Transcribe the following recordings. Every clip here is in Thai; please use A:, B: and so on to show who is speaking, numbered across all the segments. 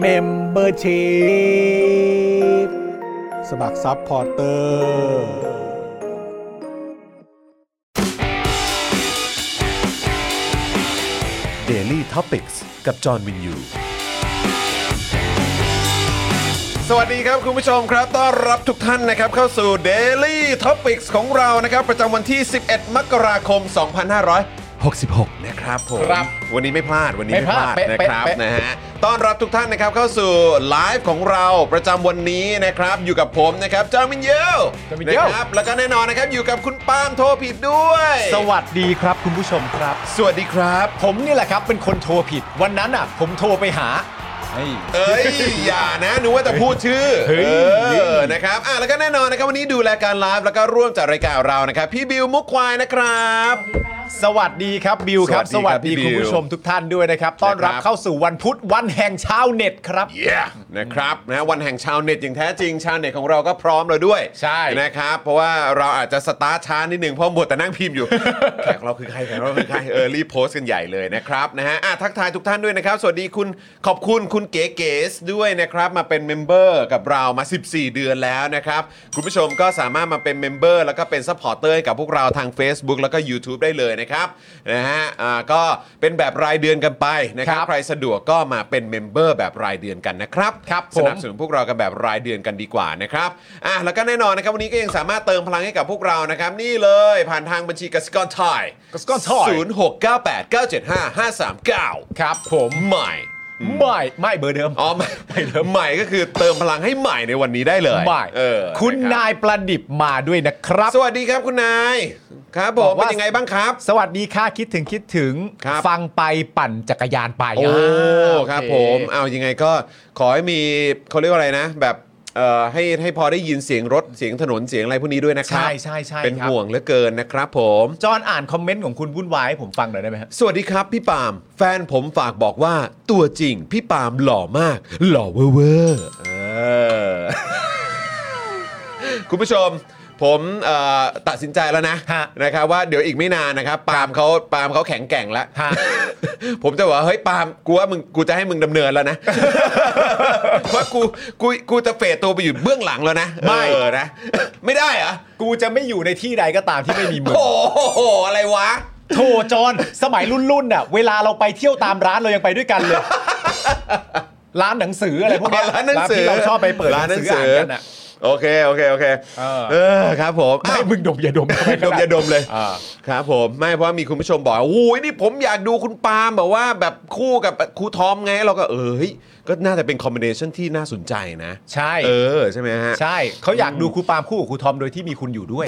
A: เมมเบอร์ชีพสมัครซัพพอร์เตอร์
B: Daily t o p i c กกับจอห์นวินยู
C: สวัสดีครับคุณผู้ชมครับ ต้อนรับทุกท่านนะครับเข้าสู่ Daily Topics ของเรานะครับ ประจำวันที่ 11 มกราคม 2566 นะครับผม
D: ครับ
C: วันนี้ไม่พลาดวันนี้
D: ไม่
C: ไม่พ
D: พลาด
C: ลาด
D: เป๊ะ
C: นะครับ
D: เป๊ะเป๊ะ
C: นะฮะต้อนรับทุกท่านนะครับเข้าสู่ไลฟ์ของเราประจำวันนี้นะครับอยู่กับผมนะครับจอมินเยลนะครับแล้วก็แน่นอนนะครับอยู่กับคุณปาล์มโทรผิดด้วย
D: สวัสดีครับคุณผู้ชมครับ
C: สวัสดีครับ
D: ผมนี่แหละครับเป็นคนโทรผิดวันนั้นอ่ะ ผมโทรไปหาเฮ้ย
C: เอ้ย อย่านะนึกว่าแต่พูดชื่อ
D: เฮ้ย
C: เออนะครับอ่ะแล้วก็แน่นอนนะครับวันนี้ดูแลการไลฟ์แล้วก็ร่วมจัดรายการเรานะครับ พี่บิวมุกควายนะครับ
D: สวัสดีครับบิวครับ
C: ส
D: ส
C: วั
D: วั
C: ส
D: ส
C: ดี
D: ดี
C: ครับ
D: คุณ
C: พี่บิ
D: ผู้
C: ว
D: ชมทุกท่านด้วยนะครับ ต้อนรับ
C: นะครับ
D: เข้าสู่วันพุธวันแห่งชาวเน็ตครับ
C: เย้นะครับนะวันแห่งชาวเน็ตอย่างแท้จริง ชาวเน็ตของเราก็พร้อมเราด้วย
D: ใช่
C: นะครับ เพราะว่าเราอาจจะสตาร์ทช้านิดนึงเพราะหมดแต่นั่งพิมพ์ อยู่ แขกเราคือใครแขกเราคือใครเออรีบโพสต์กันใหญ่เลยนะครับนะฮะอ่ะทักทายทุกท่านด้วยนะครับ สวัสดีคุณขอบคุณคุณเก๋เกสด้วยนะครับมาเป็นเมมเบอร์กับเรามา 14 เดือนแล้วนะครับ คุณผู้ชมก็สามารถมาเป็นเมมเบอร์แล้วก็เป็นซัพพอร์เตอร์ให้กับพวกเราทาง Facebook แล้วก็ YouTube ได้เลยนะครับนะฮะอ่าก็เป็นแบบรายเดือนกันไปนะครับ
D: ครับ
C: ใครสะดวกก็มาเป็นเมมเบอร์แบบรายเดือนกันนะครับ
D: ครับ
C: สนับ
D: ผม
C: สนุนพวกเรากันแบบรายเดือนกันดีกว่านะครับอ่ะแล้วก็แน่นอนนะครับวันนี้ก็ยังสามารถเติมพลังให้กับพวกเรานะครับ นี่เลยผ่านทางบัญชีกสิกรไทย
D: กสิกรไทย
C: ศูนย์หกเก้าแปดเก้าเจ็ดห้าห้าสามเก้า
D: ครับผม
C: ใหม่
D: ไม่ไม่เบอร์เดิม
C: อ๋อใหม่ใหม่ก็คือเติมพลังให้ใหม่ในวันนี้ได้เลย
D: ไม่
C: เออ
D: คุณ
C: ะ
D: นายประดิบมาด้วยนะค
C: ค
D: รั
C: รับ บสวัสดีครับคุณนายครับผม
D: บอก
C: เป็
D: ว่า
C: นยังไงบ้างครับ
D: สวัสดีค่ะคิดถึงคิดถึง
C: ครับ
D: ฟังไปปั่นจักรยานไป
C: โอ้
D: า
C: ครับ
D: โอเ
C: ผมเอายังไงก็ขอให้มีเขาเรียกว่าอะไรนะ แบบเอ่อให้ให้พอได้ยินเสียงรถเสียงถนนเสียงอะไรพวกนี้ด้วยนะครับ
D: ใช่ใช่ใช่
C: เป็น
D: ครับ
C: ห่วงเหลือเกินนะครับผม
D: จอห์นอ่านคอมเมนต์ของคุณวุ่นวายให้ผมฟังหน่อยได้ไหมฮะ
C: สวัสดีครับพี่ปาล์มแฟนผมฝากบอกว่าตัวจริงพี่ปาล์มหล่อมาก หล่อเวอร์เวอร์เออ คุณผู้ชม ผมเอ่อตัดสินใจแล้วนะ
D: ฮะ
C: นะครับว่าเดี๋ยวอีกไม่นานนะครับ ปาล์มเขาปาล์มเขาแข็งแกร่งแล้ว
D: ฮะ
C: ผมจะบอกว่าเฮ้ยปาล์มกูว่ามึงกูจะให้มึงดำเนินแล้วนะ ว่ากูกูกูจะเฟดตัวไปอยู่เบื้องหลังแล้วนะ
D: ไม่
C: เออนะ ไม่ได้เหรอ
D: กูจะไม่อยู่ในที่ใดก็ตามที่ไม่มีมึง
C: โอ้โหอะไรวะ
D: โถจอนสมัยรุ่นรุ่นๆน่ะ เวลาเราไปเที่ยวตามร้านเรายังไปด้วยกันเลย ร้านหนังสืออะไรพวกเนี้ย
C: อ๋อร้านหนังสือ
D: ที่เราชอบไปเปิด
C: ร้านหนังสือ
D: อานกันน่ะ
C: โอเคโอเคโอเค
D: เออ
C: เออครับผม
D: ไม่
C: อ้าว
D: มึงดมอย่าด ม
C: ดมยาดมเลย
D: อ่า
C: ครับผมไม่เพราะมีคุณผู้ชมบอกว่าอุ้ยนี่ผมอยากดูคุณปาล์มแบบว่าแบบคู่กับครูทอมไงเราก็เอ้ยก็น่าจะเป็นคอมบิเนชันที่น่าสนใจนะ
D: ใช่
C: เออใช่ไหมฮะ
D: ใช่เขาอยากดูครูปาล์มคู่กับครูทอมโดยที่มีคุณอยู่ด้วย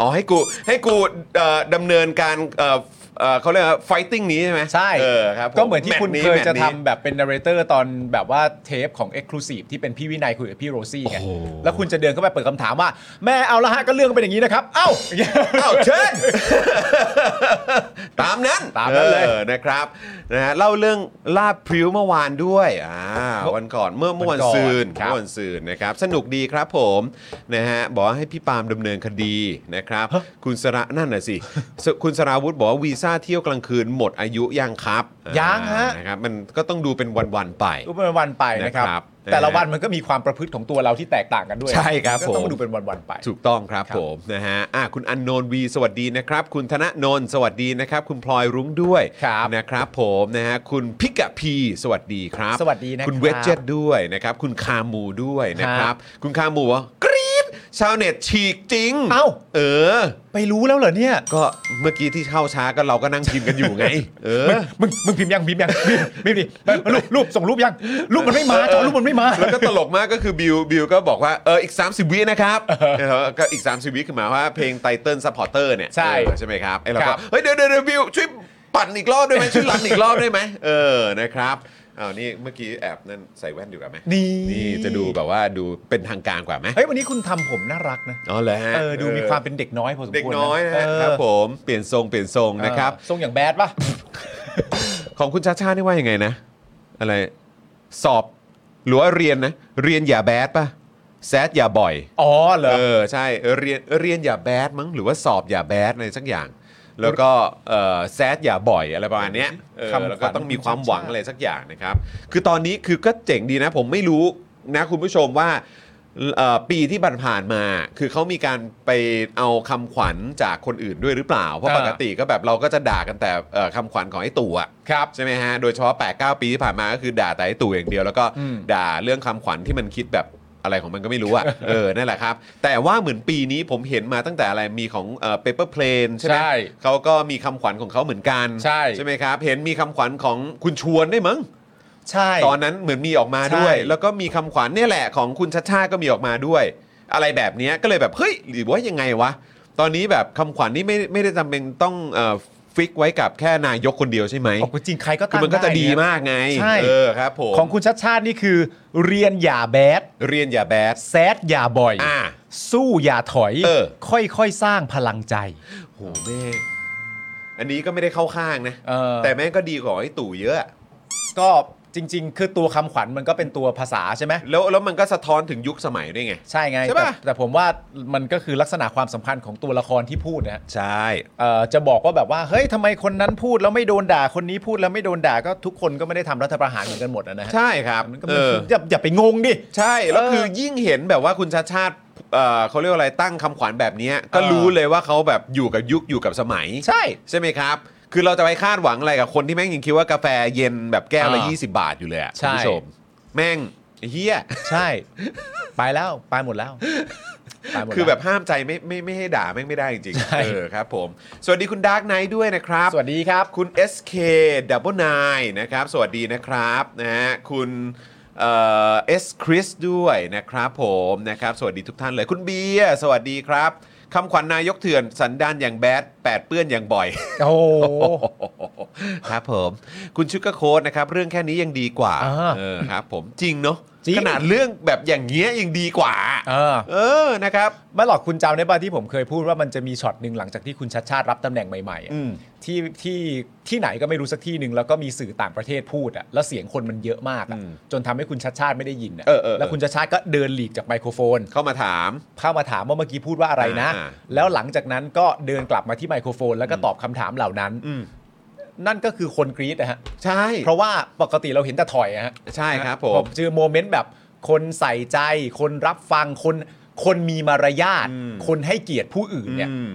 C: อ๋อให้กูให้กูเอ่อดำเนินการเอ่อเอ่อเขาเรียกว่า fighting นี้ใช่ไหม
D: ใช่
C: เออครับผ
D: ก็เหมือนที่คุณ
C: แตช์
D: เคยจะ
C: แม
D: ทำ
C: ตช์นี้
D: แบบเป็นนาร์เรเตอร์ตอนแบบว่าเทปของ Exclusive ที่เป็นพี่วินัยคุยกับพี่โรซี่ไง
C: โอ้โห
D: แล้วคุณจะเดินเข้าไปเปิดคำถามว่า แม่เอาละฮะก็เรื่องเป็นอย่างนี้นะครับ เอ้า
C: อ้าวเชิญ ตามนั้น
D: ตามนั้นเลย
C: ออนะครับนะฮะเล่าเรื่องลาบพริ้วเมื่อวานด้วยอ่าวันก่อนเมื่อเมื่อวัน
D: วันก่อน
C: ซืน
D: ครับ
C: เมื่อวันซืนนะครับ สนุกดีครับผมนะฮะบอกว่าให้พี่ปาล์มดำเนินคดีนะครับ คุณสระนั่นน่ะสิสคุณสราวุธบอกว่าวีซ่า ซ่าเที่ยวกลางคืนหมดอายุยังครับ
D: ยังฮะ
C: อ่านะครับมันก็ต้องดูเป็นวันๆไป
D: ดูเป็นวันๆไปนะครับ
C: นะครับ
D: แต่ละวันมันก็มีความประพฤติของตัวเราที่แตกต่างกันด้วย
C: ใช่ครับ
D: ก็ต้อ
C: ผม
D: งดูเป็นวันๆไป
C: ถูกต้องครับ
D: ครับ
C: ผมนะฮะอ่ะคุณอันโนนวีสวัสดีนะครับ คุณธนโนนสวัสดีนะครับ คุณพลอยรุ้งด้วย
D: ครับ
C: นะครับผมนะฮะคุณพิกะพีสวัสดีครับ
D: สวัสดีนะครับ
C: คุณเวจเจตด้วยนะครับ คุณคามูด้วยนะครับ คุณคามูว่ากรี๊ดชาวเน็ตฉีกจริง
D: เอ้า
C: เออ
D: ไปรู้แล้วเหรอเนี่ย
C: ก็เมื่อกี้ที่เข้าช้าก็เราก็นั่งพิมพ์กันอยู่ไง เออ
D: มึงมึงพิมพ์ยังพิมพ์ ยังพิมพ์พิมพ์ดิไปรูปรูปส่งรูปยังรูปมันไม่มาจอรูปมันไม่มา
C: แล้วก็ตลกมากก็คือบิวบิวก็บอกว่าเอออีก 30 วินะครับเออก็อีก 30 วิคือหมายว่าเพลงไตเติ้ลซัพพอร์เตอร์เนี่ย
D: ใช่
C: เออใช่ไหมครับไอ้เรา
D: ค
C: ก็
D: รับ
C: เฮ้ยเดี๋ยวเดี๋ยวเดี๋ยวบิวช่วยปั่นอีกรอบได้ไหมช่วยรันอีกรอบ ได้ไหมเออนะครับอ้าวนี่เมื่อกี้แอบนั่นใส่แว่นอยู่กับไหม
D: นี่
C: นี่จะดูแบบว่าดูเป็นทางการกว่าไหม
D: เฮ้ยวันนี้คุณทำผมน่ารักนะ
C: อ๋อเหรอฮะ
D: เออดูมีความเป็นเด็กน้อยพอสมควร
C: เด็กน้อยนะฮะ
D: เออ
C: ครับผมเปลี่ยนทรงเปลี่ยนทรงนะครับ
D: ทรงอย่างแบดป่ะ
C: ของคุณชาชานี่ว่ายังไงนะ อะไรสอบหรือว่าเรียนนะ เรียนอย่าแบดป่ะแซดอย่าบ่อย
D: อ๋อเหรอ
C: เออใช่เรียนเรียนอย่าแบดมั้งหรือว่าสอบอย่าแบดอะไรสักอย่าง แล้วก็เอ่อแซดอย่าบ่อยอะไรประมาณเนี้ยเออ
D: คำขวัญ
C: แล้วก็ต้องมีความหวัง
D: ชาติ
C: อะไรสักอย่างนะครับ คือตอนนี้คือก็เจ๋งดีนะ ผมไม่รู้นะคุณผู้ชมว่าเอ่อปีที่ผ่านๆมา คือเขามีการไปเอาคำขวัญจากคนอื่นด้วยหรือเปล่า เพราะปกติก็แบบเราก็จะด่ากันแต่เอ่อคำขวัญของไอ้ตู่อะ
D: ครับ
C: ใช่ไหมฮะ โดยเฉพาะ 8 9 ปีที่ผ่านมาก็คือด่าแต่ไอ้ตู่อย่างเดียว แล้วก็
D: อืม
C: ด่าเรื่องคำขวัญที่มันคิดแบบอะไรของมันก็ไม่รู้ อะ เออ นั่นแหละครับ แต่ว่าเหมือนปีนี้ผมเห็นมาตั้งแต่อะไร มีของเอ่อ paper plane ใช่ไหม
D: ใช่
C: เขาก็มีคำขวัญของเขาเหมือนกัน
D: ใช่
C: ใช่ไหมครับ เห็นมีคำขวัญของคุณชวนได้วยมั้ง
D: ใช่
C: ตอนนั้นเหมือนมีออกมาด้วย
D: ใช่
C: แล้วก็มีคำขวัญเนี่ยแหละของคุณชัชชาติก็มีออกมาด้วย อะไรแบบเนี้ยก็เลยแบบเฮ้ยหรือว่ายังไงวะ ตอนนี้แบบคำขวัญนี่ไม่ไม่ได้จำเป็นต้องเอ่อฟิกไว้กับแค่นายกคนเดียวใช่ไหม
D: โอ้โหจริงใครก็
C: คื
D: ตั้
C: องมันก็จะดี
D: ไเนี่ย
C: มากไง
D: ใช่
C: เออครับผม
D: ของคุณชัดชาตินี่คือ เรียนอย่าแบด
C: เรียนอย่าแบด
D: แซดอย่าบ่อย
C: อ่า
D: สู้อย่าถอย
C: เออ
D: ค่อยๆสร้างพลังใจ
C: โหแม่งอันนี้ก็ไม่ได้เข้าข้างนะ
D: เออ
C: แต่แม่งก็ดีกว่าไอ้ตู่เยอะ
D: ก็จริง ๆ คือตัวคำขวัญมันก็เป็นตัวภาษาใช่ไหม
C: แล้วแล้วมันก็สะท้อนถึงยุคสมัยด้วยไง
D: ใช่ไง
C: ใช่ปะ
D: แต่แต่ผมว่ามันก็คือลักษณะความสัมพันธ์ของตัวละครที่พูดนะฮะ
C: ใช่
D: เอ่อจะบอกว่าแบบว่าเฮ้ยทำไมคนนั้นพูดแล้วไม่โดนด่าคนนี้พูดแล้วไม่โดนด่าก็ทุกคนก็ไม่ได้ทำรัฐประหารเหมือนกันหมดอะนะฮะ
C: ใช่ครับ
D: มันก็
C: เอ
D: ไม่
C: อ
D: อย่าอย่าไปงงดิ
C: ใช่แล้ว
D: เออ
C: คือยิ่งเห็นแบบว่าคุณชาติชาติเอ่อเขาเรียกว่าอะไรตั้งคำขวัญแบบเนี้ยก็
D: เออ
C: รู้เลยว่าเขาแบบอยู่กับยุคอยู่กับสมัย
D: ใช่
C: ใช่ไหมครับ คือเราจะไปคาดหวังอะไรกับคนที่แม่งยังคิดว่ากาแฟเย็นแบบแก้วละ
D: อ่า
C: 20 บาทอยู่เลยอะ
D: ใช่
C: คุณผู้ชมแม่งเฮี้ย
D: ใช่ ไปแล้วไปหมดแล้วไปหมดล้ว
C: คือแบบห้ามใจไม่ไม่ไม่ให้ด่าแม่งไม่ได้จริง
D: ใช่
C: ๆเออครับผม สวัสดีคุณดาร์กไนท์ด้วยนะครับ
D: สวัสดีครับ
C: คุณ SK Double n i นะครับ สวัสดีนะครับนะฮะคุณเอ่อสคริสด้วยนะครับผมนะครับ สวัสดีทุกท่านเลยคุณเบียร์สวัสดีครับคำขวัญนายกเถื่อนสันดานอย่างแบดแปดเปื้อนอย่างบ่อย
D: โอ้โห
C: ครับผม คุณชุกกะโค้ดนะครับ เรื่องแค่นี้ยังดีกว่า
D: อ่า
C: เออครับ ผมจริงเนาะ
D: จริง
C: ขนาดเรื่องแบบอย่างเงี้ยยังดีกว่า
D: เออ
C: เออนะครับ
D: ไม่หรอกคุณจำได้ป่ะที่ผมเคยพูดว่ามันจะมีช็อตหนึ่งหลังจากที่คุณชัดชาติรับตำแหน่งใหม่ๆอะ
C: อืม
D: ที่ที่ที่ไหนก็ไม่รู้สักที่หนึ่งแล้วก็มีสื่อต่างประเทศพูดอ่ะแล้วเสียงคนมันเยอะมากอะ
C: อืม
D: จนทำให้คุณชัดชาติไม่ได้ยินอะ
C: เออเออเออ
D: แล้วคุณชัดชาติก็เดินหลีกจากไมโครโฟน
C: เข้ามาถาม
D: เข้ามาถามว่าเมื่อกี้พูดว่าอะไรนะ
C: อ่า
D: แล้วหลังจากนั้นก็เดินกลับมาที่ไมโครโฟน แล้วก็ตอบคำถามเหล่านั้น
C: อืม
D: นั่นก็คือคนกรี๊ดนะฮะ
C: ใช่
D: เพราะว่าปกติเราเห็นแต่ถอยอะฮะ
C: ใช่ครับผม
D: เจอโมเมนต์แบบคนใส่ใจ คนรับฟังคนคนมีมารยาท
C: อืม
D: คนให้เกียรติผู้อื่นเนี่ย
C: อืม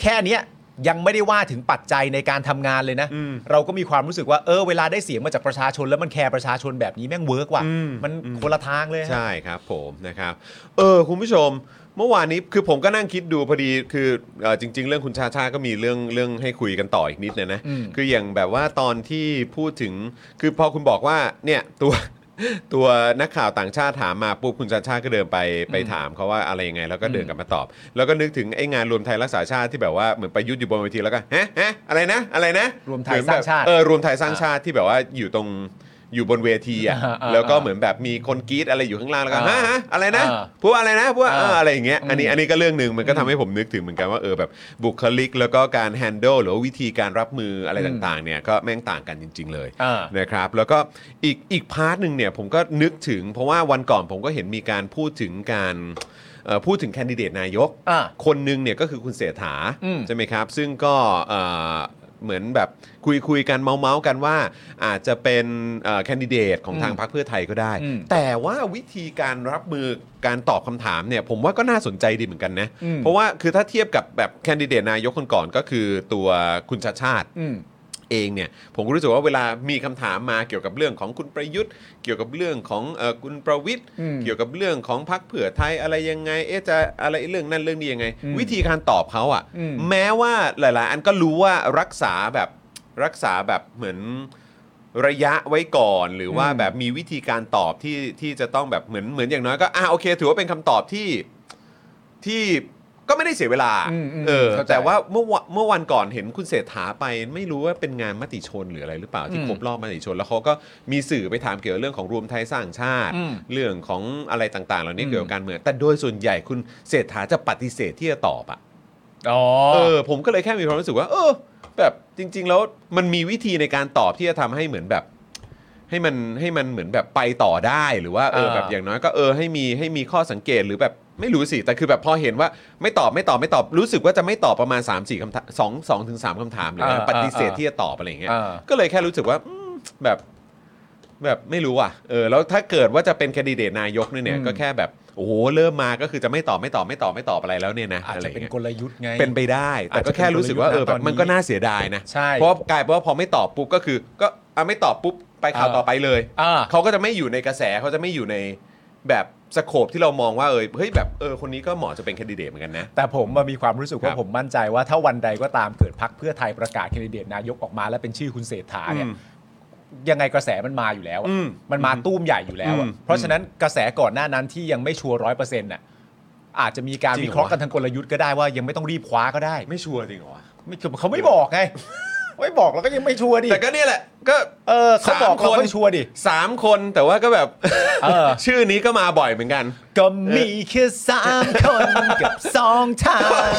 D: แค่เนี้ยยังไม่ได้ว่าถึงปัจจัยในการทำงานเลยนะ
C: อืม
D: เราก็มีความรู้สึกว่าเออเวลาได้เสียงมาจากประชาชนแล้วมันแคร์ประชาชนแบบนี้แม่งเวิร์กว่ะ
C: อืม
D: มัน
C: อืม
D: คนละทางเลยฮะ
C: ใช่ครับผมนะครับ เออคุณผู้ชม เมื่อวานนี้คือผมก็นั่งคิดดูพอดีคือเอ่อจริง ๆ เรื่องคุณชาชาก็มีเรื่องเรื่องให้คุยกันต่ออีกนิดนะนะ
D: อืม
C: คืออย่างแบบว่าตอนที่พูดถึงคือพอคุณบอกว่าเนี่ยตัว ตัวนักข่าวต่างชาติถามมาปุ๊บคุณชาชาก็เดินไปไปถามเขาว่าอะไรยังไง แล้วก็เดินกลับมาตอบ แล้วก็นึกถึงไอ้งานรวมไทยรักษาชาติที่แบบว่าเหมือนประยุทธ์อยู่บนเวทีแล้วก็ฮะฮะอะไรนะอะไรนะ
D: รวมไทยสร้างชาติ
C: เออรวมไทยสร้างชาติที่แบบว่าอยู่ตรงอยู่บนเวทีอ่ะ
D: อ่าๆๆ
C: แล้วก็เหมือน เหมือนแบบมีคนกรีดอะไรอยู่ข้างล่างแล้วก็
D: อ่า
C: ฮะฮะอะไรนะ
D: อ่า
C: พูดว่าอะไรนะพูดว่า
D: อ่า
C: เอออะไรอย่างเงี้ยอันนี้
D: อืม
C: อันนี้ก็เรื่องหนึ่งมันก็ทำให้ผมนึกถึงเหมือนกันว่าเออแบบบุคลิกแล้วก็การแฮนด์ลหรือว่าวิธีการรับมืออะไร
D: อืม
C: ต่างๆเนี่ยก็แม่งต่างกันจริง ๆ เลย
D: อ่า
C: นะครับแล้วก็อีกอีกพาร์ทหนึ่งเนี่ยผมก็นึกถึง เพราะว่าวันก่อนผมก็เห็นมีการพูดถึงการเอ่อพูดถึงแคนดิเดตนายก
D: อ่า
C: คนหนึงเนี่ยก็คือคุณเศรษฐา
D: อืม
C: ใช่ไหมครับซึ่งก็เอ่อ เหมือนแบบคุยคุยๆกันเมาเมาๆกันว่า อาจจะเป็นแคนดิเดตของทางพรรคเพื่อไทยก็ได้
D: อืม
C: แต่ว่าวิธีการรับมือการตอบคำถามเนี่ยผมว่าก็น่าสนใจดีเหมือนกันนะ
D: อืม
C: เพราะว่าคือถ้าเทียบกับแบบแคนดิเดตนายกคนก่อนก็คือตัวคุณชาติชาติ
D: อืม
C: เองเนี่ยผมก็รู้สึกว่าเวลามีคำถามมาเกี่ยวกับเรื่องของคุณประยุทธ์ เกี่ยวกับเรื่องของเออคุณประวิทย์
D: อืม
C: เกี่ยวกับเรื่องของพรรคเผื่อไทยอะไรยังไงเอ๊ะจะอะไรเรื่องนั้นเรื่องนี้ยังไง
D: อืม
C: วิธีการตอบเขาอะ่ะ
D: อืม
C: แม้ว่าหลายๆ อันก็รู้ว่ารักษาแบบรักษาแบบเหมือนระยะไว้ก่อน หรือว่า
D: อืม
C: แบบมีวิธีการตอบที่ที่จะต้องแบบเหมือนเหมือนอย่างน้อยก็อ่ะโอเค ถือว่าเป็นคำตอบที่ที่ก็ไม่ได้เสียเวลา
D: อืมอืม
C: เออ
D: เข้าใจ
C: แต่ว่า ว่าเมื่อวะเมื่อวันก่อนเห็นคุณเศรษฐาไป ไม่รู้ว่าเป็นงานมติชนหรืออะไรหรือเปล่าที่
D: อืม
C: ครบรอบมติชน แล้วเขาก็มีสื่อไปถามเกี่ยวกับเรื่องของรวมไทยสร้างชาติ
D: อืม
C: เรื่องของอะไรต่างๆเหล่านี้
D: อืม
C: เกี่ยวกับการเมืองแต่โดยส่วนใหญ่คุณเศรษฐาจะปฏิเสธที่จะตอบอ่ะ
D: อ๋อ
C: เออผมก็เลยแค่มีความรู้สึกว่า เออ แบบจริง ๆ แล้วมันมีวิธีในการตอบที่จะทำให้เหมือนแบบ ให้มันให้มันเหมือนแบบไปต่อได้หรือว่าเออ
D: อ่า
C: แบบอย่างน้อยก็เออให้มีให้มีข้อสังเกตหรือแบบไม่รู้สิแต่คือแบบพอเห็นว่าไม่ตอบไม่ตอบไม่ตอบรู้สึกว่าจะไม่ตอบประมาณ 3 4คำถามสองสองถึงสามคำถามหรืออะไร
D: อ่า
C: ปฏิเสธ
D: อ่า
C: ที่จะตอบอะไรอย่างเงี้ย
D: อ่า
C: ก็เลยแค่รู้สึกว่าอืมแบบแบบไม่รู้อ่ะเออแล้วถ้าเกิดว่าจะเป็นแคนดิเดตนายกเนี่ยเนี่ยก็แค่แบบโอ้โหเริ่มมาก็คือจะไม่ตอบไม่ตอบไม่ตอบไม่ตอบอะไรแล้วเนี่ยนะ
D: อาจ
C: อะไร
D: จะ
C: อย่า
D: เป็
C: ง
D: น
C: เงี้ย
D: กลยุทธ์ไง
C: เป็นไปได้ แต่ก็แค่รู้สึกว่าเออแบบมันก็น่าเสียดายนะ
D: ใช่
C: เพราะกลายเป็นว่าพอไม่ตอบปุ๊บก็คือ ก็อ่ะไม่ตอบปุ๊บไปข่าวต่อไปเลย
D: อ่า
C: เขาก็จะไม่อยู่ในกระแสเขาจะไม่อยู่ในแบบสโคปที่เรามองว่าเออเฮ้ยแบบเออคนนี้ก็เหมาะจะเป็นแคนดิเดตเหมือนกันนะ
D: แต่ผมมามีความรู้สึก
C: ค
D: ว่า
C: รับ
D: ผมมั่นใจว่าถ้าวันใดก็ตามเกิดพักเพื่อไทยประกาศแคนดิเดตนายกออกมาและเป็นชื่อคุณเศรษฐาเนี่ย
C: อืม
D: ยังไงกระแสมันมาอยู่แล้วอะ
C: อืม
D: มันมาตู้มใหญ่อยู่แล้วอะ
C: อืม
D: เพราะฉะนั้นกระแสก่อนหน้านั้นที่ยังไม่ชัวร์ร้อยเปอร์เซ็นต์น่ะอาจจะมีการ
C: จริงเหรอ
D: วิเคราะห์กันทางกลยุทธ์ก็ได้ว่ายังไม่ต้องรีบคว้าก็ได้
C: ไม่ชัวร์จริงเหรอวะ
D: ไม่เขาไม่บอกไง ไม่บอกแล้วก็ยังไม่ชัวร์ดิ
C: แต่ก็เนี่ยแหละก็
D: เออเขาบอก
C: ส
D: เราก็ไม่ชัวร์ดิ
C: สามคนแต่ว่าก็แบบ
D: เออ
C: ชื่อนี้ก็มาบ่อยเหมือนกัน
D: ก็มีแค่สามคนกับสองทาง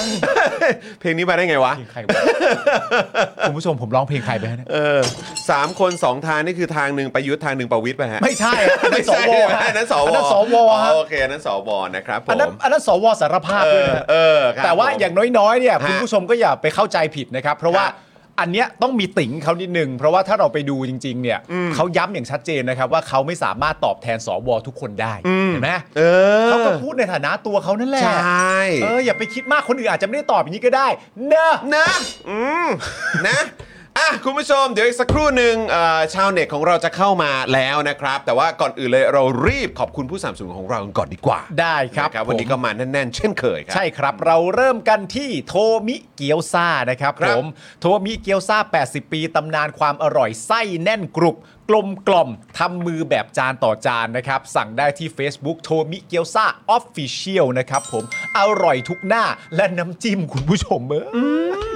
C: เพลงนี้มาได้ไงวะ
D: เพลงใครวะคุณผู้ชมผมร้องเพลงใครไปฮะเนี่ย
C: เออสามคนสองทางนี่คือทางหนึ่งประยุทธ์ทางหนึ่งประวิทย์ไปฮะ
D: ไม่ใช่อะอันนั้นสว
C: ใช่ไหม
D: ฮะ
C: อันนั้นสว
D: อันนั้นสว
C: อ๋
D: ฮะ
C: อโอเคอันนั้นสวนะครับผ
D: อันนั้น
C: ม
D: อันนั้นสวสารภาพ
C: เอ
D: ด้วย
C: อ
D: นะ
C: เออครับ
D: แต่ว่า
C: ผม
D: อย่างน้อยๆเนี่ย
C: ฮะ
D: คุณผู้ชมก็อย่าไปเข้าใจผิดนะครับ เพราะว่า
C: ครับ
D: อันเนี้ยต้องมีติ๋งเขานิดนึง เพราะว่าถ้าเราไปดูจริงๆเนี่ยเขาย้ำอย่างชัดเจนนะครับว่าเขาไม่สามารถตอบแทนสวทุกคนได้
C: อืม
D: เห็นไหม
C: เออ
D: เขาก็พูดในฐานะตัวเขานั่นแหละ
C: ใช่
D: เอออย่าไปคิดมากคนอื่นอาจจะไม่ได้ตอบอย่างนี้ก็ได้เนอะ
C: นะอืมนะอ่ะคุณผู้ชมเดี๋ยวอีกสักครู่หนึ่งเอ่อชาวเน็ตของเราจะเข้ามาแล้วนะครับ แต่ว่าก่อนอื่นเลยเรารีบขอบคุณผู้สามสูงของเรากันก่อนดีกว่า
D: ได้ครับ
C: นะวันนี้
D: ผม
C: ก็มาแน่นๆ เช่นเคยครั
D: ใช่ครับ เราเริ่มกันที่โทมิเกียวซานะครับ
C: ครับ
D: ผมโทมิเกียวซา80 ปีตำนานความอร่อยไส้แน่นกรุบ กลมกล่อมทำมือแบบจานต่อจานนะครับ สั่งได้ที่ Facebook โทมิเกียวซาออฟฟิเชียลนะครับผมอร่อยทุกหน้าและน้ำจิ้มคุณผู้ชมเออ
C: อื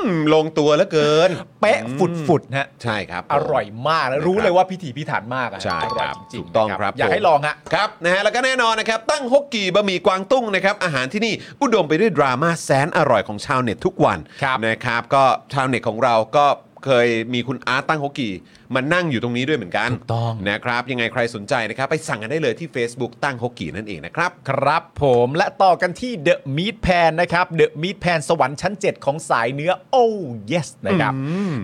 C: มลงตัวเหลือเกิน
D: เป๊ะฝุดๆนะ
C: ใช่ครับผม
D: อร่อยมากนะรู้เลยว่าพิถีพิถันมากอะ
C: ใช่
D: อ
C: ค
D: ร่อย
C: รับ
D: จริง
C: ถูก
D: ๆ
C: ต้อง
D: นะครับ อยาก
C: ผม
D: ให้ลองฮะ
C: ครับนะฮะแล้วก็แน่นอนนะครับ ตั้งฮกกีบะหมี่กวางตุ้งนะครับ อาหารที่นี่อุดมไปด้วยดราม่าแสนอร่อยของชาวเน็ตทุกวัน
D: ครับ
C: นะครับ ก็ชาวเน็ตของเราก็เคยมีคุณอาร์ตตั้งฮกกีมานั่งอยู่ตรงนี้ด้วยเหมือนกัน
D: ถูกต้อง
C: นะครับ ยังไงใครสนใจนะครับ ไปสั่งกันได้เลยที่ Facebook ตั้งฮกกีนั่นเองนะครับ
D: ครับผมและต่อกันที่เดอะม a ทแพนนะครับเดอะม a ทแพนสวรรค์ชั้น 7 ของสายเนื้อโอ้ yes นะครับ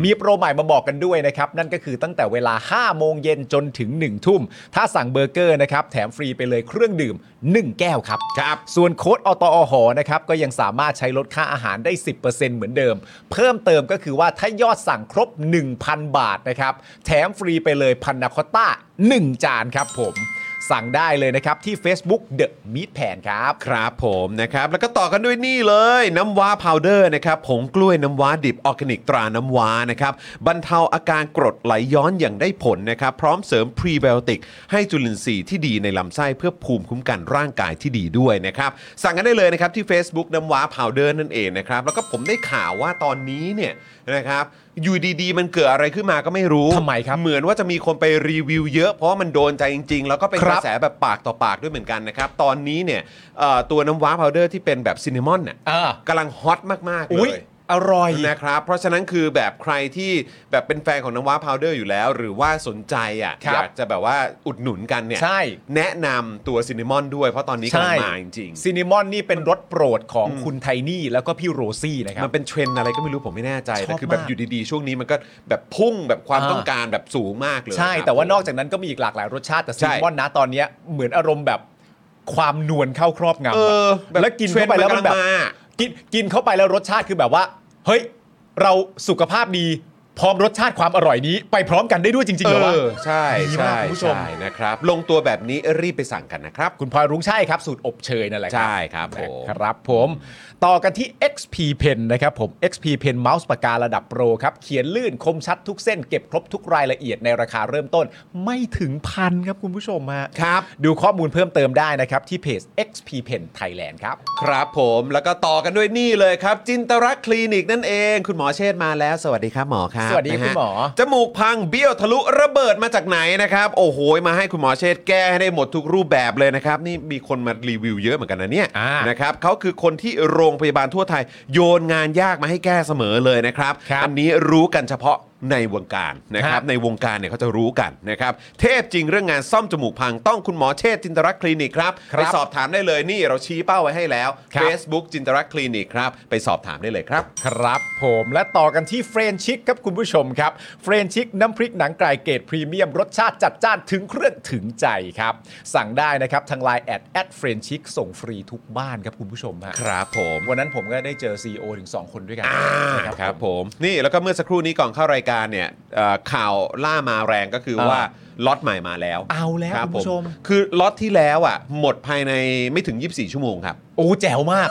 D: มีโปรใหม่มาบอกกันด้วยนะครับ นั่นก็คือตั้งแต่เวลา 5 โมงเย็นจนถึง 1 ทุ่ม ถ้าสั่งเบอร์เกอร์นะครับ แถมฟรีไปเลยเครื่องดื่ม 1 แก้วครับ
C: ครับ
D: ส่วนโค้ดอตอหอนะครับ ก็ยังสามารถใช้ลดค่าอาหารได้ 10%เหมือนเดิม เพิ่มเติมก็คือว่าถ้ายอดสั่งครบ 1,000 บาทนะครับ แถมฟรีไปเลยพันนาคอตต้า 1 จานครับผม สั่งได้เลยนะครับที่ Facebook The Meat Pan ครับ
C: ครับผมนะครับ แล้วก็ต่อกันด้วยนี่เลยน้ำว้าพาวเดอร์นะครับผงกล้วยน้ำว้าดิบออร์แกนิกตราน้ำว้านะครับบรรเทาอาการกรดไหลย้อนอย่างได้ผลนะครับ พร้อมเสริมพรีไบโอติก ให้จุลินทรีย์ที่ดีในลำไส้เพื่อภูมิคุ้มกันร่างกายที่ดีด้วยนะครับ สั่งกันได้เลยนะครับที่ Facebook น้ำว้าพาวเดอร์นั่นเองนะครับ แล้วก็ผมได้ข่าวว่าตอนนี้เนี่ยนะครับอยู่ดีๆ มันเกิดอะไรขึ้นมาก็ไม่รู้
D: ทำไมครับ
C: เหมือนว่าจะมีคนไปรีวิวเยอะเพราะว่ามันโดนใจจริง ๆ แล้วก็เป็น
D: ค
C: ก
D: รั
C: ระ
D: บ
C: แส แต่แบบปากต่อปากด้วยเหมือนกันนะครับ ตอนนี้เนี่ยเอ่อตัวน้ำว้าพาวเดอร์ที่เป็นแบบซินนามอนเนี่ย
D: อ่า
C: กำลังฮอตมาก ๆ เล
D: อุ๊ย
C: ย
D: อร่อย
C: นะครับเพราะฉะนั้นคือแบบใครที่แบบเป็นแฟนของน้ำว้าพาวเดอร์อยู่แล้ว หรือว่าสนใจอ่ะ
D: ครับ
C: อยากจะแบบว่าอุดหนุนกันเนี่ย
D: ใช่
C: แนะนำตัวซินนามอนด้วยเพราะตอนนี้กำลังมาจริง
D: ซินนามอนนี่เป็นรสโปรดของคุณไทนี่แล้วก็พี่โรซี่นะครั
C: ๆ
D: บ
C: มันเป็นเทรนด์อะไรก็ไม่รู้ผมไม่แน่ใจ
D: ชอบ
C: แต่คือแบบ
D: มาก
C: อยู่ดีๆ ช่วงนี้มันก็แบบพุ่งแบบความ
D: อ่า
C: ต้องการแบบสูงมากเลย
D: ใช่
C: ครับ
D: แต่ว่านอก
C: ผม
D: จากนั้นก็มีอีกหลากหลายรสชาติแต่
C: ใช่
D: ซินนามอนนะตอนเนี้ยเหมือนอารมณ์แบบความนวลเข้าครอบงำะ
C: เออบบ
D: แล้วกินเข้าไปแล้วมันแบบ
C: เทรด์กำงา
D: กินกินเข้าไปแล้วรสชาติคือแบบว่า เฮ้ย เราสุขภาพดี พร้อมรสชาติความอร่อยนี้ ไปพร้อมกันได้ด้วยจริงๆเหรอวะ
C: เออใช่
D: ดีมา
C: ใช่
D: กคุณผู้ชม
C: ใช่นะครับ ลงตัวแบบนี้รีบไปสั่งกันนะครับ
D: คุณพลอยรุ้งใช่ครับ สูตรอบเชยนั่นแหละครั
C: ใช่ครับผม
D: ครับผมต่อกันที่ XP Pen นะครับผม XP Pen เมาส์ปากการะดับโปรครับ เขียนลื่นคมชัดทุกเส้นเก็บครบทุกรายละเอียดในราคาเริ่มต้น ไม่ถึงพันครับคุณผู้ชมฮะ
C: ครับ
D: ดูข้อมูลเพิ่มเติมได้นะครับ ที่เพจ XP Pen Thailand ครับ
C: ครับผมแล้วก็ต่อกันด้วยนี่เลยครับ จินตรักษณ์คลินิกนั่นเอง คุณหมอเชษฐ์มาแล้ว สวัสดีครับหมอครับ
D: สวัสดี
C: นะฮะ
D: คุณหมอ
C: จมูกพังเบี้ยวทะลุระเบิดมาจากไหนนะครับ โอ้โหมาให้คุณหมอเชษฐ์แก้ให้ได้หมดทุกรูปแบบเลยนะครับ นี่มีคนมารีวิวเยอะเหมือนกันนะเนี่ย
D: อ่าน
C: นะครับเขาคือคนที่โรงพยาบาลทั่วไทย โยนงานยากมาให้แก้เสมอเลยนะครับ
D: ครับ
C: อันนี้รู้กันเฉพาะในวงการนะครับ
D: ฮะ
C: ในวงการเนี่ยเขาจะรู้กันนะครับ เทพจริงเรื่องงานซ่อมจมูกพังต้องคุณหมอเชษฐ์จินตรักษณ์คลินิกครับ
D: ครับ
C: ไปสอบถามได้เลยนี่เราชี้เป้าไว้ให้แล้ว
D: ครับ
C: Facebook จินตรักษณ์คลินิกครับ ไปสอบถามได้เลยครับ
D: ครับผมและต่อกันที่เฟรนชิกครับคุณผู้ชมครับ เฟรนชิกน้ำพริกหนังไก่เกรดพรีเมียม รสชาติจัดจ้านถึงเครื่องถึงใจครับ สั่งได้นะครับ ทางไลน์แอดแอดเฟรนชิกส่งฟรีทุกบ้านครับคุณผู้ชมฮะ
C: ครับผม
D: วันนั้นผมก็ได้เจอ CEO ถึง 2 คนด้วยกันนะ
C: ครับผมนี่แล้วก็เมื่อสักครู่นี้ก่อนเข้ารายการเนี่ยเอ่อข่าวล่ามาแรงก็คือ
D: เออ
C: ว่าล็อตใหม่มาแล้ว
D: เอาแล้ว
C: ครับ
D: คุณผู้ชม
C: คือล็อตที่แล้วอ่ะหมดภายในไม่ถึง 24 ชั่วโมงครับ
D: โอ้แจ๋วมาก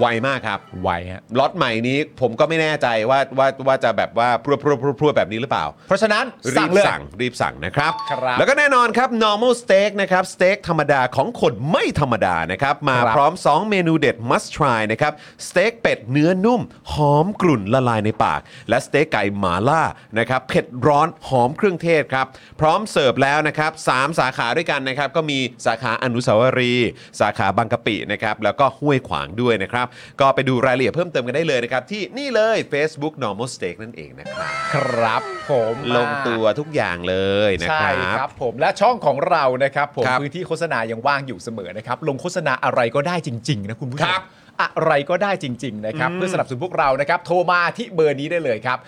C: ไวมากครับ
D: ไวฮะ
C: ล็อตใหม่นี้ผมก็ไม่แน่ใจว่าว่าว่าจะแบบว่าพรวดพรวดพรวดพรวดแบบนี้หรือเปล่า
D: เพราะฉะนั้น
C: รี
D: สั่ง
C: บ
D: เลย
C: สั่งรีบสั่งนะครับ
D: ครับ
C: แล้วก็แน่นอนครับ normal steak นะครับสเต็กธรรมดาของคนไม่ธรรมดานะครับ มา
D: ครับ
C: พร้อม 2 เมนูเด็ด must try นะครับสเต็กเป็ดเนื้อนุ่ม หอมกลุ่นละลายในปาก และสเต็กไก่หมาล่านะครับเผ็ดร้อนหอมเครื่องเทศครับ พร้อมเสิร์ฟแล้วนะครับสามสาขาด้วยกันนะครับ ก็มีสาขาอนุสาวรีย์สาขาบางกะปินะครับแล้วก็ห้วยขวางด้วยนะครับ ก็ไปดูรายละเอียดเพิ่มเติมกันได้เลยนะครับ ที่นี่เลย Facebook normal steak นั่นเองนะครับ
D: ครับผม
C: ลงตัวทุกอย่างเลยนะ
D: ใช่
C: ครับ
D: ครับผมและช่องของเรานะครับผม
C: ครับ
D: พื้นที่โฆษณายังว่างอยู่เสมอนะครับลงโฆษณาอะไรก็ได้จริง ๆ นะคุณผู้ช
C: ครั
D: ม
C: บ
D: อะไรก็ได้จริง ๆ นะครับ เพื่อสนับสนุนพวกเรานะครับ โทรมาที่เบอร์นี้ได้เลยครับ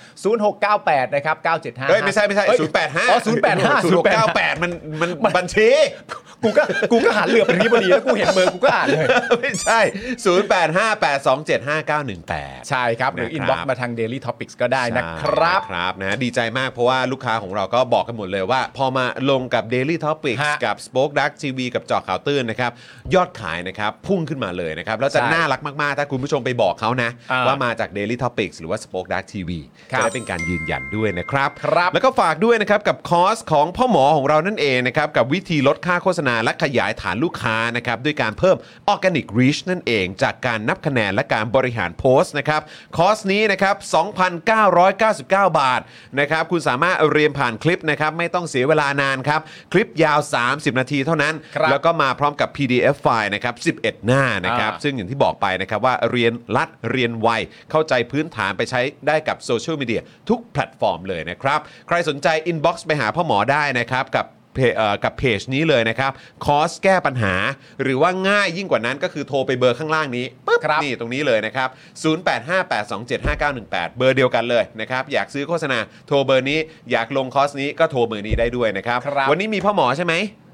D: 0698 นะครับ 975
C: เอ้ยไม่ใช่ไม่ใช่ 085
D: อ๋อ085
C: 098 มันมันบัญชี
D: 085กูก็กูก็หันเหลือบไปนี้พอดีแล้วกูเห็นเบอร์กูก็อ่านเลย
C: ไม่ใช่ 085 827 5918
D: ใช่ครับ หรือ
C: นะ
D: อิ
C: คน รับ
D: บ็อกซ์มาทาง Daily Topics ก็ได้นะครับ
C: ใช่ครับนะดีใจมากเพราะว่าลูกค้าของเราก็บอกกันหมดเลยว่า พอมาลงกับ Daily Topics
D: ฮะ
C: กับ Spoke Dark TV กับเจอข่าวตื้นนะครับ ยอดขายนะครับพุ่งขึ้นมาเลยนะครับ แล้วจะ
D: ใช่
C: น่ารักมาก ๆ ถ้าคุณผู้ชมไปบอกเขานะ
D: อ่า
C: ว่ามาจาก Daily Topics หรือว่า Spoke Dark TV
D: ครับ
C: จะได้เป็นการยืนยันด้วยนะครับ
D: ครับ
C: แล้วก็ฝากด้วยนะครับ กับคอร์สของพ่อหมอของเรานั่นเองนะครับ กับวิธีลดค่าโฆษณาและขยายฐานลูกค้านะครับด้วยการเพิ่มออร์แกนิกรีชนั่นเอง จากการนับคะแนนและการบริหารโพสต์นะครับคอร์สนี้นะครับ 2,999 บาทนะครับคุณสามารถเรียนผ่านคลิปนะครับไม่ต้องเสียเวลานานครับ คลิปยาว 30 นาทีเท่านั้น
D: ครับ
C: แล้วก็มาพร้อมกับ PDF ไฟล์นะครับ 11 หน้านะครับ
D: อ่า
C: ซึ่งอย่างที่บอกไปนะครับว่าเรียนรัดเรียนไว เข้าใจพื้นฐานไปใช้ได้กับโซเชียลมีเดียทุกแพลตฟอร์มเลยนะครับ ใครสนใจอินบ็อกซ์ไปหาพ่อหมอได้นะครับ กับเพจเอ่อกับเพจนี้เลยนะครับคอร์สแก้ปัญหา หรือว่าง่ายยิ่งกว่านั้นก็คือโทรไปเบอร์ข้างล่างนี้ปึ๊บ
D: ครับ
C: นี่ตรงนี้เลยนะครับ 0858275918 เบอร์เดียวกันเลยนะครับ อยากซื้อโฆษณาโทรเบอร์นี้อยากลงคอร์สนี้ก็โทรเบอร์นี้ได้ด้วยนะครับ
D: ครับ
C: วันนี้มีพ่อหมอใช่ไหม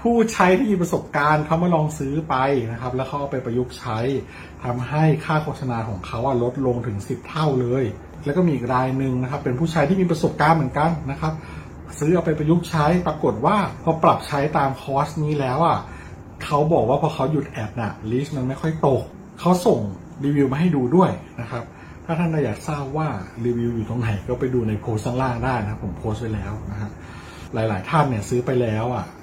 E: ผู้ใช้ที่มีประสบการณ์เขามาลองซื้อไปนะครับ แล้วเขาเอาไปประยุกต์ใช้ทำให้ค่าโฆษณาของเขาอะลดลงถึง 10 เท่าเลย แล้วก็มีอีกรายหนึ่งนะครับ เป็นผู้ใช้ที่มีประสบการณ์เหมือนกันนะครับ ซื้อเอาไปประยุกต์ใช้ปรากฏว่าพอปรับใช้ตามคอร์สนี้แล้วอ่ะเขาบอกว่าพอเขาหยุดแอดน่ะลิสต์มันไม่ค่อยตกเขาส่ง รีวิวมาให้ดูด้วยนะครับ ถ้าท่านอยากทราบว่ารีวิวอยู่ตรงไหนก็ไปดูในโพสต์ข้างล่างได้นะครับผมโพสต์ไว้แล้วนะฮะหลายๆ ท่านเนี่ยซื้อไปแล้วอ่ะ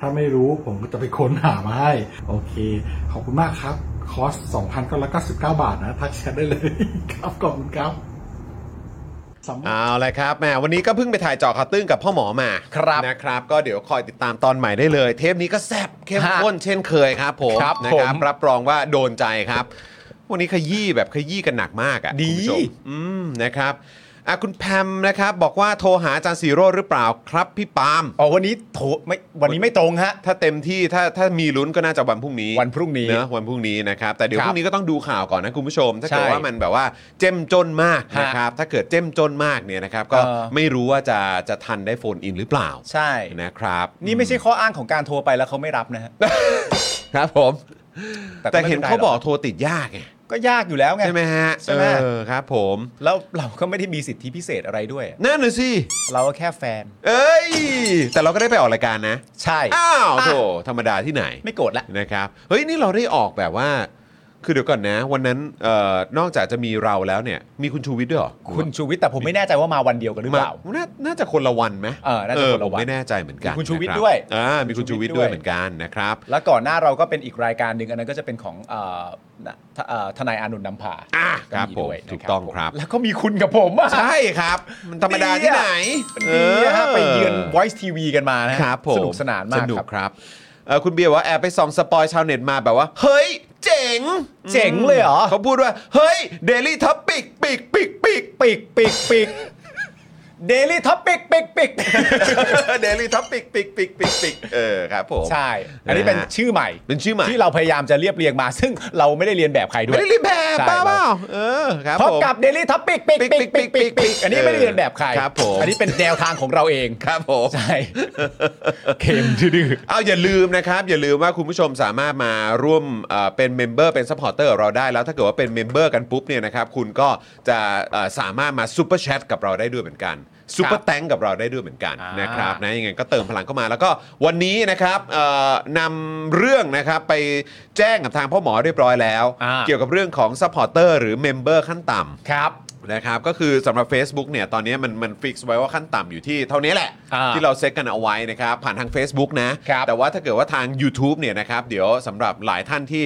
E: ถ้าไม่รู้ผมก็จะไปค้นหามาให้ โอเค ขอบคุณมากครับ คอร์ส 2,999 บาทนะทักแชทได้เลย ครับขอบคุณครับสำหรับ
C: เอาละครับแหมวันนี้ก็เพิ่งไปถ่ายเจอข่าวตื้นกับพ่อหมอมา
D: ครับ
C: นะครับ ก็เดี๋ยวคอยติดตามตอนใหม่ได้เลย เทปนี้ก็แซ่บเข้มข้นเช่นเคยครับผม
D: ครับ
C: นะ
D: ผม
C: รับรองว่าโดนใจครับ วันนี้ขยี้แบบขยี้กันหนักมากอะ่ะ
D: ดี
C: คุณผู้ชมอืมนะครับอ่ะคุณแพมนะครับ บอกว่าโทรหาอาจารย์สีโรจน์หรือเปล่าครับพี่ปาล์ม
D: อ๋อวันนี้โถไม่วันนี้ไม่ตรงฮะ
C: ถ้าเต็มที่ถ้าถ้ามีลุ้นก็น่าจะวันพรุ่งนี้
D: วันพรุ่งนี้
C: นะวันพรุ่งนี้นะครับแต่เดี๋ยว
D: ครั
C: พ
D: บ
C: รุ่งนี้ก็ต้องดูข่าวก่อนนะคุณผู้ชม ถ้าเกิด
D: ใช่
C: ว่ามันแบบว่าเจ้มจนมาก
D: ฮะ
C: นะครับถ้าเกิดเจ้มจนมากเนี่ยนะครับก็
D: เออ
C: ไม่รู้ว่าจะจะทันได้โฟนอินหรือเปล่า
D: ใช่
C: นะครับ
D: นี่ไม่ใช่ข้ออ้างของการโทรไปแล้วเขาไม่รับนะฮะ
C: ครับผม
D: แต่ก็
C: แต่เห็น
D: ไม่
C: เขา
D: เป็นไรหรอก
C: บอกโทรติดยากไง
D: ก็ยากอยู่แล้วไง
C: ใช่ไหมฮะ
D: ใช่ไหม
C: เออครับผม
D: แล้วเราก็ไม่ได้มีสิทธิพิเศษอะไรด้วย
C: นั่นน่ะสิ
D: เราก็แค่แฟน
C: เอ้ย แต่เราก็ได้ไปออกรายการนะ
D: ใช่
C: อ้าวโถธรรมดาที่ไหน
D: ไม่โกรธละ
C: นะครับเฮ้ยนี่เราได้ออกแบบว่า คือเดี๋ยวก่อนนะ วันนั้นเอ่อนอกจากจะมีเราแล้วเนี่ย มีคุณชูวิทย์ด้วยเหรอ
D: คุณชูวิทย์แต่ผมไม่แน่ใจว่ามาวันเดียวกันหรือเปล่า
C: มน่าน่าจะคนละวันไหม
D: เออน่าจะคนละวัน
C: ผมไม่แน่ใจเหมือนกัน
D: มีคุณชูวิทย์
C: นะรับ
D: ด้วย
C: อ่ามีคุณชูวิทย์ด้วย
D: มีคุณชูวิทย์ด้วย
C: เหมือนกันนะครับ
D: แล้วก่อนหน้าเราก็เป็นอีกรายการหนึ่งอันนั้นก็จะเป็นของเอ่อนะทเอ่อทนายอานุนท์นำพา
C: อ่ะครับ
D: ก็ด้วย
C: ผม
D: นะ
C: ถูกต้องครับ
D: แล้วก็มีคุณกับผมอ่ะ
C: ใช่ครับ มันธรรมดาที่ไหน
D: ดีนะฮะไปเยือน
C: เออ
D: Voice TV กันมานะฮะ
C: ครับผม
D: สนุกสนานมา
C: ส
D: ก
C: นุก
D: ครับ
C: ครับเอ่อคุณเบียร์บอกว่าแอบไปส่องสปอยชาวเน็ตมาแบบว่า เฮ้ย เจ๋ง
D: เจ๋งเลยเหรอ
C: เขาพูดว่า เฮ้ยเดลี่ท็อปปิกปิกปิกปิก
D: ปิกปิกปิกเดลี่ท็อปิกปิกปิก
C: เดลี่ท็อปปิกปิกปิกปิกปิกเออครับผม
D: ใช่ อันนี้เป็น
C: นะฮะ
D: ชื่อใหม่
C: เป็นชื่อใหม่
D: ที่เราพยายามจะเรียบเรียงมา ซึ่งเราไม่ได้เรียนแบบใครด้ว
C: ไม่
D: ย
C: ได้รีบแบบ
D: ใช่
C: เปล่าเปล่าเออครับ
D: พบ
C: ผม
D: กับ Daily Topic ปิกปิกปิกปิกปิกอันนี้ไม่ได้เรียนแบบใคร
C: ครับผม
D: อันนี้เป็นแนวทางของเราเอง
C: ครับผม
D: ใช่เข็มดื้อ
C: เอาอย่าลืมนะครับ อย่าลืมว่าคุณผู้ชมสามารถมาร่วมเอ่อเป็นเมมเบอร์เป็นซัพพอร์เตอร์เราได้แล้วถ้าเกิดว่าเป็นเมมเบอร์กันปุ๊บเนี่ยนะครับคุณก็จะเอ่อสามารถมาซูเปอร์แชทกับเราได้ด้วยเหมือนกันซูเปอร์แตงกับเราได้ด้วยเหมือนกัน
D: อ่าน
C: นะครับ นะยังไงก็เติมพลังเข้ามาแล้วก็วันนี้นะครับเอ่อนำเรื่องนะครับไปแจ้งกับทางพ่อหมอเรียบร้อยแล้ว
D: อ่า
C: เกี่ยวกับเรื่องของซัพพอร์เตอร์หรือเมมเบอร์ขั้นต่ำ
D: ๆครับ
C: นะครับก็คือสำหรับ Facebook เนี่ยตอนนี้มันมันฟิกซ์ไว้ว่าขั้นต่ำอยู่ที่เท่านี้แหละ
D: อ่า
C: ที่เราเซ็ตกันเอาไว้นะครับผ่านทาง Facebook นะ
D: ครับ
C: แต่ว่าถ้าเกิดว่าทาง YouTube เนี่ยนะครับเดี๋ยวสำหรับหลายท่านที่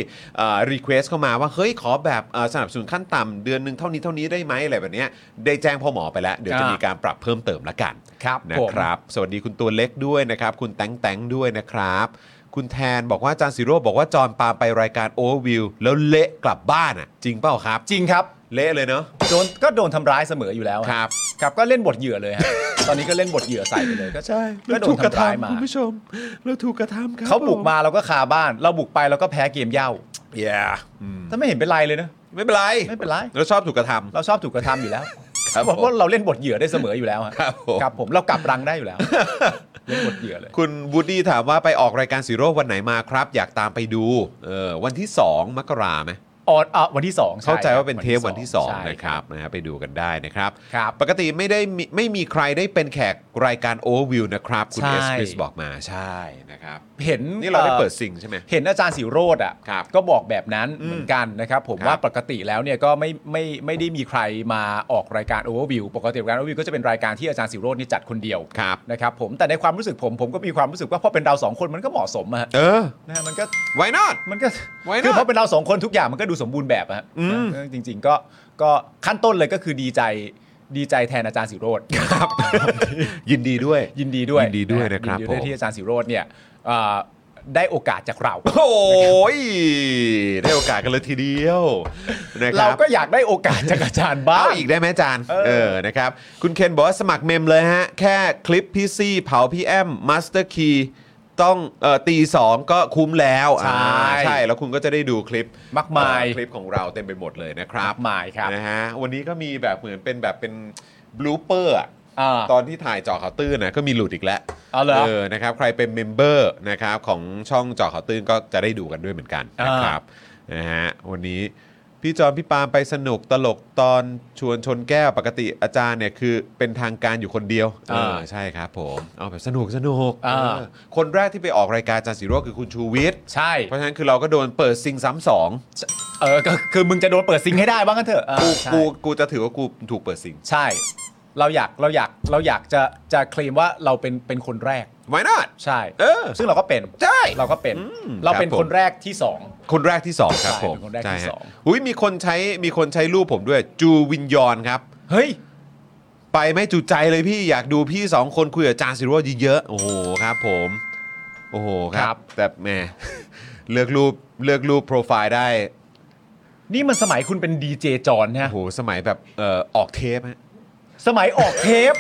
C: รีเควสเข้ามาว่าเฮ้ยขอแบบเอ่อสนับสนุนขั้นต่ำเดือนหนึ่งเท่านี้เท่านี้ได้ไหมอะไรแบบเนี้ยได้แจ้งพ่อหมอไปแล้ว เดี๋ยวจะ
D: อ่ามี
C: มีการปรับเพิ่มเติมละกัน
D: ครับ
C: นะ
D: ผม
C: ครับ สวัสดีคุณตัวเล็กด้วยนะครับ คุณแตงแตงด้วยนะครับ คุณแทนบอกว่าอาจารย์ซิโร่บอกว่าจอนปาไปรายการโอเวอร์วิวแล้วเละกลับบ้านอ่ะจริงเปล่าครับ
D: จริงครับ
C: เละเลยเนาะ
D: โดนก็โดนทำร้ายเสมออยู่แล้ว
C: ครับ
D: ครับก็เล่นบทเหยื่อเลยฮะตอนนี้ก็เล่นบทเหยื่อใส่ไปเลยก็
B: ใช่
D: ก็
B: เรา
D: โด
B: ถู
D: น
B: กกระ
D: ทำร้ายมา
B: ทำคุณผู้ชม เราถูกกระทำครั
D: เขาบุก
B: ผ
D: มาเราก็คาบ้าน เราบุกไปเราก็แพ้เกมเหย้า
C: yeah
D: แต่ไม่เห็นเป็นไรเลยนะ
C: ไม่เป็นไร
D: ไม่เป็นไร
C: เราชอบถูกกระท
D: เราชอบถูกกระทำอยู่แล้ว
C: ครับผม
D: เพราะเราเล่นบทเหยื่อได้เสมออยู่แล้วฮะ
C: ครับผม
D: ครับผมเรากลับรังได้อยู่แล้ว เล่นบทเหยื่อเลย
C: ำคุณวูดดี้ถามว่าไปออกรายการสีโร่วันไหนมาครับ อยากตามไปดูเออวันที่ 2 มกราไหม
D: ออนอ่ะวันที่สองช่
C: เข้าใจว่าเป็นเทปวันที่
D: ใช่
C: 2 นะครับนะฮะไปดูกันได้นะครับ
D: ครับ
C: ปกติไม่ได้มีไม่มีใครได้เป็นแขกรายการโอวิวนะครับ คุณ
D: ใช่
C: เอสคริสบอกมาใช่นะครับ
D: เห็น
C: นี่เราได้
D: อ่อ
C: เปิดซิงใช่ไหม
D: เห็นอาจารย์สิโรดอ่ะ
C: ครับ
D: ก็บอกแบบนั้นเหมือนกันนะครับ ผม
C: ครับ
D: ว่าปกติแล้วเนี่ยก็ไม่ไม่ไม่ได้มีใครมาออกรายการโอเวอร์วิวปกติรายการโอเวอร์วิวก็จะเป็นรายการที่อาจารย์สิโรดนี่ยจัดคนเดียว
C: ครับ
D: นะครับผมแต่ในความรู้สึกผมผมก็มีความรู้สึกว่าพอเป็นเราสองคนมันก็เหมาะสมอะฮะ
C: เออ
D: นะฮะมันก็
C: why not
D: มันก็
C: Why not?
D: คือเพราะเป็นเราสองคนทุกอย่างมันก็ดูสมบูรณ์แบบอะฮะ
C: อืม
D: เออจริง ๆ ก็ก็ขั้นต้นเลยก็คือดีใจดีใจแทนอาจารย์สิโรด
C: ครับ ยินดีด้วย
D: ยินดีด้วย
C: ยินดีด้วยนะครับ
D: ยินดีด้วย
C: ผม
D: ที่อาจารย์สิโรดเนี่ยเอ่อได้โอกาสจากเรา
C: โอ้ยได้โอกาสกันเลยทีเดียวนะค
D: เรา
C: รับ
D: ก็อยากได้โอกาสจากอาจารย์บ้า
C: เอา
D: ง
C: อีกได้ไหมอาจารย์
D: เออ
C: เออ นะครับ คุณเคนบอกว่าสมัครเมมเลยฮะ แค่คลิปพี่ซี่ เผาพี่แอมมาสเตอร์คี ต้องเอ่อตีสองก็คุ้มแล้ว
D: ใช่
C: อ่าใช่ แล้วคุณก็จะได้ดูคลิป
D: มากมาย
C: เอ่อคลิปของเราเต็มไปหมดเลยนะครับ
D: มากมายครับ
C: นะฮะวันนี้ก็มีแบบเหมือนเป็นแบบเป็นบลูเปอร์
D: อ่า
C: ตอนที่ถ่ายเจอข่าวตื้นนะก็มีหลุดอีกแล้ว
D: เอาเหรอ
C: นะครับใครเป็นเมมเบอร์นะครับของช่องเจอข่าวตื้นก็จะได้ดูกันด้วยเหมือนกันนะครับนะฮะวันนี้พี่จอมพี่ปาล์มไปสนุกตลกตอนชวนชนแก้วปกติอาจารย์เนี่ยคือเป็นทางการอยู่คนเดียว
D: อ่า
C: เออ ใช่ครับผมเอาแบบสนุกสนุก
D: อ่า
C: เออคนแรกที่ไปออกรายการอาจารย์สีโรจน์คือคุณชูวิทย์
D: ใช่
C: เพราะฉะนั้นคือเราก็โดนเปิดซิงซ้ำสอง
D: เออก็คือมึงจะโดนเปิดซิงให้ได้บ้างกันเถอะอ่า
C: กู
D: ใช่
C: กูกูจะถือว่ากูถูกเปิดซิง
D: ใช่ เราอยากเราอยากเราอยากจะจะเคลมว่าเราเป็นเป็นคนแรก
C: ไม่น่า
D: ใช่
C: เออ
D: ซึ่งเราก็เป็น
C: ใช่
D: เราก็เป็น
C: อืม
D: เราเป็น
C: ครับผม
D: คนแรกที่สอง
C: คนแรกที่สองครับ
D: ใช่
C: ผม
D: เป็นคนแรกที่
C: ใช่ฮะ
D: สอง
C: อุ้ยมีคนใช้มีคนใช้รูปผมด้วยจูวินยอนครับ
D: เฮ้ย
C: ไปไม่จุใจเลยพี่อยากดูพี่สองคนคุยกับอาจารย์สิโรจน์เยอะๆโอ้โหครับผมโอ้โหค
D: ครั
C: รับ
D: บ
C: แต่แหม เลือกรูปเลือกรูปโปรไฟล์ได้
D: นี่มันสมัยคุณเป็นดีเจจอนนะ
C: โอ้โหสมัยแบบเอ่อออกเทปฮะ
D: สมัยออกเท ป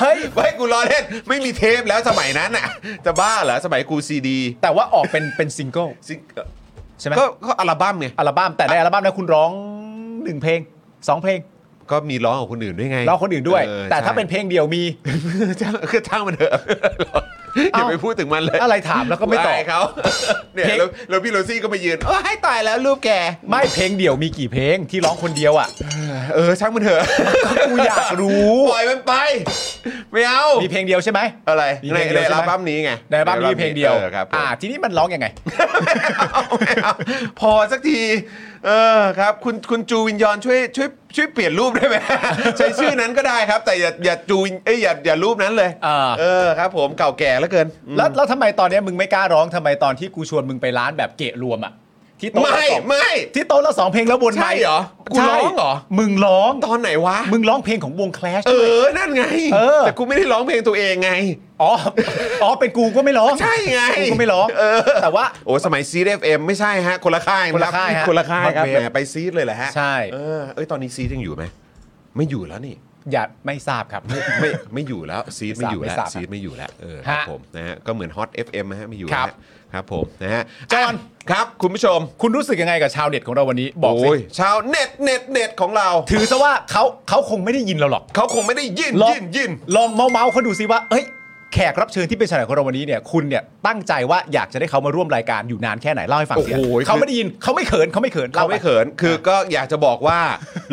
D: เฮ้ย
C: ไม่กูล้อเล่นไม่มีเทปแล้วสมัยนั้นอ่ะ จะบ้าเหรอ สมัยกูซีดี
D: แต่ว่าออกเป็นเป็นซิงเกิล
C: ซิงเอ่อ
D: ใช่ไหม
C: ก็ก็อัลบั้มไง
D: อัลบั้มแต่ในอัลบั้มนั้นคุณร้องหนึ่งเพลงสองเพลง
C: ก็มีร้องของคนอื่นด้วยไง
D: ร้องคนอื่นด้วย
C: เ
D: แต่ถ้า
C: ใช่
D: เป็นเพลงเดียวมี
C: ช่างคือช่างมันเถอะอย่าไปพูดถึงมันเลย
D: อะไรถามแล้วก็ไม่ตอบ
C: ายเขา เนี่ยแล้วแล้วพี่โรซี่ก็ไปยืนโอ้ให้ตายแล้วรูปแก
D: ไม่เพลงเดี่ยวมีกี่เพลงที่ร้องคนเดียวอ่ะ
C: เออช่างมันเถอะ
D: กู อยากรู้
C: ปล่อยมันไป ไม่เอา
D: มีเพลงเดียวใช่ไหม
C: อะไร
D: มี
C: ใน
D: เพลงเดี
C: ใน
D: ยวใช่
C: อั
D: ไหม
C: ลบั้มนี้ไง
D: ในอัลบั้มนี้มีเพลงเดียว
C: ออครับผม
D: อ่า ทีนี้มันร้องยังไง
C: ไม่เอา พอสักที เออครับ คุณคุณจูวินยอนช่วยช่วยช่วยเปลี่ยนรูปได้ไหม ใช้ชื่อนั้นก็ได้ครับ แต่อย่าอย่าจูวินเอ้ยอย่าอย่ารูปนั้นเลย
D: อ่า
C: เออครับ ผมเก่าแก่แล้วเกินอืม
D: แล้วแล้วทำไมตอนเนี้ยมึงไม่กล้าร้องทำไมตอนที่กูชวนมึงไปร้านแบบเกะรวมอ่ะที่โต๊ะละ
C: ไม่
D: สอง
C: ไม่
D: ที่โต๊ะละสองเพลงแล้ววน
C: ใช่
D: ไป
C: เหรอกูร้องเหรอ
D: มึงร้อง
C: ตอนไหนวะ
D: มึงร้องเพลงของวงแคลช
C: เออนั่นไง
D: เออ
C: แต่กูไม่ได้ร้องเพลงตัวเองไง
D: อ๋อ อ๋อ เป็นกูก็ไม่ร้อง
C: ใช่ไง
D: กูก็ไม่ร้อง
C: เออ
D: แต่ว่า
C: โอ้สมัยซีดเอฟเอ็มไม่ใช่ฮะ คนละค่าย
D: คนละค่ายฮะ
C: คนละค่ายครับ
D: ฮอต
C: แห
D: เวฟ
C: มไปซีดเลยแหละฮะ
D: ใช่
C: เออเอ้ยตอนนี้ซีดยังอยู่ไหมไม่อยู่แล้วนี่
D: อย่าไม่ทราบครับ
C: ไม่ไม่อยู่แล้วซีดไม่อยู่แล้ว
D: ไม่ทราบ
C: ซีดไม่อยู่แล้วเออครับ
D: ฮะ
C: ผมนะฮะก็เหมือนฮอต FM นะฮะไม่อยู่
D: ค
C: แล้วค
D: รับ
C: รับผมนะฮะ
D: จอห์น
C: ะครับ คุณผู้ชม
D: คุณรู้สึกยังไงกับชาวเน็ตของเราวันนี้ บอกสิ
C: โยชาวเน็ตเน็ตเน็ตของเรา
D: ถือซะว่าเขาเขาคงไม่ได้ยินเราหรอก
C: เขาคงไม่ได้ยิน
D: ลอง
C: ยินยิน
D: ลองเมาส์เมาส์เขาดูซิว่า เอ้ย แขกรับเชิญที่เป็นชาวเน็ตของเราวันนี้เนี่ย คุณเนี่ยตั้งใจว่าอยากจะได้เขามาร่วมรายการอยู่นานแค่ไหนเล่าให้ฟังสิเขาไม่ได้ยินเขาไม่เขินเขาไม่เขิน
C: เราไม่
D: ล่ป
C: เขินคือก็อยากจะบอก ว่า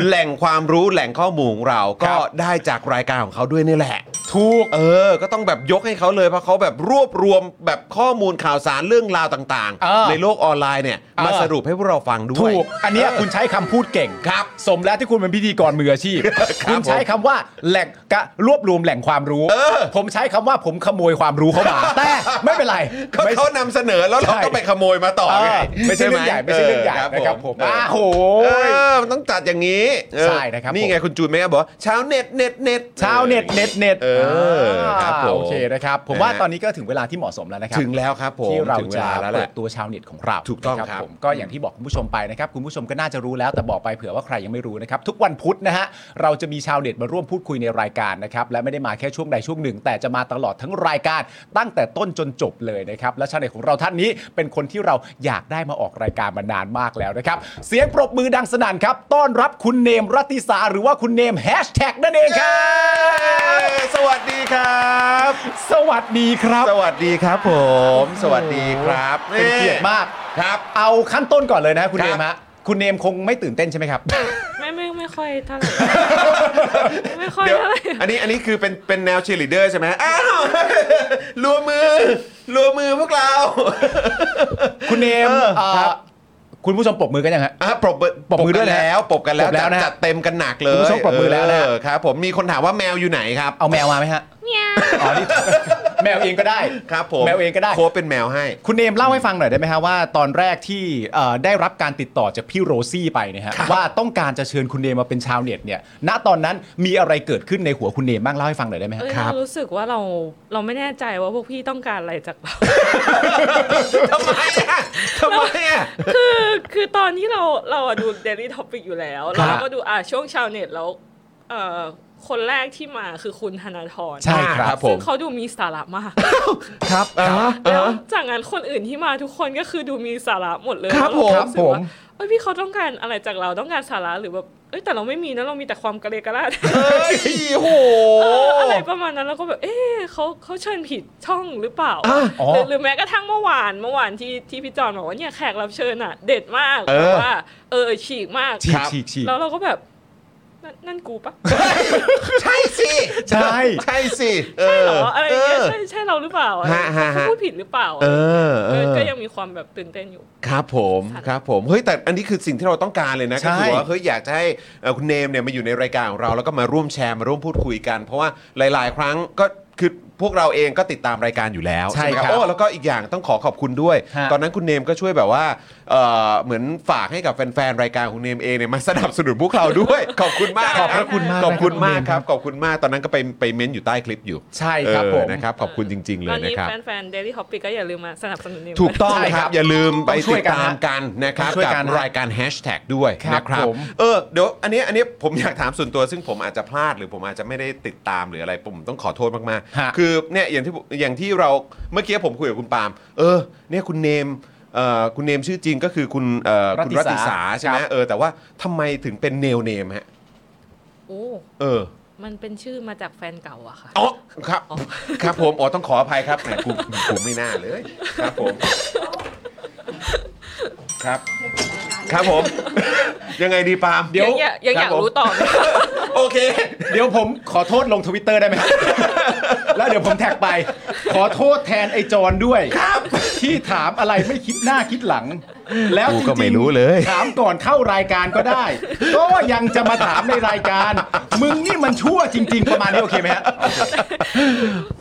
C: แหล่งความรู้แหล่งข้อมูลของเรา
D: ค
C: ก็
D: รับ
C: ได้จากรายการของเขาด้วยนี่แหละ
D: ถูก
C: เออ ก็ต้องแบบยกให้เขาเลยเพราะเขาแบบรวบรวมแบบข้อมูลข่าวสารเรื่องราวต่าง
D: เออ
C: ในโลกออนไลน์เนี่ยมา
D: เออ
C: สรุปให้พวกเราฟังด้วย
D: ถูก อันเนี้ยคุณใช้คำพูดเก่ง
C: ครับ
D: สมแล้วที่คุณเป็นพิธีกรมืออาชีพ คุณใช้คำว่าแหล่งกะรวบรวมแหล่งความรู้ ผมใช้คำว่าผมขโมยความรู้เข้ามา แต่ไม่เป็นไร
C: ก็
D: ไม่
C: เขานำเสนอแล้วเรา
D: ใช่
C: ก็ไปขโมยมาต่อไง
D: เออไม่ใช่เรื่องใหญ่ไม่ใช่เรื่องใหญ่นะครับผม
C: เออ
D: อ้าโห
C: เออมันต้องจัดอย่างนี้เออ
D: ใช่นะครับ
C: นี่ไง
D: ผม
C: คุณจูนแม่บอกว่าชาวเน็ตเน็ตเน็ต
D: ชาวเน็ตเน็ตเน็ต
C: เออครับผม
D: โอเคนะครับ ผมว่า
C: ะฮะ
D: ตอนนี้ก็ถึงเวลาที่เหมาะสมแล้วนะครับ
C: ถึงแล้วครับผม
D: ที่เรา
C: ถึงว
D: จะ
C: ลแล้วแห
D: เปิ
C: ละ
D: ดตัวชาวเน็ตของเรา
C: ถูกต้อง
D: นะครับ ผมก็อย่างที่บอกคุณผู้ชมไปนะครับ คุณผู้ชมก็น่าจะรู้แล้วแต่บอกไปเผื่อว่าใครยังไม่รู้นะครับ ทุกวันพุธนะฮะเราจะมีชาวเน็ตมาร่วมพูดคุยในรายการนะครับและไม่ได้มาแค่ช่วงใดช่วงหนึ่ง แต่จะมาตลอดทั้งรายการตั้งแต่ต้นจนจบเลยนะครับและชาวเน็ตของเราท่านนี้เป็นคนที่เราอยากได้มาออกรายการมานานมากแล้วนะครับเสียงปรบมือดังสนั่นครับต้อนรับคุณเนมรัตติสาหรือว่าคุณเนมแฮชแท็กนั่นเองครับ
C: สวัสดีครับ
D: สวัสดีครับ
C: สวัสดีครับผม สวัสดีครับ
D: เป็นเกียรติมาก
C: ครับ
D: เอาขั้นต้นก่อนเลยนะคุณ
C: ครั
D: เน
C: บ
D: มฮะคุณเนมคงไม่ตื่นเต้นใช่ไหมครับ
F: ไม่ไม่ไม่ค่อยเท่าไหร่ ไม่ค่อย
C: เดี๋ยว
F: เท่าไหร่
C: อันนี้อันนี้คือเป็นเป็นแนวเชียร์ลีดเดอร์ใช่ไหมอ้าว รัวมมือรัวมมือพวกเรา
D: คุณเนม
C: เออ
D: เอ่อ
C: ครับ
D: คุณผู้ชมปรบมือกันยังฮะ
C: อ่ะปรบมือ
D: ปรบมือด้วย
C: กันแล้วปรบกันแล้ว
D: ปรบแล้วนะ
C: จัดเต็มกันหนักเลย
D: คุณผู้ชมปรบมือแล้วนะ
C: เครับ ผมมีคนถามว่าแมวอยู่ไหนครับ
D: เอาแมวมาไหมฮะอ๋อนี่ แมวเองก็ได้
C: ครับผม
D: แมวเองก็ได้
C: โค้ชเป็นแมวให้
D: คุณเนมเล่าให้ฟังหน่อยได้ไหมฮะว่าตอนแรกที่เอ่อได้รับการติดต่อจากพี่โรซี่ไปเนะฮะว่าต้องการจะเชิญคุณเนมมาเป็นชาวเน็ตเนี่ย ณตอนนั้นมีอะไรเกิดขึ้นในหัวคุณเนมบ้างเล่าให้ฟังหน่อยได้ไหมฮะ
F: เอ้ยเรารู้สึกว่าเราเราไม่แน่ใจว่าพวกพี่ต้องการอะไรจากเรา
C: ทำไมอ่ะทำไมอ่ะ
F: คือคือตอนที่เราเราอะดู Daily Topic อยู่แล้ว เราก็ดูอ่าช่วงชาวเน็ตแล้วเ เอ่อคนแรกที่มาคือคุณธนาธร
D: ใช่ครับ
C: ครับผ
F: ซึ่
C: ม
F: งเขาดูมีสาระมาก
D: ครับ
F: แล้วจากนั้นคนอื่นที่มาทุกคนก็คือดูมีสาระหมดเลย
D: ครับ
F: แล้
D: ผ
F: วเา
D: ม
F: สึก
D: ผ
F: ว่า
D: ม
F: เอ้ยพี่เขาต้องการอะไรจากเราต้องการสาระหรือแบบเอ้ยแต่เราไม่มีนะเรามีแต่ความกระเลกระลาด
C: เอ้ยโห
F: เอออะไรประมาณนั้นแล้วก็แบบ เอ๊ะเขาเขาเชิญผิดช่องหรือเปล่า
C: อ่ะ
D: อ๋อ
F: หรือหรือแม้กระทั่งเมื่อวานเมื่อวานที่ที่พี่จอนบอกว่าเนี่ยแขกรับเชิญอ่ะ เด็ดมาก
C: เออ
F: แบบว่า เออฉีกมาก
D: ฉี
C: ค
D: ก
C: รับ
D: ฉีกฉีก
F: แล้วเราก็แบบนั่นนั่นกูปะ
C: ใช่สิ
D: ใช่
C: ใช่สิเอ
F: ใช่
C: อ
F: เหรออะไรอย่างเงี้ย
C: ออ
F: ใช่ใช่เราหรือเปล่าอะไร
C: ฮะฮะฮะ
F: เขาพูดผิดหรือเปล่า
C: เออเอ
F: เออ
C: อ
F: ก็ยังมีความแบบตื่นเต้นอยู่
C: ครับผมครับผมเฮ้ยแต่อันนี้คือสิ่งที่เราต้องการเลยนะ
D: ใช่
C: ก็คือว่าเฮ้ยอยากจะให้เอ่อคุณเนมเนี่ยมาอยู่ในรายการของเราแล้วก็มาร่วมแชร์มาร่วมพูดคุยกัน เพราะว่าหลาย ๆ ครั้งก็คือพวกเราเองก็ติดตามรายการอยู่แล้ว
D: ใช่
C: ไหม
D: ครับ
C: โอ้แล้วก็อีกอย่างต้องขอขอบคุณด้วย
D: ฮะ
C: ตอนนั้นคุณเนมก็ช่วยแบบว่าเอ่อเหมือนฝากให้กับแฟน ๆ รายการของเนมเองเนี่ยมาสนับสนุนพวกเราด้วย ขอบคุณมาก
F: ขอบพระคุณมาก
C: ขอบคุณมากครับขอบคุณมากตอนนั้นก็ไปไปเม้นอยู่ใต้คลิปอยู่
D: ใช่ครับ
C: เออ
D: ผม
C: นะครับขอบคุณจริง ๆ เล
F: ตอย น
C: นะ
F: นี้
C: ครับ
F: แฟนๆ Daily Topic ก็อย่าลืมมาสนับสนุนนิว
C: ถูกต้อง
D: ใช่
C: ค
D: ครั
C: รับบ อย่าลืมไป
D: ต้องช่
C: ติ
D: วย
C: ด
D: กัน
C: ตาม
D: ฮะ
C: กันนะครับ
D: ต้องช่วย
C: กับ
D: กันฮะ
C: รายการแฮชแท็กด้วย
D: ครับ
C: นะครับ
D: ผม
C: เออเดี๋ยวอันเนี้ยอันเนี้ยผมอยากถามส่วนตัวซึ่งผมอาจจะพลาดหรือผมอาจจะไม่ได้ติดตามหรืออะไรผมต้องขอโทษมาก
D: ฮะ
C: ๆ คือเนี่ยอย่างที่อย่างที่เราเมื่อกี้ผมคุยกับคุณปาล์มเออเนี่ยคุณเนมเอ่อคุณเนมชื่อจริงก็คือคุณเอ่อคุณ
D: รั
C: รั
D: ตติ
C: ติสา
D: สา
C: ใช่ไหม
D: ครับ
C: เออแต่ว่าทำไมถึงเป็นเนลเนมฮะ
F: โอ้
C: เออ
F: มันเป็นชื่อมาจากแฟนเก่าอะค่ะ
C: อ๋อครับ
F: อ๋อ
C: ครับผมอ๋อต้องขออภัยครับแหมกูกูไม่น่าเลย ครับผม ครับ ครับผม ยังไงดีปาล์ม
D: เดี๋ยว
F: งอยากยังอยากรู้ต่อไหม
C: โอเค
D: เดี๋ยวผมขอโทษลงทวิตเตอร์ได้ไหม แล้วเดี๋ยวผมแท็กไป ขอโทษแทนไอจอนด้วย ที่ถามอะไรไม่คิดหน้าคิดหลัง แล้ว
C: กู
D: จ
C: ก็
D: ริงๆ
C: ไม่รู้เลย
D: ถามก่อนเข้ารายการก็ได้ ก็ยังจะมาถามในรายการ มึงนี่มันชั่วจริง ๆ ประมาณนี้โอเคไหมฮะ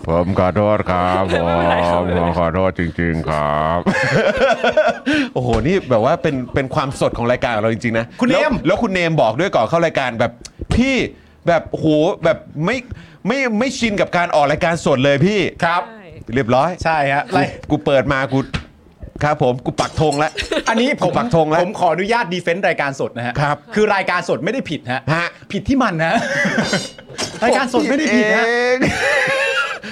G: ผมขอโทษครับผ
F: ไม่เป็นไรครับ
G: ม
F: ไม่เป็นไร
G: ผมขอโทษจริง ๆ ครับ
C: โอ้โห นี่แบบว่าเป็นเป็นความสดของรายการของเราจริง ๆ นะ
D: คุณเนม
C: แล้วแล้วคุณเนมบอกด้วยก่อนเข้ารายการแบบพี่แบบโหแบบไม่ไม่ไม่ชินกับการออกรายการสดเลยพี่
D: ครับ
F: ใช่
C: เรียบร้อย
D: ใช่ฮะ
C: กู
D: ไร
C: กูเปิดมากูครับผมกูปักธง แล้ว
D: อันนี้ผม
C: ปักธงแล้ว
D: ผมขออนุญาตดีเฟนต์รายการสดนะฮะ
C: ครับ
D: คือรายการสดไม่ได้ผิดฮะ
C: ฮะ
D: ผิดที่มันนะ รายการสดไม่ได้ผิดฮะ
C: เอง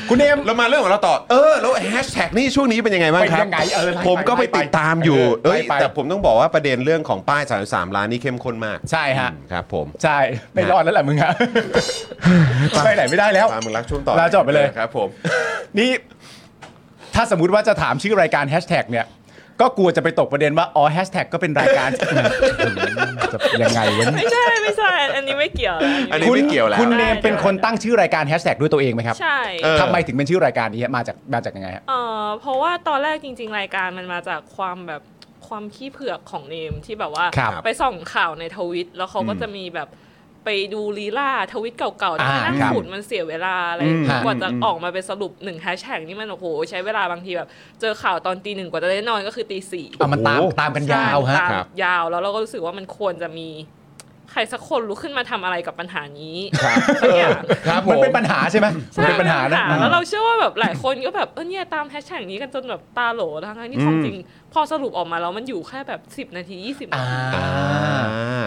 D: คุณเนม
C: เรามาเรื่องของเราต่อ เออ แล้วแฮชแท็กนี่ช่วงนี้เป็นยังไงบ้างครับ
D: เป็นยังไงเออไล่ไป
C: ผมก็ไป
D: ไล่ไป
C: ติดตามอยู่
D: เออ
C: เอ้ย
D: ไล่ไป
C: แต่ผมต้องบอกว่าประเด็นเรื่องของป้าย 33 ล้านนี่เข้มข้นมาก
D: ใช่ฮะ
C: อืมครับผม
D: ใช่ ไม่รอดแล้วแหละมึงฮะ ไปไหนไม่ได้แล้ว
C: ตามมึงรักช่วงต่อ
D: ลาจอดไปเลย
C: ครับผม
D: นี่ ถ้าสมมติว่าจะถามชื่อรายการแฮชแท็กเนี่ย ก็กลัวจะไปตกประเด็นว่า อ๋อแฮชแท็กก็เป็นรายการ จะยังไงวะเนี่ย
F: ไม่ใช่ไม่ใช่ อันนี้ไม่เกี่ยว
C: อั
F: อั
C: น
F: น
C: นี้
F: นี้
D: คุณ
C: ไม่เกี่ยวแล้ว
D: คุณเนมเป็นคนตั้งชื่อรายการแฮชแท็กด้วยตัวเองไหมครับ
F: ใช่
C: เออ
D: ทำไมถึงเป็นชื่อรายการนี้ฮะมาจากมาจากยังไงฮะ
F: เออเพราะว่าตอนแรกจริง ๆ รายการมันมาจากความแบบความขี้เผือกของเนมที่แบบว่า
D: ครับ
F: ไปส่องข่าวในทวิต แล้วเขาก็จะมีแบบไปดูลีลาทวิตเก่าๆ
D: อ่า
F: ที่นั่ง
D: ครับ
F: ขุดมันเสียเวลาอะไร
C: อืม
F: กว่าจะออกมาเป็นสรุปหนึ่งแฮชแท็กนี่มันโอ้โห ใช้เวลาบางทีแบบ เจอข่าวตอนตีหนึ่งกว่าจะได้นอนก็คือตีสี่
D: ะมันตามตามกันยาวฮะ
F: ใช่
C: ครั
F: ตา
C: บ
F: มยาวแล้วเราก็รู้สึกว่ามันควรจะมี ใครสักคนลุกขึ้นมาทำอะไรกับปัญหานี้สักอย่าง
C: ครับผ
D: มัน
C: ม
D: เป็นปัญหาใช่ไหมมัน
F: ใช่
D: เป็นปัญหานะ
F: แล้วเราเชื่อว่าแบบหลายคนก็แบบเออเนี่ยตามแฮชแท็กนี้กันจนแบบตาโหลทั้งๆที่ของจริง พอสรุปออกมาแล้วมันอยู่แค่แบบ 10 นาที 20 นาที
C: อ่า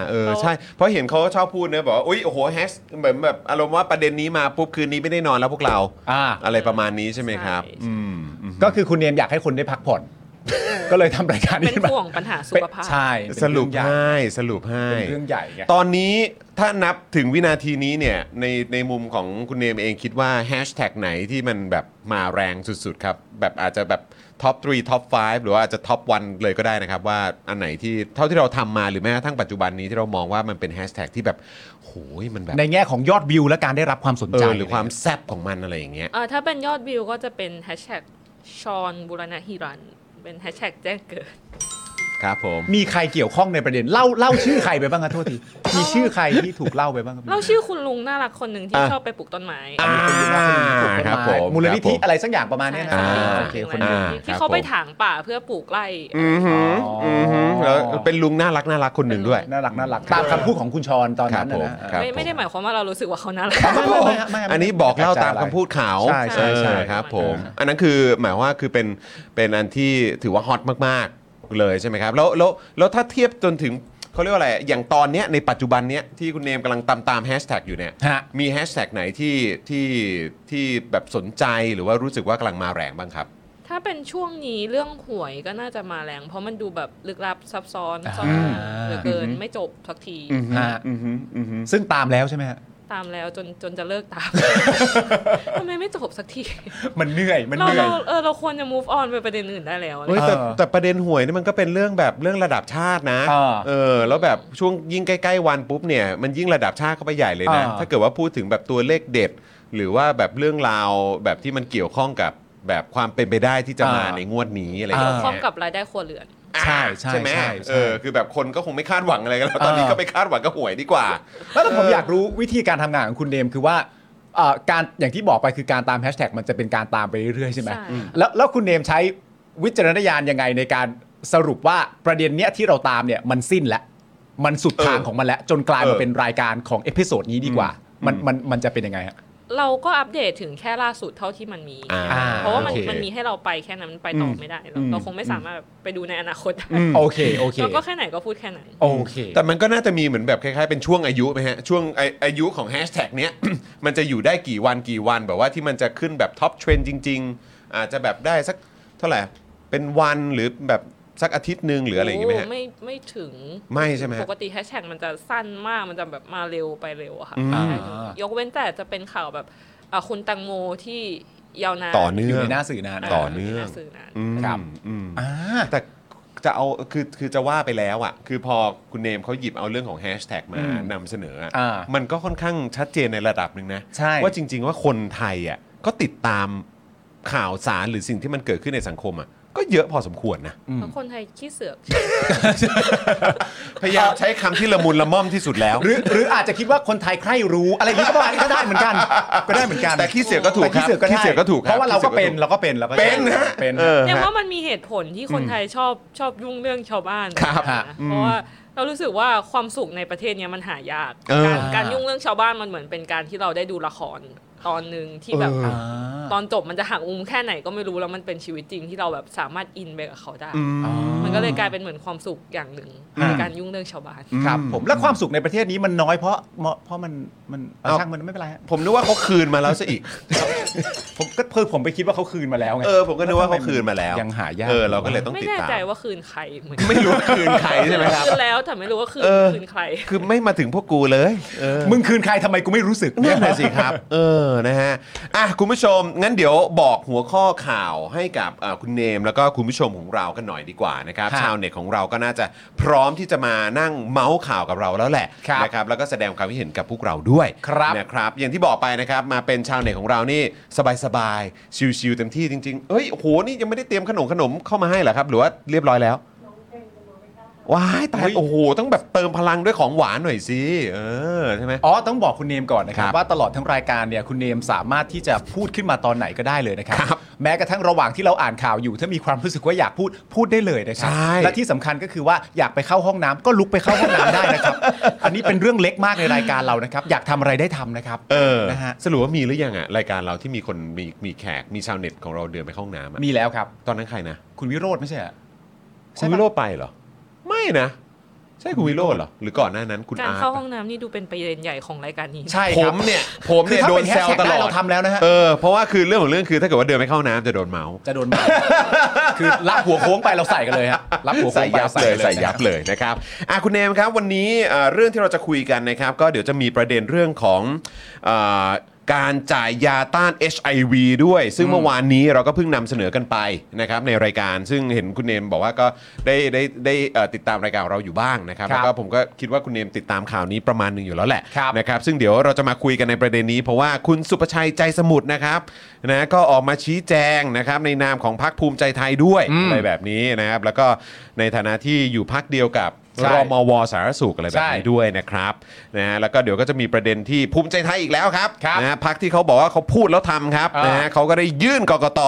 C: เออใช่ เพราะเห็นเขาชอบพูดนะบอกว่าอุ้ยโอ้โหแฮชเหมือนแบบอารมณ์ว่าประเด็นนี้มาปุ๊บคืนนี้ไม่ได้นอนแล้วพวกเรา
D: อ่า
C: อะไรประมาณนี้ใช่ไหมครับ
F: ใช่
C: อืมอืม
D: ก็คือคุณเนมอยากให้คนได้พักผ่อน ก็เลยทำรายการนี้
F: เป็น
D: ขึ้นมา
F: ห่วงปัญหาสุขภาพ
D: ใช่
C: สรุป
D: เป็นเองใหญ่
C: ให้สรุปให้
D: เป็นเรื่องใหญ่ไง
C: ตอนนี้ถ้านับถึงวินาทีนี้เนี่ยในในมุมของคุณเนมเองคิดว่าแฮชแท็กไหนที่มันแบบมาแรงสุดๆครับ แบบอาจจะแบบท็อป 3 ท็อป 5 หรือว่าอาจจะท็อป 1 เลยก็ได้นะครับ ว่าอันไหนที่เท่าที่เราทำมาหรือแม้กระทั่งปัจจุบันนี้ที่เรามองว่ามันเป็นแฮชแท็กที่แบบโหยมันแบบ
D: ในแง่ของยอดวิวและการได้รับความสน
C: เอ
D: ใจ
C: อหรือความแซบของมันอะไรอย่างเงี้ย
F: เอ่อถ้าเป็นยอดวิวก็จะเป็นแฮชแท็กชอนบุรณะฮิรัน เป็นแฮชแท็กแจ้งเกิด
C: ครับผม
D: มีใครเกี่ยวข้องในประเด็นเล่าเล่าชื่อใครไปบ้างครับโทษที มีชื่อใครที่ถูกเล่าไปบ้างครับ
F: เราชื่อคุณลุงน่ารักคนหนึ่งที่
C: อ่ะ
F: ชอบไปปลูกต้นไม้
C: อ่าครับผม
D: มูลนิธิ
C: ครับผม
D: อะไรสักอย่างประมาณเนี้ยนะ
C: อ่า
D: โอเคคน
C: อ่า
D: นี้
F: ที่เขาไปถางป่าเพื่อปลูกไร่
C: อือหืออือหือแล้วเป็นลุงน่ารักน่ารักคนหนึ่งด้วย
D: น่ารักน่ารักตามคำพูดของคุณชรตอนนั้น
C: ครับผม
D: นะนะครับ
F: ไม่ไม่ได้หมายความว่าเรารู้สึกว่าเขาน่ารัก
D: ไม่ไม่ไม่ไม่ไม่
C: อันนี้บอกเล่าตามคำพูดเขา
D: ใช่ใช่ใช่
C: เออครับผมอันนั้นคือหมายว่าคือเป็นเป็นอันที่ถือว่าฮอตมากๆเลยใช่ไหมครับแล้วแล้วแล้วถ้าเทียบจนถึง เขาเรียกว่าอะไรอย่างตอนเนี้ยในปัจจุบันเนี้ยที่คุณเนมกำลังตามตามแฮชแท็กอยู่เนี่ย
D: ฮะ
C: มีแฮชแท็กไหนที่ที่ที่แบบสนใจหรือว่ารู้สึกว่ากำลังมาแรงบ้างครับ
F: ถ้าเป็นช่วงนี้เรื่องหวยก็น่าจะมาแรง เพราะมันดูแบบลึกลับซับซ้อนซ่อนหาเหลือเกินไม่จบสักที
D: ฮะซึ่งตามแล้วใช่ไหมฮะ
F: ตามแล้วจนจนจะเลิก ตามทำไมไม่จบสักที
D: มันเหนื่อยมัน
F: เรา
D: เหนื่อ
F: เรา
D: ย
F: เออเราควรจะ move on ไปประเด็นอื่นได้แล้วอะไร
C: เฮ้ยแต่
D: เออ
C: แต่ประเด็นหวยนี่มันก็เป็นเรื่องแบบเรื่องระดับชาตินะ
D: เออ
C: เออแล้วแบบช่วงยิ่งใกล้ๆวันปุ๊บเนี่ยมันยิ่งระดับชาติเข้าไปใหญ่เลยนะ
D: เออ
C: ถ้าเกิดว่าพูดถึงแบบตัวเลขเด็ด หรือว่าแบบเรื่องราวแบบที่มันเกี่ยวข้องกับแบบความเป็นไปได้ที่จะมาในงวดนี้อะไรอย่าง
F: เกี่
C: เงี้
F: ยวย ข้องกับรายได้ครัวเรือน
D: ใช่ใช่
C: ใช่ไหม
D: ใช่ใช่
C: เออคือแบบคนก็คงไม่คาดหวังอะไรกันแล้วตอนนี้
D: เออ
C: ก็ไปคาดหวังกับหวยดีกว่า
D: แล้วแต่ผมอยากรู้วิธีการทำงานของคุณเดมคือว่าเอ่อการอย่างที่บอกไปคือการตามแฮชแท็กมันจะเป็นการตามไปเรื่อยๆใช่ไหม
F: ใช่
D: แล้วแล้วคุณเดมใช้วิจารณญาณยังไงในการสรุปว่าประเด็นเนี้ยที่เราตามเนี่ยมันสิ้นแล้วมันสุดทาง
C: เออ
D: ของมันแล้ว จนกลาย
C: เอ
D: มา
C: อ
D: เป็นรายการของเอพิโซดนี้ดีกว่า มันมันมันจะเป็นยังไงฮะ
F: เราก็อัปเดตถึงแค่ล่าสุดเท่าที่มันมี
C: อ่า
F: เพราะว่ามัน
C: โอค
F: มันมีให้เราไปแค่นั้นมันไปต่ออไม่ได้เราเราคงไม่สามารถไปดูในอนาคตได้
D: โอเคโอเค
F: เราก็แค่ไหนก็พูดแค่นั้น
D: โอเค
C: แต่มันก็น่าจะมีเหมือนแบบคล้ายๆเป็นช่วงอายุไหมฮะ ช่วงอาอายุของแฮชแท็กเนี้ย มันจะอยู่ได้กี่วันกี่วันแบบว่าที่มันจะขึ้นแบบท็อปเทรนด์จริง ๆ อาจจะแบบได้สักเท่าไหร่ เป็นวันหรือแบบสักอาทิตย์หนึ่งหรืออะไรอย่างงี้ไหมฮะ
F: โไม่ไม่ถึง
C: ไม่ใช่ไหมฮะ
F: ปกติแฮชแท็กมันจะสั้นมากมันจะแบบมาเร็วไปเร็วอะค่ะ
C: อืม
F: ใช่ยกเว้นแต่จะเป็นข่าวแบบอ่ะคุณตังโมที่ยาวนาน
C: ต่อเนื่
D: อ
C: อยู่ ง
D: ในหน้าสื่อนาน
C: ต่อเนื่อง
F: ยู่ใหาสื่อนาน
C: อืม
D: ครับ
C: อืม
D: อ่า
C: แต่จะเอาคือคือจะว่าไปแล้วอ่ะ คือพอคุณเนมเขาหยิบเอาเรื่องของแฮชแท็กมา
D: อืม
C: นำเสนออะ
D: อ่า
C: มันก็ค่อนข้างชัดเจนในระดับหนึ่งนะ
D: ใช่
C: ว่าจริง ๆ ว่าคนไทยอ่ะก็ติดตามข่าวสารหรือสิ่งที่มันเกิดขึ้นในสังคมอ่ะก็เยอะพอสมควรนะ
F: แล้วคนไทยขี้เสือก
C: พยายามใช้คำที่ละมุนละม่อมที่สุดแล้ว
D: หรือหรืออาจจะคิดว่าคนไทยใคร่รู้อะไรอย่างนี้ก็ว่าก็ได้เหมือนกันก็ได้เหมือนกัน
C: แต่ขี้เสือกก็ถูก
D: แต่
C: ค
D: ขี้
C: รับ
D: เสือกก็ได้
C: ขี้เสือกก็ถูกคบ
D: เพราะว่าเราก็เป็น
C: ขี้สือ
D: เราก็เป็นเราก็
C: ถูกเป็นนะ
D: เป็น
C: เออ
F: แต่
C: ฮะ
F: ว่ามันมีเหตุผลที่คนไทยชอบชอบยุ่งเรื่องชาวบ้าน
C: ครับ
F: นะเพราะว่าเรารู้สึกว่าความสุขในประเทศเนี้ยมันหายาก
C: เออ
F: การการยุ่งเรื่องชาวบ้านมันเหมือนเป็นการที่เราได้ดูละครตอนหนึ่งที่แบบ ตอนจบมันจะหักมุมแค่ไหนก็ไม่รู้แล้วมันเป็นชีวิตจริงที่เราแบบสามารถอินไปกับเขาได้ มันก็เลยกลายเป็นเหมือนความสุขอย่างหนึ่งในการยุ่งเรื่องชาวบ้าน
D: ครับผมและความสุขในประเทศนี้มันน้อยเพราะเพราะเพราะมันมันเอา
C: เอา
D: ช่างมันไม่เป็นไรฮะ
C: ผมนึกว่าเขาคืนมาแล้วซะอีก
D: ผมก็เพิ่งผมไปคิดว่าเขาคืนมาแล้วไง
C: เออผมก็นึกว่าเขาคืนมาแล้ว
D: ยังหายาก
C: เออเราก็เลยต้อง
F: ไม่
C: ติด
F: แน่
C: ตาม
F: ใจว่าคืนใครเหมือน
C: ไม่รู้ว่าคืนใครใช่ไหมครับ
F: คืนแล้วแต่ไม่รู้ว่าคืน
C: เออ
F: คืนใคร
C: คือไม่มาถึงพวกกูเลยเออ
D: มึงคืนใครทำไมกูไม่รู้สึก
C: นั่นแหละสิครับ เออ นะฮะ อ่ะ คุณผู้ชม งั้นเดี๋ยวบอกหัวข้อข่าวให้กับเอ่อคุณเนม แล้วก็คุณผู้ชมของเรากันหน่อยดีกว่านะครับ ชาวเน็ตของเราก็น่าจะพร้อมที่จะมานั่งเมาส์ข่าวกับเราแล้วแหละนะครับ แล้วก็แสดงความคิดเห็นกับพวกเราด้วยนะครับ อย่างที่บอกไปนะครับ มาเป็นชาวเน็ตของเรานี่สบายๆ ชิวๆเต็มที่จริงๆเอ้ย โห นี่ยังไม่ได้เตรียมขนมขนมเข้ามาให้เหรอครับ หรือว่าเรียบร้อยแล้ว ว้ายตาย โอ้โห ต้องแบบเติมพลังด้วยของหวานหน่อยสิ เออ ใช่ไหม
D: อ๋อต้องบอกคุณเนมก่อนนะครั
C: ค
D: บ
C: รับ
D: ว่าตลอดทั้งรายการเนี่ยคุณเนมสามารถที่จะพูดขึ้นมาตอนไหนก็ได้เลยนะครับ
C: ครับ
D: แม้กระทั่งระหว่างที่เราอ่านข่าวอยู่ ถ้ามีความรู้สึกว่าอยากพูดพูดได้เลยนะครั
C: ใช่
D: และที่สำคัญก็คือว่าอยากไปเข้าห้องน้ำก็ลุกไปเข้าห้องน้ำได้ นะครับ อันนี้เป็นเรื่องเล็กมากในรายการเรานะครับ อยากทำอะไรได้ทำนะครับ
C: เออ
D: นะฮะ
C: สรุปว่ามีหรือยังอะรายการเราที่มีคนมีมีแขกมีชาวเน็ตของเราเดินไปเข้าห้องน้ำอะ
D: มีแล้วครับ
C: ตอนนั้นใครนะ
D: คุณวิโรธไม่ใช่เหรอใช่
C: คุณ
D: ปะ
C: วิโรจน์ไปเหรอ ไม่นะ ใช่คุณวิโรจน์เหรอ หรือก่อนหน้านั้นคุณ
F: การ
C: อาร์
F: เข้า
C: ต
F: ห้องน้ำนี่ดูเป็นประเด็นใหญ่ของรายการนี้
D: ใช่
C: ผ
D: ครับ
C: มเนี่ย ผม
D: คือ
C: เนี่ย
D: ถ้า
C: โดแซว
D: เป็น นแฮช
C: ต
D: แท็ก
C: ล
D: ได้
C: อด
D: เราทำแล้วนะฮะ
C: เออเพราะว่าคือเรื่องของเรื่องคือถ้าเกิดว่าเดินไม่เข้าห้องน้ำจะโดนเมาส์
D: จะโดนบาป คือรับหัวโค้งไปเราใส่กันเลยฮะรับหัวโค้
C: ใส่
D: งไป
C: ยับ
D: รา
C: เลยใส่ยับ
D: นะครับ
C: เลยนะครับอ่ะคุณเนมครับวันนี้เอ่อเรื่องที่เราจะคุยกันนะครับ ก็เดี๋ยวจะมีประเด็นเรื่องของเอ่อการจ่ายยาต้าน HIV ด้วย ซึ่งเมื่อวานนี้เราก็เพิ่งนำเสนอกันไปนะครับในรายการซึ่งเห็นคุณเนมบอกว่าก็ได้ได้ได้เอ่อติดตามรายการของเราอยู่บ้างนะครับแล้วก็ผมก็คิดว่าคุณเนมติดตามข่าวนี้ประมาณหนึ่งอยู่แล้วแหละ
D: ครับ
C: นะครับซึ่งเดี๋ยวเราจะมาคุยกันในประเด็นนี้ เพราะว่าคุณสุประชัยใจสมุทรนะครับนะก็ออกมาชี้แจงนะครับในนามของพรรคภูมิใจไทยด้วยอะไรแบบนี้นะครับแล้วก็ในฐานะที่อยู่พรรคเดียวกับ
D: ใช่
C: รมวสาธารณสุขอะไรแบบ
D: ใช่
C: นี้ด้วยนะครับนะฮะแล้วก็เดี๋ยวก็จะมีประเด็นที่ภูมิใจไทยอีกแล้วครับ
D: ครับ
C: นะฮะพรรคที่เขาบอกว่าเขาพูดแล้วทำครับ
D: อ่าน
C: นะฮะเขาก็ได้ยื่นกกต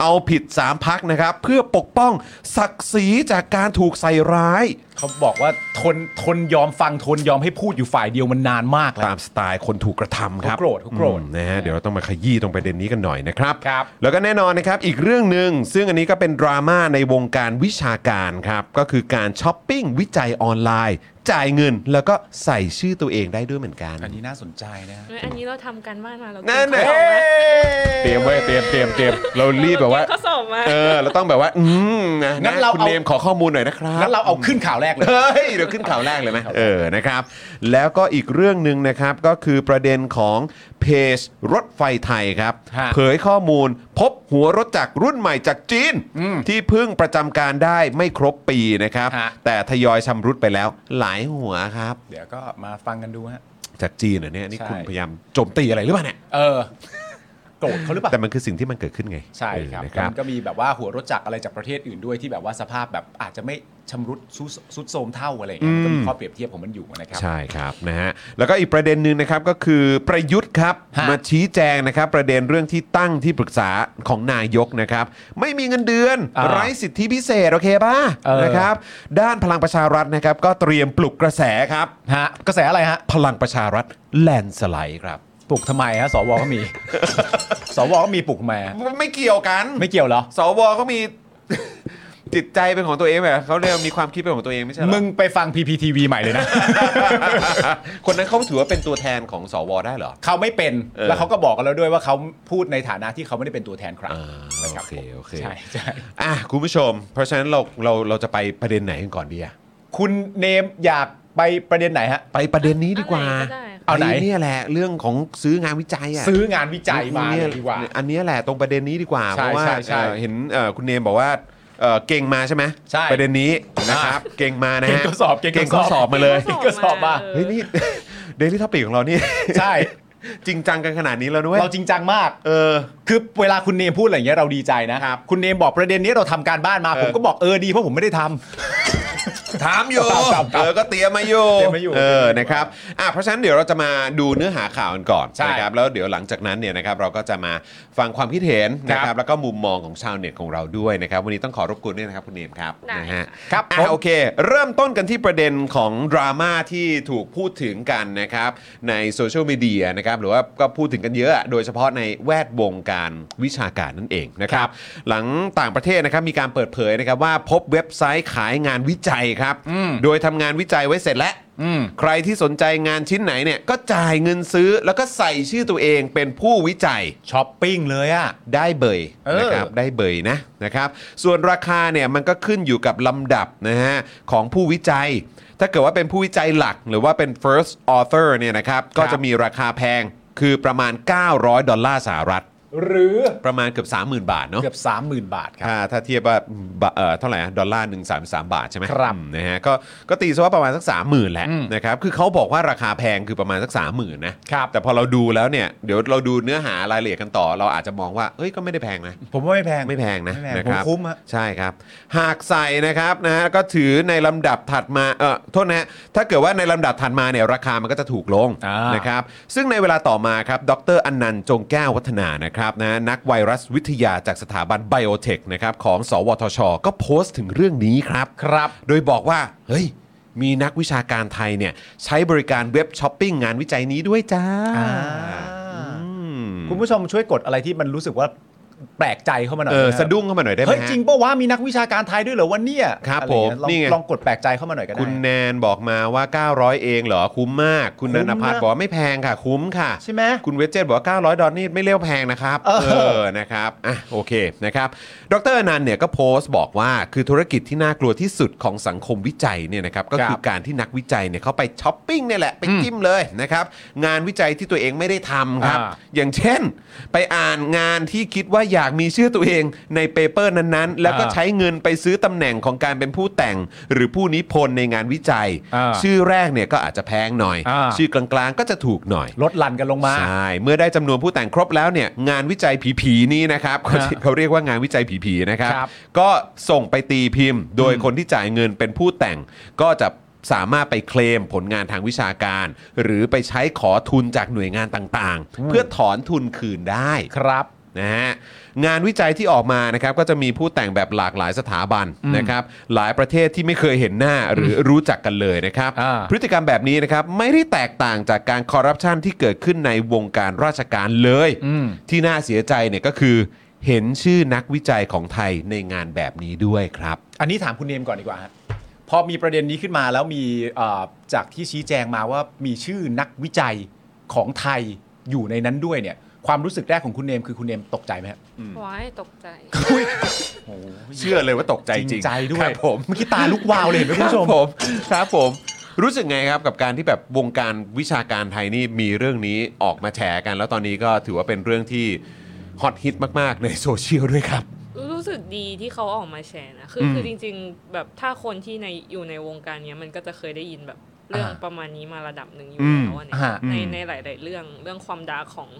C: เอาผิดสามพรรคนะครับเพื่อปกป้องศักดิ์ศรีจากการถูกใส่ร้าย
D: เขาบอกว่าทนทนยอมฟังทนยอมให้พูดอยู่ฝ่ายเดียวมันนานมากแล้ว
C: ตามสไตล์คนถูกกระทำครับ
D: เขาโกรธเขาโกรธ
C: อืมนะฮะเดี๋ยวเราต้องมาขยี้ตรงประเด็นนี้กันหน่อยนะครับ
D: ครับ
C: แล้วก็แน่นอนนะครับอีกเรื่องหนึ่งซึ่งอันนี้ก็เป็นดราม่าในวงการวิชาการครับ ก็คือการช้อปปิ้งวิจัยออนไลน์ จ่ายเงิน แล้วก็ใส่ชื่อตัวเองได้ด้วยเหมือนกัน
D: อันนี้น่าสนใจนะ
F: เอ้ยอันนี้เราทำกันบ้านมาเรา
C: นั่น
F: เล
C: เละ
G: เตรียมไว้เตรียมเตรียมเตรียมเรารีบแบบว่า
F: ข้อสอบมา
C: เออเราต้องแบบว่า อืมะ
D: งั้นเรา
C: คุณ
D: เอา
C: เนมขอข้อมูลหน่อยนะครับ
D: งั้นเราเอาขึ้นข่าวแรกเลย
C: เฮ้ย เดี๋ยวขึ้นข่าวแรกเลยไหมเออนะครับ แล้วก็อีกเรื่องหนึ่งนะครับ ก็คือประเด็นของเพจรถไฟไทยครับ
D: ฮะ
C: เผยข้อมูลพบหัวรถจักรรุ่นใหม่จากจีน ที่เพิ่งประจำการได้ไม่ครบปีนะครับ แต่ทยอยชำรุดไปแล้วหลายหัวครับ
D: เดี๋ยวก็มาฟังกันดูฮะ
C: จากจีนเหรอเนี่ยนี่
D: ใช่
C: คุณพยายามโจมตีอะไรหรือเปล่าเนี่ย
D: เออโกรธเขาหรือเปล่า
C: แต่มันคือสิ่งที่มันเกิดขึ้นไง
D: ใช่ครับ
C: เออนะครับ
D: มันก็มีแบบว่าหัวรถจักรอะไรจากประเทศอื่นด้วยที่แบบว่าสภาพแบบอาจจะไม่ชำรุดซุดซุดโทรมเท่าอะไรอย่างเงี้ยมันก็มีข้อเปรียบเทียบของมันอยู่นะครับ
C: ใช่ครับนะฮะแล้วก็อีกประเด็นหนึ่งนะครับก็คือประยุทธ์ครับ
D: ฮะ
C: มาชี้แจงนะครับ ประเด็นเรื่องที่ตั้งที่ปรึกษาของนายกนะครับ ไม่มีเงินเดือน
D: อ่า
C: ไร้สิทธิพิเศษโอเคป่ะ
D: เออ
C: นะครับ ด้านพลังประชารัฐนะครับ ก็เตรียมปลุกกระแสครับ
D: ฮะกระแสอะไรฮะ
C: พลังประชารัฐแลนสไลด์ครับ
D: ปลุกทำไมฮะสวก็มี สวก็มีปลุกทำไมฮะ
C: ไม่เกี่ยวกัน
D: ไม่เกี่ยวเหรอ
C: สวเขามี จิตใจเป็นของตัวเองแบบเขาเรียกว่ามีความคิดเป็นของตัวเองไม่ใช่เหรอ
D: มึงไปฟัง PPTV ใหม่เลยนะ
C: คนนั้นเขาถือว่าเป็นตัวแทนของสวได้เหรอ
D: เขาไม่เป็น
C: เออ
D: แล้วเขาก็บอกกันแล้วด้วยว่าเขาพูดในฐานะที่เขาไม่ได้เป็นตัวแทนครับ
C: อ่า
D: นะรั
C: โอบ เคโอเค
D: ใช่ใช่
C: อ่ะคุณผู้ชม เพราะฉะนั้นเราเราเราจะไปประเด็นไหนกันก่อนดีอะ
D: คุณเนมอยากไปประเด็นไหนฮะ
C: ไปประเด็นนี้ดีกว่า
F: อันไหนได้ค่ะ
D: เอาไหน
C: ปเนี่ยแหละเรื่องของซื้องานวิจัยอะ
D: ซื้องานวิจัยมา
C: เนี่
D: เลยดีกว่า
C: อันเนี้ยแหละตรงประเด็นนี้ดีกว่า
D: ใช่
C: เพราะว่า
D: ใช่ใช่
C: เอ่อเห็นเอ่อคุณเนมบอกว่าเอ่อเก่งมาใช่ไหม
D: ใช่
C: ประเด็นนี้นะครับเก่งมานะฮะ
D: เก่งข้อสอบเก่ง
C: เก่ง
D: ข้อสอบ
C: ข้อสอบมาเลย
D: ก็สอบมา
F: เ
C: เฮ้ยนี่ เดลิทอปีของเรานี่
D: ใช่
C: จริงจังกันขนาดนี้แล้วด้วย
D: เราจริงจังมาก
C: เออ
D: คือเวลาคุณเนมพูดอะไรอย่างเงี้ยเราดีใจนะครับ คุณเนมบอกประเด็นนี้เราทำการบ้านมา
C: เออ
D: ผมก็บอกเออดีเพราะผมไม่ได้ทำ
C: ถามอยู่
D: ถามถาม
C: เอ
D: ถาม
C: อก็เตรียมมาอยู่
D: เตรียมมาอยู่
C: เออนะครับอ่ะเพราะฉะนั้นเดี๋ยวเราจะมาดูเนื้อหาข่าวกันก่อน
D: ใช่
C: นะครับแล้วเดี๋ยวหลังจากนั้นเนี่ยนะครับเราก็จะมาฟังความคิดเห็นนะค
D: ค
C: รั
D: รั
C: บบ แล้วก็มุมมองของชาวเน็ตของเราด้วยนะครับวันนี้ต้องขอรบกวนด้วยนะครับคุณเนมครับ
F: ได้
C: นะฮะ
D: ครับ
C: อ่ะ
D: ผม
C: โอเค เริ่มต้นกันที่ประเด็นของดราม่าที่ถูกพูดถึงกันนะครับในโซเชียลมีเดียนะครับหรือว่าก็พูดถึงกันเยอะโดยเฉพาะในแวดวงการวิชาการนั่นเองนะครับหลังต่างประเทศนะครับมีการเปิดเผยนะครับว่าพบเว็บไซต์ขายงานวิจัยครับ
D: อืม
C: โดยทำงานวิจัยไว้เสร็จแล้ว
D: อืม
C: ใครที่สนใจงานชิ้นไหนเนี่ย ก็จ่ายเงินซื้อแล้วก็ใส่ชื่อตัวเองเป็นผู้วิจัย
D: ช้อปปิ้งเลยอ่ะ
C: ได้เบย
D: เออ
C: นะครับได้เบยนะนะครับ ส่วนราคาเนี่ยมันก็ขึ้นอยู่กับลำดับนะฮะของผู้วิจัย ถ้าเกิดว่าเป็นผู้วิจัยหลักหรือว่าเป็น first author เนี่ยนะครับ ก็จะมีราคาแพงคือประมาณ 900 ดอลลาร์สหรัฐ
D: หรือ
C: ประมาณเกือบ 30,000 บาทเนาะ
D: เกือบ 30,000 บาทครับ
C: ถ้าถ้าเทียบว่าบะเอ่อเท่าไหร่อะดอลลาร์หนึ่งสามสามบาทใช่ไหม
D: ครับ
C: อืมนะฮะก็ก็ตีซะว่าประมาณสักสามหมื่นแหละ
D: อืม
C: นะครับคือเขาบอกว่าราคาแพงคือประมาณสักสามหมื่นนะครับ แต่พอเราดูแล้วเนี่ยเดี๋ยวเราดูเนื้อหารายละเอียดกันต่อ เราอาจจะมองว่าเอ้ยก็ไม่ได้แพงนะ
D: ผมว่าไม่แพง
C: ไม่แพงนะ
D: ไม่แพง
C: นะครับ
D: ผมคุ้มอะ
C: ใช่ครับ หากใส่นะครับนะฮะก็ถือในลำดับถัดมาเออโทษนะฮะถ้าเกิดว่าในลำดับถัดมาเนี่ยราคามันก็จะถูกลง
D: อ่าน
C: นะครับซึ่งในเวลาต่อมาครับดรอนันต์จงแก้ววัฒนานะครับนะนักไวรัสวิทยาจากสถาบันไบโอเทคนะครับของ สวทช ก็โพสต์ถึงเรื่องนี้ครับ
D: ครับ
C: โดยบอกว่า เฮ้ย มีนักวิชาการไทยเนี่ยใช้บริการเว็บช้อปปิ้งงานวิจัยนี้ด้วยจ้า
D: อ่า
C: อืม
D: คุณผู้ชมช่วยกดอะไรที่มันรู้สึกว่าแปลกใจเข้ามาหน่อย
C: เออ
D: นะครับ
C: สะดุ้งเข้ามาหน่อยได้ไหม
D: เฮ้ย
C: ฮะ
D: จริงปะวะมีนักวิชาการไทยด้วยเหรอวะเนี่ย
C: ครับ
D: อะไอย่างเงี้ย
C: ผม
D: ลอง
C: นี่ไง
D: ลองกดแปลกใจเข้ามาหน่อยก็ได้
C: คุณแนนบอกมาว่า 900 เองเหรอ คุ้มมาก คุณ
D: คุ้
C: นั
D: ม
C: นพัฒน์
D: นะ
C: บอกว่าไม่แพงค่ะ คุ้มค่ะ
D: ใช่ไหม
C: คุณเวจเจตบอกว่า 900 ดอลลาร์นี่ไม่เรียกว่าแพงนะครับ
D: เออ
C: เออ นะครับ อ่ะ โอเค นะครับ ดรอนันต์เนี่ยก็โพสต์บอกว่า คือธุรกิจที่น่ากลัวที่สุดของสังคมวิจัยเนี่ยนะครับ ก็คือการที่นักวิจัยเนี่ยเขาไปช้อปปิ้งเนี่ยแหละ ไปจิ้มเลยนะครับ งานวิจัยที่ตัวเองไม่ได้ทำครับ อย่างเช่น ไปอ่านงานที่คิดว่าอยากมีชื่อตัวเองในเปเปอร์นั้นๆ แล้วก็ใช้เงินไปซื้อตำแหน่งของการเป็นผู้แต่ง หรือผู้นิพนธ์ในงานวิจัย
D: อ่า
C: ชื่อแรกเนี่ยก็อาจจะแพงหน่อย
D: อ่า
C: ชื่อกลางๆ ก็จะถูกหน่อย
D: ลดหลั่นกันลงมา
C: ใช่ เมื่อได้จำนวนผู้แต่งครบแล้วเนี่ยงานวิจัยผีๆนี้นะครับเขา
D: ฮะ
C: เขาเรียกว่างานวิจัยผีๆนะครับ
D: ครับ
C: ก็ส่งไปตีพิมพ์ โดยคนที่จ่ายเงินเป็นผู้แต่ง ก็จะสามารถไปเคลมผลงานทางวิชาการ หรือไปใช้ขอทุนจากหน่วยงานต่างๆ เพื่อถอนทุนคืนได้
D: ครับ
C: นะฮะงานวิจัยที่ออกมานะครับก็จะมีผู้แต่งแบบหลากหลายสถาบันนะครับหลายประเทศที่ไม่เคยเห็นหน้าหรือรู้จักกันเลยนะครับ
D: อ่า
C: พฤติกรรมแบบนี้นะครับไม่ได้แตกต่างจากการคอร์รัปชันที่เกิดขึ้นในวงการราชการเลย
D: อืม
C: ที่น่าเสียใจเนี่ยก็คือ เห็นชื่อนักวิจัยของไทยในงานแบบนี้ด้วยครับ
D: อันนี้ถามคุณเนมก่อนดีกว่าฮะ พอมีประเด็นนี้ขึ้นมาแล้วมีเอ่อจากที่ชี้แจงมาว่ามีชื่อนักวิจัยของไทยอยู่ในนั้นด้วยเนี่ย ความรู้สึกแรกของคุณเนมคือคุณเนมตกใจไหมฮะ
F: ว้ายตกใจ
C: เชื่อเลยว่าตกใจ
D: จริ
C: จริง
D: งใจด้ว
C: ค
D: ย
C: รับผม
D: เมื่อกี้ตาลุกวาวเลยเห็นไหม
C: ค
D: คุณ
C: รับ
D: ผู้ชม
C: ผมครับผมรู้สึกไงครับกับการที่แบบวงการวิชาการไทยนี่มีเรื่องนี้ออกมาแฉกัน แล้วตอนนี้ก็ถือว่าเป็นเรื่องที่ฮอตฮิตมาก ๆ ในโซเชียลด้วยครับ
F: รู้สึกดีที่เขาออกมาแชร์นะ คือ
C: อืม
F: คือจริงๆ แบบถ้าคนที่ในอยู่ในวงการเนี้ยมันก็จะเคยได้ยินแบบเรื่อง
D: อ่า
F: ประมาณนี้มาระดับหนึ่งอยู่
C: อืม
F: แล้วอะเนี่ย
D: อ่า
F: ใน
C: อืม
F: ในหลาย ๆ เรื่องเรื่องความดาร์กของ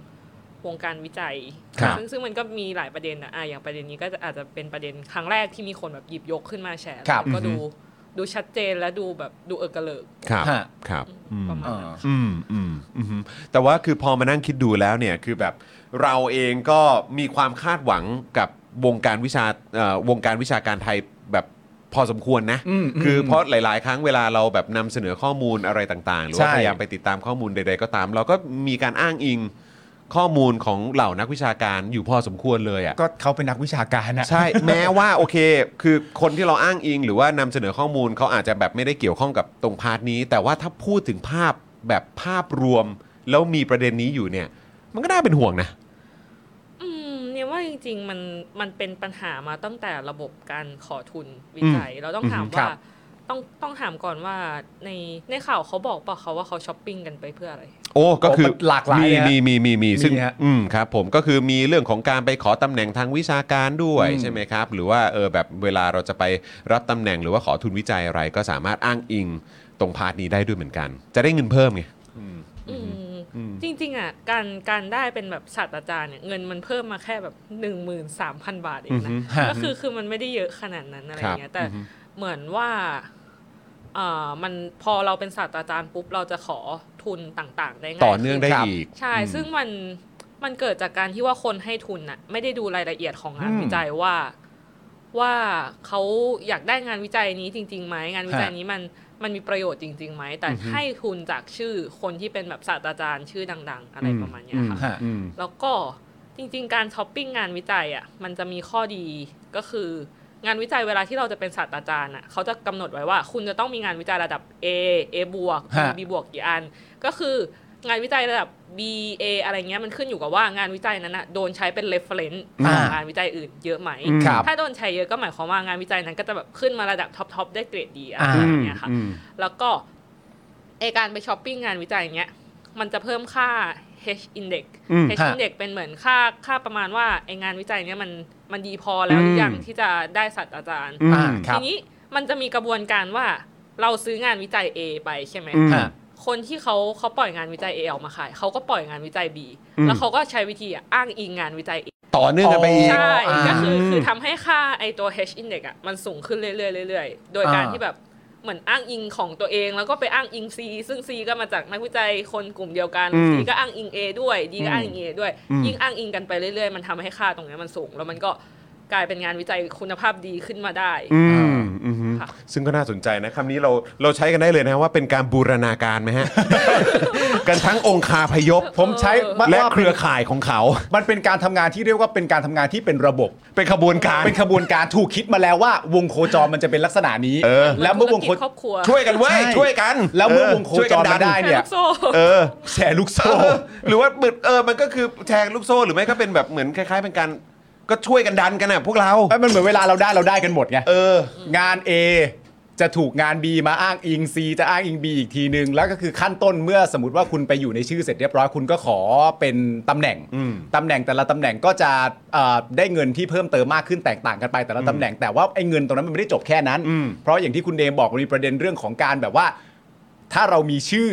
F: วงการวิจัย
C: ครับ
F: ซึ่งซึ่งมันก็มีหลายประเด็นนะอ่ะอย่างประเด็นนี้ก็จะอาจจะเป็นประเด็นครั้งแรกที่มีคนแบบหยิบยกขึ้นมาแชร์
D: ครับ
F: แล้วก็ดูดูชัดเจนและดูแบบดูเออกระเลิก
C: ครับ
D: ฮะ
C: ครับ
F: ประมาณ
D: อ่
F: นั้นา
C: อืมอืมอืมแต่ว่าคือพอมานั่งคิดดูแล้วเนี่ยคือแบบเราเองก็มีความคาดหวังกับวงการวิชาเอ่อวงการวิชาการไทยแบบพอสมควรนะ
D: อืมอืม
C: คือเพราะหลาย ๆ ครั้งเวลาเราแบบนำเสนอข้อมูลอะไรต่าง ๆ หรือว่า
D: ใช่
C: พยายามไปติดตามข้อมูลใด ๆ ก็ตาม เราก็มีการอ้างอิงข้อมูลของเหล่านักวิชาการอยู่พอสมควรเลยอ่ะ
D: ก็เขาเป็นนักวิชาการนะ
C: ใช่ แม้ว่าโอเค คือคนที่เราอ้างอิง หรือว่านำเสนอข้อมูลเขาอาจจะแบบไม่ได้เกี่ยวข้องกับตรงพาร์ทนี้ แต่ว่าถ้าพูดถึงภาพแบบภาพรวม แล้วมีประเด็นนี้อยู่เนี่ย มันก็น่าเป็นห่วงนะ
F: อืมเนี่ยว่าจริง ๆ มันมันเป็นปัญหามาตั้งแต่ระบบการขอทุนวิจัย เราต้องถาม
D: ครั
F: ว่า
D: บ
F: ต้องต้องถามก่อนว่าในในข่าวเขาบอกเปล่ะเขาว่าเขาช้อปปิ้งกันไปเพื่ออะไร
C: โอ้ก็คือ
D: มันหลากหลาย
C: มี
D: ฮะ
C: มีมีมีมีซึ่ง
D: มีฮะ
C: อืมครับผมก็คือมีเรื่องของการไปขอตำแหน่งทางวิชาการด้วย
D: อืม
C: ใช่ไหมครับ หรือว่าเออแบบเวลาเราจะไปรับตำแหน่งหรือว่าขอทุนวิจัยอะไร ก็สามารถอ้างอิงตรงพาร์ทนี้ได้ด้วยเหมือนกัน จะได้เงินเพิ่มไง
F: อืมจริง ๆ อ่ะ การการได้เป็นแบบศาสตราจารย์เนี่ยเงินมันเพิ่มมาแค่แบบ1 3 0 0 0 บาทเองนะ
C: อือฮึ
D: ฮะ
F: ก็คือคือมันไม่ได้เยอะขนาดนั้นอะไรเงี้
C: ค
F: ย
C: รับ
F: แต่
C: อือฮึ
F: เหมือนว่าเอ่อมันพอเราเป็นศาสตราจารย์ปุ๊บ เราจะขอทุนต่างๆ ได้ง่าย
C: ต่อเนื่องได้
F: ขึ้
C: อีก
F: ใช่ ซึ่งมันมันเกิดจากการที่ว่าคนให้ทุนน่ะไม่ได้ดูรายละเอียดของงาน
C: อืม
F: วิจัยว่าว่าเขาอยากได้งานวิจัยนี้จริงๆไหมงานวิจัย
D: ฮะ
F: นี้มันมันมีประโยชน์จริงๆไหมแต่
C: อือฮึ
F: ให้ทุนจากชื่อคนที่เป็นแบบศาสตราจารย์ชื่อดัง ๆ อะไรประมาณเนี้ยค่ะ
D: ฮะ
C: อืม
F: แล้วก็จริงๆ การช้อปปิ้งงานวิจัยอ่ะมันจะมีข้อดีก็คืองานวิจัยเวลาที่เราจะเป็นศาสตราจารย์อ่ะเขาจะกำหนดไว้ว่า คุณจะต้องมีงานวิจัยระดับ A A บวก B
D: ฮะ
F: B บวกกี่อัน ก็คืองานวิจัยระดับ B A อะไรเงี้ยมันขึ้นอยู่กับว่างานวิจัยนั้นอ่ะโดนใช้เป็น reference ของ
D: อ่าง
F: งานวิจัยอื่นเยอะไหม
D: ครับ
F: ถ้าโดนใช้เยอะก็หมายความว่างานวิจัยนั้นก็จะแบบขึ้นมาระดับท็อปๆได้เกรดดีอะไร
D: อ่า
F: อย่างเงี้ยค่ะ แล้วก็ไอการไปช้อปปิ้งงานวิจัยเนี้ยมันจะเพิ่มค่า H index
C: อืม
F: H index เป็นเหมือนค่าค่าประมาณว่าไองานวิจัยเนี้ยมันมันดีพอแล้วหรือยังที่จะได้สัตว์อาจารย์
D: อ่าครั
F: ที
D: บ
F: นี้มันจะมีกระบวนการว่าเราซื้องานวิจัย A ไปใช่ไหม
C: อืม
D: ฮะ
F: คนที่เขาเขาปล่อยงานวิจัย A ออกมาขายเขาก็ปล่อยงานวิจัย B แล้วเขาก็ใช้วิธีอ่ะอ้างอิงงานวิจัย A
C: ต่อเนื่องกันไปอีก
F: ใช่
D: อ่า
F: ก็คือคือทำให้ค่าไอตัว H index อ่ะมันสูงขึ้นเรื่อยๆเรื่อยๆ โดยการ
D: อ่า
F: ที่แบบเหมือนอ้างอิงของตัวเอง แล้วก็ไปอ้างอิง C ซึ่ง C ก็มาจากนักวิจัยคนกลุ่มเดียวกัน
C: อืม
F: C ก็อ้างอิง A ด้วย D ก็อ้างอิง A ด้วย ยิ่งอ้างอิงกันไปเรื่อยๆ มันทำให้ค่าตรงเนี้ยมันสูง แล้วมันก็กลายเป็นงานวิจัยคุณภาพดีขึ้นมาได้
C: อืมอืม
F: ค่ะ
C: ซึ่งก็น่าสนใจนะคำนี้เราเราใช้กันได้เลยนะว่าเป็นการบูรณาการไหม ฮะ กันทั้งองคาพยพ
D: ผมใช้ว่า
C: และเครือ
D: ว่า
C: ข่ายของเขา
D: มันเป็นการทำงานที่เรียกว่าเป็นการทำงานที่เป็นระบบ
C: เป็นขบวนการ
D: เป็นขบวนการถูกคิดมาแล้วว่าวงโคจรมันจะเป็นลักษณะนี้
C: เออ
D: แล้วเมื่อวงโค
F: ธุรกิจครอบครัว
C: ช่วยกันเว้ย
D: ใช่
C: ช่วยกัน
D: แล้วเมื่อวงโคจร
C: ช่ยกัน
D: มาได้
F: แชร์
D: เนี่ย
F: ลูกโซ่
C: เออ
D: แชร์ลูก
C: เอ
D: โซ่
C: อหรือว่าเหมือนเออมันก็คือแชร์ลูกโซ่หรือไม่ก็เป็นแบบเหมือนคล้ายๆ เป็นการก็ช่วยกันดันกันน่ะพวกเรา
D: เอ้ยมันเหมือนเวลาเราได้เราได้กันหมดไง
C: เออ
D: งาน A จะถูกงาน B มาอ้างอิง C จะอ้างอิง B อีกทีนึง แล้วก็คือขั้นต้นเมื่อสมมติว่าคุณไปอยู่ในชื่อเสร็จเรียบร้อยคุณก็ขอเป็นตำแหน่ง
C: อืม
D: ตำแหน่งแต่ละตำแหน่งก็จะเอ่อได้เงินที่เพิ่มเติมมากขึ้นแตกต่างกันไปแต่ละตำแหน่งแต่ว่าไอ้เงินตรงนั้นมันไม่ได้จบแค่นั้น เพราะอย่างที่คุณเดมบอกมันมีประเด็นเรื่องของการแบบว่า ถ้าเรามีชื่อ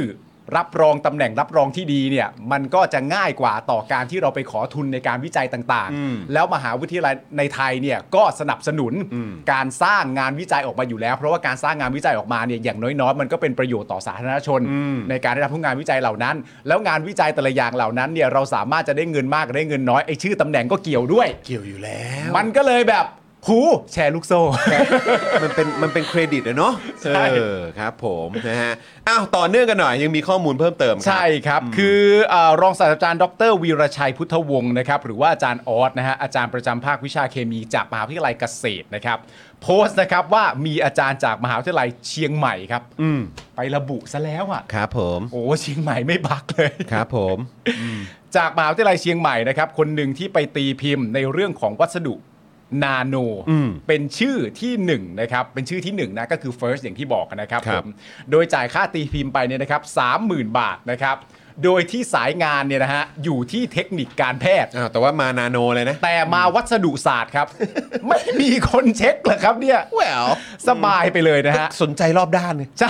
D: รับรองตำแหน่งรับรองที่ดีเนี่ย มันก็จะง่ายกว่าต่อการที่เราไปขอทุนในการวิจัยต่างๆ แล้วมหาวิทยาลัยในไทยเนี่ยก็สนับสนุนการสร้างงานวิจัยออกมาอยู่แล้ว เพราะว่าการสร้างงานวิจัยออกมาเนี่ยอย่างน้อยๆมันก็เป็นประโยชน์ต่อสาธารณชน ในการได้รับผู้งานวิจัยเหล่านั้น แล้วงานวิจัยแต่ละอย่างเหล่านั้นเนี่ยเราสามารถจะได้เงินมากได้เงินน้อยไอ้ชื่อตำแหน่งก็เกี่ยวด้วย
C: เกี่ยวอยู่แล้ว
D: มันก็เลยแบบ หูแชร์ลูกโซ่
C: มันเป็นมันเป็นเครดิตนะเนาะ
D: ใช่
C: เออครับผมนะฮะอ้าวต่อเนื่องกันหน่อยยังมีข้อมูลเพิ่มเติมครับ
D: ใช่ครับ คือเอ่อรองศาสตราจารย์ดรวีรชัยพุทธวงศ์นะครับหรือว่าอาจารย์ออสนะฮะอาจารย์ประจำภาควิชาเคมีจากมหาวิทยาลัยเกษตรนะครับ โพสต์นะครับว่ามีอาจารย์จากมหาวิทยาลัยเชียงใหม่ครับไประบุซะแล้วอ่ะ
C: ครับผม
D: โอ้เชียงใหม่ไม่บักเลย
C: ครับผม
D: จากมหาวิทยาลัยเชียงใหม่นะครับคนหนึ่งที่ไปตีพิมพ์ในเรื่องของวัสดุนาโน
C: อืม
D: เป็นชื่อที่หนึ่งนะครับเป็นชื่อที่หนึ่งนะก็คือ first อย่างที่บอกนะครับ
C: ค
D: ผ
C: รับ
D: มโดยจ่ายค่าตีพิมพ์ไปเนี่ยนะครับสามหมื่นบาทนะครับโดยที่สายงานเนี่ยนะฮะอยู่ที่เทคนิคการแพทย์
C: อ้าวแต่ว่ามานาโนเลยนะ
D: แต่มาวัสดุศาสตร์ครับ ไม่มีคนเช็คเหรอครับเนี่ย
C: well
D: สบายไปเลยนะฮะ
C: สนใจรอบด้านเลย
D: ใช่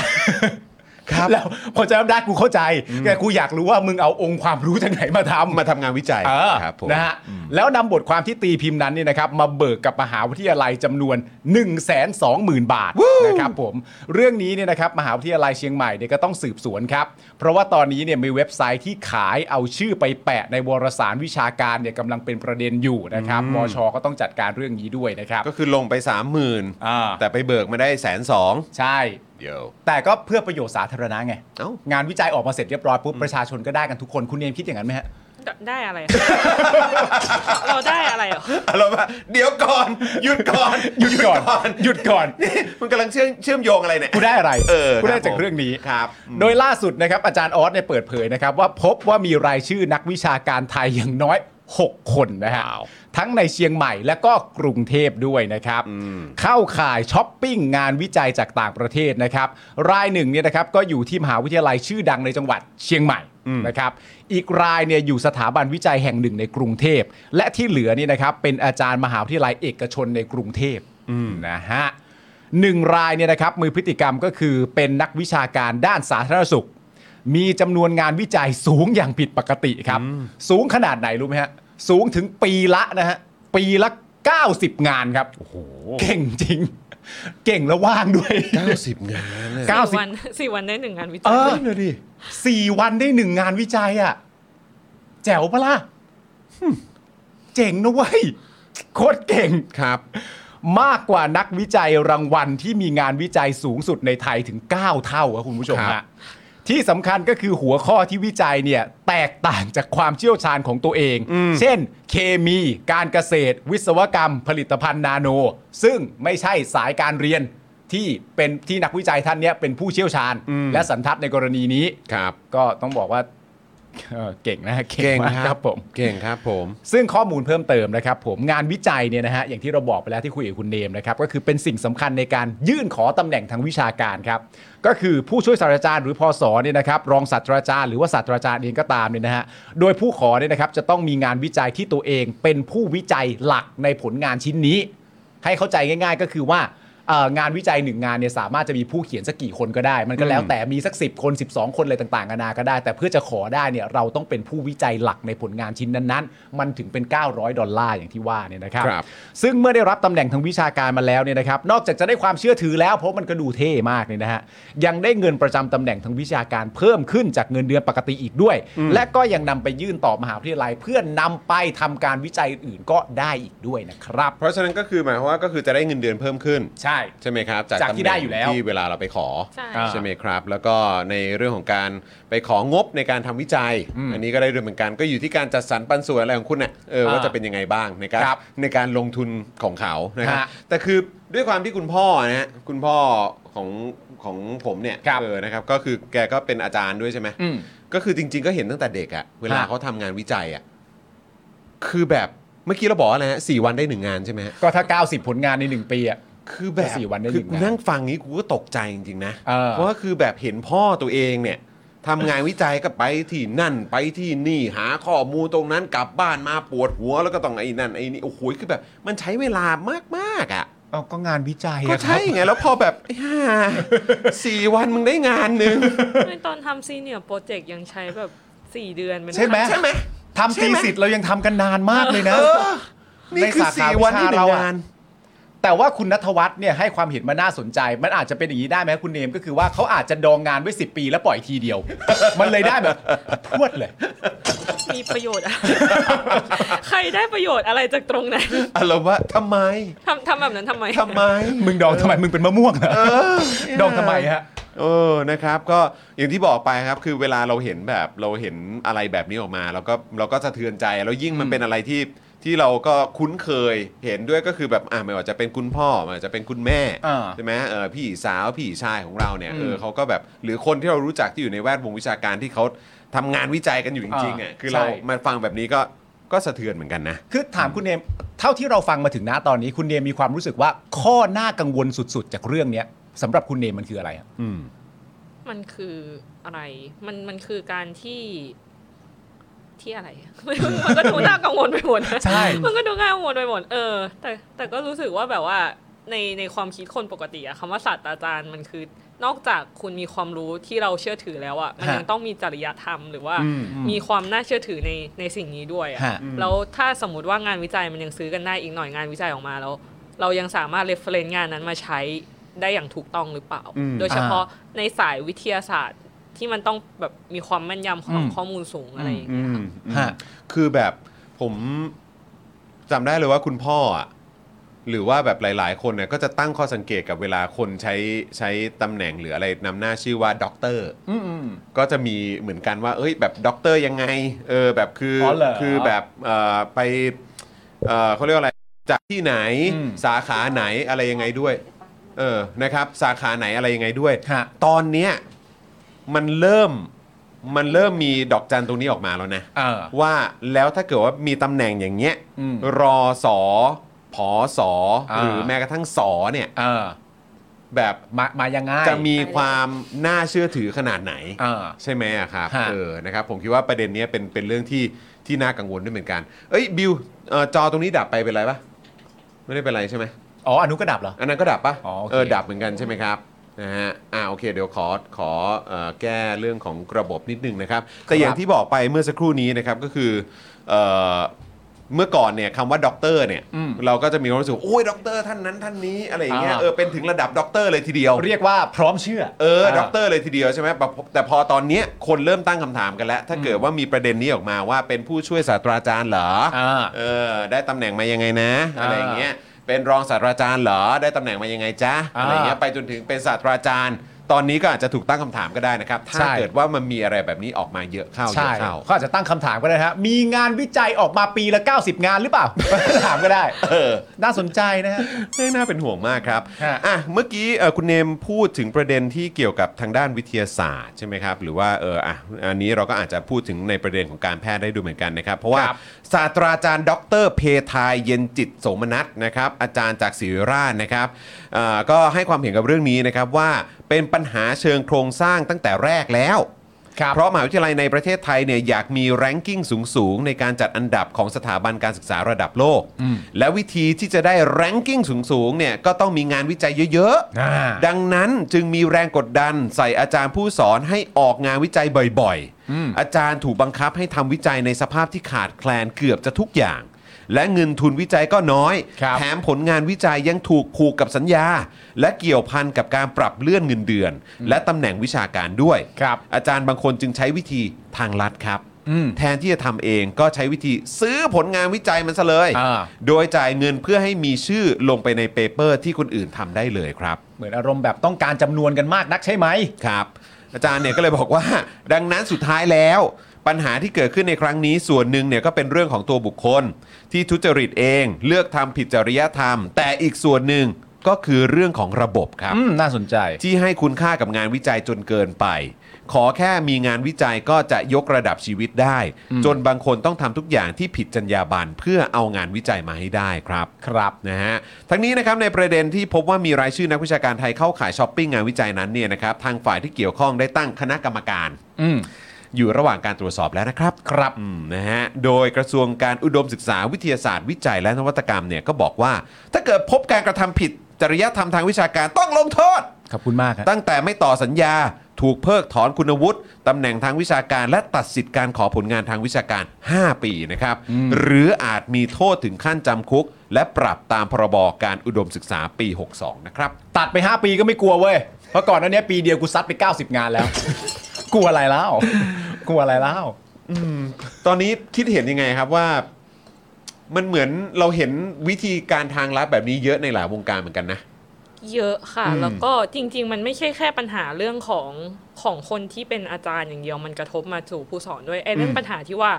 D: ครับแล้วพอจะรับได้กูเข้าใจ แต่กูอยากรู้ว่ามึงเอาองค์ความรู้จากไหนมาทำ
C: มาทำงานวิจัย
D: เออ
C: ครับผม
D: นะฮะแล้วนำบทความที่ตีพิมพ์นั้นเนี่ยนะครับมาเบิกกับมหาวิทยาลัยจำนวน 1 2 0 0 0 0 บาทนะครับผมเรื่องนี้เนี่ยนะครับมหาวิทยาลัยเชียงใหม่เนี่ยก็ต้องสืบสวนครับ เพราะว่าตอนนี้เนี่ยมีเว็บไซต์ที่ขายเอาชื่อไปแปะในวารสารวิชาการเนี่ยกำลังเป็นประเด็นอยู่นะครับมชก็ต้องจัดการเรื่องนี้ด้วยนะครับ
C: ก็คือลงไป 30,000
D: อ่า
C: แต่ไปเบิกมาได้แสนสอง
D: ใช่
C: เดี๋ยว
D: แต่ก็เพื่อประโยชน์สาธารณะไง
C: เอ้า
D: งานวิจัยออกมาเสร็จเรียบร้อยปุ๊บประชาชนก็ได้กันทุกคนคุณเนมคิดอย่างนั้นไหมฮะ
F: ได้อะไร อะ เราได้อะไรเหรอ
C: เราว่าเดี๋ยวก่อน หยุดก่อน
D: หยุดก่อนหยุดก่อน
C: นี่มันกำลังเชื่อมเชื่อมโยงอะไรเนี่ย
D: กูได้อะไร
C: เออ
D: กู
C: ค
D: ได้
C: รับ
D: จาก
C: ผม
D: เรื่องนี้
C: ครับ
D: โดยล่าสุดนะครับอาจารย์ออสเนี่ยเปิดเผยนะครับว่าพบว่ามีรายชื่อนักวิชาการไทยอย่างน้อย 6 คนนะฮะ ทั้งในเชียงใหม่และก็กรุงเทพด้วยนะครับ เข้าข่ายช้อปปิ้งงานวิจัยจากต่างประเทศนะครับ รายหนึ่งเนี่ยนะครับก็อยู่ที่มหาวิทยาลัยชื่อดังในจังหวัดเชียงใหม่นะครับ อีกรายเนี่ยอยู่สถาบันวิจัยแห่งหนึ่งในกรุงเทพ และที่เหลือเนี่ยนะครับเป็นอาจารย์มหาวิทยาลัยเอกชนในกรุงเทพนะฮะ หนึ่งรายเนี่ยนะครับมือพฤติกรรมก็คือเป็นนักวิชาการด้านสาธารณสุข มีจำนวนงานวิจัยสูงอย่างผิดปกติครับ สูงขนาดไหนรู้ไหมฮะ สูงถึงปีละนะฮะ ปีละ 90 งานครับโอ้โหเก่งจริง เก่งแล้วว่างด้วย
C: 90 งานเลย
F: สี่
D: 90
F: วันสี่วันได้หนึ่งงานวิ
D: เอ
F: จัย
D: อสี่วันได้หนึ่งงานวิจัยอ่ะ แจ๋วปะล่ะหึ่มเจ๋งนะเว้ย โคตรเก่ง
C: ครับ
D: มากกว่านักวิจัยรางวัลที่มีงานวิจัยสูงสุดในไทยถึง 9 เท่าครับคุณผู้ชม
C: ครั
D: ฮะ
C: บ
D: ที่สำคัญก็คือหัวข้อที่วิจัยเนี่ย แตกต่างจากความเชี่ยวชาญของตัวเอง เช่น เคมี การเกษตร วิศวกรรม ผลิตภัณฑ์นาโน ซึ่งไม่ใช่สายการเรียนที่เป็นที่นักวิจัยท่านเนี้ยเป็นผู้เชี่ยวชาญ และสันทัดในกรณีนี้
C: ครับ
D: ก็ต้องบอกว่า เอ่อเก่งนะฮะเก่ง
C: เก่ง
D: มาก
C: ค
D: ค
C: รั
D: รั
C: บบ
D: ผม
C: เก่งครับผม
D: ซึ่งข้อมูลเพิ่มเติมนะครับผมงานวิจัยเนี่ยนะฮะอย่างที่เราบอกไปแล้วที่คุยกับคุณเนมนะครับก็คือเป็นสิ่งสำคัญในการยื่นขอตำแหน่งทางวิชาการครับก็คือผู้ช่วยศาสตราจารย์หรือพอสเนี่ยนะครับรองศาสตราจารย์หรือว่าศาสตราจารย์เองก็ตามเนี่ยนะฮะโดยผู้ขอเนี่ยนะครับจะต้องมีงานวิจัยที่ตัวเองเป็นผู้วิจัยหลักในผลงานชิ้นนี้ ให้เข้าใจง่าย ๆ ก็คือว่าเอ่องานวิจัยหนึ่งงานเนี่ยสามารถจะมีผู้เขียนสักกี่คนก็ได้ มันก็แล้วแต่มีสัก 10 คน 12 คนอะไรต่างๆนานาก็ได้ แต่เพื่อจะขอได้เนี่ยเราต้องเป็นผู้วิจัยหลักในผลงานชิ้นนั้นๆ มันถึงเป็น 900 ดอลลาร์อย่างที่ว่าเนี่ยนะครับ
C: ครับ
D: ซึ่งเมื่อได้รับตำแหน่งทางวิชาการมาแล้วเนี่ยนะครับนอกจากจะได้ความเชื่อถือแล้วเพราะมันก็ดูเท่มากเนี่ยนะฮะยังได้เงินประจำตำแหน่งทางวิชาการเพิ่มขึ้นจากเงินเดือนปกติอีกด้วย และก็ยังนำไปยื่นต่อมหาวิทยาลัย เพื่อนนำไปทำการวิจัยอื่นก็ได้อีกด้วยนะครับ
C: เพราะฉะนั้นก็คือหมายความว่าก็คือจะได้เงินเดือนเพิ่มขึ้น
D: ใช่
C: ใช่ไหมครับ
D: จาก
C: ตำแหน่ง
D: ที่ได้อยู่แล้ว
C: ที่เวลาเราไปขอ
F: ใช่
D: อ่า
C: ไหมครับ แล้วก็ในเรื่องของการไปของบในการทำวิจัย อันนี้ก็ได้ด้วยเหมือนกันก็อยู่ที่การจัดสรรปันส่วนอะไรของคุณเนี่ยเออว่า
D: อ่า
C: จะเป็นยังไงบ้างในการ
D: ครับ
C: ในการลงทุนของเขานะครับ
D: ฮะ
C: แต่คือด้วยความที่คุณพ่อนะฮะคุณพ่อของของผมเนี่ย
D: ครับ
C: เออนะครับก็คือแกก็เป็นอาจารย์ด้วยใช่ไหม
D: อืม
C: ก็คือจริง ๆ ก็เห็นตั้งแต่เด็กอะเวลา
D: ฮะ
C: เขาทำงานวิจัยอะคือแบบเมื่อกี้เราบอกว่าอะไรฮะสี่วันได้หนึ่งงานใช่ไหมฮะ
D: ก็ถ้า 90 ผลงานใน 1 ปีอ่ะ
C: คือแบบ
D: สี่วันได้
C: คื
D: หนึ่งงาน
C: นั่งฟังนี้กูก็ตกใจจริงๆนะ
D: เออ
C: เพราะว่าคือแบบเห็นพ่อตัวเองเนี่ยทำงานวิจัยก็ไปที่นั่นไปที่นี่หาข้อมูลตรงนั้นกลับบ้านมาปวดหัวแล้วก็ต้องไอ้นั่นไอ้นี่โอ้โหคือแบบมันใช้เวลามากๆอ่ะ
D: เอาก็งานวิจัย
C: ก็
D: อะครั
C: ใช่
D: บ
C: ไงแล้วพอแบบฮ่าสี่วันมึงได้งานหนึ่ง
F: ไม่ตอนทำซีเนียร์โปรเจกต์ยังใช้แบบสี่เดือนเป็น
D: ใช่ไหม
F: ครั้ง
C: ใช่ไหม
D: ทำทีสิทธิ์เรายังทำกันนานมากเลยนะ
C: เออนี่คือ
D: ในสาขา
C: สี่วันที่หนึ่ง
D: วิชาเราอะ
C: งาน
D: แต่ว่าคุณนัทวัฒน์เนี่ยให้ความเห็นมาน่าสนใจ มันอาจจะเป็นอย่างนี้ได้ไหมคุณเนมก็คือว่า เขาอาจจะดองงานไว้ 10 ปีแล้วปล่อยทีเดียว มันเลยได้แบบพรวดเลย
F: มีประโยชน์อะ ใครได้ประโยชน์อะไรจากตรงนั้น
C: อารมณ์ว่าทำไม
F: ทำทำแบบนั้นทำไม
C: ทำไม
D: มึงดองทำไมมึงเป็นมะม่วงเหรอดองทำไมฮะ
C: เออ นะครับ ก็อย่างที่บอกไปครับ คือเวลาเราเห็นแบบเราเห็นอะไรแบบนี้ออกมาเราก็เราก็สะเทือนใจ แล้วยิ่งมันเป็นอะไรที่ที่เราก็คุ้นเคยเห็นด้วยก็คือแบบอ่าไม่ว่าจะเป็นคุณพ่อไม่ว่าจะเป็นคุณแม่
D: อ่า
C: ใช่ไหมเออพี่สาวพี่ชายของเราเนี่ยเออเขาก็แบบหรือคนที่เรารู้จักที่อยู่ในแวดวงวิชาการที่เขาทำงานวิจัยกันอยู่จริงๆอ่ะ
D: อ่า
C: คือเรา
D: ใช่
C: มาฟังแบบนี้ก็ก็สะเทือนเหมือนกันนะ
D: คือถามคุณเนมเท่าที่เราฟังมาถึงนะตอนนี้ คุณเนมมีความรู้สึกว่าข้อหน้ากังวลสุดๆ จากเรื่องเนี้ยสำหรับคุณเนมมันคืออะไรอะ
C: อืม
F: มันคืออะไร มันมันคือการที่ที่อะไรอะ มันก็ดูน่ากังวลไปหมดนะ
C: ใช่
F: มันก็ดูน่ากังวลไปหมด เออ แต่แต่ก็รู้สึกว่าแบบว่าในในความคิดคนปกติอะคำว่าศาสตราจารย์มันคือนอกจากคุณมีความรู้ที่เราเชื่อถือแล้วอะมันยังต้องมีจริยธรรมหรือว่ามีความน่าเชื่อถือในในสิ่งนี้ด้วยอะ
D: ฮะ
F: แล้วถ้าสมมติว่างานวิจัยมันยังซื้อกันได้อีกหน่อยงานวิจัยออกมาแล้ว เรายังสามารถเรฟเฟรนงานนั้นมาใช้ได้อย่างถูกต้องหรือเปล่า
C: อืม
F: โดยเฉพาะในสายวิทยาศาสตร์ที่มันต้องแบบมีความแม่นยำของ
D: อืม
F: ข้อมูลสูงอะไรอย่าง
C: อื
F: เงี้ย
C: ม
F: ค่ะ
C: อืม
D: ฮะ
C: คือแบบผมจำได้เลยว่าคุณพ่ออะหรือว่าแบบหลาย ๆ คนเนี่ยก็จะตั้งข้อสังเกตกับเวลาคนใช้ใช้ตำแหน่งหรืออะไรนำหน้าชื่อว่าด็อกเตอร์ก็จะมีเหมือนกันว่า เอ้ย แบบด็อกเตอร์ยังไง เออแบบคือ
D: อเหรอ
C: คือแบบเอ่อไปเอ่อเขาเรียกว่าอะไรจากที่ไหน
D: อืม
C: สาขาไหนอะไรยังไงด้วย เออนะครับ สาขาไหนอะไรยังไงด้วย
D: ฮะ
C: ตอนเนี้ยมันเริ่มมันเริ่มมีดอกจันตรงนี้ออกมาแล้วนะ
D: เออ
C: ว่าแล้วถ้าเกิดว่ามีตำแหน่งอย่างเงี้ย
D: อืม
C: รอสอผอสอ
D: อ่า
C: หรือแม้กระทั่งสอเนี่ย
D: เออ
C: แบบ
D: มามายังไง
C: จะมีความน่าเชื่อถือขนาดไหน
D: เออ
C: ใช่ไหมอะครับ
D: ฮะ
C: เออนะครับผมคิดว่าประเด็นเนี้ยเป็นเป็นเรื่องที่ที่น่ากังวลด้วยเหมือนกันเอ้ยบิวเอ่อจอตรงนี้ดับไปเป็นไรปะไม่ได้เป็นไรใช่ไหม
D: อ๋ออนุกระดับเหรอ
C: อันนั้นก็ดับปะ
D: อ๋อโอเค
C: เออดับเหมือนกันใช่ไหมครับนะฮะอ่าโอเค เดี๋ยวขอขอเอ่อแก้เรื่องของระบบนิดนึงนะครับ แต่อย่างที่บอกไปเมื่อสักครู่นี้นะครับก็คือเอ่อเมื่อก่อนเนี่ยคำว่าด็อกเตอร์เนี่ยเราก็จะมีความรู้สึกว่าโอ้ยด็อกเตอร์ท่านนั้นท่านนี้อะไรอย่างเงี้ยเออเป็นถึงระดับด็อกเตอร์เลยทีเดียว
D: เรียกว่าพร้อมเชื่อ
C: เออด็อกเตอร์เลยทีเดียวใช่ไหมแบบแต่พอตอนเนี้ยคนเริ่มตั้งคำถามกันแล้ว ถ้าเกิดว่ามีประเด็นนี้ออกมาว่าเป็นผู้ช่วยศาสตราจารย์เหรอ
D: อ่า
C: เออ ได้ตำแหน่งมายังไงนะ
D: อ่า
C: อะไรอย่างเงี้ยเป็นรองศาสตราจารย์เหรอได้ตำแหน่งมายังไงจ๊ะ
D: อ่า
C: อะไรเงี้ยไปจนถึงเป็นศาสตราจารย์ ตอนนี้ก็อาจจะถูกตั้งคำถามก็ได้นะครับ ถ้า
D: ใช่
C: เกิดว่ามันมีอะไรแบบนี้ออกมาเยอะเข้าเย
D: ใช่
C: อะเข้า
D: เขาอาจจะตั้งคำถามก็ได้ฮะมีงานวิจัยออกมาปีละ 90 งานหรือเปล่า ถามก็ได้
C: เออ
D: น่าสนใจนะฮะ
C: เรื่องน่าเป็นห่วงมากครับ
D: ฮะ
C: อ่ะ เมื่อกี้เอ่อคุณเนมพูดถึงประเด็นที่เกี่ยวกับทางด้านวิทยาศาสตร์ใช่ไหมครับ หรือว่าเอออ่ะ อันนี้เราก็อาจจะพูดถึงในประเด็นของการแพทย์ได้ด้วยเหมือนกันนะครับ เพราะว่า
D: ครับ
C: ศาสตราจารย์ดอกเตอรเพทายเย็นจิตโสมนัสนะครับ อาจารย์จากศิริราชนะครับเอ่อก็ให้ความเห็นกับเรื่องนี้นะครับว่าเป็นปัญหาเชิงโครงสร้างตั้งแต่แรกแล้ว
D: ครับ
C: เพราะมหาวิทยาลัยในประเทศไทยเนี่ยอยากมีแรงกิ้งสูง ๆ ในการจัดอันดับของสถาบันการศึกษาระดับโลก และวิธีที่จะได้แรงกิ้งสูง ๆ เนี่ยก็ต้องมีงานวิจัยเยอะ
D: อ่า
C: ๆ ดังนั้นจึงมีแรงกดดันใส่อาจารย์ผู้สอนให้ออกงานวิจัยบ่อยๆ อาจารย์ถูกบังคับให้ทำวิจัยในสภาพที่ขาดแคลนเกือบจะทุกอย่าง และเงินทุนวิจัยก็น้อย
D: ครับ
C: แถมผลงานวิจัยยังถูกผูกกับสัญญา และเกี่ยวพันกับการปรับเลื่อนเงินเดือน และตำแหน่งวิชาการด้วย
D: ครับ
C: อาจารย์บางคนจึงใช้วิธีทางลัดครับ
D: อืม
C: แทนที่จะทำเองก็ใช้วิธีซื้อผลงานวิจัยมันซะเลย
D: อ่า
C: โดยจ่ายเงินเพื่อให้มีชื่อลงไปในเปเปอร์ที่คนอื่นทำได้เลยครับ
D: เหมือนอารมณ์แบบต้องการจำนวนกันมากนักใช่ไหม
C: ครับ อาจารย์เนี่ยก็เลยบอกว่า ดังนั้นสุดท้ายแล้ว ปัญหาที่เกิดขึ้นในครั้งนี้ส่วนหนึ่งเนี่ยก็เป็นเรื่องของตัวบุคคล ที่ทุจริตเองเลือกทำผิดจริยธรรม แต่อีกส่วนหนึ่งก็คือเรื่องของระบบครับ
D: อืมน่าสนใจ
C: ที่ให้คุณค่ากับงานวิจัยจนเกินไป ขอแค่มีงานวิจัยก็จะยกระดับชีวิตได้ จนบางคนต้องทำทุกอย่างที่ผิดจรรยาบรรณเพื่อเอางานวิจัยมาให้ได้ครับ
D: ครับ
C: นะฮะทั้งนี้นะครับในประเด็นที่พบว่ามีรายชื่อนักวิชาการไทยเข้าขายช้อปปิ้งงานวิจัยนั้นเนี่ยนะครับทางฝ่ายที่เกี่ยวข้องได้ตั้งคณะกรรมการ
D: อืม
C: อยู่ระหว่างการตรวจสอบแล้วนะครับ
D: ครับ
C: อืมนะฮะโดยกระทรวงการอุดมศึกษาวิทยาศาสตร์วิจัยและนวัตกรรมเนี่ยก็บอกว่า ถ้าเกิดพบการกระทำผิดจริยธรรมทางวิชาการต้องลงโทษ
D: ขอบคุณมากครับ
C: ตั้งแต่ไม่ต่อสัญญาถูกเพิกถอนคุณวุฒิตำแหน่งทางวิชาการ และตัดสิทธิ์การขอผลงานทางวิชาการ 5 ปีนะครับ หรืออาจมีโทษถึงขั้นจำคุก และปรับตามพรบการอุดมศึกษาปี 62 นะครับ
D: ตัดไป 5 ปีก็ไม่กลัวเว้ย เพราะก่อนหนั้นเนี้ยปีเดียวกูซัดไป 90 งานแล้ว กลัวอะไรแล้ว กลัวอะไรแล้ว
C: ตอนนี้คิดเห็นยังไงครับว่า มันเหมือนเราเห็นวิธีการทางลับแบบนี้เยอะในหลายวงการเหมือนกันนะ
F: เยอะค่ะ
C: อืม
F: แล้วก็จริง ๆ มันไม่ใช่แค่ปัญหาเรื่องของของคนที่เป็นอาจารย์อย่างเดียวมันกระทบมาสู่ผู้สอนด้วยไอ้เรื่องปัญหาที่ว่า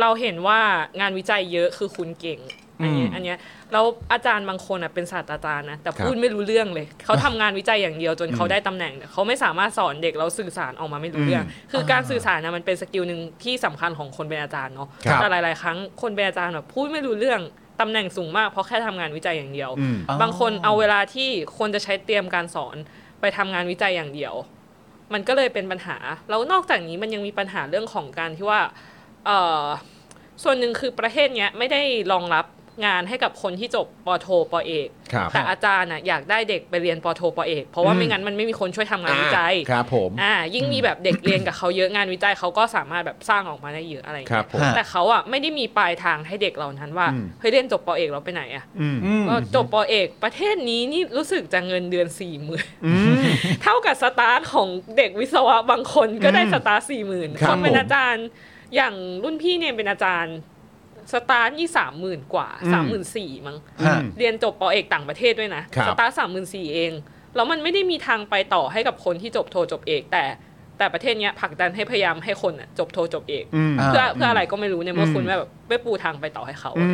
F: เราเห็นว่างานวิจัยเยอะคือคุณเก่งอันเนี้ยอันเนี้ยแล้วอาจารย์บางคนอ่ะเป็นศาสตราจารย์นะแต่พูดไม่รู้เรื่องเลย เขาทำงานวิจัยอย่างเดียวจนเขาได้ตำแหน่งเนี่ยเขาไม่สามารถสอนเด็กแล้วสื่อสารออกมาไม่รู้เรื่อง คือการสื่อสารนะมันเป็นสกิลหนึ่งที่สำคัญของคนเป็นอาจารย์เนาะ
D: ครับ
F: แต่หลาย ๆ ครั้งคนเป็นอาจารย์แบบพูดไม่รู้เรื่องตำแหน่งสูงมากเพราะแค่ทำงานวิจัยอย่างเดียว บางคนเอาเวลาที่ควรจะใช้เตรียมการสอนไปทำงานวิจัยอย่างเดียว มันก็เลยเป็นปัญหา แล้วนอกจากนี้มันยังมีปัญหาเรื่องของการที่ว่าเอ่อส่วนหนึ่งคือประเทศเนี้ยไม่ได้รองรับงานให้กับคนที่จบปอโทปอเอก
C: ครับ
F: แต่อาจารย์น่ะอยากได้เด็กไปเรียนปอโทปอเอก เพราะว่าไม่งั้นมันไม่มีคนช่วยทำงานวิจัย
C: ครับผม
F: อ่ายิ่งมีแบบเด็กเรียนกับเขาเยอะงานวิจัยเขาก็สามารถแบบสร้างออกมาได้เยอะอะไรอย่าง
C: ครั
F: เงี้
C: บ
F: ย
C: ผม
F: แต่เขาอ่ะไม่ได้มีปลายทางให้เด็กเหล่านั้นว่าเฮ้ยเรียนจบปอเอกแล้วไปไหนอ่ะ ก็จบปอเอกประเทศนี้นี่รู้สึกจะเงินเดือนสี่หมื่น เท่ากับสตาร์ทของเด็กวิศวะบางคนก็ได้สตาร์สี่หมื่น
C: ครับ
F: คนเป็น
C: ผม
F: อาจารย์อย่างรุ่นพี่เนี่ยเป็นอาจารย์สตาร์นี่สามหมื่นกว่า
C: อืม
F: สามหมื่นสี่มั้ง
D: ฮะ
F: เรียนจบปอเอกต่างประเทศด้วยนะครับ สตาร์สามหมื่นสี่เองแล้วมันไม่ได้มีทางไปต่อให้กับคนที่จบโทจบเอก แต่แต่ประเทศเนี้ยผลักดันให้พยายามให้คนอะจบโทจบเอกเพื่อเพื่ออะไรก็ไม่รู้ในเมื่อคุณแบบไม่ปูทางไปต่อให้เขาอะ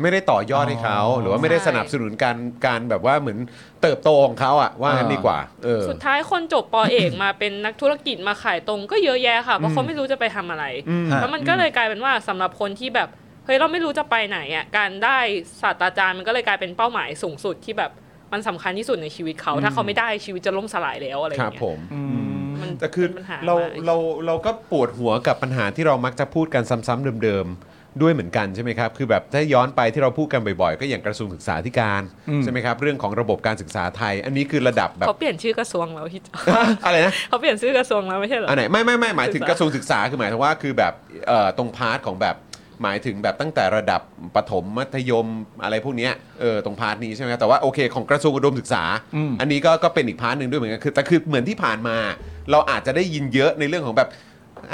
C: ไม่ได้ต่อยอดให้เขา หรือว่าไม่ได้สนับสนุนการการแบบว่าเหมือนเติบโตของเขาอะว่างั้นดีกว่า เออ
F: สุดท้ายคนจบปอเอก มาเป็นนักธุรกิจมาขายตรงก็เยอะแยะค่ะเพราะเขาไม่รู้จะไปทำอะไร แล้วมันก็เลยกลายเป็นว่าสำหรับคนที่แบบเฮ้ยเราไม่รู้จะไปไหนอ่ะการได้ศาสตราจารย์มันก็เลยกลายเป็นเป้าหมายสูงสุดที่แบบมันสำคัญที่สุดในชีวิตเขา ถ้าเขาไม่ได้ชีวิตจะล่มสลายแล้วอะไร
C: ค
F: อย่า
C: รับ
F: ง
C: ผ
F: เงี้ย
C: ม
F: มัน
C: แต่คือ
F: ป็นปัญห
C: เรา
F: มก
C: เราเราก็ปวดหัวกับปัญหาที่เรามักจะพูดกันซ้ำๆเดิมๆ ด้วยเหมือนกันใช่ไหมครับ คือแบบถ้าย้อนไปที่เราพูดกันบ่อยๆ ก็อย่างกระทรวงศึกษาธิการใช่ไหมครับ เรื่องของระบบการศึกษาไทย อันนี้คือระดับแบบ
F: เขาเปลี่ยนชื่อกระทรวงแล้วที่
C: อะไรนะ
F: เขาเปลี่ยนชื่อกระทรวงแล้วไม่ใช่เหรอ
C: อันไหนไม่ไม่ไม่หมายถึง
F: ศึก
C: ก
F: ษา
C: ระทรวงศึกษาคือหมายถึงว่าคือแบบเอ่อตรงพาร์ทของแบบหมายถึงแบบตั้งแต่ระดับประถมมัธยมอะไรพวกเนี้ยเออตรงพาร์ทนี้ใช่ไหมครับแต่ว่าโอเคของกระทรวงอุดมศึกษา อันนี้ก็ก็เป็นอีกพาร์ทหนึ่งด้วยเหมือนกันคือแต่คือเหมือนที่ผ่านมา เราอาจจะได้ยินเยอะในเรื่องของแบบ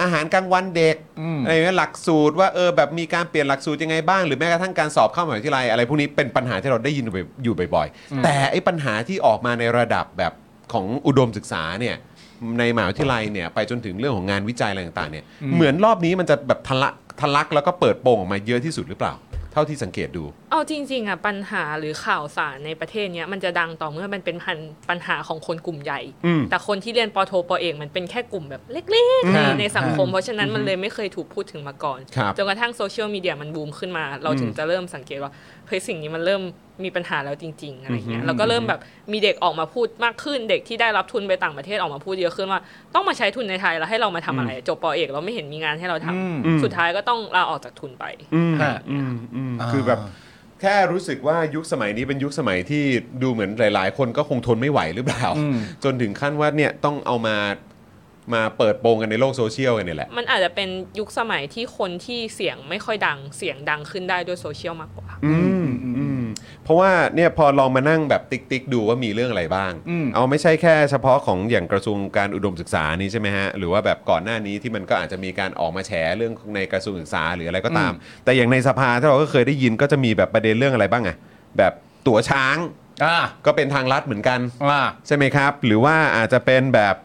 C: อาหารกลางวันเด็กอะไรเงี้ยหลักสูตรว่าเออแบบมีการเปลี่ยนหลักสูตรยังไงบ้างหรือแม้กระทั่งการสอบเข้ามหาวิทยาลัยอะไรพวกนี้เป็นปัญหาที่เราได้ยินอยู่บ่อยๆ แต่ไอ้ปัญหาที่ออกมาในระดับแบบของอุดมศึกษาเนี่ย ในมหาวิทยาลัยเนี่ยไปจนถึงเรื่องของงานวิจัยอะไรต่างๆเนี่ยเหมือนรอบนี้มันจะแบบทะลักทะลักแล้วก็เปิดโปงออกมาเยอะที่สุดหรือเปล่า เท่าที่สังเกตดู
F: เอาจริงๆอ่ะปัญหาหรือข่าวสารในประเทศเนี้ยมันจะดังต่อเมื่อมันเป็นพันปัญหาของคนกลุ่มใหญ่
C: อืม
F: แต่คนที่เรียนปอโทปอเอกมันเป็นแค่กลุ่มแบบเล็กๆในในสังคม เพราะฉะนั้นมันเลยไม่เคยถูกพูดถึงมาก่อน
C: ครับ
F: จนกระทั่งโซเชียลมีเดียมันบูมขึ้นมา เราถึงจะเริ่มสังเกตว่าเฮ้ยสิ่งนี้มันเริ่มมีปัญหาแล้วจริง ๆอะไรเงี้ยแล้วก็เริ่มแบบมีเด็กออกมาพูดมากขึ้น เด็กที่ได้รับทุนไปต่างประเทศออกมาพูดเยอะขึ้นว่าต้องมาใช้ทุนในไทยแล้วให้เรามาทำอะไรจบปอเอกเราไม่เห็นมีงานให้เราทำสุดท้ายก็ต้องลาออกจากทุนไป
D: ฮะ
C: คือแบบแค่รู้สึกว่ายุคสมัยนี้เป็นยุคสมัยที่ดูเหมือนหลาย ๆ คนก็คงทนไม่ไหวหรือเปล่า จนถึงขั้นว่าเนี่ยต้องเอามามาเปิดโปงกันในโลกโซเชียลกันเนี่ยแหละ
F: มันอาจจะเป็นยุคสมัยที่คนที่เสียงไม่ค่อยดังเสียงดังขึ้นได้ด้วยโซเชียลมากกว่า
C: อืมอืมเพราะว่าเนี่ยพอลองมานั่งแบบติ๊กติ๊กดูว่ามีเรื่องอะไรบ้าง เอาไม่ใช่แค่เฉพาะของอย่างกระทรวงการอุดมศึกษานี้ใช่ไหมฮะ หรือว่าแบบก่อนหน้านี้ที่มันก็อาจจะมีการออกมาแฉเรื่องในกระทรวงศึกษาหรืออะไรก็ตาม แต่อย่างในสภาที่เราก็เคยได้ยินก็จะมีแบบประเด็นเรื่องอะไรบ้างอะแบบตั๋วช้าง
D: อ่า
C: ก็เป็นทางลัดเหมือนกัน
D: อ่า
C: ใช่ไหมครับ หรือว่าอาจจะเป็นแบบ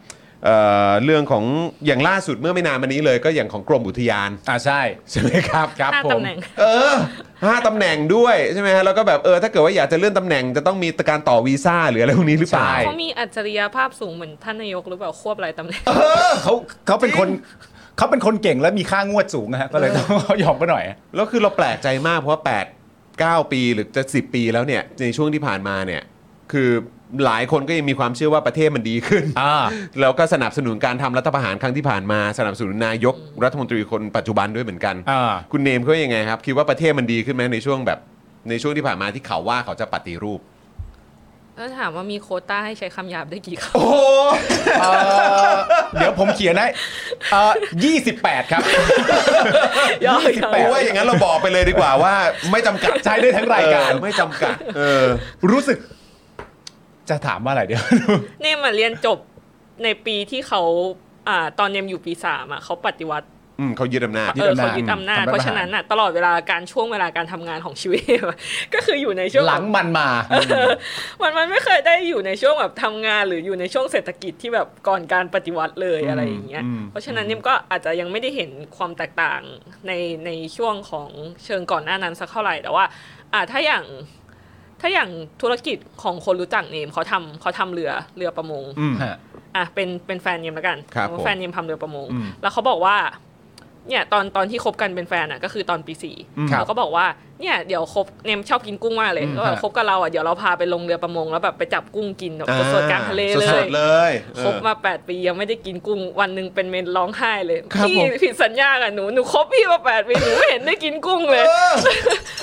C: เอ่อเรื่องของอย่างล่าสุดเมื่อไม่นานมานี้เลย ก็อย่างของกรมอุทยาน
D: อ่าใช่
C: ใช่ไหมครับ
D: ครับ
F: หน้า
D: ผ
F: ตำ
D: ม
F: แหน่ง
C: เออห้าตำแหน่งด้วยใช่ไหมฮะแล้วก็แบบเออถ้าเกิดว่าอยากจะเลื่อนตำแหน่งจะต้องมีการต่อวีซ่าหรืออะไรพวกนี้หรือเปล่า
D: ใช่
F: เขามีอัจฉริยภาพสูงเหมือนท่านนายกหรือเปล่าควบหลายตำแหน่ง
D: เขาเขาเป็นคนเขาเป็นคนเก่งและมีค่างวดสูงนะฮะก็เลยต้อง เขายอมก็หน่อย
C: แล้วคือเราแปลกใจมากเพราะว่า8 9 ปีหรือจะ 10 ปีแล้วเนี่ยในช่วงที่ผ่านมาเนี่ยคือหลายคนก็ยังมีความเชื่อว่าประเทศมันดีขึ้น
D: อ่า
C: แล้วก็สนับสนุนการทำรัฐประหารครั้งที่ผ่านมาสนับสนุนนายกรัฐมนตรีคนปัจจุบันด้วยเหมือนกัน
D: อ่า
C: คุณเนมเขายังไงครับ คิดว่าประเทศมันดีขึ้นไหมในช่วงแบบในช่วงที่ผ่านมาที่เขาว่าเขาจะปฏิรูป
F: แล้วถามว่ามีโควต้าให้ใช้คำหยาบได้กี่ค
C: โอ้
D: เอ่อเดี๋ยวผมเขียนให้เอ่อ28 ครับ
F: ำย่อ
D: ยี่สิบแปด
C: ว่าอย่างนั้นเราบอกไปเลยดีกว่าว่าไม่จำกัด
D: ใช้ได้ทั้งรายการ
C: เออไม่จำกัด เออ
D: รู้สึก จะถามว่าอะไรเดี๋ยว
F: เนี่ยมาเรียนจบในปีที่เขาอ่าตอนเนมอยู่ปีสามอ่ะเขาปฏิวัติ
C: อืมเขายึดอำนาจ
D: ยึ
F: เอ
D: ด
F: อ
D: อำนาจ
F: เขายึดอำนาจ
D: ทำรัฐประหาร
F: เพราะฉะนั้นน่ะตลอดเวลาการช่วงเวลาการทำงานของชีวิต ก็คืออยู่ในช่วง
D: หลังมันมา
F: มันมันไม่เคยได้อยู่ในช่วงแบบทำงานหรืออยู่ในช่วงเศรษฐกิจที่แบบก่อนการปฏิวัติเลยอะไรอย่างเงี้ย
C: อืม
F: เพราะฉะนั้นเนี่ยก็อาจจะยังไม่ได้เห็นความแตกต่างในในช่วงของเชิงก่อนหน้านั้นสักเท่าไหร่แต่ว่าอ่าถ้าอย่างถ้าอย่างธุรกิจของคนรู้จักเนมเขาทำเขาทำเรือเรือประมง
C: อืม
F: อ่ะเป็นเป็นแฟนเยมแล้วกัน
C: ครับ
F: สมมุ
C: ผ
F: ติ
C: ม
F: แฟนเยมทำเรือประมง
C: อืม
F: แล้วเขาบอกว่า เนี่ยตอนตอนที่คบกันเป็นแฟนอ่ะก็คือตอนปีสี่
C: อืม
F: เขาก็บอกว่าเนี่ยเดี๋ยวคบเนมชอบกินกุ้งมากเลย
D: อืม
F: ก็แบบ
D: ฮะ
F: คบกับเราอ่ะเดี๋ยวเราพาไปลงเรือประมง แล้วแบบไปจับกุ้งกินแบบสดๆกลางทะเลเล
C: ส
F: ย
C: ดๆเลย
F: คบมา 8 ปียังไม่ได้กินกุ้งวันหนึ่งเป็นเมนร้องไห้เลย
B: ครับ
F: พี่
B: ผม
F: ผิดสัญญากับหนูหนูคบพี่มา8ปีหนูไม่เห็นได้กินกุ้งเลย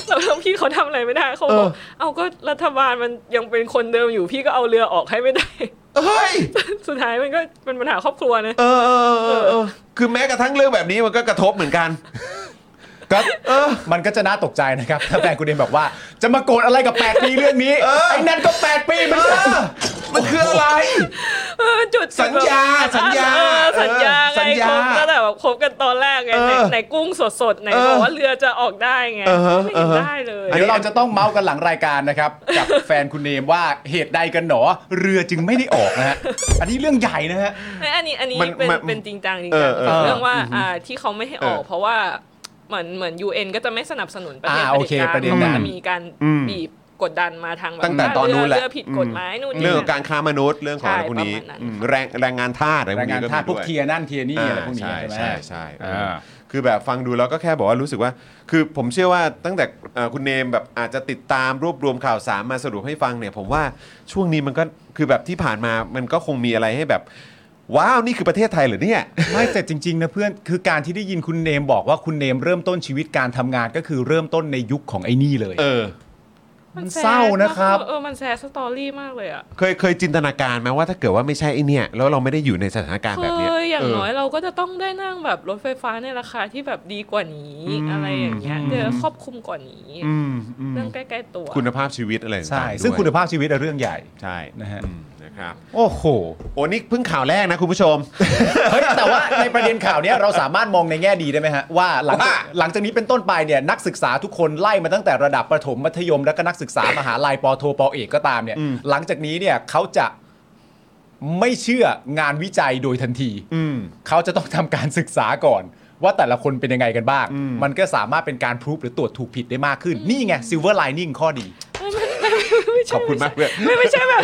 F: เราท ำพี่เขาทำอะไรไม่ได้เขาบอกเอาก็รัฐบาลมันยังเป็นคนเดิมอยู่พี่ก็เอาเรือออกให้ไม่ได้
C: เออเฮ้ย
F: สุดท้ายมันก็เป็นปัญหาครอบครัวนะ
C: เออเออเออเออ คือแม้กระทั่งเรื่องแบบนี้มันก็กระทบเหมือนกัน
D: ก็มันก็จะน่าตกใจนะครับ ถ้าแฟนคุณเดนบอกว่า จะมาโกรธอะไรกับ 8 ปีเรื่องนี้ ไอ้นั่นก็ 8 ปีมัน
C: เออมันคืออะไร
F: เออจุด
C: สัญญา
F: แบบ
C: สัญญา
F: เออสัญญา
C: สัญ
F: ไง
C: ญา
F: คบก็แต่แบบคบกันตอนแรกไง
C: เออ
F: ไหนไหนกุ้งสดๆไหน
C: เออ
F: บอกว่าเรือจะออกได้ไง
C: เออฮะ
F: ไม่
C: เอ
F: เห็
C: อน ฮะ
F: ได้เลย
D: เดี๋ยวเราจะต้องเมาส์กันหลังรายการนะครับ กับแฟนคุณเนมว่าเหตุใดกันหนอ เรือจึงไม่ได้ออกนะฮะ อันนี้เรื่องใหญ่นะฮะ
F: ไม่อันนี้อันนี้
C: มัน
F: เป็น
C: มัน
F: เป็นจริงจังจริง
C: เอ
F: จั
C: องเออ
F: เรื่องว่าอ่าที่เขาไม่ให้ออก
C: เออ
F: เพราะว่าเหมือนเหมือน UN ก็จะไม่สนับสนุนประเทศ
D: อ่าโอเค
F: ผ
D: ประเด็
F: ด็จ
D: นนั้
F: กา
D: น
F: รเขาจะมีการ
C: อืม
F: บีบกดดันมาทางบบ
C: ตั้งแต่ตอนนู้นแหละ
F: เรือผิดกฎหมายนู่นนี่
C: เรื่องข
F: นั่
C: อน งการค้ามนุษย์เรื่องของอะไรพวกนี้
F: ใช่ประมาณนั้น
C: อืมแรงแรงงานทาสอะไรพ
D: แร
C: วก
D: งงา
C: นี้
D: น
C: ก็มี
D: ทาสพวก
C: ด้วย
D: เทียนั่นเทียนี่อะไรพวกนี้
C: ใช่
D: ใช่ไหม
C: ใช่ใช่เออ
D: อ่า
C: คือแบบฟังดูแล้วก็แค่บอกว่ารู้สึกว่า คือผมเชื่อว่าตั้งแต่เอ่อคุณเนมแบบอาจจะติดตามรวบรวมข่าวสารมาสรุปให้ฟังเนี่ย ผมว่าช่วงนี้มันก็คือแบบที่ผ่านมามันก็คงมีอะไรให้แบบ ว้าวนี่คือประเทศไทยเหรอเนี่ย
D: ไม่แต่จริง ๆ นะเพื่อนคือการที่ได้ยินคุณเนมบอกว่าคุณเนมเริ่มต้นชีวิตการทำงานก็คือเริ่มต้นในยุคของไอ้นี่เลย
C: เออ
D: มันเศร้านะครับ
F: เออเออมันแซดสตอรี่มากเลยอะ
C: เคยเคยจินตนาการไหมว่าถ้าเกิดว่าไม่ใช่ไอเนี่ยแล้วเราไม่ได้อยู่ในสถานการณ์
F: เค
C: แบบเนี้ย
F: ยอย่าง
C: เ
F: น้อยเราก็จะต้องได้นั่งแบบรถไฟฟ้าในราคาที่แบบดีกว่านี้ อะไรอย่างเงี้ยเดี๋ยวครอบคลุมกว่านี้
C: อืมอืม
F: เรื่องใกล้ๆตัว
C: คุณภาพชีวิตอะไรต่างๆ
D: ใช่
C: ด้วย
D: ซึ่งคุณภาพชีวิตเป็นเรื่องใหญ่
C: ใช่
D: นะฮะ
C: อืมนะครับ
D: โอ้โห
C: โอ้นี่เพิ่งข่าวแรกนะคุณผู้ชม
D: เฮ้ยแต่ว่าในประเด็นข่าวเนี้ยเราสามารถมองในแง่ดีได้ไหมฮะ ว่าหลังจาก
C: ว่า
D: หลังจากนี้เป็นต้นไปเนี่ยนักศึกษาทุกคนไล่มาตั้งแต่ระดับประถมมัธยมแล้วก็นักศึกษามหาลัยปอโทปอเอกก็ตามเนี่ย หลังจากนี้เนี่ยเขาจะไม่เชื่องานวิจัยโดยทันที
C: อืม
D: เขาจะต้องทำการศึกษาก่อน ว่าแต่ละคนเป็นยังไงกันบ้าง มันก็สามารถเป็นการพรูฟหรือตรวจถูกผิดได้มากขึ้น นี่ไงซิลเวอร์ไลนิ่งข้อดี
C: ขอบคุณมากเพื่อน
F: ไม่ไม่ใช่แบบ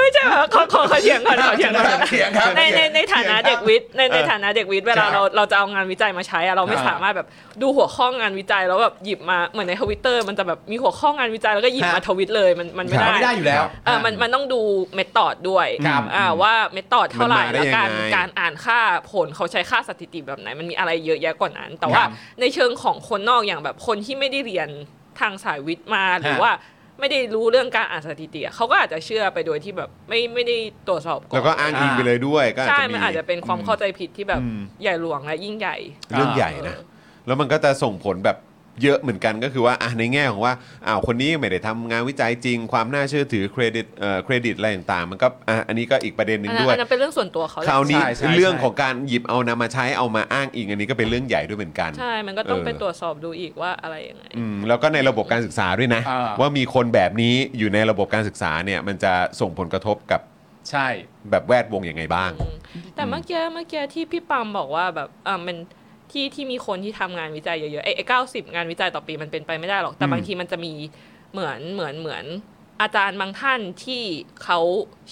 F: ไม่ใช่แบบ ขอขอขอเถียง ก่อนขอเถียงก่อน
C: เถียงครับ
F: ในในในฐานะเด็กวิทย์ในใน
C: เออ
F: ฐานะเด็กวิทย์เวลาเราเราจะเอางานวิจัยมาใช้อะเราไม่
C: อ่า
F: สามารถแบบดูหัวข้องานวิจัยแล้วแบบหยิบมาเหมือนในทวิตเตอร์มันจะแบบมีหัวข้องานวิจัยแล้วก็หยิบมา
D: ฮะ
F: ทวิตเลยมันมันไม่ได้
D: ไม่ได้อยู่แล้ว
F: เออมันมันต้องดูเมธอดด้วย
D: ครับ
F: อ่าว่าเมธอดเท่าไหร่
C: มันมาได้
F: แล้วการ
C: ยังไง
F: การอ่านค่าผลเขาใช้ค่าสถิติแบบไหน มันมีอะไรเยอะแยะกว่านั้น แต่
D: ครั
F: ว่า
D: บ
F: ในเชิงของคนนอกอย่างแบบคนที่ไม่ได้เรียนทางสายวิทย์มา หรือ
D: ฮะ
F: ว่าไม่ได้รู้เรื่องการอ่านสถิติอะเขาก็อาจจะเชื่อไปโดยที่แบบไม่ไม่ได้ตรวจสอบก่
C: แล้วก็
F: อน
C: อ้างอิงไปเลยด้วยก็อาจ
F: ใช่
C: จะ
F: มันอาจจะ
C: มี
F: เป็นความเข้าใจผิดที่แบบ
C: อืม
F: ใหญ่หลวงและยิ่งใหญ่
C: เรื่องใหญ่นะ แล้วมันก็จะส่งผลแบบเยอะเหมือนกันก็คือว่าอ่ะในแง่ของว่าอ้าวคนนี้ไม่ได้ทำงานวิจัยจริง ความน่าเชื่อถือเครดิตเอ่อเครดิตอะไรต่างๆ มันก็อ่ะอันนี้ก็อีกประเด็นหนึ่
F: อั
C: ง
F: นนั้น
C: ด้วย
F: อันนั้นเป็นเรื่องส่วนตัวเขาแห
C: ค
F: ละ
C: ราวนี้
D: ใช่ใช่ใช่
C: เรื่องของการหยิบเอานำมาใช้เอามาอ้างอิงอันนี้ก็เป็นเรื่องใหญ่ด้วยเหมือนกัน
F: ใช่มันก็ต้อง
C: เออ
F: ไปตรวจสอบดูอีกว่าอะไรยังไง
C: อืมแล้วก็ในระบบการศึกษาด้วยนะ
D: อ่า
C: ว่ามีคนแบบนี้อยู่ในระบบการศึกษาเนี่ยมันจะส่งผลกระทบกับ
D: ใช่
C: แบบแวดวงยังไงบ้าง
F: อืมแต่เมื่อกี้เมื่อกี้ที่พี่ปามบอกว่าแบบอ่ามันที่ที่มีคนที่ทำงานวิจัยเยอะๆไอ้เก้าสิบงานวิจัยต่อปีมันเป็นไปไม่ได้หรอก แต่บางทีมันจะมีเหมือนเหมือนเหมือน อาจารย์บางท่านที่เขา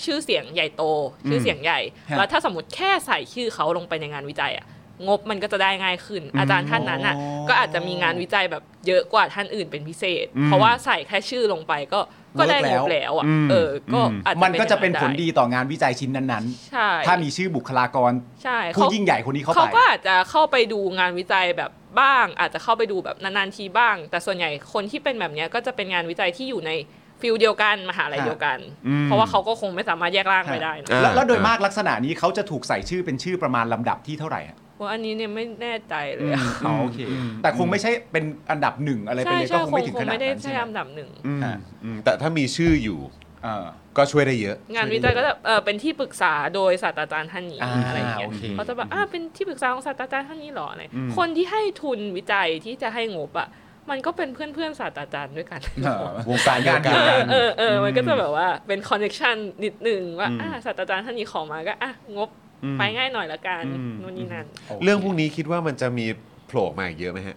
F: ชื่อเสียงใหญ่โต ชื่อเสียงใหญ่
D: ฮะ
F: แล้วถ้าสมมติแค่ใส่ชื่อเขาลงไปในงานวิจัยอะงบมันก็จะได้ง่ายขึ้น อาจารย์ท่านนั้นอ่ะ
D: อ๋อ
F: ก็อาจจะมีงานวิจัยแบบเยอะกว่าท่านอื่นเป็นพิเศษ เพราะว่าใส่แค่ชื่อลงไปก็ก็ได้งบแล้วอ่ะเออก็อาจจะ
D: มันก็จะเป็นผล
F: อย่าง
D: ดีต่องานวิจัยชิ้นนั้น
F: ใช่
D: ๆ ถ้ามีชื่อบุคลากร
F: ใช่
D: ผู้
F: เขา
D: ยิ่งใหญ่คนนี้เข้า
F: เขา
D: ไป
F: ก็อาจจะเข้าไปดูงานวิจัยแบบบ้าง อาจจะเข้าไปดูแบบนานๆทีบ้าง แต่ส่วนใหญ่คนที่เป็นแบบเนี้ยก็จะเป็นงานวิจัยที่อยู่ในฟิลเดียวกันมหาลัยเดียวกัน เพราะว่าเขาก็คงไม่สามารถแยกร่างไปได้นะ
C: อ่า
D: แล้วแล้วโดยมากลักษณะนี้เขาจะถูกใส่ชื่อเป็นชื่อประมาณลำดับที่เท่าไหร่อะ
F: เพราะอันนี้เนี่ยไม่แน่ใจเลยอะ
D: อ๋อโอเค แต่คงไม่ใช่เป็นอันดับหนึ่งอะไรไป
F: ใช่
D: เลย
F: ใช่
D: ก็คง
F: คง
D: ไม่ถึง
F: ค
D: ข
F: ง
D: นาด
F: ไม่ได้
D: นั้น
F: ใช่
D: ใช่ไหม
F: อันดับหนึ่ง
C: อืม
D: อ่า
C: อืมแต่ถ้ามีชื่ออยู่
D: เออ
H: ก็ช่วยได้เยอะ
F: งานวิจัยก็จะเออเป็นที่ปรึกษาโดยศาสตราจารย์ท่านนี้
D: อ่า
F: อะไรอย่างเงี้ย
D: โอเค
F: เขาจะแบบอ่าเป็นที่ปรึกษาของศาสตราจารย์ท่านนี้เหรออะไรคนที่ให้ทุนวิจัยที่จะให้งบอ่ะมันก็เป็นเพื่อนเพื่อนๆศาสตราจารย์ด้วยกัน
D: เออวงการงานเดียว
F: เอ
D: กั
F: อน เออเออมันก็จะแบบว่าเป็นคอนเน t ชันนิดหนึ่งว่าอ่าศาสตราจารย์ท่านนี้ขอมาก็อ่ะงบไปง่ายหน่อยละกันนู่นนี่นั่น
C: เรื่องพวกนี้คิดว่ามันจะมีโผล่มาอีกเยอะไหมฮะ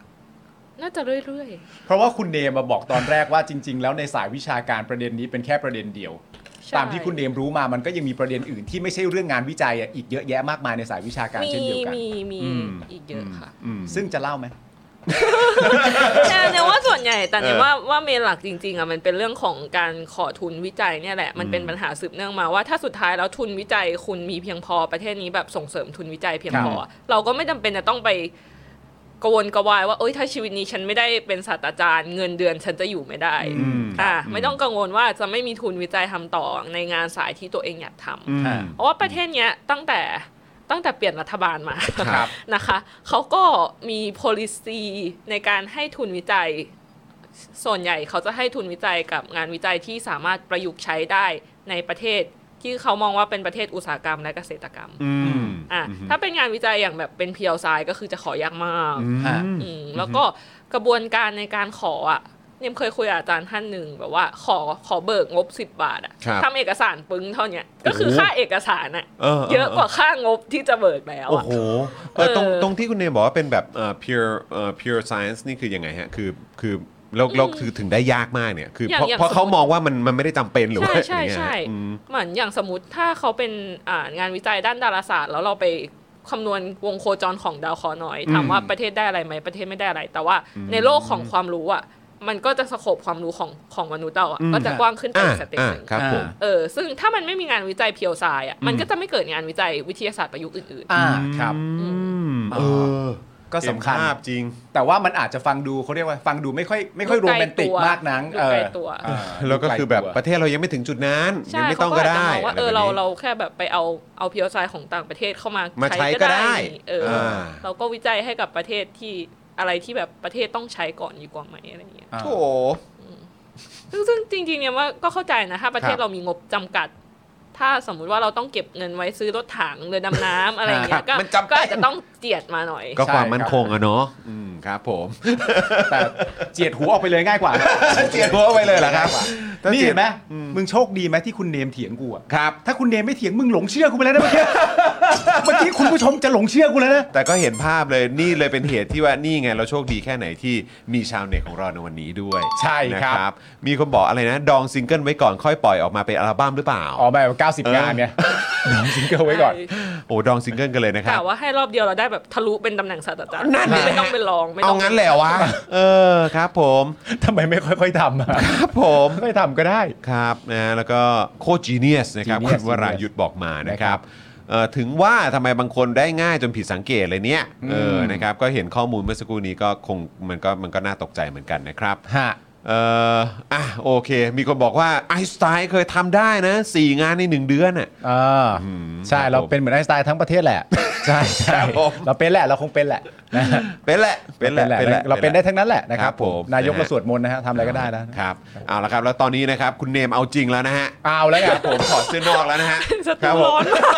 F: น่าจะเรื่อย
D: เพราะว่าคุณเนมมาบอกตอนแรกว่าจริง ๆ แล้วในสายวิชาการประเด็นนี้เป็นแค่ประเด็นเดียว
F: ๆใช่
D: ตามที่คุณเนมรู้มามันก็ยังมีประเด็นอื่นที่ไม่ใช่เรื่องงานวิจัยอ่ะอีกเยอะแยะมากมายในสายวิชาการ
F: มี
D: เช่นเดียวกัน
F: มีมี
D: อืม
F: อีกเยอะค่ะ
D: ซึ่งจะเล่าไหม
F: แต่เนี่ยว่าส่วนใหญ่แต่เนี่ย
C: เออ
F: ว่าว่าเมนหลักจริงๆอ่ะมันเป็นเรื่องของการขอทุนวิจัยเนี่ยแหละมันเป็นปัญหาสืบเนื่องมาว่าถ้าสุดท้ายแล้วทุนวิจัยคุณมีเพียงพอประเทศนี้แบบส่งเสริมทุนวิจัยเพียงพอ เราก็ไม่จำเป็นจะต้องไปกระวนกระวายว่าเอ้ยถ้าชีวิตนี้ฉันไม่ได้เป็นศาสตราจารย์เงินเดือนฉันจะอยู่ไม่ได้อ่าไม่ต้องกังวลว่าจะไม่มีทุนวิจัยทำต่อในงานสายที่ตัวเองอยากทำ เพราะว่าประเทศเนี้ยตั้งแต่ตั้งแต่เปลี่ยนรัฐบาลมา
D: ครับ
F: นะคะเขาก็มี policy ในการให้ทุนวิจัย ส่วนใหญ่เขาจะให้ทุนวิจัยกับงานวิจัยที่สามารถประยุกต์ใช้ได้ในประเทศ ที่เขามองว่าเป็นประเทศอุตสาหกรรมและเกษตรกรรมอ่ะถ้าเป็นงานวิจัยอย่างแบบเป็นเพียวไซก็คือจะขอยากมาก
D: ฮะ
F: อืมแล้วก็กระบวนการในการขออ่ะเนี่ยเคยคุยกับอาจารย์ท่านหนึ่งแบบว่าขอขอเบิกงบสิบบาทอ่ะ
C: ครับ
F: ทำเอกสารปึ้งเท่าเนี้ยก็คือค่าเอกสารอ่ะ
C: เออ
F: เยอะกว่าค่างบที่จะเบิกแล้ว
C: โอ้
F: อะ
C: โหเออตรง
F: เออ
C: ตรงที่คุณเนมบอกว่าเป็นแบบเอ่อ pure เอ่อ pure science นี่คือยังไงฮะ คือคือแล้วแล้วคือถึงได้ยากมากเนี่ย คืออย่าง เพราะ
F: อย่าง
C: เพราะ
F: สม
C: เขา
F: มุติ
C: มองว่ามันมันไม่ได้จำเป็นหรือ
F: ใช่
C: ว่า
F: ใช่
C: อย่างเงี้ย
F: ใช่
C: ฮะอืม
F: เหมือนอย่างสมมติถ้าเขาเป็นอ่างานวิจัยด้านดาราศาสตร์ แล้วเราไปคำนวณวงโคจรของดาวเคราะห์น้อยถามว่าประเทศได้อะไรไหมประเทศไม่ได้อะไร แต่ว่าในโลกของความรู้อ่ะมันก็จะสโคบความรู้ของของมนุษย์เราอ่ะก็จะกว้างขึ้นไป
C: อ่า
F: อีกสเต็ป
C: อ่า
F: หนึ่ง
C: ครับผม
F: เออซึ่งถ้ามันไม่มีงานวิจัยเพียวไซายอ่ะมันก็จะไม่เกิดงานวิจัยวิทยาศาสตร์ประยุกต์อื่น
D: อ่าครับ
C: อืม
D: อ่า
C: เออ
D: ก็สำคัญ
C: เห็นภาพจริง
D: แต่ว่ามันอาจจะฟังดูเขาเรียกว่าฟังดูไม่ค่อยไม่ค่อย
F: ดู
D: โร
F: ไกล
D: แมนติก
F: ตัว
D: มากนัก
F: ดู
D: เอ
F: ไกล
D: อ
F: ตัว
D: เออ
C: แล้วก็คือแบบ
D: ดูไลตัว
C: ประเทศเรายังไม่ถึงจุดนั้น
F: ๆ
C: ยั
F: ใช่
C: งไม่ต้
F: เขา
C: องก็
F: ก็อาจจะ
C: ได้
F: มอง
C: ะ
F: ว่าเอ
C: ไแบ
F: อบ เรา
C: นี้
F: เราแค่แบบไปเอาเอาเพียวไซของต่างประเทศเข้ามา
C: มา
F: มา
C: ใช้ก็ได้
F: เออ
C: เออ
F: เราก็วิจัยให้กับประเทศที่อะไรที่แบบประเทศต้องใช้ก่อนดีกว่าไหมอะไรอย่างเงี้ย
D: อ่า
C: โอ้โห
F: ซึ่งซึ่งจริงๆเนี่ยว่าก็เข้าใจนะถ้าประเท
C: ค
F: ศ
C: รับ
F: เรามีงบจำกัด ถ้าสมมุติว่าเราต้องเก็บเงินไว้ซื้อรถถังเรือดำน้ำอะไรอย่างเงี้ยก็
H: มันจำเป็น
F: ก็อาจจะต้องเจียดมาหน่อย
C: ก็ความ
D: ใช่
C: มั่นคงอะเนาะอืมครับผม
D: แต่เจียดหัวออกไปเลยง่ายกว่า
C: เจียดหัวไปเลยเหรอครับ
D: นี่เห็นไหมมึงโชคดีไหมที่คุณเนมเถียงกูอะ
C: ครับ
D: ถ้าคุณเนมไม่เถียงมึงหลงเชื่อกูไปแล้วนะเมื่อ กี้ เมื่อกี้คุณผู้ชมจะหลงเชื่อกูแล้วนะ
C: แต่ก็เห็นภาพเลยนี่เลยเป็นเหตุที่ว่านี่ไงเราโชคดีแค่ไหนที่มีชาวเน็ตของเราในวันนี้ด้วย
D: ใช่ครับ
C: นะมีคนบอกอะไรนะ ดองซิงเกิลไว้ก่อนค่อยปล่อยออกมาเป็นอัลบั้มหรือเปล่า
D: อ๋อแบบเก้าสิบงานเนี่ยน้องซิงเกิลไว้ก่อน
C: โอ้ดองซิงเกิลกันเลยนะครั
F: แต่
C: บ
F: ว่าให้รอบเดียวเราได้แบบทะลุเป็นตำแหน่งศาสตราจารย์
C: นั่นดิ
F: ไม่ต้องเป็นรองไม่
C: เอา
F: ต้อง
C: งั้นแหละวะ เออครับผม
D: ทำไมไม่ค่อยๆทำอะ
C: ครับผม
D: ค่อยๆทำก็ได้
C: ครับนะแล้วก็โคจีเนียสนะครับ
D: Genius
C: คุณวรายุทธ์บอกมานะครั
D: นะครับ บ
C: เอ่อถึงว่าทำไมบางคนได้ง่ายจนผิดสังเกตเลยเนี่ยเออ
D: ม
C: นะครับก็เห็นข้อมูลเมื่อสักครู่นี้ก็คงมันก็มันก็น่าตกใจเหมือนกันนะครับ
D: ฮะ
C: เอ่ออ่ะโอเค มีคนบอกว่าไอน์สไตน์เคยทำได้นะ 4 งานใน 1 เดือนน่ะ
D: อ่าใช่
C: ครับ
D: เรา
C: ผม
D: เป็นเหมือนไอน์สไตล์ทั้งประเทศแหละ ใช่ใช่
C: ผม
D: เราเป็นแหละเราคงเป็นแหละนะฮะ
C: เป็นแหละ เป็นแหละ เป็นแหละ
D: เราเป็นได้ทั้งนั้นแหละนะครั
C: ครั
D: บ
C: บผม
D: นายกเราสวดมนต์นะฮะทำอะไรก็ได้นะครับ
C: เอาละครับ แล้วตอนนี้นะครับ คุณเนมเอาจริงแล้วนะฮะ
D: เอาแล้วไง
C: ครับผมถอดเสื้อนอกแล้ว นะฮะ
F: ศัต
C: ค
F: รู
C: รับผม
F: ร้อนมาก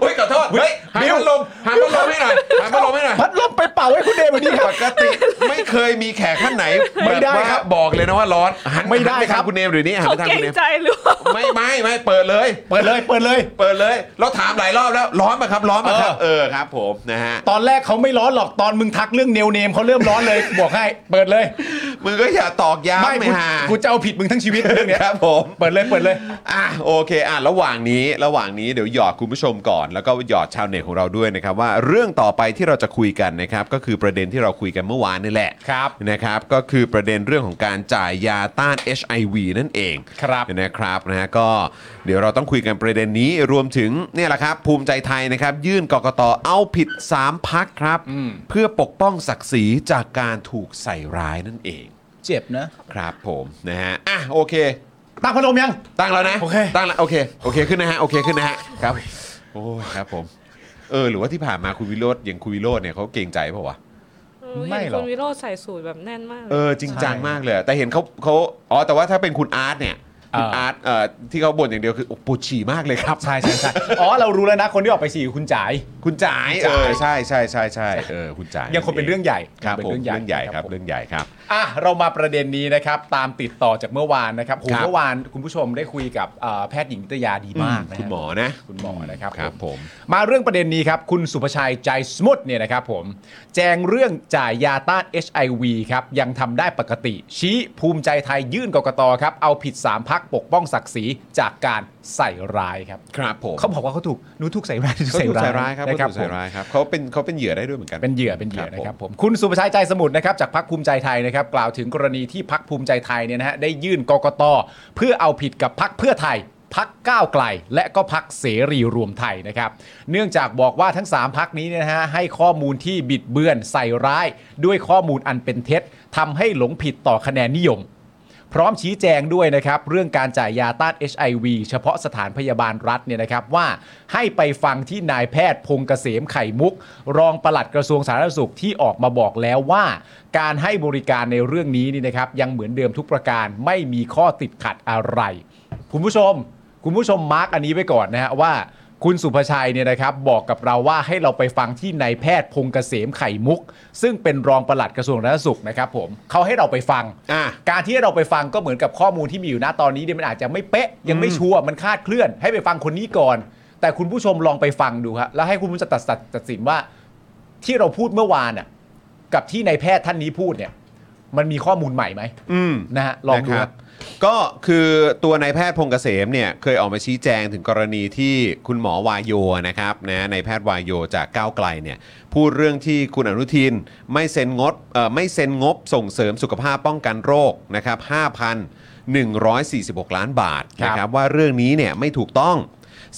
C: เฮ้ยขอโทษเฮ้ยหันพัดลมหันพัดลม ให้หน่อยหันพัดลมให้หน่อย
D: พัดลมไปเป่าให้คุณเดมวันนี้ครับ
C: ปกติไม่เคยมีแขกท่านไหน
D: ไม่ได้
C: แว่า
D: ครับ
C: บอกเลยนะว่าร้อนหัน
D: ไม่ได้
C: หันป
D: ค
C: ทา
D: รับ
C: งคุณเนมหรือนี่หัน
F: เขา
C: ไปทาง
F: เกร
C: คุณ
F: ง
C: เนม
F: ใจหรือเปล่า
C: ไม่ไม่ไม่เปิดเลย
D: เปิดเลยเปิดเลย
C: เปิดเลย เราถามหลายรอบแล้วร้อนไหมครับร้อนไหมครับเออครับ ผมนะฮะ
D: ตอนแรกเขาไม่ร้อนหรอกตอนมึงทักเรื่องเนวเนมเขาเริ่มร้อนเลยบอกให้ เปิดเลย
C: มึงก็อย่าตอกย้ำ
D: ไม่กู
C: ไม่ฮา
D: กูจะเอาผิดมึงทั้งชีวิตเรื่องเนี้ย
C: ครับผม
D: เปิดเลยเปิดเลย
C: อ่ะโอเคอ่ะระหว่างนี้ระหว่างนี้เดี๋ยวหยอดคุณผู้ชมก่อน แล้วก็หยอดชาวเน็ตของเราด้วยนะครับว่าเรื่องต่อไปที่เราจะคุยกันนะครับก็คือประเด็นที่เราคุยกันเมื่อวานนี่แหละ
D: ครับ
C: นะครับก็คือประเด็นเรื่องของการจ่ายยาต้าน HIV นั่นเอง
D: ครับ
C: นะครับนะฮะก็เดี๋ยวเราต้องคุยกันประเด็นนี้รวมถึงเนี่ยแหละครับภูมิใจไทยนะครับยื่นกกตเอาผิด 3พักครับเพื่อปกป้องศักดิ์ศรีจากการถูกใส่ร้ายนั่นเอง
D: เจ็บนะครับ
C: ผมนะฮะอ่ะโอเค
D: ตั้งพัดลมยัง
C: ตั้งแล้วนะ
D: โอเค
C: ตั้งแล้วโอเคโอเคขึ้นนะฮะโอเคขึ้นนะฮะครับโอ้ยครับผมเออหรือว่าที่ผ่านมาคุณวิโรธอย่างคุณวิโรธเนี่ยเขาเกรงใจเปล่าวะ
D: ไม่
F: เห็น
D: หรอก
F: คุณวิโรจน์ใส่สูตรแบบแน่นมากลย
C: เออจริงจังมากเลยอะแต่เห็นเขาเขาอ๋อแต่ว่าถ้าเป็นคุณอาร์ตเนี่ย คุณ
D: อ่า
C: อาร์ตเอ่อที่เขาบ่นอย่างเดียวคือโอ้ปวดฉี่มากเลยครับ
D: ใช่ใช่ใช่อ๋อเรารู้แล้วนะคนที่ออกไปสี่คือคุณจ๋าย
C: คุณจ๋าย
D: คุณ
C: เอ
D: จ๋าย
C: อใช่ใช่ใช่ใช่เออคุณจ๋าย
D: ยังคงเป็นเรื่องใหญ่
C: ครับ
D: เป็น
C: ผม
D: เรื่อง
C: เรื่อง
D: ให
C: ให
D: ญ่
C: ญ่ครับเรื่องใหญ่ครับ
D: อ่ะเรามาประเด็นนี้นะครับ ตามติดต่อจากเมื่อวานนะครับโห
C: ครับ
D: เมื่อวานคุณผู้ชมได้คุยกับเอ่อแพทย์หญิงนิตยาดีมากนะฮะ
C: คุณหมอนะ
D: คุณหมอนะครับ
C: ครับผม
D: มาเรื่องประเด็นนี้ครับ คุณสุภชัยใจสมุทรเนี่ยนะครับผม แจงเรื่องจ่ายยาต้าน HIV ครับ ยังทำได้ปกติ ชี้ภูมิใจไทยยื่นกกตครับ เอาผิด 3 พักปกป้องศักดิ์ศรีจากการใส่ร้ายครับ
C: ครับผม
D: เขาบอกว่าเขาถูกหนูถูกใส่ร้ายหนู
C: เขาถูกใส่ร้ายครับ
D: นะ
C: เขาถูก
D: ผ
C: ใส่
D: ม
C: ร้ายครับเขาเป็นเขาเป็นเหยื่อได้ด้วยเหมือนกัน
D: เป็นเหยื่อเป็นเหยื่อ
C: ครับผม
D: นะครับผมคุณสุภชัยใจสมุทรนะครับจากพักภูมิใจไทยนะครับ กล่าวถึงกรณีที่พักภูมิใจไทยเนี่ยนะฮะได้ยื่นกกตเพื่อเอาผิดกับพักเพื่อไทย พักก้าวไกล และก็พักเสรีรวมไทยนะครับ เนื่องจากบอกว่าทั้ง 3 พักนี้เนี่ยนะฮะให้ข้อมูลที่บิดเบือนใส่ร้าย ด้วยข้อมูลอันเป็นเท็จทำให้หลงผิดต่อคะแนนนิยม พร้อมชี้แจงด้วยนะครับ เรื่องการจ่ายยาต้าน HIV เฉพาะสถานพยาบาลรัฐเนี่ยนะครับว่าให้ไปฟังที่นายแพทย์พงษ์เกษมไข่มุก รองปลัดกระทรวงสาธารณสุขที่ออกมาบอกแล้วว่า การให้บริการในเรื่องนี้นี่นะครับ ยังเหมือนเดิมทุกประการไม่มีข้อติดขัดอะไร คุณผู้ชม คุณผู้ชมมาร์กอันนี้ไว้ก่อนนะฮะว่า คุณสุภชัยเนี่ยนะครับ บอกกับเราว่าให้เราไปฟังที่นายแพทย์พงษ์เกษมไข่มุก ซึ่งเป็นรองปลัดกระทรวงสาธารณสุขนะครับผมเขาให้เราไปฟัง
C: อ่ะ
D: การที่เราไปฟังก็เหมือนกับข้อมูลที่มีอยู่นะตอนนี้เนี่ยมันอาจจะไม่เป๊ะ ยังไม่ชัวร์มันคลาดเคลื่อน ให้ไปฟังคนนี้ก่อน แต่คุณผู้ชมลองไปฟังดูฮะแล้วให้คุณผู้ชมตัดตัดตัดสินว่า ที่เราพูดเมื่อวานน่ะกับที่นายแพทย์ท่านนี้พูดเนี่ย มันมีข้อมูลใหม่ไหม
C: อืม
D: นะฮะลองดู
C: นะค
D: ค
C: รั
D: รั
C: บบ ก็คือตัวนายแพทย์พงษ์เกษมเนี่ยเคยออกมาชี้แจงถึงกรณีที่คุณหมอวายโยนะครับนะนายแพทย์วายโยจากก้าวไกลเนี่ยพูดเรื่องที่คุณอนุทินไม่เซ็นงดเอ่อไม่เซ็นงบส่งเสริมสุขภาพป้องกันโรคนะครับ5,146 ล้านบาทนะค
D: ครั
C: รับบ ว่าเรื่องนี้เนี่ยไม่ถูกต้อง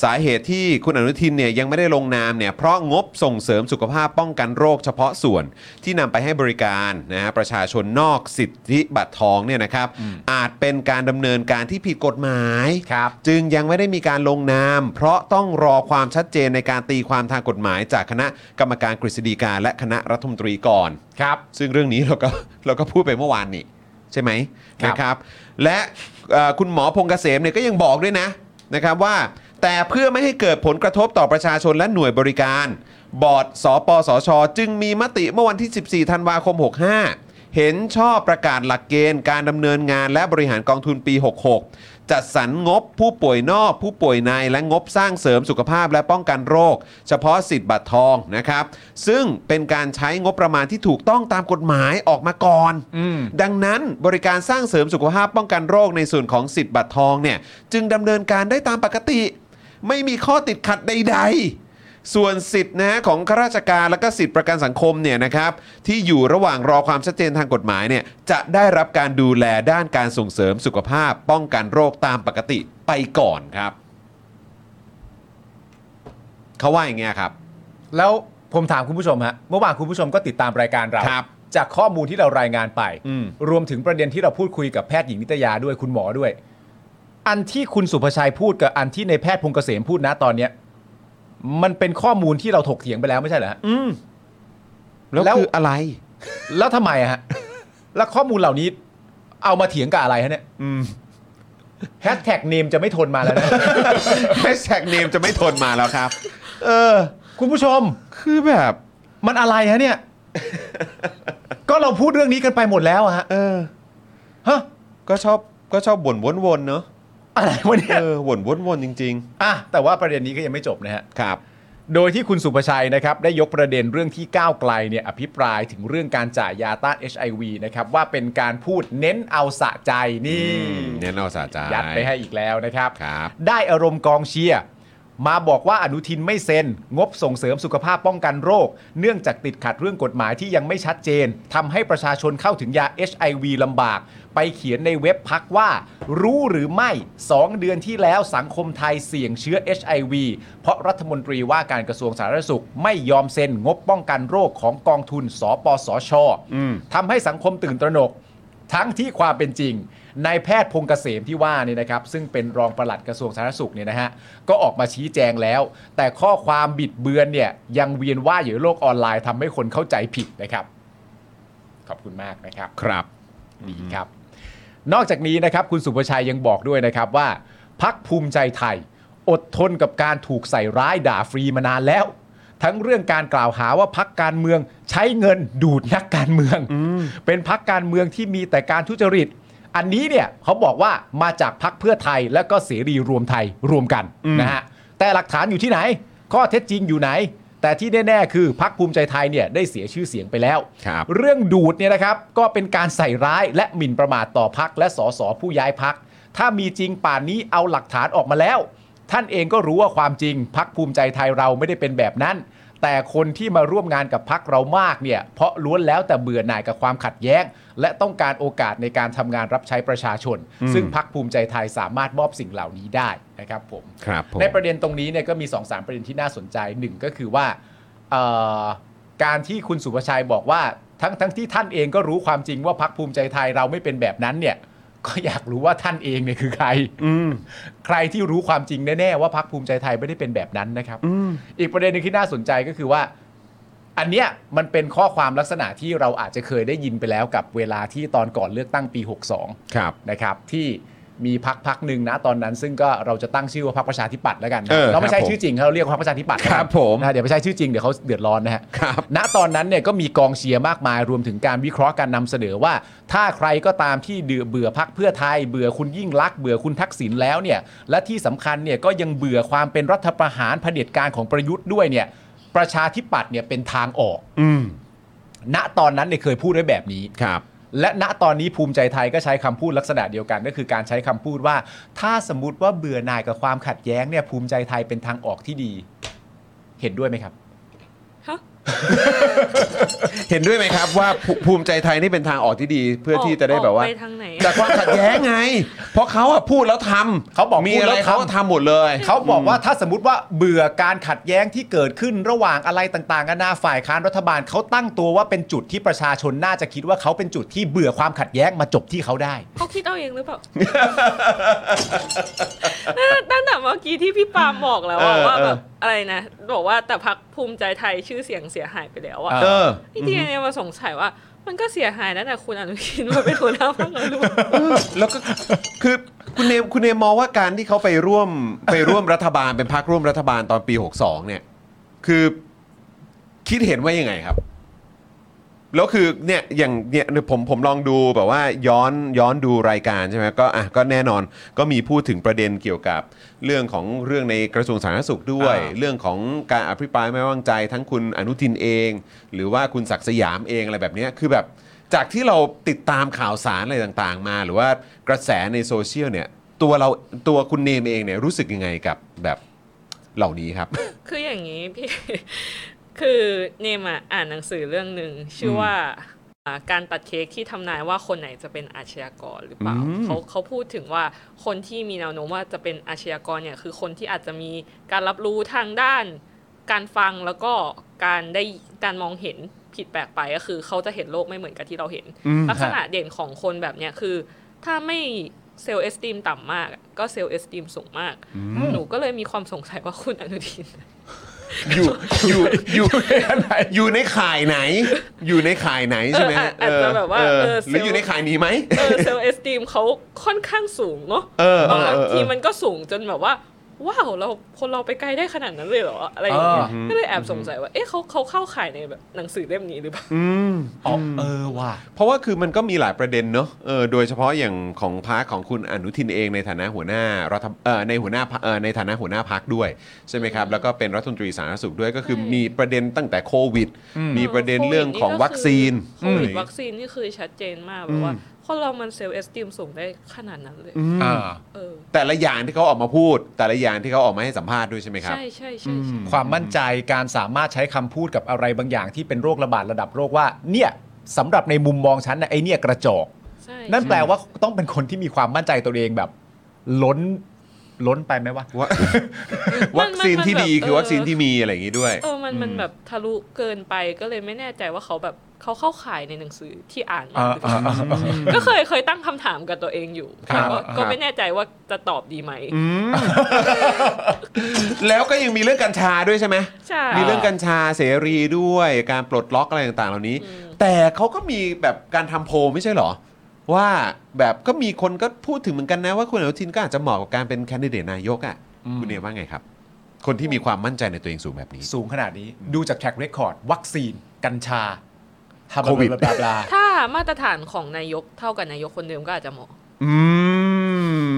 C: สาเหตุที่คุณอนุทินเนี่ยยังไม่ได้ลงนามเนี่ยเพราะงบส่งเสริมสุขภาพป้องกันโรคเฉพาะส่วนที่นำไปให้บริการนะฮะประชาชนนอกสิทธิบัตรทองเนี่ยนะครับ อาจเป็นการดำเนินการที่ผิดกฎหมาย
D: ครับ
C: จึงยังไม่ได้มีการลงนาม เพราะต้องรอความชัดเจนในการตีความทางกฎหมาย จากคณะกรรมการกฤษฎีกาและคณะรัฐมนตรีก่อน
D: ครับ
C: ซึ่งเรื่องนี้เราก็ เราก็พูดไปเมื่อวานนี่ใช่ไหม
D: ครับ
C: นะครับ และเอ่อคุณหมอพงษ์เกษมเนี่ยก็ยังบอกด้วยนะนะครับว่า แต่เพื่อไม่ให้เกิดผลกระทบต่อประชาชนและหน่วยบริการ บอร์ดสปสช จึงมีมติเมื่อวันที่ 14 ธันวาคม 65 เห็นชอบประกาศหลักเกณฑ์การดำเนินงานและบริหารกองทุนปี 66 จัดสรรงบผู้ป่วยนอก ผู้ป่วยในและงบสร้างเสริมสุขภาพและป้องกันโรค เฉพาะสิทธิ์บัตรทองนะครับ ซึ่งเป็นการใช้งบประมาณที่ถูกต้องตามกฎหมายออกมาก่อน
D: อืม
C: ดังนั้นบริการสร้างเสริมสุขภาพป้องกันโรคในส่วนของสิทธิ์บัตรทองเนี่ยจึงดำเนินการได้ตามปกติ ไม่มีข้อติดขัดใด ๆ ส่วนสิทธิ์นะฮะของข้าราชการและก็สิทธิ์ประกันสังคมเนี่ยนะครับที่อยู่ระหว่างรอความชัดเจนทางกฎหมายเนี่ยจะได้รับการดูแลด้านการส่งเสริมสุขภาพ ป้องกันโรคตามปกติไปก่อนครับเขาว่าอย่างเงี้ยครับ
D: แล้วผมถามคุณผู้ชมฮะเมื่อวานคุณผู้ชมก็ติดตามรายการเรา
C: ครับ
D: จากข้อมูลที่เรารายงานไป
C: อืม
D: รวมถึงประเด็นที่เราพูดคุยกับแพทย์หญิงนิตยาด้วยคุณหมอด้วย อันที่คุณสุภชัยพูดกับอันที่ในแพทย์พงษ์เกษมพูดนะตอนเนี้ยมันเป็นข้อมูลที่เราถกเถียงไปแล้วไม่ใช่เหรอฮะ
C: อืมแล้ว
D: แล้ว
C: คืออะไร
D: แล้วทำไมอะฮะ แล้วข้อมูลเหล่านี้ เอามาเถียงกับอะไรฮะเนี่ย
C: อืม
D: แฮชแท็กเนมจะไม่ทนมาแล้วนะ
C: แฮชแท็กเนมจะไม่ทนมาแล้วครับ เออ
D: คุณผู้ชม
C: คือแบบ
D: มันอะไรฮะเนี่ย ก็เราพูดเรื่องนี้กันไปหมดแล้วอะฮะ
C: เออ
D: ฮะ
C: ก็ชอบก็ชอบบ่นวนๆเนอะ
D: อะไรวะเนี่ย
C: เออบ่นวนๆจริง
D: อ่ะแต่ว่าประเด็นนี้ก็ยังไม่จบนะฮะ
C: ๆ ครับ
D: โดยที่คุณสุภชัยนะครับได้ยกประเด็นเรื่องที่ก้าวไกลเนี่ยอภิปรายถึงเรื่องการจ่ายยาต้าน HIV นะครับว่าเป็นการพูดเน้นเอาสะใจนี่
C: เน้นเอาสาใจ
D: ยัดไปให้อีกแล้วนะครับ
C: ครับ
D: ได้อารมณ์กองเชียร์มาบอกว่าอนุทินไม่เซ็น งบส่งเสริมสุขภาพป้องกันโรค เนื่องจากติดขัดเรื่องกฎหมายที่ยังไม่ชัดเจนทำให้ประชาชนเข้าถึงยา HIV ลำบาก ไปเขียนในเว็บพักว่า รู้หรือไม่ 2 เดือนที่แล้วสังคมไทยเสี่ยงเชื้อ HIV เพราะรัฐมนตรีว่าการกระทรวงสาธารณสุข ไม่ยอมเซ็นงบป้องกันโรคของกองทุน สปสชทำให้สังคมตื่นตระหนก ทั้งที่ความเป็นจริงนายแพทย์พงษ์เกษมที่ว่าเนี่ยนะครับ ซึ่งเป็นรองปลัดกระทรวงสาธารณสุขเนี่ยนะฮะก็ออกมาชี้แจงแล้ว แต่ข้อความบิดเบือนเนี่ยยังเวียนว่ายอยู่ในโลกออนไลน์ทำให้คนเข้าใจผิดนะครับ ขอบคุณมากนะครับ
C: ครับ
D: ดีครับ นอกจากนี้นะครับคุณสุภชัยยังบอกด้วยนะครับว่า พักภูมิใจไทย อดทนกับการถูกใส่ร้ายด่าฟรีมานานแล้ว ทั้งเรื่องการกล่าวหาว่าพักการเมืองใช้เงินดูดนักการเมือง เป็นพักการเมืองที่มีแต่การทุจริต อันนี้เนี่ยเขาบอกว่ามาจากพักเพื่อไทยและก็เสรีรวมไทยรวมกันนะฮะแต่หลักฐานอยู่ที่ไหน ข้อเท็จจริงอยู่ไหน แต่ที่แน่ๆคือพักภูมิใจไทยเนี่ยได้เสียชื่อเสียงไปแล้ว
C: ครับ
D: เรื่องดูดเนี่ยนะครับก็เป็นการใส่ร้ายและหมิ่นประมาทต่อพักและสสผู้ย้ายพัก ถ้ามีจริงป่านนี้เอาหลักฐานออกมาแล้ว ท่านเองก็รู้ว่าความจริงพักภูมิใจไทยเราไม่ได้เป็นแบบนั้น แต่คนที่มาร่วมงานกับพักเรามากเนี่ย เพราะล้วนแล้วแต่เบื่อหน่ายกับความขัดแย้ง และต้องการโอกาสในการทำงานรับใช้ประชาชน ซึ่งพักภูมิใจไทยสามารถมอบสิ่งเหล่านี้ได้นะครับผม
C: ครับผม
D: ในประเด็นตรงนี้เนี่ยก็มี2อสามประเด็นที่น่าสนใจหนึ่งก็คือว่าเอ่อการที่คุณสุภชัยบอกว่าทั้งทั้งที่ท่านเองก็รู้ความจริงว่าพักภูมิใจไทยเราไม่เป็นแบบนั้นเนี่ย ก็อยากรู้ว่าท่านเองเนี่ยคือใคร ใครที่รู้ความจริงแน่ๆว่าพักภูมิใจไทยไม่ได้เป็นแบบนั้นนะครับอีกประเด็นหนึงที่น่าสนใจก็คือว่า อันเนี้ยมันเป็นข้อความลักษณะที่เราอาจจะเคยได้ยินไปแล้วกับเวลาที่ตอนก่อนเลือกตั้งปี 62
C: ครับ
D: นะครับที่มีพักพักหนึ่งนะตอนนั้น ซึ่งก็เราจะตั้งชื่อว่าพักประชาธิปัตย์แล้วกันนะ
C: เออ
D: เราไม่ใช่
C: ครับผม
D: ชื่อจริงเราเรียกว่าพักประชาธิปัตย์
C: ครับผม
D: นะเดี๋ยวไม่ใช่ชื่อจริงเดี๋ยวเขาเดือดร้อนนะฮะ
C: ครับ
D: ณตอนนั้นเนี่ยก็มีกองเชียร์มากมายรวมถึงการวิเคราะห์การนำเสนอว่า ถ้าใครก็ตามที่เดือเบื่อพักเพื่อไทย เบื่อคุณยิ่งลักษณ์เบื่อคุณทักษิณแล้วเนี่ยและที่สำคัญเนี่ยก็ยังเบื่อความเป็นรัฐประหารเผด็จการของประยุทธ์ด้วยเนี่ยประชาธิปัตย์เนี่ยเป็นทางออก
C: อืม
D: ณตอนนั้นเนี่ยเคยพูดไว้แบบนี้
C: ครับ
D: และณตอนนี้ภูมิใจไทยก็ใช้คำพูดลักษณะเดียวกันก็คือการใช้คำพูดว่า ถ้าสมมติว่าเบื่อหน่ายกับความขัดแย้งเนี่ยภูมิใจไทยเป็นทางออกที่ดี เห็นด้วยไหมครับ
F: ฮะ
C: เห็นด้วยไหมครับว่า ภูภูมิใจไทยนี่เป็นทางออกที่ดีเพื่อที่จะได้แบบว่า
F: ออกไปทางไหน
C: จากความขัดแย้งไง เพราะเขาอะพูดแล้วทำ
D: เขาบอก
C: มี
D: พูด
C: อะ
D: แล้
C: ไร
D: วทำ
C: เขาก็ทำหมดเลย
D: เขาบอกว่าถ้าสมมติว่าเบื่อการขัดแย้งที่เกิดขึ้นระหว่างอะไรต่างๆกันานาฝ่ายค้านรัฐบาลเขาตั้งตัวว่าเป็นจุดที่ประชาชนน่าจะคิดว่าเขาเป็นจุดที่เบื่อความขัดแย้งมาจบที่เขาได้
F: เขาคิดเอาเองหรือเปล่า ตั้งแต่ตั้งแต่เมื่อกี้ที่พี่ปาล์มบอกแล้วอะ
C: เออ
F: ว่า
C: เออ
F: แบบอะไรนะบอกว่าแต่พักภูมิใจไทยชื่อเสียงเสียหายไปแล้วอะ
D: เอ
C: เออ
F: ที่จริงเนี่ยมาสงสัยว่า มันก็เสียหายแล้วแต่คุณอนุทินมาเป็นหัวหน้าพักแล้วหรือเปล่า
C: แล้วก็คือคุณเนมคุณเนมมองว่าการที่เขาไปร่วมไปร่วมรัฐบาลเป็นพรรคร่วมรัฐบาลตอนปี 62 เนี่ย คือคิดเห็นว่ายังไงครับ แล้วคือเนี่ยอย่างเนี่ยผมผมลองดูแบบว่าย้อนย้อนดูรายการใช่ไหมก็อ่ะก็แน่นอนก็มีพูดถึงประเด็นเกี่ยวกับเรื่องของเรื่องในกระทรวงสาธารณสุขด้วย
D: อ่า
C: เรื่องของการอภิปรายไม่ไว้วางใจทั้งคุณอนุทินเอง หรือว่าคุณศักดิ์สยามเองอะไรแบบเนี้ยคือแบบจากที่เราติดตามข่าวสารอะไรต่างๆ มา หรือว่ากระแสในโซเชียลเนี่ย ตัวเราตัวคุณเนมเองเนี่ยรู้สึกยังไงกับแบบเหล่านี้ครับ
F: คืออย่างนี้พี่ คือเนมอะอ่านหนังสือเรื่องหนึ่งชื่อว่าอ่าการตัดเค้กที่ทำนายว่าคนไหนจะเป็นอาชญากรหรือเปล่าเขาเขาพูดถึงว่าคนที่มีแนวโน้มว่าจะเป็นอาชญากรเนี่ยคือคนที่อาจจะมีการรับรู้ทางด้าน การฟังแล้วก็การได้การมองเห็นผิดแปลกไปก็คือ เขาจะเห็นโลกไม่เหมือนกับที่เราเห็น ลักษณะเด่นของคนแบบเนี้ยคือ ถ้าไม่เซลล์เอสติมต่ำมาก ก็เซลล์เอสติมสูงมาก หนูก็เลยมีความสงสัยว่าคุณอนุทิน
C: อยู่อยู่อยู่อยู่ในข่ายไหน อยู่ในข่ายไหนใช่ไหมฮะ
F: เอออาจอาจจะแบบว่า
C: เออ
F: เออ
C: หรืออยู่
F: เซลล์
C: ในข่ายนี้ไหม
F: เออเซลล์เอสติมเขาค่อนข้างสูงเนาะ
C: เออเออเออบ
F: างที
C: เออ
F: มันก็สูงจนแบบว่า ว้าวเราคนเราไปไกลได้ขนาดนั้นเลยเหรออะไรอย่างเงี้ย
D: อ่า
F: ก็เลยแอบสงสัยว่าเอ๊ะเขาเขาเข้าข่ายในแบบหนังสือเล่มนี้หรือเปล่า
D: อ๋อเออว่ะ
C: เพราะว่าคือมันก็มีหลายประเด็นเนอะเออโดยเฉพาะอย่างของพรรคของคุณอนุทินเองในฐานะหัวหน้ารัฐเอ่อในหัวหน้าพรรคเอ่อในฐานะหัวหน้าพักด้วยใช่ไหมครับแล้วก็เป็นรัฐมนตรีสาธารณสุขด้วยก็คือ
F: ใช่
C: มีประเด็นตั้งแต่โควิด มีประเด็นเรื่องของวัคซีน
F: โควิดวัคซีนนี่คือชัดเจนมากแบบว่าคนเรามันเซลล์เอสติมสูงได้ขนาดนั้นเลยเออ
C: แต่ละอย่างที่เขาออกมาพูด แต่ละอย่างที่เขาออกมาให้สัมภาษณ์ด้วยใช่ไหมครับ
F: ใช่ใช่ใช่ใช่
D: ความมั่นใจการสามารถใช้คำพูดกับอะไรบางอย่างที่เป็นโรคระบาดระดับโรคว่า เนี่ยสำหรับในมุมมองฉันนะไอเนี่ยกระจอก
F: ใช่
D: นั่นแปลว่าต้องเป็นคนที่มีความมั่นใจตัวเองแบบ ล้นล้นไปไหมวะ
C: ว่า วัคซีนที่ดีคือวัคซีนที่มีอะไรอย่างนี้ด้วย
F: เออมันมันแบบทะลุเกินไปก็เลยไม่แน่ใจว่าเขาแบบเขาเข้าข่ายในหนังสือที่อ่านมาหรือเปล่าก็เคยเคยตั้งคำถามกับตัวเองอยู่
C: ครับ
F: ก็ก็ไม่แน่ใจว่าจะตอบดีไหม
C: แล้วก็ยังมีเรื่องกัญชาด้วยใช่ไหม
F: ใช่
C: มีเรื่องกัญชาเสรีด้วยการปลดล็อกอะไรต่างๆ เหล่านี้ แต่เขาก็มีแบบการทำโพลไม่ใช่เหรอ ว่าแบบก็มีคนก็พูดถึงเหมือนกันนะว่าคุณอนุทินก็อาจจะเหมาะกับการเป็นแคนดิเดตนายกอ่ะคุณเนี่ยว่าไงครับ คนที่มีความมั่นใจในตัวเองสูงแบบนี้
D: สูงขนาดนี้ ดูจากแทร็กเรคคอร์ด วัคซีน กัญชาทำ
C: โควิด
D: บลาบลาบลา
F: ถ้ามาตรฐานของนายกเท่ากับนายกคนเดิมก็อาจจะเหมาะ
C: อื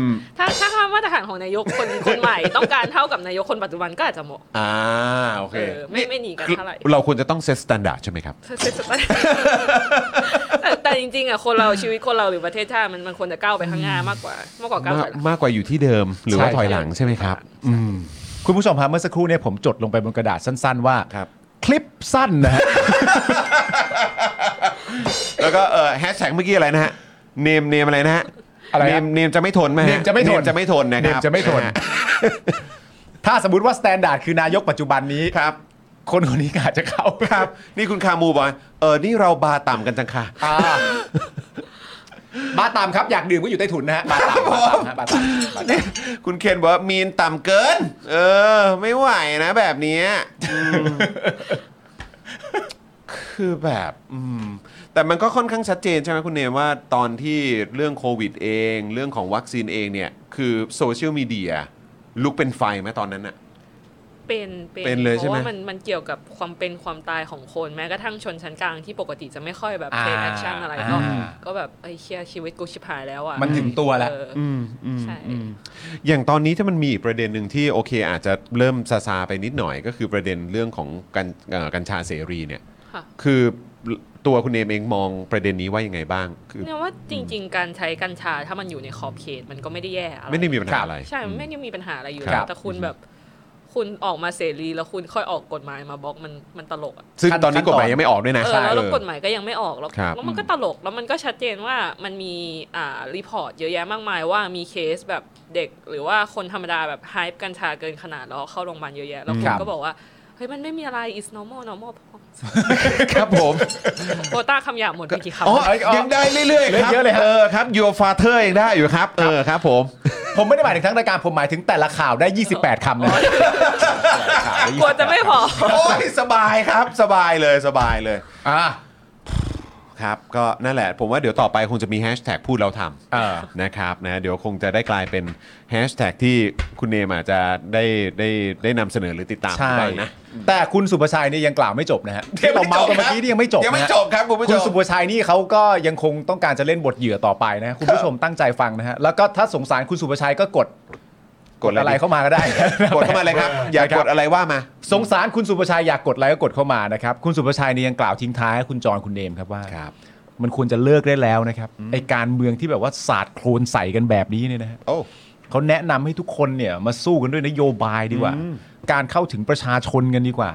C: ม
F: ถ้าถ้ามาตรฐานของนายกคนคนใหม่ ต้องการเท่ากับนายกคนปัจจุบันก็อาจจะเหมาะ
C: อ่าโอเค
F: เออไม่ไม่หนีกันเท่าไหร่
C: เราควรจะต้องเซตมาตรฐานใช่ไหมครับ
F: แต่แต่จริงๆอ่ะคนเราชีวิตคนเราหรือประเทศชาติมันมันควรจะก้าวไปข้างหน้ามากกว่า มากกว่าก้าวถ
C: มาก
F: อยหลัง
C: มากกว่าอยู่ที่เดิมหรือว่า
D: ใช่
C: ถอยหลังใช่ไหมครับ อืม
D: คุณผู้ชมฮะเมื่อสักครู่เนี่ยผมจดลงไปบนกระดาษสั้นๆว่า
C: ครับ
D: คลิปสั้นนะฮะ
C: แล้วก็เออแฮชแท็กเมื่อกี้อะไรนะฮะเนมเนมอะไรนะฮะ
D: อะไร
C: เน
D: ฮะ
C: มเนมจะไม่ทนไหมฮ
D: เนมจะไม่ท
C: เน
D: น
C: มจะไม่ทนนะค
D: เน
C: รับ
D: มจะไม่ทน
C: ฮ
D: ถ้าสมมติว่าสแตนดาร์ดคือนายกปัจจุบันนี้
C: ครับ
D: คนคนนี้ก็อาจจะเข้า
C: ครับ นี่คุณคามูบอกว่าเออนี่เราบาร์ต่ำกันจังค่ะ
D: อ่าบาร์ตามครับอยากดื่มก็อยู่ใต้ถุนนะฮะบาร์ตามบาร์ตามฮะบาร์ตามบาร์ตาม
C: คุณเคนบอกว่ามีนต่ำเกิน เออ ไม่ไหวนะแบบเนี้ยอืมคือแบบอืมแต่มันก็ค่อนข้างชัดเจนใช่ไหมคุณเนมว่าตอนที่เรื่องโควิดเอง เรื่องของวัคซีนเองเนี่ย คือโซเชียลมีเดียลุกเป็นไฟไหมตอนนั้นอะ
F: เป็น
C: เป็นเลยใช่ไหม
F: พราะว่ามันมันเกี่ยวกับความเป็นความตายของคนแม้กระทั่งชนชั้นกลางที่ปกติจะไม่ค่อยแบบ
D: อ่า
F: เทคแอคชั่นอะไรก็
D: อ่า
F: ก็แบบไอ้เคียชีวิตกูชิบหายแล้วอ่ะ
D: มันถึงตัวแล้ว
F: เออ
C: อืมอืม
F: ใช่
C: อืมอย่างตอนนี้ที่มันมีอีกประเด็นหนึ่งที่โอเค อาจจะเริ่มซาซาไปนิดหน่อย ก็คือประเด็นเรื่องของกัญเอ่อกัญชาเสรีเนี่ย
F: ค่ะ
C: คือตัวคุณเอมเองมองประเด็นนี้ว่ายังไงบ้าง คือ
F: เนี่ยว่าจริง ๆ การใช้กัญชาถ้ามันอยู่ในขอบเขตมันก็ไม่ได้แย่อะไร
C: ไม่ได้มีปัญหาอะไร
F: ใช่มันไม่ได้มีปัญหาอะไรอยู่
C: ครั
F: แล้
C: บ
F: วแต่คุณแบบ คุณออกมาเสรีแล้วคุณค่อยออกกฎหมายมาบล็อกมันมันตลกอะ
C: ซึ่ง
D: ขั้น
C: ตอนนี้
D: ขั้น
C: กฎ
D: ตอน
C: หมายยังไม่ออกด้วยนะ
F: เออแล้วกฎหมายก็ยังไม่ออกแล้ว
C: ครับ
F: แล้วมันก็ตลกแล้วมันก็ชัดเจนว่ามันมีอ่ารีพอร์ตเยอะแยะมากมายว่ามีเคสแบบเด็กหรือว่าคนธรรมดาแบบไฮป์กัญชาเกินขนาดแล้วเข้าโรงพยาบาลเยอะแยะ แล้วคุ
D: ค
F: ณ
D: รับ
F: ก็บอกว่าเฮ้ยมันไม่มีอะไร is normal normal พอ
C: ครับผม
F: โควต้าคำหยาบหมดไปกี่คำ
C: อ๋อ
F: แล้ว
C: ยังได้เรื่อยๆครับ
D: เยอะเลยฮะ
C: เออครับยูฟาเธอร์ยังได้อยู่ครับ เออครับผม
D: ผมไม่ได้หมายถึงทั้งรายการผมหมายถึงแต่ละข่าวได้ 28คำนะฮะ
F: กลัวจะไม่พอ
C: โอ้ยสบายครับสบายเลยสบายเลย
D: อ่า
C: ครับ ก็นั่นแหละ ผมว่าเดี๋ยวต่อไปคงจะมีแฮชแท็กพูดเราท
D: เออ
C: ำนะครับนะเดี๋ยวคงจะได้กลายเป็นแฮชแท็กที่คุณเนมอาจจะได้ได้ได้นำเสนอหรือติดตาม
D: ใช่
C: บ้างนะ
D: แต่คุณสุภชัยเนี่ยยังกล่าวไม่จบนะฮะ
C: ยั
D: ที่
C: งไม่
D: เราเมาส์กันเมื่อกี้
C: จบครับ
D: นี่ยังไม่จบนะฮะ
C: ยังไม่จบครับคุณผู้ชม
D: คุณสุภชัยนี่เขาก็ยังคงต้องการจะเล่นบทเหยื่อต่อไปนะคุณผู้ชมตั้งใจฟังนะฮะแล้วก็ถ้าสงสารคุณสุภชัยก็กด
C: กด
D: อะไรเข้ามาก็ได้
C: กดเข้ามาเลยครับ อยากกดอะไรว่ามา
D: สงสารคุณสุภชัยอยากกดไลค์ก็กดเข้ามานะครับคุณสุภชัยเนี่ยยังกล่าวทิ้งท้ายให้คุณจรคุณเนมครับว่า
C: ครับ
D: มันควรจะเลิกได้แล้วนะครับไอการเมืองที่แบบว่าสาดโคลนใส่กันแบบนี้เนี่ยนะฮะ
C: โอ้
D: เขาแนะนำให้ทุกคนเนี่ยมาสู้กันด้วยนโยบายดีกว่า การเข้าถึงประชาชนกันดีกว่า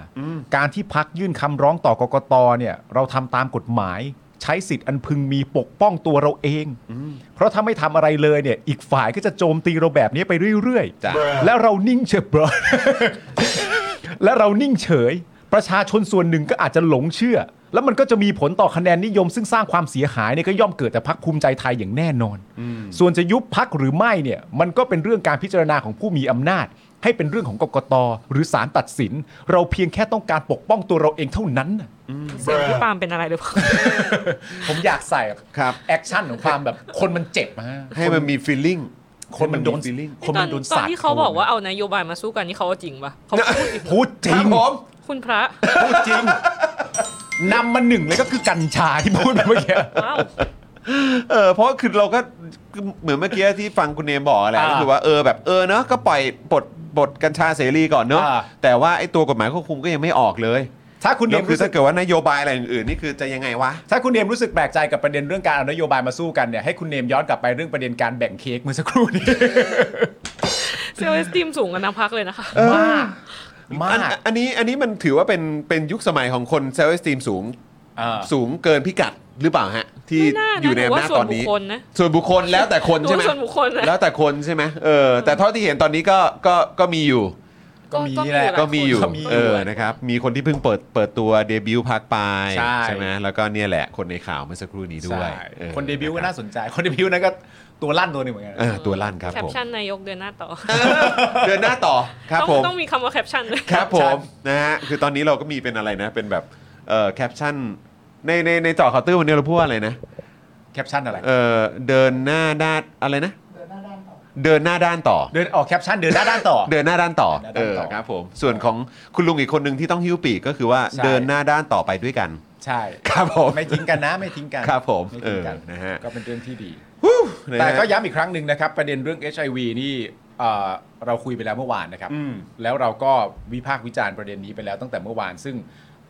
D: การที่พักยื่นคำร้องต่อกกตเนี่ยเราทำตามกฎหมาย ใช้สิทธิ์อันพึงมีปกป้องตัวเราเอง เพราะถ้าไม่ทำอะไรเลยเนี่ย อีกฝ่ายก็จะโจมตีเราแบบนี้ไปเรื่อย
C: จ้ะ
D: ๆ และเรานิ่งเฉย bro และเรานิ่งเฉย ประชาชนส่วนหนึ่งก็อาจจะหลงเชื่อ แล้วมันก็จะมีผลต่อคะแนนนิยมซึ่งสร้างความเสียหายเนี่ยก็ย่อมเกิดแต่พักภูมิใจไทยอย่างแน่นอน ส่วนจะยุบพักหรือไม่เนี่ย มันก็เป็นเรื่องการพิจารณาของผู้มีอำนาจ ให้เป็นเรื่องของกกตหรือศาลตัดสิน เราเพียงแค่ต้องการปกป้องตัวเราเองเท่านั้นน่ะ
F: เสียงพี่ปาล์มเป็นอะไรหรือเปล่า
D: ผมอยากใส่
C: ครับ
D: แอคชั่นของความแบบคนมันเจ็บมา
C: ให้มันมี feeling
D: คนมันโดน
C: ให้มันมี feeling
D: คน
F: ตอ
D: มัน นโดน
F: ตอน
D: สาด
F: ที่เขาบอกว่าเอานโยบายมาสู้กันนี่เขาเอาจริงปะเขาพูดจริง
C: ค
D: พูดจริ
C: รับผม
D: ง
F: คุณพระ
D: พูดจริงนำมาหนึ่งเลยก็คือกัญชาที่พูดไปเมื่อกี้
F: ว้าว
C: เออเพราะคือเราก็เหมือนเมื่อกี้ที่ฟังคุณเนมบอกแหละ
D: อ่า
C: ก็คือว่าเออแบบเออเนาะก็ปล่อยบทบทกัญชาเสรีก่อนเนาะ
D: อ่า
C: แต่ว่าไอ้ตัวกฎหมายควบคุมก็ยังไม่ออกเลย
D: ถ้าคุณเน
C: แล้ว
D: ม
C: คือ
D: รู้สึ
C: ถ้าก เกิดว่านโยบายอะไรอื่นๆนี่คือจะยังไงวะ
D: ถ้าคุณเนมรู้สึกแปลกใจกับประเด็นเรื่องการเอานโยบายมาสู้กันเนี่ยให้คุณเนมย้อนกลับไปเรื่องประเด็นการแบ่งเค้กเมื่อสักครู่นี้
F: เซลล์เอสติมสูงกันทั้งพักเลยนะคะ
D: มากมาก
C: อันอันนี้อันนี้มันถือว่าเป็นเป็นยุคสมัยของคนเซลล์สตีมสูงสูงเกินพิกัดหรือเปล่าฮะ ที่
F: ไม่น่านะ
C: อยู่ใน
F: ห
C: อำ
F: นูว่า
C: นาจ
F: ส่
C: ต
F: วน
C: อนนี้
F: บุคคลนะ
C: ส่วนบุคคลแล้วแต่คนใช่ไหม
F: หนูว่าส่วนบุคคลนะ
C: แล้วแต่คนใช่ไหมเออแต่เท่าที่เห็นตอนนี้ก็ก็ก็มีอยู่
D: ก็มีแหละ
F: หลาย
C: ก็มีอยู่
F: คน
D: มี
C: เออนะครับมีคนที่เพิ่งเปิดเปิดตัวเดบิวต์พักไป
D: ใช่
C: ไหมแล้วก็เนี่ยแหละคนในข่าวเมื่อสักครู่นี้ด้วย
D: ใช่
C: ออ
D: คนเดบิวต์ก็น่าสนใจ คนเดบิวต์นั้นก็ตัวลั่นตัวหนึ่งเหมือนกัน
C: เออตัวลั่นครับ
F: แคป
C: ผม
F: ชั่นนายกเดือนหน้าต่อ
C: เดินหน้าต่อครับ
F: ต้อง
C: ผม
F: ต้องมีคำว่าแคปชั่นด้วย
C: ครับผมนะฮะคือตอนนี้เราก็มีเป็นอะไรนะ เป็นแบบเอ่อแคปชั่นในในในเจอข่าวตื้อวันนี้เราพูดว่าอะไรนะ
D: แค แคปชั่นอะไร
C: เอ่อเดินหน้าด้านอะไรนะ เดินหน้าด้านต่อ
D: เดินออกแคปชั่นเดินด้านด้านต่อ
C: เดินหน้าด้านต่อ
D: เดินห
C: เออ
D: น้าด้านต่อ
C: ครับผมส่วนของคุณลุงอีกคนหนึ่งที่ต้องหิ้วปีกก็คือว่า
D: ใช่
C: เดินหน้าด้านต่อไปด้วยกัน
D: ใช่
C: ครับผม
D: ไม่ทิ้งกันนะไม่ทิ้งกัน
C: ครับผม
D: ไม่ทิ้งกัน
C: เออนะฮะ
D: ก็เป็นเรื่องที่ดี
C: ฮู้นะฮะ
D: แต่ก็ย้ำอีกครั้งหนึ่งนะครับ ประเด็นเรื่อง HIV นี่เอ่อเราคุยไปแล้วเมื่อวานนะครับ
C: อืม
D: แล้วเราก็วิพากษ์วิจารณ์ประเด็นนี้ไปแล้วตั้งแต่เมื่อวาน ซึ่ง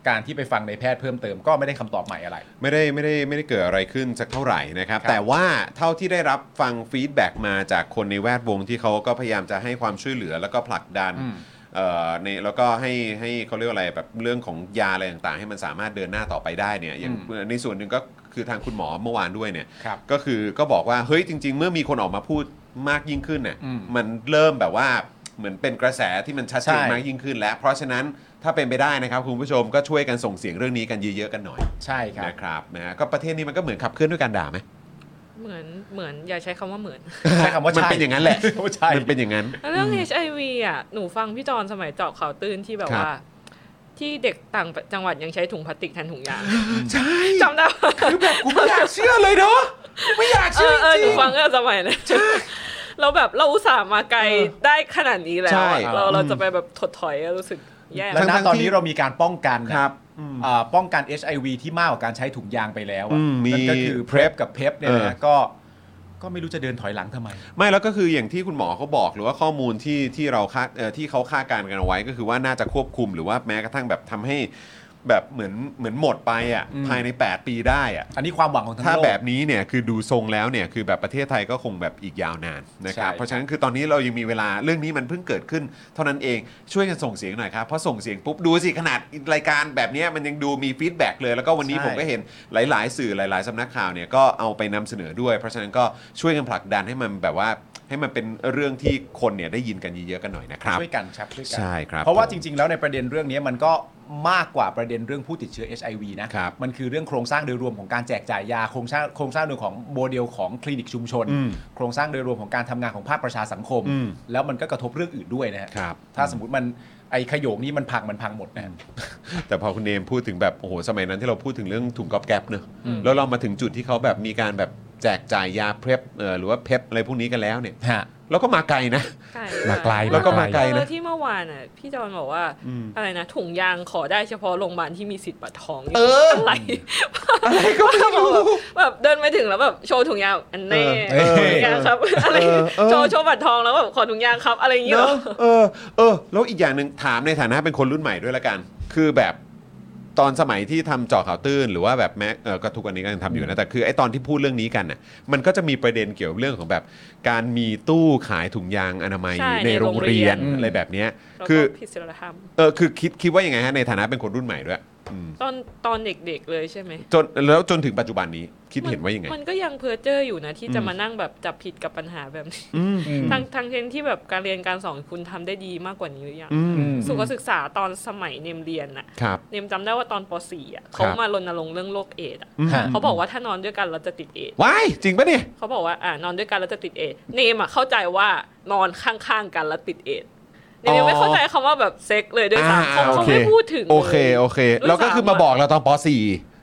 D: การที่ไปฟังในแพทย์เพิ่มเติมก็ไม่ได้คำตอบใหม่อะไร
C: ไม่ได้ไม่ได้ไม่ได้เกิดอะไรขึ้นสักเท่าไหร่นะครับ
D: ครับ
C: แต่ว่าเท่าที่ได้รับฟังฟีดแบ็กมาจากคนในแวดวงที่เขาก็พยายามจะให้ความช่วยเหลือแล้วก็ผลักดัน
D: อืม
C: เอ่อในแล้วก็ให้ให้เขาเรียกว่าอะไรแบบเรื่องของยาอะไรต่างๆ ให้มันสามารถเดินหน้าต่อไปได้เนี่ยอย่างในส่วนหนึ่งก็คือทางคุณหมอเมื่อวานด้วยเนี่ย
D: ครับ
C: ก็คือก็บอกว่าเฮ้ยจริง ๆ เมื่อมีคนออกมาพูดมากยิ่งขึ้นเนี่ย
D: อืม
C: มันเริ่มแบบว่าเหมือนเป็นกระแสที่มันชัดเจน
D: ใช่
C: มากยิ่งขึ้น แล้วเพราะฉะนั้นถ้าเป็นไปได้นะครับคุณผู้ชมก็ช่วยกันส่งเสียงเรื่องนี้กันเยอะๆกันหน่อย
D: ใช่ครับ
C: นะครับนะฮะก็ประเทศนี้มันก็เหมือนขับเคลื่อนด้วยการด่าไหม
F: เหมือนเหมือนอย่าใช้คำว่าเหมือน
D: ใช้คำ ว่า
C: มัน
D: ใช่
C: เป็นอย่างนั้นแหละ
D: ว่าใช่
C: มันเป็นอย่างนั้น
F: แล้วเรื่อง HIV อ่ะ หนูฟังพี่จอนสมัยเจาะข่าวตื้นที่แบบ
C: ครับ
F: ว่า ที่เด็กต่างจังหวัดยังใช้ถุงพลาสติกแทนถุงยาง
C: ใช่
F: จำได้ปะ
C: คือแบบกูไม่อยากเชื่อเลยเนาะไม่อยาก
F: เอ
C: เชื่อ
F: อเออ
C: จ
F: หนู
C: ริง
F: ฟังเออสมัย เลยเราแบบเราอุตส่าห์มาไกลได้ขนาดนี้แล้ว
C: ใช่
F: อะเราเรา
C: อืม
F: จะไปแบบถดถอยอะรู้สึกแย่
D: แล้วณ
C: ทั้งๆ
D: ตอน
C: ที่
D: นี้เรามีการป้องกัน
C: ๆ
D: นะครับ เอ่อป้องกัน HIV ที่มากกว่าการใช้ถุงยางไปแล้ว
C: อื
D: อะ
C: มมี
D: นั่นก็คือ PrEP กับ PEP เนี่ย
C: เออ
D: นะก็ก็ไม่รู้จะเดินถอยหลังทำไม
C: ไม่แล้วก็คืออย่างที่คุณหมอเขาบอกหรือว่าข้อมูลที่ที่เราคาดเอ่อที่เขาคาดการณ์กันเอาไว้ก็คือว่าน่าจะควบคุมหรือว่าแม้กระทั่งแบบทำให้แบบเหมือนเหมือนหมดไปอ่ะ
D: อืม
C: ภายใน 8 ปีได้อ่ะ
D: อันนี้ความหวังของทั้ง
C: ถ้า
D: โลก
C: แบบนี้เนี่ยคือดูทรงแล้วเนี่ยคือแบบประเทศไทยก็คงแบบอีกยาวนานนะครับ
D: ใช่
C: เพราะฉะนั้นคือตอนนี้เรายังมีเวลาเรื่องนี้มันเพิ่งเกิดขึ้น เท่านั้นเองช่วยกันส่งเสียงหน่อยครับเพราะส่งเสียงปุ๊บดูสิขนาดรายการแบบเนี้ยมันยังดูมีฟีดแบ็กเลยแล้วก็วันนี้ผมก็เห็นหลาย ๆ สื่อหลาย ๆสำนักข่าวเนี่ยก็เอาไปนำเสนอด้วย เพราะฉะนั้นก็ช่วยกันผลักดันให้มันแบบว่าให้มันเป็นเรื่องที่คนเนี่ยได้ยินกันเยอะๆกันหน่อยนะครับ
D: ช่วยกันครับช่วยกั
C: ใช่ครับ
D: เพราะว่าจริง ๆ แล้วในประเด็นเรื่องนี้มันก็มากกว่าประเด็นเรื่องผู้ติดเชื้อ HIV นะ
C: ครับ
D: มันคือเรื่องโครงสร้างโดยรวมของการแจกจ่ายยาโครงสร้างโครงสร้างโดยของโมเดลของคลินิกชุมชน
C: อืม
D: โครงสร้างโดยรวมของการทำงานของภาคประชาสังคม
C: อืม
D: แล้วมันก็กระทบเรื่องอื่นด้วยนะฮะ
C: ครับ
D: ถ้าสมมติมันไอ้ขโยงนี้มันพังมันพังหมดนะฮะ
C: แต่พอคุณเนมพูดถึงแบบโอ้โหสมัยนั้นที่เราพูดถึงเรื่องถุงก๊อบแก๊บเนอะ
D: อืม
C: แล้วเรามาถึงจุดที่เขาแบบมีการแบบแจกจ่ายยาเพล็บเอ่อหรือว่าเพล็บอะไรพวกนี้กันแล้วเนี่ย
D: ฮะ
C: เราก็มาไกลนะ
G: มาไกล
C: แล้วก็มาไกลนะ
F: เออที่เมื่อวานอ่ะพี่จอนบอกว่าอะไรนะถุงยางขอได้เฉพาะโรงพยาบาลที่มีสิทธิ์บัตรทอง
C: เออ
F: อะไร
C: อะไรก็ไม่รู้
F: แบบเดินไปถึงแล้วแบบโชว์ถุงยางอันแน่
D: เออ
F: ถุงยางครับอะไร
C: เออเออ
F: โชว์โชว์บัตรทองแล้วแบบขอถุงยางครับอะไรอย่างเงี้ยเหร
C: เนาะ
F: อ
C: เออเออแล้วอีกอย่างหนึ่งถามในฐานะเป็นคนรุ่นใหม่ด้วยละกัน คือแบบตอนสมัยที่ทำเจาะข่าวตื้น หรือว่าแบบแม็กเออก็ทุกวันนี้ก็ยังทำอยู่นะแต่คือไอ้ตอนที่พูดเรื่องนี้กันน่ะมันก็จะมีประเด็นเกี่ยวกับเรื่องของแบบ การมีตู้ขายถุงยางอนามัยในโรงเรียนอะไรแบบเนี้ย
F: แล้ว
C: คื
F: ก็
C: อ
F: ผิดศีลธรรม
C: เออคือคิดคิดว่ายังไงฮะในฐานะเป็นคนรุ่นใหม่ด้วยอืม
F: ตอนตอนเด็กๆเลยใช่ไหม
C: จนแล้วจนถึงปัจจุบันนี้คิดเห็นว่ายังไง
F: มันก็ยังเพ้อเจ้ออยู่นะ ที่จะมานั่งแบบจับผิดกับปัญหาแบบนี้ทางทางเทนที่แบบการเรียนการสอนคุณทำได้ดีมากกว่านี้หรือยัง
D: อืม
F: สุขศึกษาตอนสมัยเนมเรียนน่ะ
C: ครับ
F: เนมจำได้ว่าตอนป .4 อ่ะเขามารณรงค์เรื่องโรคเอดส์อะ
D: ฮะ
F: เขาบอกว่าถ้านอนด้วยกันเราจะติดเอดส์
C: ว้ายจริงปะเนี่ย
F: เขาบอกว่าอ่านอนด้วยกันแล้วจะติดเอดส์เนมอ่ะเข้าใจว่านอนข้างๆกันแล้วติดเอดส์เนมยังไม่เข้าใจคำว่าแบบเซ็กเลยด้วย
C: อ่า
F: ซ้ำเขา
C: โอ
F: เขา
C: เค
F: ไม่พูดถึงลย
C: โอเคโอเค
F: ด้วย
C: แล้วก็คือมาบอกเราตอนป .4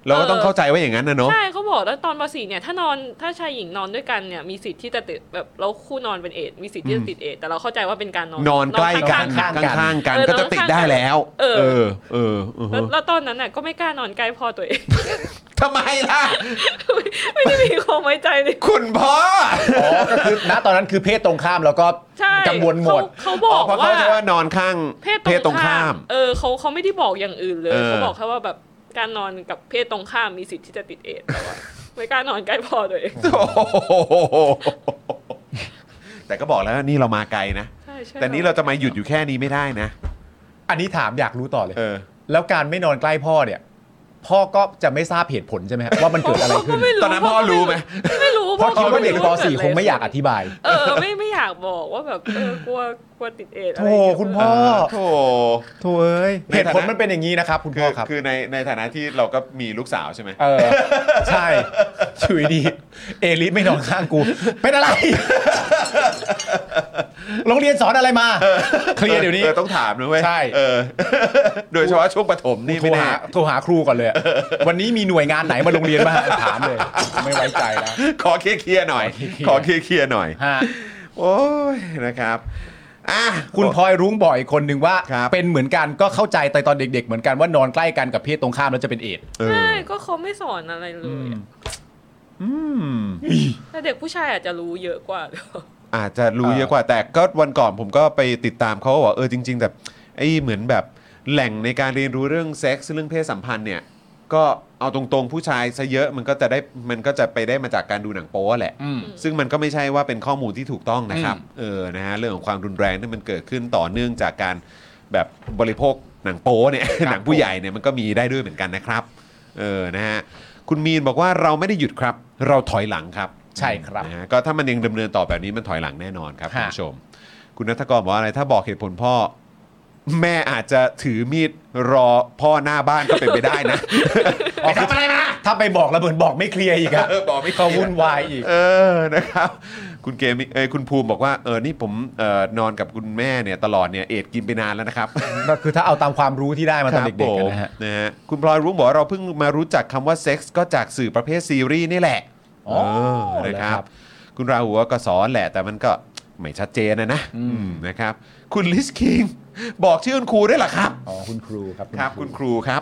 C: เราก็ต้องเข้าใจว่าอย่างนั้นนะเนาะ
F: ใช่เขาบอกแล้วตอนป .4 เนี่ยถ้านอนถ้าชายหญิงนอนด้วยกันเนี่ยมีสิทธิ์ที่จะติดแบบเราคู่นอนเป็นเอดส์มีสิทธิ์ที่จะติดเอดส์แต่เราเข้าใจว่าเป็นการนอน
C: นอนใกล้กัน
F: ข้างๆ
C: ข้างๆกัน
F: เออ
C: ก็จะติดได้แล้ว
F: เออ
C: อเออเออ
F: แล้วแล้วตอนนั้นน่ะก็ไม่กล้านอนใกล้พ่อตัวเอง
C: ทำไมล่ะ
F: ไม่ได้มีความไว้ใจใน
C: คุณพ่อ
D: อ๋อก็คือณตอนนั้นคือเพศตรงข้ามแล้วก็
F: ใช่
D: กังวลหมด
F: เขาเขาบอก
C: เพราะ
F: ว่า
C: เขาจะว่านอนข้าง
F: เพศตรงข้าม เออเขาเขาไม่ได้บอกอย่างอื่นเลย
C: เออ
F: เขาบอกแค่ว่าแบบการนอนกับเพศตรงข้ามมีสิทธิ์ที่จะติดเอดส์แต่ ว่า ไม่กล้านอนใกล้พอตัวเอง
C: โอ้โหแต่ก็บอกแล้วว่านี่เรามาไกลนะ
F: ใช่ใช่
C: แต่นี้เราจะมาหยุดอยู่แค่นี้ไม่ได้นะ
D: อันนี้ถามอยากรู้ต่อเลย
C: เออ
D: แล้วการไม่นอนใกล้พ่อเนี่ย พ่อก็จะไม่ทราบเหตุผลใช่ไหมฮะว่ามันเกิดอะไร
F: พ่อ
D: ขึ้
F: ก็
D: น
F: ไม่รู้
C: ตอนนั้นพ่อรู้ไหม
F: ไม่รู้
D: เพราะคิดว่าเด็กป
F: พ่ไม่รู้
D: .4 คงไม่อยากอธิบาย
F: เออ ไม่ไม่อยากบอกว่าแบบเออกลัวกลัวติดเอดส์อะไร
D: โถ่
F: ย่างเงี้ย
D: คุณพ่อ
C: โถ
D: โถ่เอ้ย
C: ใน
D: เหตุผล
C: ฐานะ
D: มันเป็นอย่างนี้นะครับ คุณ
C: คื
D: พ่อ
C: อ
D: ครับ
C: คือในในฐานะที่เราก็มีลูกสาวใช่ไหม
D: เออใช่อยู่ดีๆเอลิสไม่นอนข้างกู เป็นอะไร โรงเรียนสอนอะไรมาเคลียร์เดี๋ยวนี้
C: ออต้องถามนะเว้ย
D: ใช่
C: เออ โดยเฉพาะช่วงปฐมนี่
D: โทร
C: ไม่แน่
D: หาโทรหาครูก่อนเลยอะวันนี้มีหน่วยงานไหนมาโรงเรียนบ้างถามเลย ไม่ไว้ใจแล้ว
C: ขอเคลียร์ๆหน่อย ข
D: ข
C: อ
D: อ
C: เค
D: เคลีย
C: ลีย
D: ร์
C: ร์ๆหน่อย
D: ฮะ
C: โอ้ยนะครับอ่ะ
D: คุณพลอยรุ้งบอกอีกคนหนึ่งว่า
C: ครับ
D: เป็นเหมือนกันก็เข้าใจแต่ตอนเด็ก ๆ เหมือนกันว่านอนใกล้กันกับเพศตรงข้ามแล้วจะเป็นเอดส์
C: เออ
F: ใช่ก็เขาไม่สอนอะไรเลยอะแต่เด็กผู้ชายอาจจะรู้เยอะกว่า
C: อาจจะรู้เยอะกว่าแต่ก็วันก่อนผมก็ไปติดตามเขาว่าเออจริง ๆ แบบไอ้เหมือนแบบแหล่งในการเรียนรู้เรื่องเซ็กซ์เรื่องเพศสัมพันธ์เนี่ย ก็เอาตรงๆผู้ชายซะเยอะมันก็จะได้มันก็จะไปได้มาจากการดูหนังโป๊แหละ
D: อืม
C: ซึ่งมันก็ไม่ใช่ว่าเป็นข้อมูลที่ถูกต้องนะครับ
D: อืม
C: เออนะฮะเรื่องของความรุนแรงที่มันเกิดขึ้นต่อเนื่องจากการแบบบริโภคหนังโป๊เนี่ย หนังผู้ใหญ่เนี่ยมันก็มีได้ด้วยเหมือนกันนะครับเออนะฮะคุณมีนบอกว่าเราไม่ได้หยุดครับ เราถอยหลังครับ
D: ใช่ครับ
C: นะฮะก็ถ้ามันยังดำเนินต่อแบบนี้มันถอยหลังแน่นอนครับคุ
D: ฮะ
C: ณผู้ชม คุณนัทกรบอกว่าอะไรถ้าบอกเหตุผลพ่อ แม่อาจจะถือมีดรอพ่อหน้าบ้านก็เป็นไปได้นะ
D: ออกทำ อะไรมาถ้าไปบอกแล้วเหมือนบอกไม่เคลียร์อีกอะ
C: เออบอกไม่เคลียร์
D: เขาวุ่นวายอีก
C: เออนะครับ คุณเกมเอยคุณภูมิบอกว่าเออนี่ผมเออนอนกับคุณแม่เนี่ยตลอดเนี่ยเอดกินไปนานแล้วนะครับ
D: ก็คือถ้าเอาตามความรู้ที่ได้มาตอนเด็กๆกันนะ
C: ครับ
D: ฮะ
C: ผมนะฮะคุณพลอยรุ้งบอกว่าเราเพิ่งมารู้จักคำว่าเซ็กส์ก็จากสื่อประเภทซีรีส์นี่แหละ
D: อ๋อ
C: เอนะครั
D: นะครับ บ
C: คุณราหัวก็สอนแหละ แต่มันก็ไม่ชัดเจนนะนะอืมนะครับ คุณลิสคิง บอกชื่อคุณครูด้วยเหรอครับ
D: อ๋อคุณครูครับ
C: ครับ คุณครู ครับ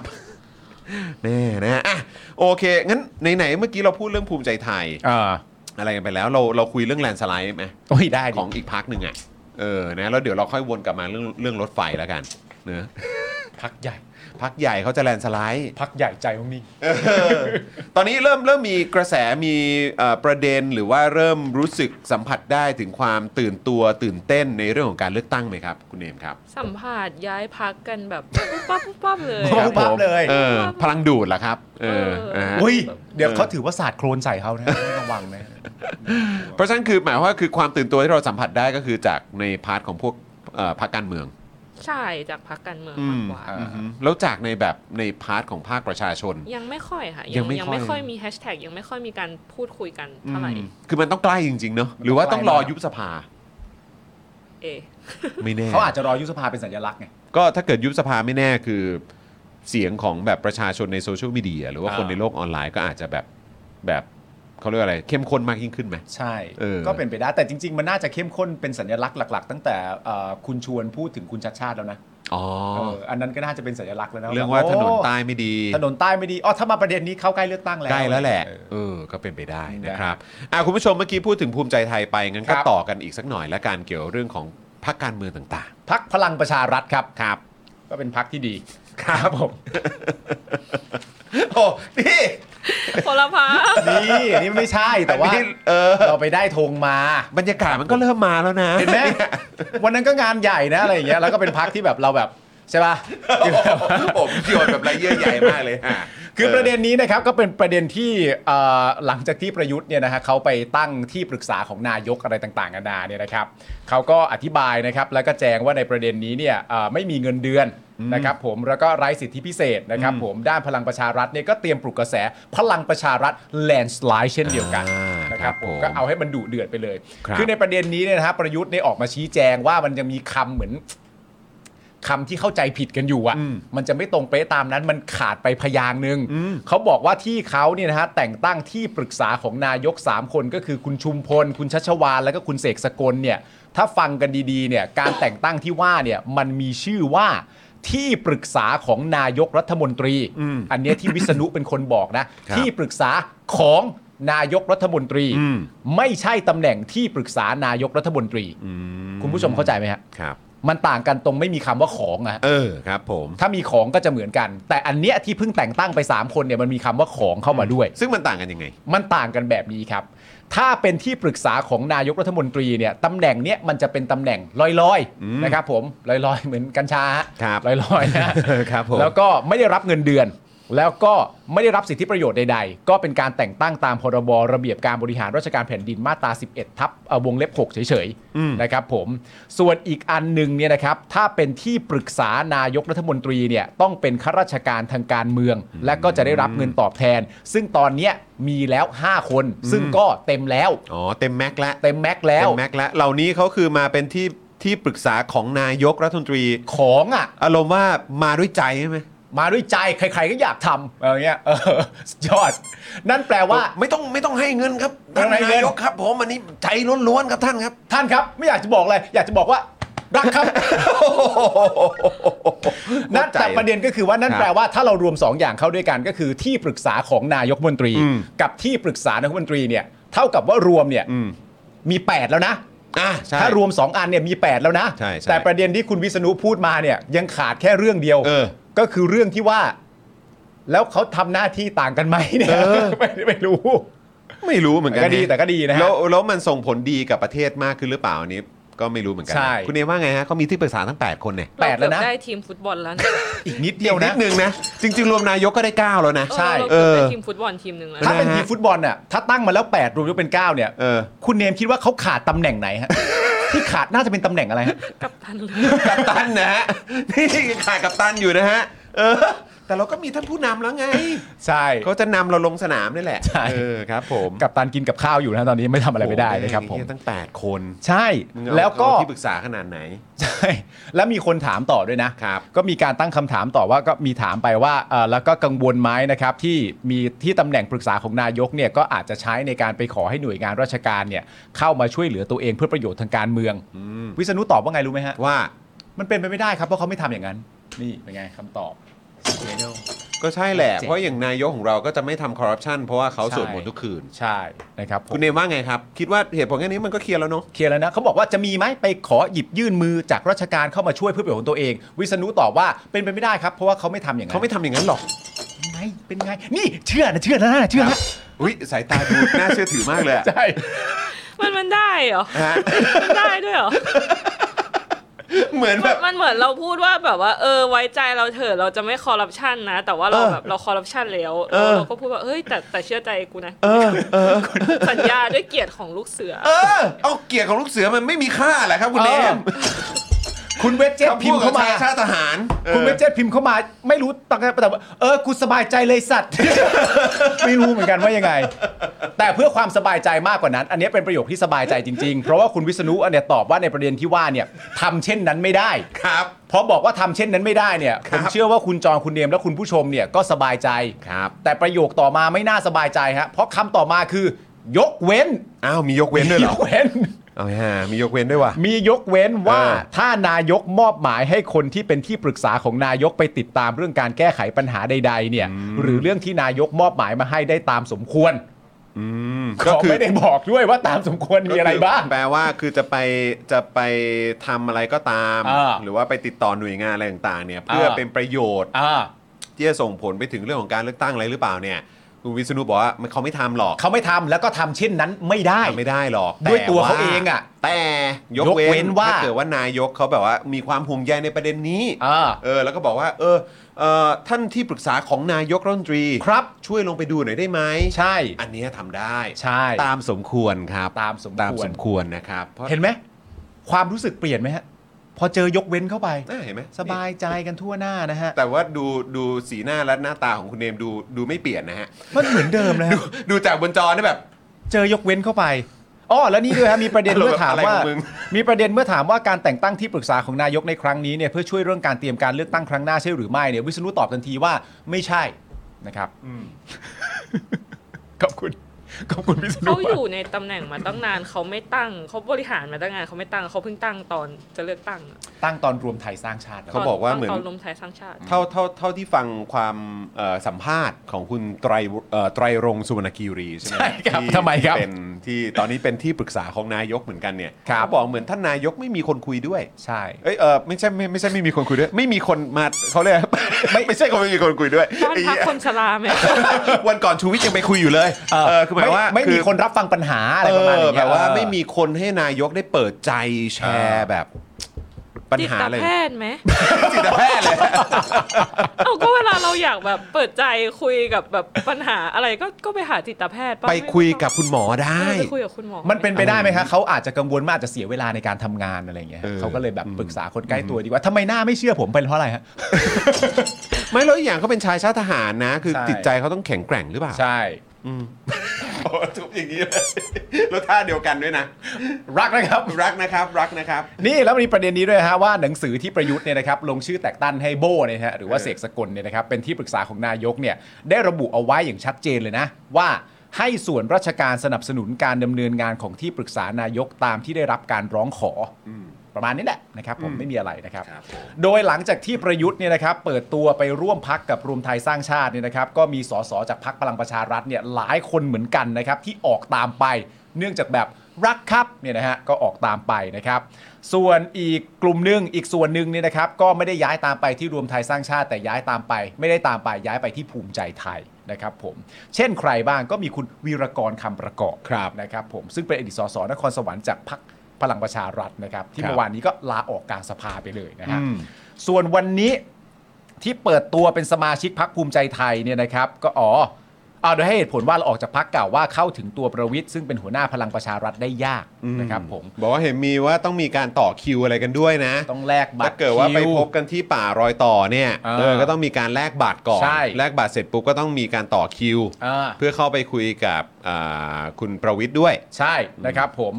C: แน่นะอ่ะโอเค งั้นไหนๆเมื่อกี้เราพูดเรื่องภูมิใจไทย
D: อ่า
C: อะไรกันไปแล้ว เราเราคุยเรื่องแลนด์สไลด์ไหม
D: โอ้ยได้ดิ
C: ของอีกพักหนึ่งอ่ะ เออ นะ แล้วเดี๋ยวเราค่อยวนกลับมาเรื่องเรื่องรถไฟแล้วกันเนอะ
D: พักใหญ่
C: พักใหญ่เขาจะแลนด์สไลด์
D: พักใหญ่ใจของนี่ง
C: ตอนนี้เริ่มเริ่มมีกระแสมีเอ่อประเด็นหรือว่าเริ่มรู้สึกสัมผัสได้ถึงความตื่นตัวตื่นเต้นในเรื่องของการเลือกตั้งไหมครับ คุณเนมครับ
F: สัมผัสย้ายพักกันแบบปุ๊บปั๊บปุ๊บปั๊บเลย
D: ค รับ ปั๊เลย
C: เออพลังดูดเหรอครับเออนะฮะ
D: อุ้ยเดี๋ยวเขาถือว่าศาสตร์โครนใส่เขานะต้องระวังนะ
C: เพราะฉะนั้นคือหมายความว่าคือความตื่นตัวที่เราสัมผัสได้ก็คือจากในพาร์ทของพวกเอ่อพรรคการเมือง
F: ใช่จากพักการเมืองมากกว่า
D: อืม
C: อือฮึแล้วจากในแบบในพาร์ทของภาคประชาชน
F: ยังไม่ค่อยค่ะ
C: ยังไม่
F: ยั
C: ค่อย
F: ไม่ค่อยมีแฮชแท็กยังไม่ค่อยมีการพูดคุยกันเท่าไหร่
C: อืมคือมันต้องใกล้จริงๆเนอะหรือว่าต้องรอยุบสภา
F: เอะ
C: ไม่แน่
D: เขาอาจจะรอยุบสภาเป็นสัญลักษณ์ไง
C: ก็ถ้าเกิดยุบสภาไม่แน่คือเสียงของแบบประชาชนในโซเชียลมีเดียหรือว่า
D: อ่า
C: คนในโลกออนไลน์ก็อาจจะแบบแบบเขาเรียกว่าอะไร เข้มข้นมากยิ่งขึ้นไหม
D: ใช่
C: เออ
D: ก็เป็นไปได้แต่จริง ๆ มันน่าจะเข้มข้นเป็นสัญลักษณ์หลัก ๆ ตั้งแต่เอ่อคุณชวนพูดถึงคุณชัดชาติแล้วนะ
C: อ๋อ
D: เอออันนั้นก็น่าจะเป็นสัญลักษณ์แล้วนะ
C: เรื่องว่า
D: แบบ
C: ถนน
D: โ
C: ใต้ไม่ดี
D: ถนนใต้ไม่ดีอ๋อถ้ามาประเด็นนี้เข้าใกล้เลือกตั้งแล้ว
C: ใกล้แล้วแหละ
D: เออ
C: เออก็เป็นไปได้
D: ได้
C: นะครับอ่ะคุณผู้ชมเมื่อกี้พูดถึงภูมิใจไทยไปงั้น
D: ค
C: ก็
D: รับ
C: ต่อกันอีกสักหน่อยละกันเกี่ยวเรื่องของพรรคการเมืองต่าง
D: พักพลังประชารัฐครับ
C: ครับ
D: ก็เป็นพักที่ดีครับผม
C: ๆ โอ้นี่
F: คนละพัก
D: นี่อันนี้ไม่ใช่แต่ว่า
C: อันนี้เออ
D: เราไปได้ธงมา
C: บรรยากาศมันก็เริ่มมาแล้วนะ
D: เห็นไหมวันนั้นก็งานใหญ่นะอะไรอย่างเงี้ยแล้วก็เป็นพักที่แบบเราแบบใช่ป่ะ
C: ผมโยนแบบไรเยื่อใหญ่มากเลยะ
D: คือประเด็นนี้นะครับก็เป็นประเด็นที่เอ่อหลังจากที่ประยุทธ์เนี่ยนะฮะเขาไปตั้งที่ปรึกษาของนายกอะไรต่างๆนานาเนี่ยนะครับเขาก็อธิบายนะครับแล้วก็แจงว่าในประเด็นนี้เนี่ยเอ่อไม่มีเงินเดือนนะครับผมแล้วก็ไร้สิทธิพิเศษนะครับผมด้านพลังประชารัฐเนี่ยก็เตรียมปลุกกระแสพลังประชารัฐแลนสไลด์เช่นเดียวกัน
C: อ่าน
D: นะครับผม
C: ครั
D: ก็
C: บผม
D: เอาให้มันดุเดือดไปเลย
C: ครับ
D: อในประเด็นนี้เนี่ยนะฮะประยุทธ์เนี่ยออกมาชี้แจงว่ามันยังมีคำเหมือน คำที่เข้าใจผิดกันอยู่อ่ะ มันจะไม่ตรงเป๊ะตามนั้นมันขาดไปพยางค์หนึ่งเขาบอกว่าที่เขาเนี่ยนะฮะแต่งตั้งที่ปรึกษาของนายก 3 คนก็คือคุณชุมพล คุณชัชวานแล้วก็คุณเสกสกลเนี่ย ถ้าฟังกันดีๆเนี่ยการแต่งตั้งที่ว่าเนี่ยมันมีชื่อว่าที่ปรึกษาของนายกรัฐมนตรี อันเนี้ยที่วิษณุเป็นคนบอกนะ
C: ครับ
D: ที่ปรึกษาของนายกรัฐมนตรี ไม่ใช่ตำแหน่งที่ปรึกษานายกรัฐมนตรี คุณผู้ชมเข้าใจไหมฮะ
C: ครับ
D: มันต่างกันตรงไม่มีคำว่าของอะฮะ
C: เออครับผม
D: ถ้ามีของก็จะเหมือนกัน แต่อันเนี้ยที่เพิ่งแต่งตั้งไป 3 คนเนี่ยมันมีคำว่าของเข้ามาด้วย
C: ซึ่งมันต่างกันยังไง
D: มันต่างกันแบบนี้ครับ ถ้าเป็นที่ปรึกษาของนายกรัฐมนตรีเนี่ยตำแหน่งเนี้ยมันจะเป็นตำแหน่งลอยๆนะครับผมลอยๆ เหมือนกัญชาฮะ
C: ครับ
D: ลอยๆนะครับ
C: ผม
D: แล้วก็ไม่ได้รับเงินเดือน แล้วก็ไม่ได้รับสิทธิประโยชน์ใดๆ ก็เป็นการแต่งตั้งตามพรบระเบียบการบริหารราชการแผ่นดินมาตรา 11 ทับเอ่อวงเล็บ 6 เฉยๆนะครับผม ส่วนอีกอันหนึ่งเนี่ยนะครับ ถ้าเป็นที่ปรึกษานายกรัฐมนตรีเนี่ยต้องเป็นข้าราชการทางการเมือง และก็จะได้รับเงินตอบแทน ซึ่งตอนเนี้ยมีแล้ว 5 คน ซึ่งก็เต็มแล้ว
C: อ๋อเต็มแม็กซ์แล้ว
D: เต็มแม็กซ์แล้ว
C: เต็มแม็กซ์แล้วเหล่านี้เขาคือมาเป็นที่ที่ปรึกษาของนายกรัฐมนตรี
D: ของอ่ะ
C: อารมณ์ว่ามาด้วยใจใช่ไหม
D: มาด้วยใจใครๆก็อยากทำอะไรเงี้ยเออสุดยอด นั่นแปลว่า
C: ไม่ต้องไม่ต้องให้เงินครับท่าน
D: ไม่ต้องให้เงิ
C: นาน ยกครับ ผมอันนี้ใจล้วนๆครับท่านครับ
D: ท่านครับไม่อยากจะบอกอะไรอยากจะบอกว่า รักครับ นั่นแต่ประเด็นก็คือว่านั่
C: ค
D: น
C: รับ
D: แปลว่าถ้าเรารวม 2 อย่างเข้าด้วยกันก็คือที่ปรึกษาของนายกรัฐมนตรี
C: อืม
D: กับที่ปรึกษานายกรัฐมนตรีเนี่ยเท่ากับว่ารวมเนี่ย
C: อืม
D: มี 8 แล้วนะ
C: อ่ะใช่
D: ถ้ารวม 2 อันเนี่ยมี 8 แล้วนะ
C: ใช่ใช่
D: แต่ประเด็นที่คุณวิษณุพูดมาเนี่ยยังขาดแค่เรื่องเดียว
C: เออ
D: ก็คือเรื่องที่ว่า แล้วเขาทำหน้าที่ต่างกันไหมเนี่ยไม่ไม่รู้
C: ไม่รู้เหมือนกัน
D: แต่ก็ดีแต่ก็ดีนะฮะ
C: แล้วแล้วมันส่งผลดีกับประเทศมากขึ้นหรือเปล่าอันนี้ ก็ไม่รู้เหมือนกัะ
D: ใช่
C: คุณเอว่าไงฮะเขามีที่ปรึกษาทั้ง 8 คนเนี่ย
D: แปดแล้วนะ
F: เราเกือบได้ทีมฟุตบอลแล้วนะ
D: อีกนิดเดียว
C: นิ
D: นะ
C: ดนึงนะ จริง ๆ รวมนายกก็ได้ 9 แล้วนะ
D: ใช่
F: เราเกือบได้
C: เออ
F: ทีมฟุตบอลทีมหนึ่งแล้ว
D: ถ้า
F: นะ
D: เป็นทีมฟุตบอลน่ะถ้าตั้งมาแล้ว 8 รวมยกเป็น 9 เนี่ย
C: เออ
D: คุณเนมคิดว่าเขาขาดตำแหน่งไหน ฮะ ที่ขาดน่าจะเป็นตำแหน่งอะไรฮะ
F: กัปตันเลย
C: กัปตันนะฮะนี่ขาดกัปตันอยู่นะฮะเออ แต่เราก็มีท่านผู้นำแล้วไง
D: ใช่
C: เขาจะนำเราลงสนามนี่แหละ
D: ใช่
C: เออครับผม
D: กับตันกินกับข้าวอยู่นะตอนนี้ไม่ทำอะไรไม่ได้นะครับผม
C: โอ้โหเหี้ยตั้ง 8 คน
D: ใช่
C: มึงเอา
D: แล้วก็
C: เอาที่ปรึกษาขนาดไหน
D: ใช่แล้วมีคนถามต่อด้วยนะครับ ก็มีการตั้งคำถามต่อว่าก็มีถามไปว่าเอ่อแล้วก็กังวลไหมนะครับที่มีที่ตำแหน่งปรึกษาของนายกเนี่ยก็อาจจะใช้ในการไปขอให้หน่วยงานราชการเนี่ยเข้ามาช่วยเหลือตัวเองเพื่อประโยชน์ทางการเมือง วิษณุตอบว่าไงรู้ไหมฮะ
C: ว่า
D: มันเป็นไปไม่ได้ครับเพราะเขาไม่ทำอย่างนั้น นี่เป็นไงคำตอบ
C: ก็ใช่แหละ
D: เจ๋ง
C: เพราะอย่างนายกของเราก็จะไม่ทำคอร์รัปชันเพราะว่าเขา
D: ใช่
C: สวดมนต์ทุกคืน
D: ใช่นะครับผม
C: คุณเนมว่าไงครับ คิดว่าเหตุผลแค่นี้มันก็เคลียร์แล้วเนาะ
D: เคลียร์แล้วนะเขาบอกว่าจะมีไหมไปขอหยิบยื่นมือจากราชการเข้ามาช่วยเพื่อประโยชน์ของตัวเอง วิษณุตอบว่าเป็นไปไม่ได้ครับเพราะว่าเขาไม่ทำอย่างนั้น
C: เขาไม่ทำอย่างนั้นหรอก
D: เป็นไงเป็นไง นี่เชื่อนะเชื่อนะน่าเชื่อนะ
C: อุ้ยสายตาดูน่าเชื่อถือมากเลยอะ
D: ใช่
F: มันมันได้เหรอ
C: ฮะ
F: มันได้ด้วยเหรอ
C: เหมือนแบ
F: มัน
C: บ
F: มันเหมือนเราพูดว่าแบบว่าเออไว้ใจเราเถอะเราจะไม่คอร์รัปชันนะ แต่ว่าเรา
C: เออ
F: แบบเราคอร์รัปชันแล้ว
C: เออ
F: เราก็พูดว่าเอ้ยแต่แต่เชื่อใจกูนะสัญญาด้วยเกียรติของลูกเสือ
C: เออ เอาเกียรติของลูกเสือมันไม่มีค่าแหละครับคุณเนม
D: คุณเวจเจ็ต
C: คำ
D: พิ
C: พู
D: ม
C: ด
D: พ์
C: ขอ
D: เข้างมา
C: ชายชาติทหารออ
D: คุณเวจเจ็ตพิมพ์เข้ามาไม่รู้ตั้งแต่แต่ว่าเออกูสบายใจเลยสัตว์ ไม่รู้เหมือนกันว่ายังไง แต่เพื่อความสบายใจมากกว่านั้น อันนี้เป็นประโยคที่สบายใจจริงๆ เพราะว่าคุณวิษณุอันเนี้ยตอบว่าในประเด็นที่ว่าเนี่ยทำเช่นนั้นไม่ได้
C: ครับ
D: พอบอกว่าทำเช่นนั้นไม่ได้เนี่ย
C: ค
D: ผ
C: รับ
D: มเชื่อว่าคุณจองคุณเนมและคุณผู้ชมเนี่ยก็สบายใจ
C: ครับ
D: แต่ประโยคต่อมาไม่น่าสบายใจฮะเพราะคำต่อมาคือ ยกเว้น
C: อ้าวมียกเว้นด้วยเหร
D: ย
C: อก
D: เว้น
C: เอาฮะมียกเว้นด้วยว่ะ
D: มียกเว้นว่า
C: เออ
D: ถ้านายกมอบหมายให้คนที่เป็นที่ปรึกษาของนายกไปติดตามเรื่องการแก้ไขปัญหาใด ๆ เนี่ย หรือเรื่องที่นายกมอบหมายมาให้ได้ตามสมควร
C: อืม
D: ก็ไม่ได้บอกด้วยว่าตามสมควรมีอะไรบ้าง
C: แปลว่าคือจะไปจะไปทำอะไรก็ตาม
D: อ่า
C: หรือว่าไปติดต่อหน่วยงานอะไรต่าง ๆ เนี่ย เพื่ออา เป็นประโยชน์
D: อ่า
C: ที่จะส่งผลไปถึงเรื่องของการเลือกตั้งอะไรหรือเปล่าเนี่ยคุณวิษณุบอกว่ามันเขาไม่ทำหรอก
D: เขาไม่ทำแล้วก็ทำเช่นนั้นไม่ได้
C: ทำไม่ได้หรอก
D: ด้วย
C: แ
D: ตัวเขาเองอะ
C: แต่ยก
D: ยกเว้
C: เว้น
D: นว่า
C: ถ้าเกิดว่านายกเขาแบบว่ามีความห่วงใยในประเด็นนี้
D: อ่า
C: เออแล้วก็บอกว่า เออเออท่านที่ปรึกษาของนายกรัฐมนตรี
D: ครับ
C: ช่วยลงไปดูหน่อยได้ไหม
D: ใช่
C: อันเนี้ยทำได้
D: ใช่
C: ตามสมควรครับ
D: ตามสม
C: ตาม
D: คว
C: ส
D: ร
C: มควรนะครับเพราะ
D: เห็นไหมความรู้สึกเปลี่ยนไหมฮะพอเจอยกเว้นเข้าไป
C: อ่ะเห็นไหม
D: สบายใจกันทั่วหน้านะฮะ
C: แต่ว่าดูดูสีหน้าและหน้าตาของคุณเนมดูดูไม่เปลี่ยนนะฮะ
D: มันเหมือนเดิมนะฮะ
C: ดูจากบนจอนี่แบบ
D: เจอยกเว้นเข้าไปอ๋อแล้วนี่ด้วยฮะมีประเด็น
C: อารมณ์
D: เมื่อถามว่า
C: อะไรของมึง
D: มีประเด็นเมื่อถามว่าการแต่งตั้งที่ปรึกษาของนายกในครั้งนี้เนี่ยเพื่อช่วยเรื่องการเตรียมการเลือกตั้งครั้งหน้าใช่หรือไม่เนี่ยวิษณุตอบทันทีว่าไม่ใช่นะครับขอบคุณขอบคุณวิษณุ
F: เขาอยู่ในตำแหน่งมาตั้งนานเขาไม่ตั้งเขาบริหารมาตั้งนานเขาไม่ตั้งเขาเพิ่งตั้งตอนจะเลือกตั้งอะ
D: ตั้งตอนรวมไทยสร้างชาติ
C: เขาบอกว่า
F: ตน
C: เหมือน
F: ตอนลมไทยสร้างชาติ
C: เท่าเท่าเท่าที่ฟังความเอ่อสัมภาษณ์ของคุณไตรเอ่อไตรรงค์สุวรรณคีรีใช่ไหม
D: ใช่ครับ
C: ที่
D: ทำไมครับ
C: เป็นที่ตอนนี้เป็นที่ปรึกษาของนายกเหมือนกันเนี่ย
D: ครับ
C: เขาบอกเหมือนท่านนายกไม่มีคนคุยด้วย
D: ใช่
C: เอ้ยเออไม่ใช่ไม่ไม่ใช่ไม่มีคนคุยด้วย ไม่มีคนมาเขาเรียกอะไรไม่ไม่ใช่คนไม่มีคนคุยด้วย
F: บ้าน
C: ไอ้
F: พัก
C: เหี้ย
F: คนชราไหม
C: วันก่อนชูวิทย์ยังไปคุยอยู่เลย
D: เออ
C: เออคือหมายว่า
D: ไม่มีคนรับฟังปัญหาอะไรประมาณ
C: เอ
D: อ
C: อย่างแบ
D: เงี้ย
C: บว่า
D: เออ
C: ไม่มีคนให้นายกได้เปิดใจแชร์แบบ ปัญ
F: จิ
C: หา
F: ต
C: อะไร
F: แพทย์ไหม
C: จิตแพทย์เลย
F: เอาก็เวลาเราอยากแบบเปิดใจคุยกับแบบปัญหาอะไรก็ก็ไปหาจิตแพทย์ะ
C: ไปคุยกับคุณหมอได้
F: เออไปคุยกับคุณหมอ
D: มันเป็นไปได้ไหมคะเขาอาจจะกังวลมนอาจจะเสียเวลาในการทำงานอะไรอย่างเงี้ย
C: เออ
D: เขาก็เลยแบบปรึกษาคนใกล้ตัวดีกว่าทำไมหน้าไม่เชื่อผมเป็นเพราะอะไรฮะ
C: ไม่แล้วอีกอย่างเขาเป็นชายชาติทหารนะ คือ
D: ใช่
C: จิตใจเขาต้องแข็งแกร่งหรือเปล่า
D: ใช่
C: โอ้ทุบอย่างนี้เลย แล้วท่าเดียวกันด้วยนะ
D: รักนะครับ
C: รักนะครับ รักนะครับ
D: นี่แล้วมีประเด็นนี้ด้วยฮะว่าหนังสือที่ประยุทธ์เนี่ยนะครับลงชื่อแตกตั้นให้โบ้เนี่ยนะฮะหรือว่าเสกสกลเนี่ยนะครับเป็นที่ปรึกษาของนายกเนี่ยได้ระบุเอาไว้อย่างชัดเจนเลยนะว่าให้ส่วนราชการสนับสนุนการดำเนินงานของที่ปรึกษานายกตามที่ได้รับการร้องขออประมาณนี้แหละนะครับผมไม่มีอะไรนะครับ โดยหลังจากที่ประยุทธ์เนี่ยนะครับเปิดตัวไปร่วมพักกับรวมไทยสร้างชาติเนี่ยนะครับก็มีสสจากพักพลังประชารัฐเนี่ยหลายคนเหมือนกันนะครับที่ออกตามไป เนื่องจากแบบรักครับเนี่ยนะฮะก็ออกตามไปนะครับ ส่วนอีกกลุ่มหนึ่งอีกส่วนหนึ่งเนี่ยนะครับก็ไม่ได้ย้ายตามไปที่รวมไทยสร้างชาติแต่ย้ายตามไป ไม่ได้ตามไปย้ายไปที่ภูมิใจไทยนะครับผมเช่นใครบ้างก็มีคุณวีรกรคำประกอบ
C: ครับ
D: นะครับผมซึ่งเป็นอดีตสสนครสวรรค์จากพรรคพลังประชารัฐนะครับที่
C: ครับ
D: เมื่อวานนี้ก็ลาออกกลางสภาไปเลยนะฮะส่วนวันนี้ ที่เปิดตัวเป็นสมาชิกพักภูมิใจไทยเนี่ยนะครับ ก็อ๋อเอาโดยให้เหตุผลว่าเราออกจากพักเก่าว่าเข้าถึงตัวประวิทย์ซึ่งเป็นหัวหน้าพลังประชารัฐได้ยากนะครับผม
C: บอกว่าเห็นมีว่าต้องมีการต่อคิวอะไรกันด้วยนะ
D: ต้องแลกบัต
C: ถ้าร เกิดว่าไป
D: คิ
C: พบกันที่ป่ารอยต่อเนี่ย
D: เออ
C: เออก็ต้องมีการแลกบัตรก่อน
D: ใช่
C: แลกบัตรเสร็จปุ๊บก็ต้องมีการต่อคิว
D: อ่า
C: เพื่อเข้าไปคุยกับอ่าคุณประวิทย์ด้วย
D: ใช่นะครับผม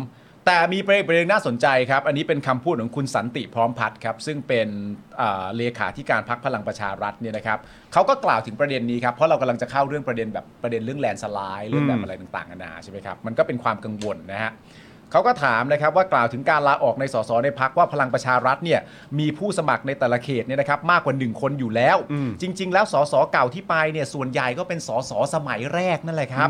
D: แต่มีประเด็นประเด็นน่าสนใจครับ อันนี้เป็นคำพูดของคุณสันติพร้อมพัฒน์ครับ ซึ่งเป็นอ่าเลขาธิการพักพลังประชารัฐเนี่ยนะครับเขาก็กล่าวถึงประเด็นนี้ครับ เพราะเรากำลังจะเข้าเรื่องประเด็นแบบประเด็นเรื่องแลนด์สไลด์เรื่องแบบอะไรต่างๆนานาใช่ไหมครับ มันก็เป็นความกังวลนะฮะเขาก็ถามนะครับว่ากล่าวถึงการลาออกในสสในพักว่าพลังประชารัฐเนี่ยมีผู้สมัครในแต่ละเขตเนี่ยนะครับมากกว่าหนึ่งคนอยู่แล้ว จริง ๆ แล้วสสเก่าที่ไปเนี่ยส่วนใหญ่ก็เป็นสสสมัยแรกนั่นแหละครับ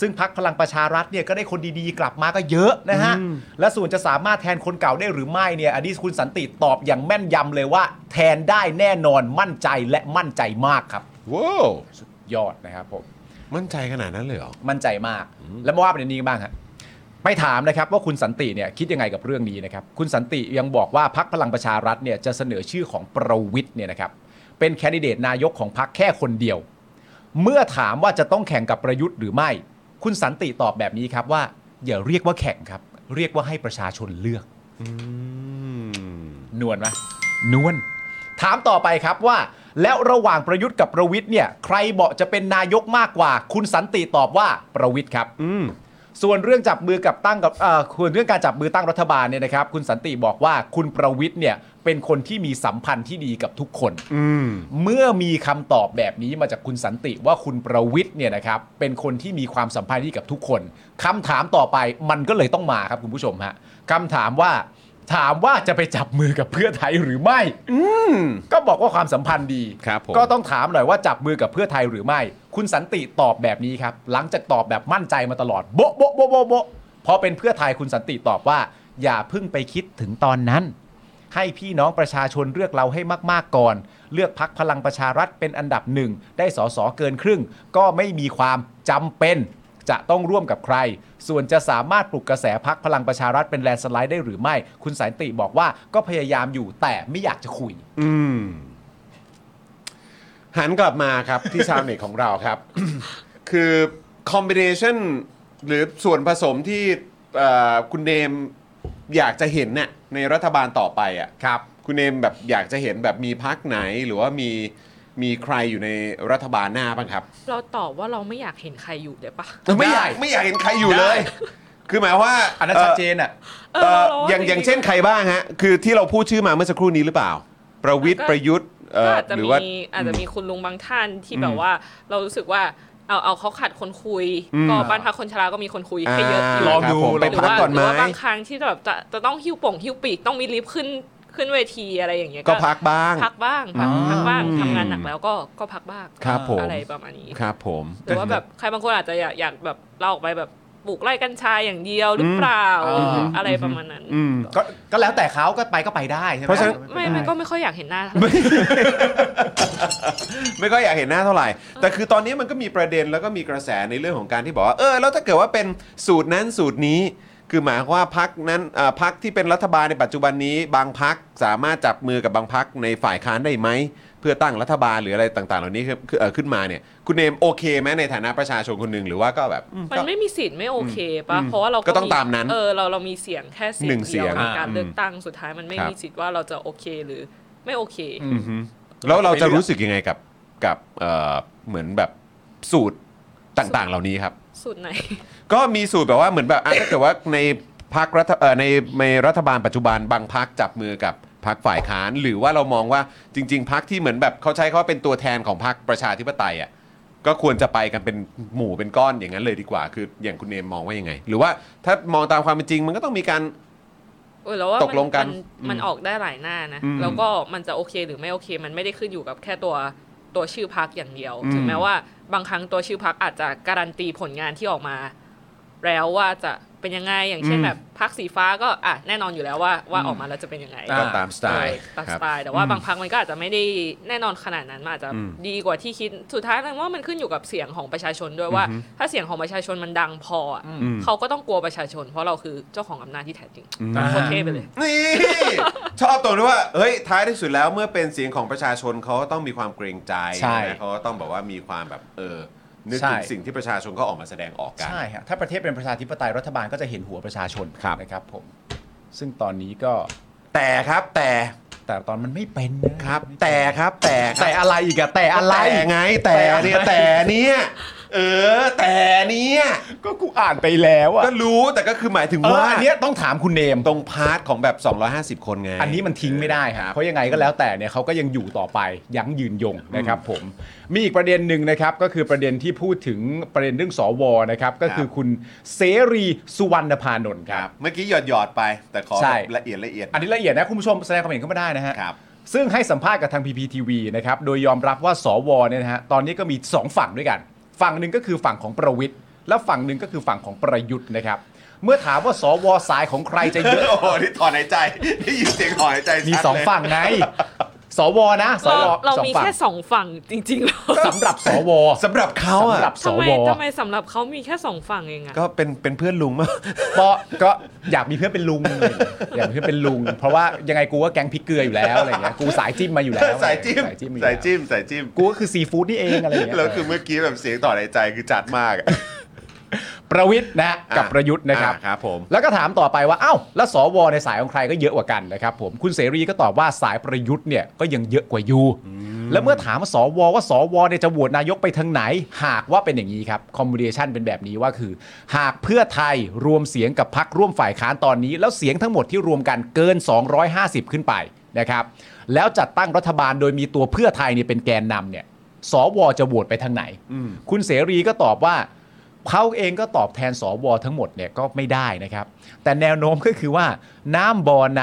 D: ซึ่งพักพลังประชารัฐเนี่ยก็ได้คนดีๆ กลับมาก็เยอะนะฮะ และส่วนจะสามารถแทนคนเก่าได้หรือไม่เนี่ยอันนี้คุณสันติตอบอย่างแม่นยำเลยว่า แทนได้แน่นอนมั่นใจและมั่นใจมากครับ
C: ว้าว
D: ยอดนะครับผม
C: มั่นใจขนาดนั้นเลยเหรอ
D: มั่นใจมาก แล้วมาว่าประเด็นนี้กันบ้างฮะไปถามนะครับว่าคุณสันติเนี่ยคิดยังไงกับเรื่องนี้นะครับคุณสันติยังบอกว่าพักพลังประชารัฐเนี่ยจะเสนอชื่อของประวิทย์เนี่ยนะครับเป็นแคนดิเดตนายกของพักแค่คนเดียว เมื่อถามว่าจะต้องแข่งกับประยุทธ์หรือไม่ คุณสันติตอบแบบนี้ครับว่าอย่าเรียกว่าแข่งครับ เรียกว่าให้ประชาชนเลือก นวลไหมนวลถามต่อไปครับว่า แล้วระหว่างประยุทธ์กับประวิทย์เนี่ยใครเหมาะจะเป็นนายกมากกว่า คุณสันติตอบว่าประวิทย์ครับส่วนเรื่องจับมือกับตั้งกับเอ่อส่วนเรื่องการจับมือตั้งรัฐบาลเนี่ยนะครับ คุณสันติบอกว่าคุณประวิทย์เนี่ยเป็นคนที่มีสัมพันธ์ที่ดีกับทุกคน เมื่อมีคำตอบแบบนี้มาจากคุณสันติว่าคุณประวิทย์เนี่ยนะครับเป็นคนที่มีความสัมพันธ์ที่กับทุกคนคำถามต่อไปมันก็เลยต้องมาครับคุณผู้ชมฮะคำถามว่า ถามว่าจะไปจับมือกับเพื่อไทยหรือไม่ก็บอกว่าความสัมพันธ์ดี
C: ครับผม
D: ก็ต้องถามหน่อยว่าจับมือกับเพื่อไทยหรือไม่ คุณสันติตอบแบบนี้ครับ หลังจากตอบแบบมั่นใจมาตลอดโบ๊ะโบ๊ะโบ๊ะโบ๊ะโบ๊ะพอเป็นเพื่อไทยคุณสันติตอบว่า อย่าเพิ่งไปคิดถึงตอนนั้น ให้พี่น้องประชาชนเลือกเราให้มาก ๆ ก่อน เลือกพักพลังประชารัฐเป็นอันดับหนึ่ง ได้สอสอเกินครึ่ง ก็ไม่มีความจำเป็น จะต้องร่วมกับใคร ส่วนจะสามารถปลุกกระแสพักพลังประชารัฐเป็นแลนด์สไลด์ได้หรือไม่ คุณสันติบอกว่าก็พยายามอยู่แต่ไม่อยากจะคุย
C: อืมหันกลับมาครับ ที่ชาวเน็ตของเราครับ คือคอมบิเนชันหรือส่วนผสมที่เอ่อคุณเนมอยากจะเห็นเนี่ยในรัฐบาลต่อไปอะ่ะ
D: ครับ
C: คุณเนมแบบอยากจะเห็นแบบมีพักไหนหรือว่ามีมีใครอยู่ในรัฐบาลหน้าบ้างครับ
F: เราตอบว่าเราไม่อยากเห็นใครอยู่ได้ปะ
C: ไม่อยากไม่อยากเห็นใครอยู่เลย คือหมายว่า
D: อันนั้นชัดเจนอ่ะ
F: เอ
C: เอ่อ
F: เรว่
C: อย่างอย่างเช่นใครบ้างฮะ คือที่เราพูดชื่อมาเมื่อสักครู่นี้หรือเปล่า ประวิทย์ประยุทธ์เอ่
F: ก็
C: อ
F: อาจจะ
C: หรือว่า
F: มีอาจจะมีคุณลุงบางท่านที่แบบว่า เรารู้สึกว่าเอาเอาเขาขาดคนคุย
C: อืม
F: ก็บ้านพักคนชราก็มีคนคุยให้เยอะอยู่
D: ลอง
C: ครั
D: ดู
C: บผมไป
F: หรือ
C: พัก
F: ว่า
C: ก่อน
F: ห
C: ไห
F: รื
C: ม
F: ว่าบางครั้งที่แบบจะจะต้องหิ้วป่งหิ้วปีกต้องมีลิฟต์ขึ้นขึ้นเวทีอะไรอย่างเงี้ย
C: ก็พักบ้าง
F: พักบ้าง
D: อ๋อ
F: พักบ้างทำงานหนักแล้วก็ก็พักบ้าง
C: ครับผม
F: อะไรประมาณนี้
C: ครับผม
F: หรือว่าแบบใครบางคนอาจจะอยากอยากแบบเราออกไปแบบปลูกไร่กัญชาอย่างเดียวหรือเปล่า
D: อืม
F: อะไรประมาณนั้น
C: อืม
D: ก็ก็แล้วแต่เขาก็ไปก็ไปได้ใช่ไหม
C: เพราะฉะนั้น
F: ไม่มันก็ไม่ค่อยอยากเห็นหน้าเท่าไหร่
C: ไม่ก็อยากเห็นหน้าเท่าไหร่ แต่คือตอนนี้มันก็มีประเด็นแล้วก็มีกระแสในเรื่องของการที่บอกว่า เออ แล้วถ้าเกิดว่าเป็นสูตรนั้นสูตรนี้ คือหมายความว่าพักนั้นเอ่อพักที่เป็นรัฐบาลในปัจจุบันนี้ บางพักสามารถจับมือกับบางพักในฝ่ายค้านได้ไหม เพื่อตั้งรัฐบาลหรืออะไรต่าง ๆ เหล่านี้คือคือเอ่อขึ้นมาเนี่ย คุณเนมโอเคไหมในฐานะประชาชนคนหนึ่งหรือว่าก็แบบอืม
F: มัน
C: ก็
F: ไม่มีสิทธิ์ไม่โอเค
C: อื
F: ปะ
C: ม
F: เพราะว่าเรา
C: ก็ต้องตามนั้น
F: เออเราเรามีเสียงแค่เสีย
C: หนึ่
F: ง
C: งเสี
F: เดี
C: ย
F: ย
C: ง
F: วในการ
C: อ่า
F: เลือกตั้งสุดท้ายมันไม่
C: ครับ
F: มีสิทธิ์ว่าเราจะโอเคหรือไม่โอเค
C: อือฮึแล้วเราจะรู้สึกยังไงกับกับเอ่อเหมือนแบบสูตรต่างๆ เหล่านี้ครับ
F: สุดไหน
C: ก็มีสูตรแบบว่าเหมือนแบบอ่ะ ถ้าเกิดว่าในพักรัฐเอ่อในในรัฐบาลปัจจุบันบางพักจับมือกับพักฝ่ายค้าน หรือว่าเรามองว่าจริง ๆพักที่เหมือนแบบเขาใช้เขาว่าเป็นตัวแทนของพักประชาธิปไตยอ่ะก็ควรจะไปกันเป็นหมู่เป็นก้อนอย่างนั้นเลยดีกว่า คืออย่างคุณเนมมองว่ายังไง หรือว่าถ้ามองตามความเป็นจริงมันก็ต้องมีการ
F: เออแล้วว่า
C: ตกลงกัน
F: มั
C: อืม
F: มันออกได้หลายหน้านะ
C: อืม
F: แล้วก็มันจะโอเคหรือไม่โอเค มันไม่ได้ขึ้นอยู่กับแค่ตัวตัวชื่อพักอย่างเดียว
C: อืม
F: ถึงแม้ว่าบางครั้งตัวชื่อพักอาจจะการันตีผลงานที่ออกมา แล้วว่าจะเป็นยังไงอย่างเช่นแบบพักสีฟ้าก็อ่ะแน่นอนอยู่แล้วว่าว่าออกมาแล้วจะเป็นยังไง
C: ก็ตามสไตล์
F: เออตาม
C: ค
F: ส
C: รับ
F: ไตล์แต่ว่าบางพักมันก็อาจจะไม่ได้แน่นอนขนาดนั้นมันอาจจะ
C: อืม
F: ดีกว่าที่คิดสุดท้ายแล้วว่ามันขึ้นอยู่กับเสียงของประชาชนด้วยว่า ถ้าเสียงของประชาชนมันดังพออ่ะ
C: อืม
F: เขาก็ต้องกลัวประชาชน เพราะเราคือเจ้าของอำนาจที่แท้จริง
C: อืม
F: โคตรเท่ไปเลย
C: นี่ ชอบตรงที่ว่าเฮ้ยท้ายที่สุดแล้วเมื่อเป็นเสียงของประชาชนเขาก็ต้องมีความเกรงใจ
D: ใช่
C: นะเขาก็ต้องแบบว่ามีความแบบเออนึก
D: ใช่
C: ถึงสิ่งที่ประชาชนเขาออกมาแสดงออกกัน
D: ใช่ฮะถ้าประเทศเป็นประชาธิปไตยรัฐบาลก็จะเห็นหัวประชาชน
C: ครับ
D: นะครับผมซึ่งตอนนี้ก็
C: แต่ครับแต่
D: แต่ตอนมันไม่เป็นนะครับ
C: แต่ครับแต่ค
D: แต่
C: รับ
D: อะไรอีกอะแต่อะไร
C: แต่ไงแต่เนี่ยแต่เนี่ยเออแต่เนี่ย
D: ก็กูอ่านไปแล้วอะ
C: ก็รู้แต่ก็คือหมายถึง
D: เออ
C: ว่า
D: อันเนี้ยต้องถามคุณเนม
C: ตรงพาร์ทของแบบ 250 คนไง
D: อันนี้มันทิ้งไม่ได้ครับเพราะยังไงก็แล้วแต่เนี่ยเขาก็ยังอยู่ต่อไปยั้งยืนยงนะครับผมมีอีกประเด็นหนึ่งนะครับก็คือประเด็นที่พูดถึงประเด็นเรื่องสวนะครับก็คือ
C: ครับ
D: คุณเสรีสุวรรณพานนท์
C: ค
D: ค
C: รั
D: รั
C: บบ เมื่อกี้หยอดหยอดๆไป แต่ขอ
D: ใช่
C: แบบละเอียดละเอียด
D: อันนี้ละเอียดนะคุณผู้ชมแสดงความเห็นเข้ามาได้นะฮะ
C: ครับ
D: ซึ่งให้สัมภาษณ์กับทาง PPTV นะครับโดยยอมรับว่าสวเนี่ยนะฮะตอนนี้ก็มี 2 ฝั่งด้วยกัน ฝั่งหนึ่งก็คือฝั่งของประวิทย์และฝั่งหนึ่งก็คือฝั่งของประยุทธ์นะครับเมื่อถามว่าสวสายของใครจะเยอะ
C: โอ้โหนี่ถอนหายใจได้ยินเสียงถอนหายใจชัด
D: มีสอง
C: เลย
D: ฝั่งไงสวนะส
F: เรา
D: ว
F: เรา
D: สอง
F: มี
D: ฝั่ง
F: แค่สองฝั่งจริงๆหรอ
D: สำหรับสว
C: สำหรับเขาอะ
D: สำหรับส
F: ทำไม
D: ว
F: ทำไมสำหรับเขามีแค่สองฝั่งเองอะ
C: ก็เป็นเป็นเพื่อนลุงมาก
D: ปอก็อยากมีเพื่อนเป็นลุงอยากมีเพื่อนเป็นลุง เพราะว่ายังไงกูก็แก๊งพริกเกลืออยู่แล้วอะไรอย่างเงี้ยกูสายจิ้มมาอยู่แล้ว
C: สายจิ้ม
D: สายจิ้มอ
C: สาย
D: แล้ว
C: จิ้มสายจิ้ม
D: กูก็คือซีฟู้ดนี่เองอะไรอย่างเงี้ย
C: แล้วคือเมื่อกี้แบบเสียงต่อในใจคือจัดมากอะ
D: ประวิทย์นะกับประยุทธ์นะครับ
C: อ่าครับผม
D: แล้วก็ถามต่อไปว่าเอ้าแล้วสวในสายของใครก็เยอะกว่ากันนะครับผมคุณเสรีก็ตอบว่าสายประยุทธ์เนี่ยก็ยังเยอะกว่าอยู่แล้วเมื่อถามสวว่าสวเนี่ยจะโหวตนายกไปทางไหน หากว่าเป็นอย่างนี้ครับคอมบิเนชันเป็นแบบนี้ว่าคือ หากเพื่อไทยรวมเสียงกับพักร่วมฝ่ายค้านตอนนี้ แล้วเสียงทั้งหมดที่รวมกันเกิน 250 ขึ้นไปนะครับแล้วจัดตั้งรัฐบาลโดยมีตัวเพื่อไทยเนี่ยเป็นแกนนำเนี่ย สวจะโหวตไปทางไหน คุณเสรีก็ตอบว่าเขาเองก็ตอบแทนสวทั้งหมดเนี่ยก็ไม่ได้นะครับ แต่แนวโน้มก็คือว่า น้ำบ่อไหน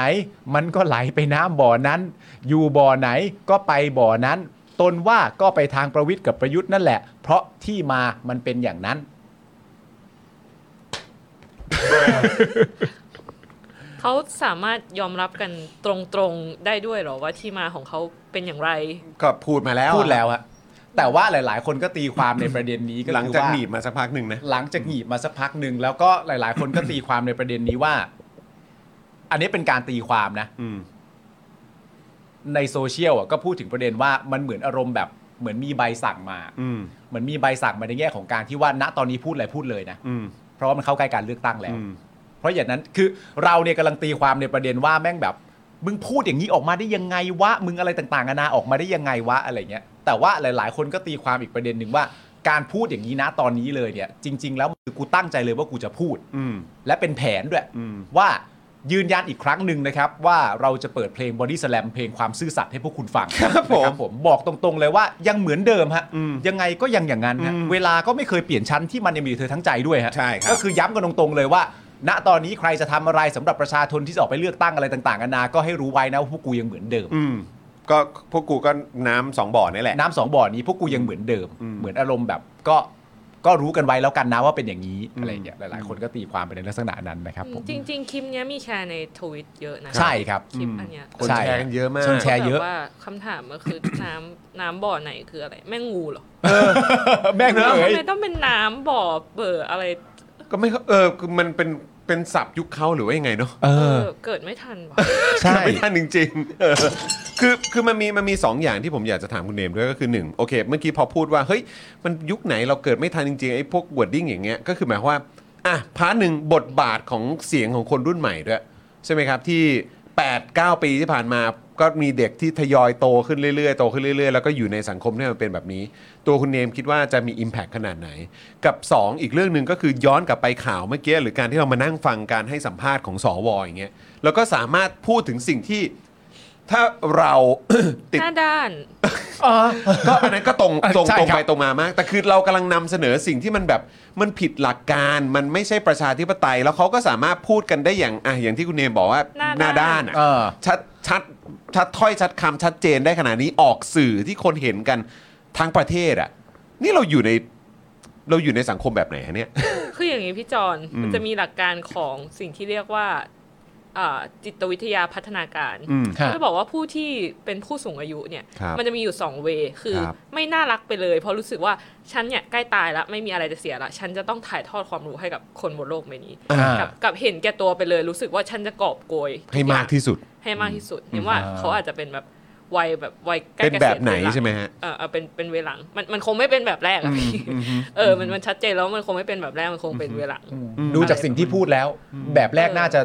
D: มันก็ไหลไปน้ำบ่อนั้น อยู่บ่อไหนก็ไปบ่อนั้น ตนว่าก็ไปทางประวิทย์กับประยุทธ์นั่นแหละ เพราะที่มามันเป็นอย่างนั้น
F: เขาสามารถยอมรับกันตรงๆได้ด้วยเหรอว่าที่มาของเขาเป็นอย่างไร
C: ก็พูดมาแล้ว
D: พูดแล้วอะแต่ว่าหลาย ๆ คนก็ตีความในประเด็นนี้ก็
C: หลัง
D: คือ
C: จาก
D: ว่า
C: หนีบมาสักพักหนึ่งนะ
D: หลังจากหงีบมาสักพักหนึ่งแล้วก็หลาย ๆ คนก็ตีความในประเด็นนี้ว่า อันนี้เป็นการตีความนะ
C: อืม
D: ในโซเชียลอะก็พูดถึงประเด็นว่ามันเหมือนอารมณ์แบบเหมือนมีใบสั่งมา
C: อืม
D: เหมือนมีใบสั่งมาในแง่ของการที่ว่าณตอนนี้พูดอะไรพูดเลยนะ
C: อืม
D: เพราะว่ามันเข้าใกล้การเลือกตั้งแล้ว
C: อืม
D: เพราะอย่างนั้นคือเราเนี่ยกำลังตีความในประเด็นว่าแม่งแบบ มึงพูดอย่างนี้ออกมาได้ยังไงวะมึงอะไรต่างๆนานาออกมาได้ยังไงวะอะไรเงี้ย แต่ว่าหลาย ๆ คนก็ตีความอีกประเด็นหนึ่งว่า การพูดอย่างนี้นะตอนนี้เลยเนี่ย จริง ๆ แล้วคือกูตั้งใจเลยว่ากูจะพูด
C: อืม
D: และเป็นแผนด้วย
C: อืม
D: ว่ายืนยันอีกครั้งหนึ่งนะครับ ว่าเราจะเปิดเพลง Body Slam เพลงความซื่อสัตย์ให้พวกคุณฟัง
C: ครับผม
D: นะผมบอกตรงๆเลยว่ายังเหมือนเดิมฮะ
C: อืม
D: ยังไงก็ยังอย่างนั้นฮะ
C: อืม
D: เวลาก็ไม่เคยเปลี่ยนชั้นที่มันยังมีอยู่เธอทั้งใจด้วยฮะ
C: ใช่ครับ
D: ก็คือย้ำกันตรงๆเลยว่า ณตอนนี้ใครจะทำอะไรสำหรับประชาชนที่จะออกไปเลือกตั้งอะไรต่างๆกันานาก็ให้รู้ไว้นะว่าพวกกูยังเหมือนเดิม
C: อืมก็พวกกูก็น้ำสองบ่อนี่แหละ
D: น้ำสองบ่อนี้พวกกูยังเหมือนเดิม
C: อืม
D: เหมือนอารมณ์แบบก็ก็รู้กันไว้แล้วกันนะว่าเป็นอย่างนี้
C: อืม
D: อะไรอย่างเงี้ยหลายๆ คนก็ตีความไปในลักษณะนั้นนะครับผม
F: จริง ๆคลิปเนี้ยมีแชร์ในทวิตเยอะนะ
D: ใช่ครับ
F: คลิปอันเนี้ย
C: คน
D: ใช่
C: แชร์กันเยอะมาก
D: คนแชร์เยอะ
F: บบว่าคำถามก็คือ น้ำน้ำบ่อไหนคืออะไร แม่งงูเหรอ
D: แม่งเอ
F: ทำ
D: ย
F: ไมต้องเป็นน้ำบ่อเบอร์อะไร
C: ก็ไม่เข้าเออคือมันเป็น เป็นศัพท์ยุคเขาหรือว่ายังไงเนาะ
D: เออ
F: เออเกิดไม่ทันว่ะ
D: ใช่
C: ไม่ทันจริงๆเออคือคือมันมีมันมีสองอย่างที่ผมอยากจะถามคุณเนมด้วยก็คือหนึ่งโอเค เมื่อกี้พอพูดว่าเฮ้ยมันยุคไหนเราเกิดไม่ทันจริงๆไอ้พวกวอร์ดิ้งอย่างเงี้ยก็คือหมายความว่าอ่ะพาร์ทหนึ่งบทบาทของเสียงของคนรุ่นใหม่ด้วยใช่ไหมครับที่ 8 9 ปีที่ผ่านมาก็มีเด็กที่ทยอยโตขึ้นเรื่อยๆโตขึ้นเรื่อยๆแล้วก็อยู่ในสังคมที่มันเป็นแบบนี้ ตัวคุณเนมคิดว่าจะมี Impact ขนาดไหน กับ 2 อีกเรื่องหนึ่งก็คือย้อนกลับไปข่าวเมื่อกี้หรือการที่เรามานั่งฟังการให้สัมภาษณ์ของสอวอย่างเงี้ยแล้วก็สามารถพูดถึงสิ่งที่ถ้าเรา ติด
F: หน้าด้าน
C: ก็อันนั้นก็ตรงตรง
D: ใช่
C: ตรง
D: ครับ
C: ไปตรงมามาก แต่คือเรากำลังนำเสนอสิ่งที่มันแบบมันผิดหลักการมันไม่ใช่ประชาธิปไตย แล้วเขาก็สามารถพูดกันได้อย่างอ่ะอย่างที่คุณเนมบอกว่า
F: หน้า
C: หน้า
F: ด้าน
C: ด้านอะ
D: เออ
C: ชัดชัดชัดถ้อยชัดคำชัดเจนได้ขนาดนี้ออกสื่อที่คนเห็นกันทั้งประเทศอ่ะ นี่เราอยู่ในเราอยู่ในสังคมแบบไหนฮะเนี่ย
F: คืออย่างนี้พี่จอน
C: อืม
F: มันจะมีหลักการของสิ่งที่เรียกว่าอ่าจิตวิทยาพัฒนาการ
C: อืม
D: ครับ
F: ก็จะบอกว่าผู้ที่เป็นผู้สูงอายุเนี่ย
C: ครับ
F: มัจะมีอยู่2เวคือ
C: ครับ
F: ไม่น่ารักไปเลย เพราะรู้สึกว่าฉันเนี่ยใกล้ตายแล้วไม่มีอะไรจะเสียละฉันจะต้องถ่ายทอดความรู้ให้กับคนบนโลกใบนี้
D: อ่ากั
F: กับกับเห็นแก่ตัวไปเลยรู้สึกว่าฉันจะกอบโกย
C: ให้มากที่สุด
F: ให้มากที่สุดเนี่ยว่า
D: อ่า
F: เขาอาจจะเป็นแบบวัยแบบวัยใกล้
C: เป็นแบบไหน
F: เกษียณเวลา
C: ใช่ไหมฮะ
F: เออเอาเป็นเป็นเวลาหลังมันมันคงไม่เป็นแบบแรกอะพี่เออมันมันชัดเจนแล้วมันคงไม่เป็นแบบแรกมันคงเป็นเวลาหลัง
D: ดูจากสิ่งที่พูดแล้ว แบบแรกน่าจะ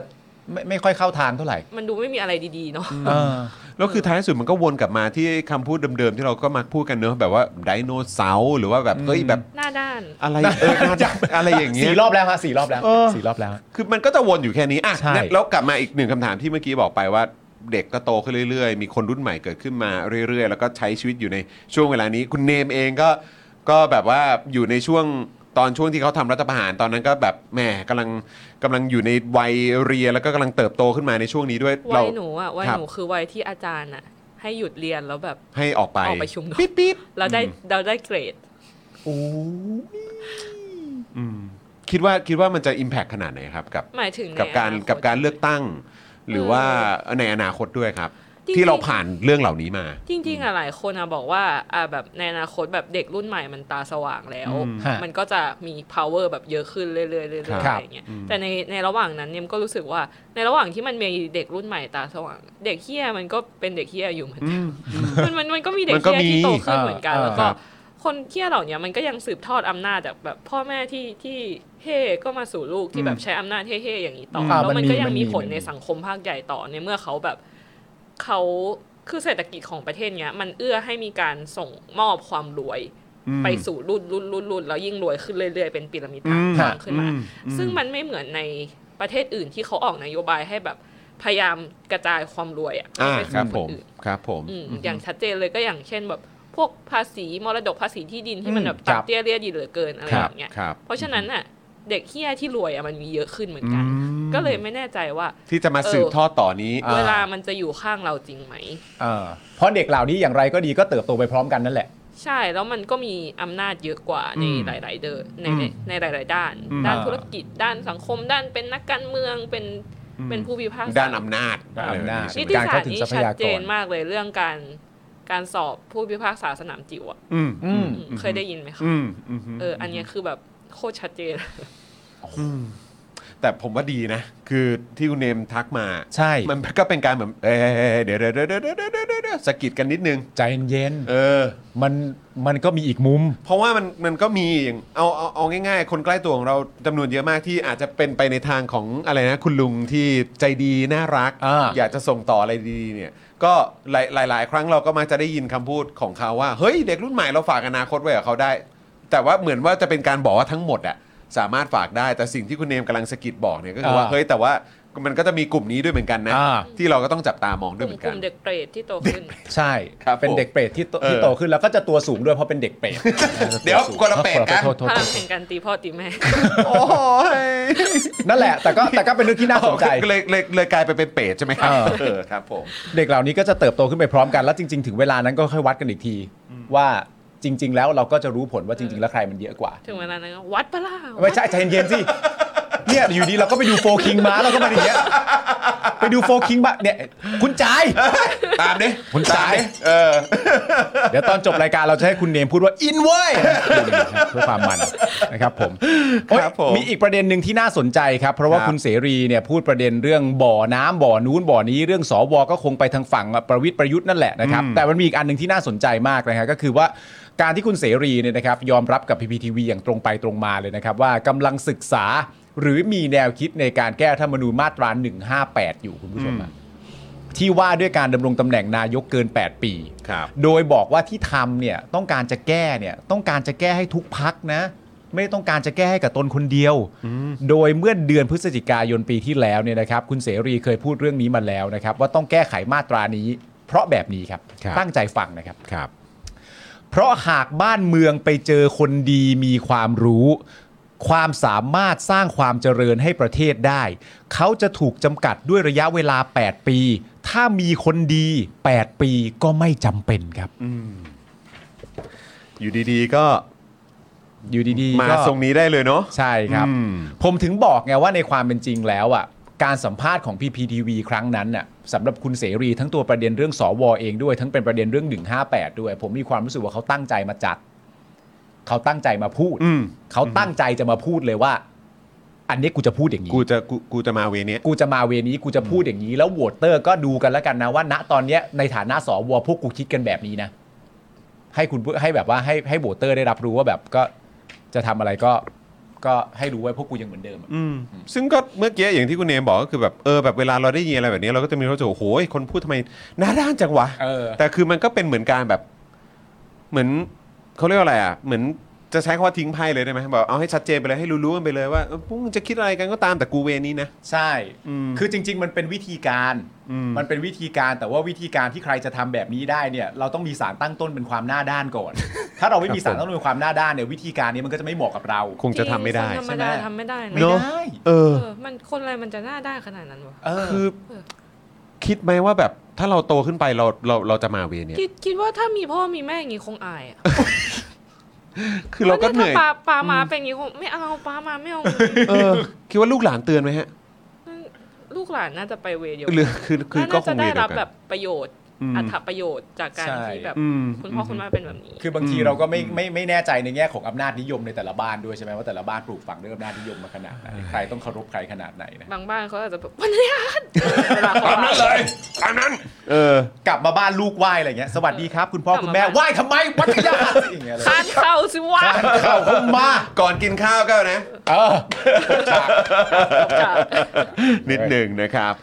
D: ไม่ไม่ค่อยเข้าทางเท่าไหร่
F: มันดูไม่มีอะไรดีๆเนาะ
D: เออ
C: แล้วคือท้ายสุดมันก็วนกลับมาที่คำพูดเดิมๆที่เราก็มักพูดกันเนอะแบบว่าไดโนเสาร์หรือว่าแบบเฮ้ยแบบ
F: หน้าด้าน
C: อะไรเออน่าจะอะไรอย่างเงี้ย
D: สี่รอบแล้วฮะสี่รอบแล้วสี่รอบแล้ว
C: คือมันก็จะวนอยู่แค่นี้อ่ะ
D: ใช่
C: งั้นแล้วกลับมาอีกหนึ่งคำถามที่เมื่อกี้บอกไปว่าเด็กก็โตขึ้นเรื่อยๆ มีคนรุ่นใหม่เกิดขึ้นมาเรื่อยๆ แล้วก็ใช้ชีวิตอยู่ในช่วงเวลานี้ คุณเนมเองก็ก็แบบว่าอยู่ในช่วงตอนช่วงที่เขาทำรัฐประหารตอนนั้นก็แบบแหมกำลังกำลังอยู่ในวัยเรียนแล้วก็กำลังเติบโตขึ้นมาในช่วงนี้ด้วย
F: วั
C: เรา
F: ยหนูอะวัย
C: ครับ
F: หนูคือวัยที่อาจารย์อะให้หยุดเรียนแล้วแบบ
C: ให้ออกไป
F: ออกไปชุมนุม
C: ปิ๊ดปิ๊ด
F: เราได้เราได้เกรด
C: อืมคิดว่าคิดว่ามันจะ Impact ขนาดไหนครับกับ
F: หมายถึงใน
C: กับการ
F: อนคต
C: กับการเลือกตั้ง หรือว่าในอนาคตด้วยครับ
F: จริงๆ
C: ที่เราผ่านเรื่องเหล่านี้มา
F: จริงๆอะหลายคนอะบอกว่าอ่ะแบบในอนาคตแบบเด็กรุ่นใหม่มันตาสว่างแล้ว
D: ฮะ
F: มันก็จะมี power แบบเยอะขึ้นเรื่อยๆเรื่อยๆ
C: ครับ
F: อะไรอย่างเงี้ยแต่ในในระหว่างนั้นเนี่ยมันก็รู้สึกว่าในระหว่างที่มันมีเด็กรุ่นใหม่ตาสว่าง เด็กเฮี้ยมันก็เป็นเด็กเฮี้ยอยู่เหมือนกันมันมันมันก็มีเด็ก
C: มันก็
F: เฮี้ย
C: มี
F: ที่โตขึ้นเหมือนกัน
D: อ่า
F: แล้ว
D: ค
F: ก็
D: รับ
F: คนเฮี้ยเหล่าเนี้ยมันก็ยังสืบทอดอำนาจจากแบบพ่อแม่ที่ที่เฮ่ก็มาสู่ลูกที่แบบใช้อำนาจเฮ่ๆอย่างนี้ต่ออ
D: อ่า
F: แล้ว
D: มั
F: มัน
D: นมี
F: ก็ยัง
D: มันมี
F: มีผล
D: มันมี
F: ในสังคมภาคใหญ่ต่อในเมื่อเขาแบบ เขาคือเศรษฐกิจของประเทศเนี้ย มันเอื้อให้มีการส่งมอบความรวย ไปสู่รุ่นรุ่นรุ่นรุ่นแล้วยิ่งรวยขึ้นเรื่อยๆ เป็นพีระมิดทาง
D: อืม
F: ทางขึ้นมา ซึ่งมันไม่เหมือนในประเทศอื่นที่เขาออกนโยบายให้แบบพยายามกระจายความรวยอ่ะ
C: อ่า
F: ไป
C: ครั
F: สู่
C: บผ
F: ค
C: ม
F: นอื่น
C: ครับผม
F: อืมอย่างชัดเจนเลยก็อย่างเช่นแบบพวกภาษีมรดกภาษีที่ดินที่มันแบบ
D: ครั
F: ตับบ เตี้ยเรียดินเหลือเกินอะไร
C: ค
F: อ
C: รับ
F: ย่างเงี้ย
C: ครับ
F: เพราะฉะนั้นน่ะเด็กเฮี้ยที่รวยอ่ะมันมีเยอะขึ้นเหมือนกัน ก็เลยไม่แน่ใจว่า
C: ที่จะมาสืบทอดต่อนี้
D: เออ
F: เวลามันจะอยู่ข้างเราจริงไหม
D: เออเพราะเด็กเหล่านี้อย่างไรก็ดีก็เติบโตไปพร้อมกันนั่นแหละ
F: ใช่แล้วมันก็มีอำนาจเยอะกว่าใน
D: อืม
F: หลาย ๆ เดินในในในหลาย ๆ ด้าน
C: อืม
F: ด้าน
D: อ่า
F: ธุรกิจด้านสังคมด้านเป็นนักการเมืองเป็นเป็นผู้พิพากษา
C: ด้านอำนาจ
D: ด้านอำนาจ
C: อะไรแบบ
F: นิ
C: นี้
F: ติ
D: การ
F: ศา
D: เข้า
F: สตร์
D: ถึง
F: นี่
D: ทรัพ
F: ชัด
D: ยากร
F: เจนมากเลยเรื่องการการสอบผู้พิพากษาสนามจิ๋วอะ
C: อืม
D: อืม
F: อืมเคยได้ยินไหมคะ
C: อืมอืม
F: เอออันเนี้ยคือแบบโคตรชัดเจน
C: แต่ผมว่าดีนะ คือที่คุณเนมทักมา
D: ใช่
C: มันก็เป็นการเหมือนเอ้ยเอ้ยเอ้ยเดี๋ยวเดี๋ยวเดี๋ยวเดี๋ยวเดี๋ยวเดี๋ยวเดี๋ยวเดี๋ยวสะกิดกันนิดนึง
D: ใจเย็น
C: เออ
D: ๆมันมันก็มีอีกมุม
C: เพราะว่ามันมันก็มีอย่างเอาเอาเอาง่ายๆ คนใกล้ตัวของเราจำนวนเยอะมากที่อาจจะเป็นไปในทางของอะไรนะ คุณลุงที่ใจดีน่ารัก
D: อ่า
C: อยากจะส่งต่ออะไรดีๆเนี่ย ก็หลายหลาย ๆ ครั้งเราก็มักจะได้ยินคำพูดของเขาว่า เฮ้ยเด็กรุ่นใหม่เราฝากอนาคตไว้กับเขาได้ แต่ว่าเหมือนว่าจะเป็นการบอกว่าทั้งหมดอะสามารถฝากได้แต่สิ่งที่คุณเนมกำลังสะกิดบอกเนี่ยก็คือว่า
D: อ่า
C: เฮ้ยแต่ว่ามันก็จะมีกลุ่มนี้ด้วยเหมือนกันนะ
D: อ่า
C: ที่เราก็ต้องจับตามอง
F: ก
C: ด้วย
F: ลุ่
C: เห
F: ม
C: มือน
F: ก
C: กัน
F: ลุ่มเด็กเปรตที่โตขึ้น
D: ใช่
C: ครับ
D: เป็นเด็กเปรตที่โต
C: เออ
D: ที่โตขึ้นแล้วก็จะตัวสูงด้วยเพราะเป็นเด็กเปรต
C: เดี๋ยวคนละเปรตกัน
D: โทษโทษ
F: พ
D: โท
F: ลั
D: ษ
F: งแห่งการตีพ่อตีแม่
C: โอ้ย
D: นั่นแหละแต่ก็แต่ก็เป็นเรื่องที่น่าสนใจ
C: ก็เลยเลยเลยกลายไปเป็นเปรตใช่ไหมครับ
D: เออ
C: เออครับผม
D: เด็กเหล่านี้ก็จะเติบโตขึ้นไปพร้อมกันแล้วจริง ๆ ถึงเวลานั้นก็ค่อยวัดกันอีกที ว่าจริง ๆ แล้วเราก็จะรู้ผลว่าจริง ๆ แล้วใครมันเยอะกว่า
F: ถึงเวลานั้นก็วัดปะล่า
D: ไม่ใช่ใจเย็นๆสิ เนี่ยอยู่ดีเราก็ไปดูโฟคิงมาแล้วก็มาอย่างเงี้ยไปดูโฟคิงมาเนี่ยคุณจ่าย
C: ตามดิ
D: คุณ
C: ตามดิ
D: สาย
C: เออ
D: เดี๋ยวตอนจบรายการเราจะให้คุณเนมพูดว่าอินเว้ย เพื่อความมันนะครับผม
C: ครับผม
D: โอ๊ยมีอีกประเด็นหนึ่งที่น่าสนใจครับ เพราะว่า
C: ครับ
D: คุณเสรีเนี่ยพูดประเด็นเรื่องบ่อน้ำบ่อนู้นบ่อนี้เรื่องสวก็คงไปทางฝั่งประวิทย์ประยุทธ์นั่นแหละนะครับ แต่มันมีอีกอันหนึ่งที่น่าสนใจมากนะฮะก็คือว่าการที่คุณเสรีเนี่ยนะครับยอมรับกับพีพีทีวีอย่างตรงไปตรงมาเลยนะครับ ว่ากำลังศึกษาหรือมีแนวคิดในการแก้รัฐธรรมนูญมาตรา 158 อยู่คุณผู้ชมอะที่ว่าด้วยการดำรงตำแหน่งนายกเกิน 8 ปี
C: ครับ
D: โดยบอกว่าที่ทำเนี่ยต้องการจะแก้เนี่ยต้องการจะแก้ให้ทุกพักนะ ไม่ได้ต้องการจะแก้ให้กับตนคนเดียว โดยเมื่อเดือนพฤศจิกายนปีที่แล้วเนี่ยนะครับ คุณเสรีเคยพูดเรื่องนี้มาแล้วนะครับ ว่าต้องแก้ไขมาตรานี้ เพราะแบบนี้ครับ
C: ครับ
D: ตั้งใจฟังนะครับ
C: ครับ
D: เพราะหากบ้านเมืองไปเจอคนดีมีความรู้ ความสามารถสร้างความเจริญให้ประเทศได้ เขาจะถูกจำกัดด้วยระยะเวลา 8 ปี ถ้ามีคนดี 8 ปีก็ไม่จำเป็นครับ
C: อยู่ดีๆก็
D: อยู่ดีๆ
C: มา
D: ก็
C: ทรงนี้ได้เลยเนาะ
D: ใช่ครับ
C: อืม
D: ผมถึงบอกไงว่าในความเป็นจริงแล้วอ่ะการสัมภาษณ์ของ PPTV ครั้งนั้นน่ะสำหรับคุณเสรีทั้งตัวประเด็นเรื่องสวเองด้วย ทั้งเป็นประเด็นเรื่อง 158 ด้วย ผมมีความรู้สึกว่าเขาตั้งใจมาจัด เขาตั้งใจมาพูด
C: อืม
D: เขาตั้งใจจะมาพูดเลยว่า อันนี้กูจะพูดอย่างนี้
C: กูจะกูกูจะมาเวเนี้ย
D: กูจะมาเวนี้กูจะพูดอย่างนี้ แล้วโหวตเตอร์ก็ดูกันแล้วกันนะว่า ณตอนเนี้ยในฐานะสวพวกกูคิดกันแบบนี้นะ ให้คุณผู้ให้แบบว่าให้ให้โหวตเตอร์ได้รับรู้ว่าแบบก็จะทำอะไรก็ก็ให้รู้ไว้พวกกูยังเหมือนเดิมอะ
C: อืมซึ่งก็เมื่อกี้อย่างที่คุณเนมบอกก็คือแบบเออแบบเวลาเราได้ยินอะไรแบบนี้เราก็จะมีความรู้สึกว่าโอ้โหคนพูดทำไมหน้าด้านจังวะ
D: เออ
C: แต่คือมันก็เป็นเหมือนการแบบเหมือนเขาเรียกว่าอะไรอ่ะ เหมือนจะใช้คำว่าทิ้งไพ่เลยได้ไหมแบบเอาให้ชัดเจนไปเลยให้รู้ๆกันไปเลยว่าเออพวกมึงจะคิดอะไรกันก็ตามแต่กูเวนี้นะ
D: ใช่
C: อืม
D: คือจริง ๆ มันเป็นวิธีการ
C: อืม
D: มันเป็นวิธีการ แต่ว่าวิธีการที่ใครจะทำแบบนี้ได้เนี่ย เราต้องมีสารตั้งต้นเป็นความหน้าด้านก่อน ถ้าเราไม่มีสารตั้งต้นเป็นความหน้าด้านเนี่ยวิธีการนี้มันก็จะไม่เหมาะกับเรา
C: คงจะทำไม่ได้
F: จริงคนธรรมดาทำไม่ได้นะ
D: ไม่ได้
C: เอ
F: เอ
C: อ
F: อมันคนอะไรมันจะหน้าด้านขนาดนั้นวะ
D: เออ
C: คือคิดไหมว่าแบบถ้าเราโตขึ้นไปเราเราเราจะมาเวเนี้ย
F: คิดคิดว่าถ้ามีพ่อมีแม่อย่างงี้คงอายอะ
C: คือเราก็เห
F: ถ้า
C: นื่อย
F: ปลาปลามาเป็นอย่างงี้คงไม่เอาปลามา ไม่เอา
C: เออคิดว่าลูกหลานเตือนไหมฮะ
F: ลูกหลานน่าจะไปเวเดียว
C: หรือคือคือก็
F: น่า
C: ค
F: จะ
C: งเว
F: ได้
C: เดีย
F: รั
C: ว
F: บ
C: กั
F: แบ
C: น
F: บประโยชน์
C: อืม
F: อัถประโยชน์จากการ
D: ใช่
F: ที่แบบ
C: อืม
F: คุณพ่อคุณแม่เป็นแบบนี้
D: คือบางที
C: อืม
D: เราก็ไม่ไม่ไม่แน่ใจในแง่ของอำนาจนิยมในแต่ละบ้านด้วยใช่ไหมว่าแต่ละบ้านปลูกฝังด้วยอำนาจนิยมมาขนาดไหนใครต้องเคารพใครขนาดไหนนะ
F: บางบ้านเขาอาจจะแบบ วันนี้ฮัทเวลาเขาว่า
C: ตามนั้น เออ
D: กลับมาบ้านลูกไหว้อะไรเงี้ยสวัสดีครับ คุณพ่อก
F: ลับ
D: คุณ
F: มา
D: แม่
F: บ้าน
D: ไหว้ทำไมวัดยาติอย่างเงี้ยเลย
F: ทานเข้าสิวะ
D: การเข้าเข้ามา
C: ก่อนกินข้าวก็นะ
D: เออ
F: จาก
C: นิดหนึ่งนะครับ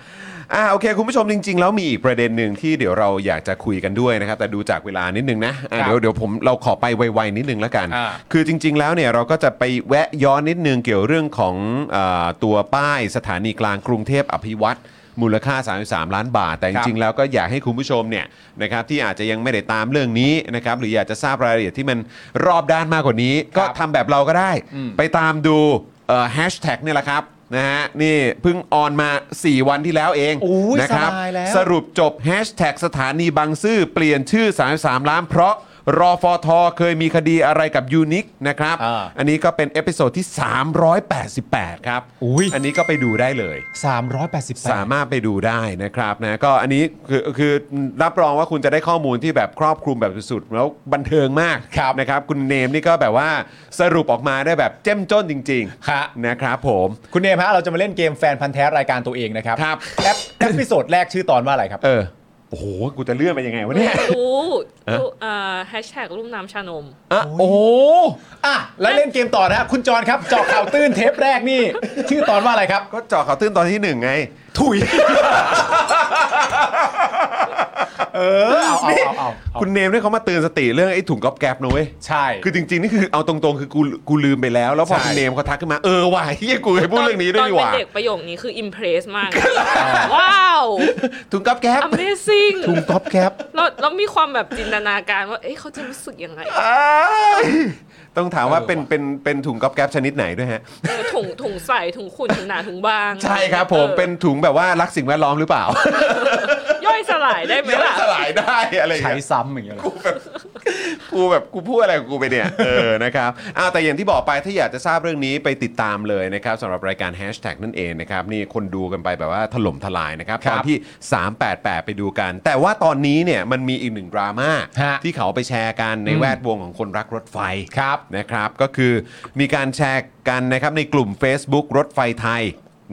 C: อ่าโอเค คุณผู้ชมจริง ๆ แล้วมีอีกประเด็นหนึ่งที่เดี๋ยวเราอยากจะคุยกันด้วยนะครับ แต่ดูจากเวลานิดนึงนะอ่ะ
D: ครับ
C: เดี๋ยวเดี๋ยวผมเราขอไปไวๆนิดนึงแล้วกัน
D: อ่า
C: คือจริง ๆ แล้วเนี่ยเราก็จะไปแวะย้อนนิดนึงเกี่ยวเรื่องของอาตัวป้ายสถานีกลางกรุงเทพอภิวัตรมูลค่า 33 ล้านบาท แต่จริง ๆ แล้วก็อยากให้คุณผู้ชมเนี่ยนะครับที่อาจจะยังไม่ได้ตามเรื่องนี้นะครับหรืออยากจะทราบรายละเอียดที่มันรอบด้านมากกว่านี้ ก็ทำแบบเราก็ได้ ไปตามดูแฮชแท็กเนี่ยแหละครับนะฮะนี่เพิ่งออนมา 4 วันที่แล้วเอง
D: โอ้ย
C: นะครั
D: สบายแล้ว
C: สรุปจบแฮชแท็กสถานีบางซื่อเปลี่ยนชื่อ 33 ล้าน เพราะรอฟอทอเคยมีคดีอะไรกับยูนิคนะครับ
D: อ่า
C: อันนี้ก็เป็นเอพิโซดที่ 388 ครับ
D: อุ๊ย
C: นนี้ก็ไปดูได้เลย
D: สามร้อยแปดสิบสา
C: สาม มารถไปดูได้นะครับนะก็อันนี้คือคือรับรองว่าคุณจะได้ข้อมูลที่แบบครอบคลุมแบบสุดๆแล้วบันเทิงมาก
D: ครับ
C: นะครับ คุณเนมนี่ก็แบบว่าสรุปออกมาได้แบบเจ้มจ้นจริง
D: ฮะ
C: นะครับผม
D: คุณเนมฮะเราจะมาเล่นเกมแฟนพันธ์แท้รายการตัวเองนะครับ
C: ครับ
D: แอปแอพิโซดแรกชื่อตอนว่าอะไรครับ
C: เออโอ้โหกูจะเลื่อนไปยังไงวะเนี่ย
F: รู้
C: ฮะ
F: รู้เอ่อแฮชแท็กรูปน้ำชานม
C: อ่ะโอ้โห
D: อ่ะแล้วเล่นเกมต่อนะฮะคุณจรครับเจอข่าวตื้นเทปแรกนี่ ชื่อตอนว่าอะไรครับ
C: ก็เจาะข่าวตื้นตอนที่หนึ่งไง
D: ถุย เออเอาเอาเอาเอาเอา
C: คุณเนมเนี่ยเขามาเตือนสติเรื่องไอ้ถุงก๊อบแก๊บนะเว้ย
D: ใช่
C: คือจริงๆนี่คือเอาตรงๆคือกูกูลืมไปแล้ว แล้วพอ
D: ใช่
C: คุณเนมเขาทักขึ้นมาเออว่ะเฮียกูเคยพูดเรื่องนี้ด้วย
F: ตอน
C: นี่ห
F: เป็น
C: ว่า
F: เด็กประโยคนี้คืออิมเพรสมาก ว้าว
C: ถุงก๊อบแก๊บ
F: Amazing
C: ถุงก๊อบแก๊บ
F: เราเรามีความแบบจินตนาการว่า เอ๊ะเขาจะรู้สึกยังไง
C: อ้ายต้องถามว่า
D: เออว่ะ
C: เป็นเป็นเป็นถุงก๊อบแก๊บชนิดไหนด้วยฮะ
F: เออถุงถุงใส่ ถุงขุ่น ถุงหนา ถุงบาง
C: ใช่ครับผม
F: ออ
C: เป็นถุงแบบว่ารักสิ่งแวดล้อมหรือเปล่า
F: ย่อยสลายได้ไหม
C: ย่อย
F: ล่ะ
C: สลายได้อะไรอย่าง
D: ใช้
C: เงี้ย
D: ซ้ำอย่างเงี้ยเหรอ
C: แบบ กูแบบกูพูดอะไรของกูไปเนี่ยเออนะครับอ้าวแต่อย่างที่บอกไปถ้าอยากจะทราบเรื่องนี้ไปติดตามเลยนะครับสำหรับรายการ Hashtag นั่นเองนะครับนี่คนดูกันไปแบบว่าถล่มทลายนะครับ
D: ค
C: ต
D: รั
C: อบ นที่ 388 ไปดูกัน แต่ว่าตอนนี้เนี่ยมันมีอีกหนึ่งดราม่า
D: ฮะ
C: ที่เขาไปแชร์กันในแวดวงของคนรักรถไฟ
D: ครับ
C: นะครับก็คือมีการแชร์กันนะครับในกลุ่ม Facebook รถไฟไทย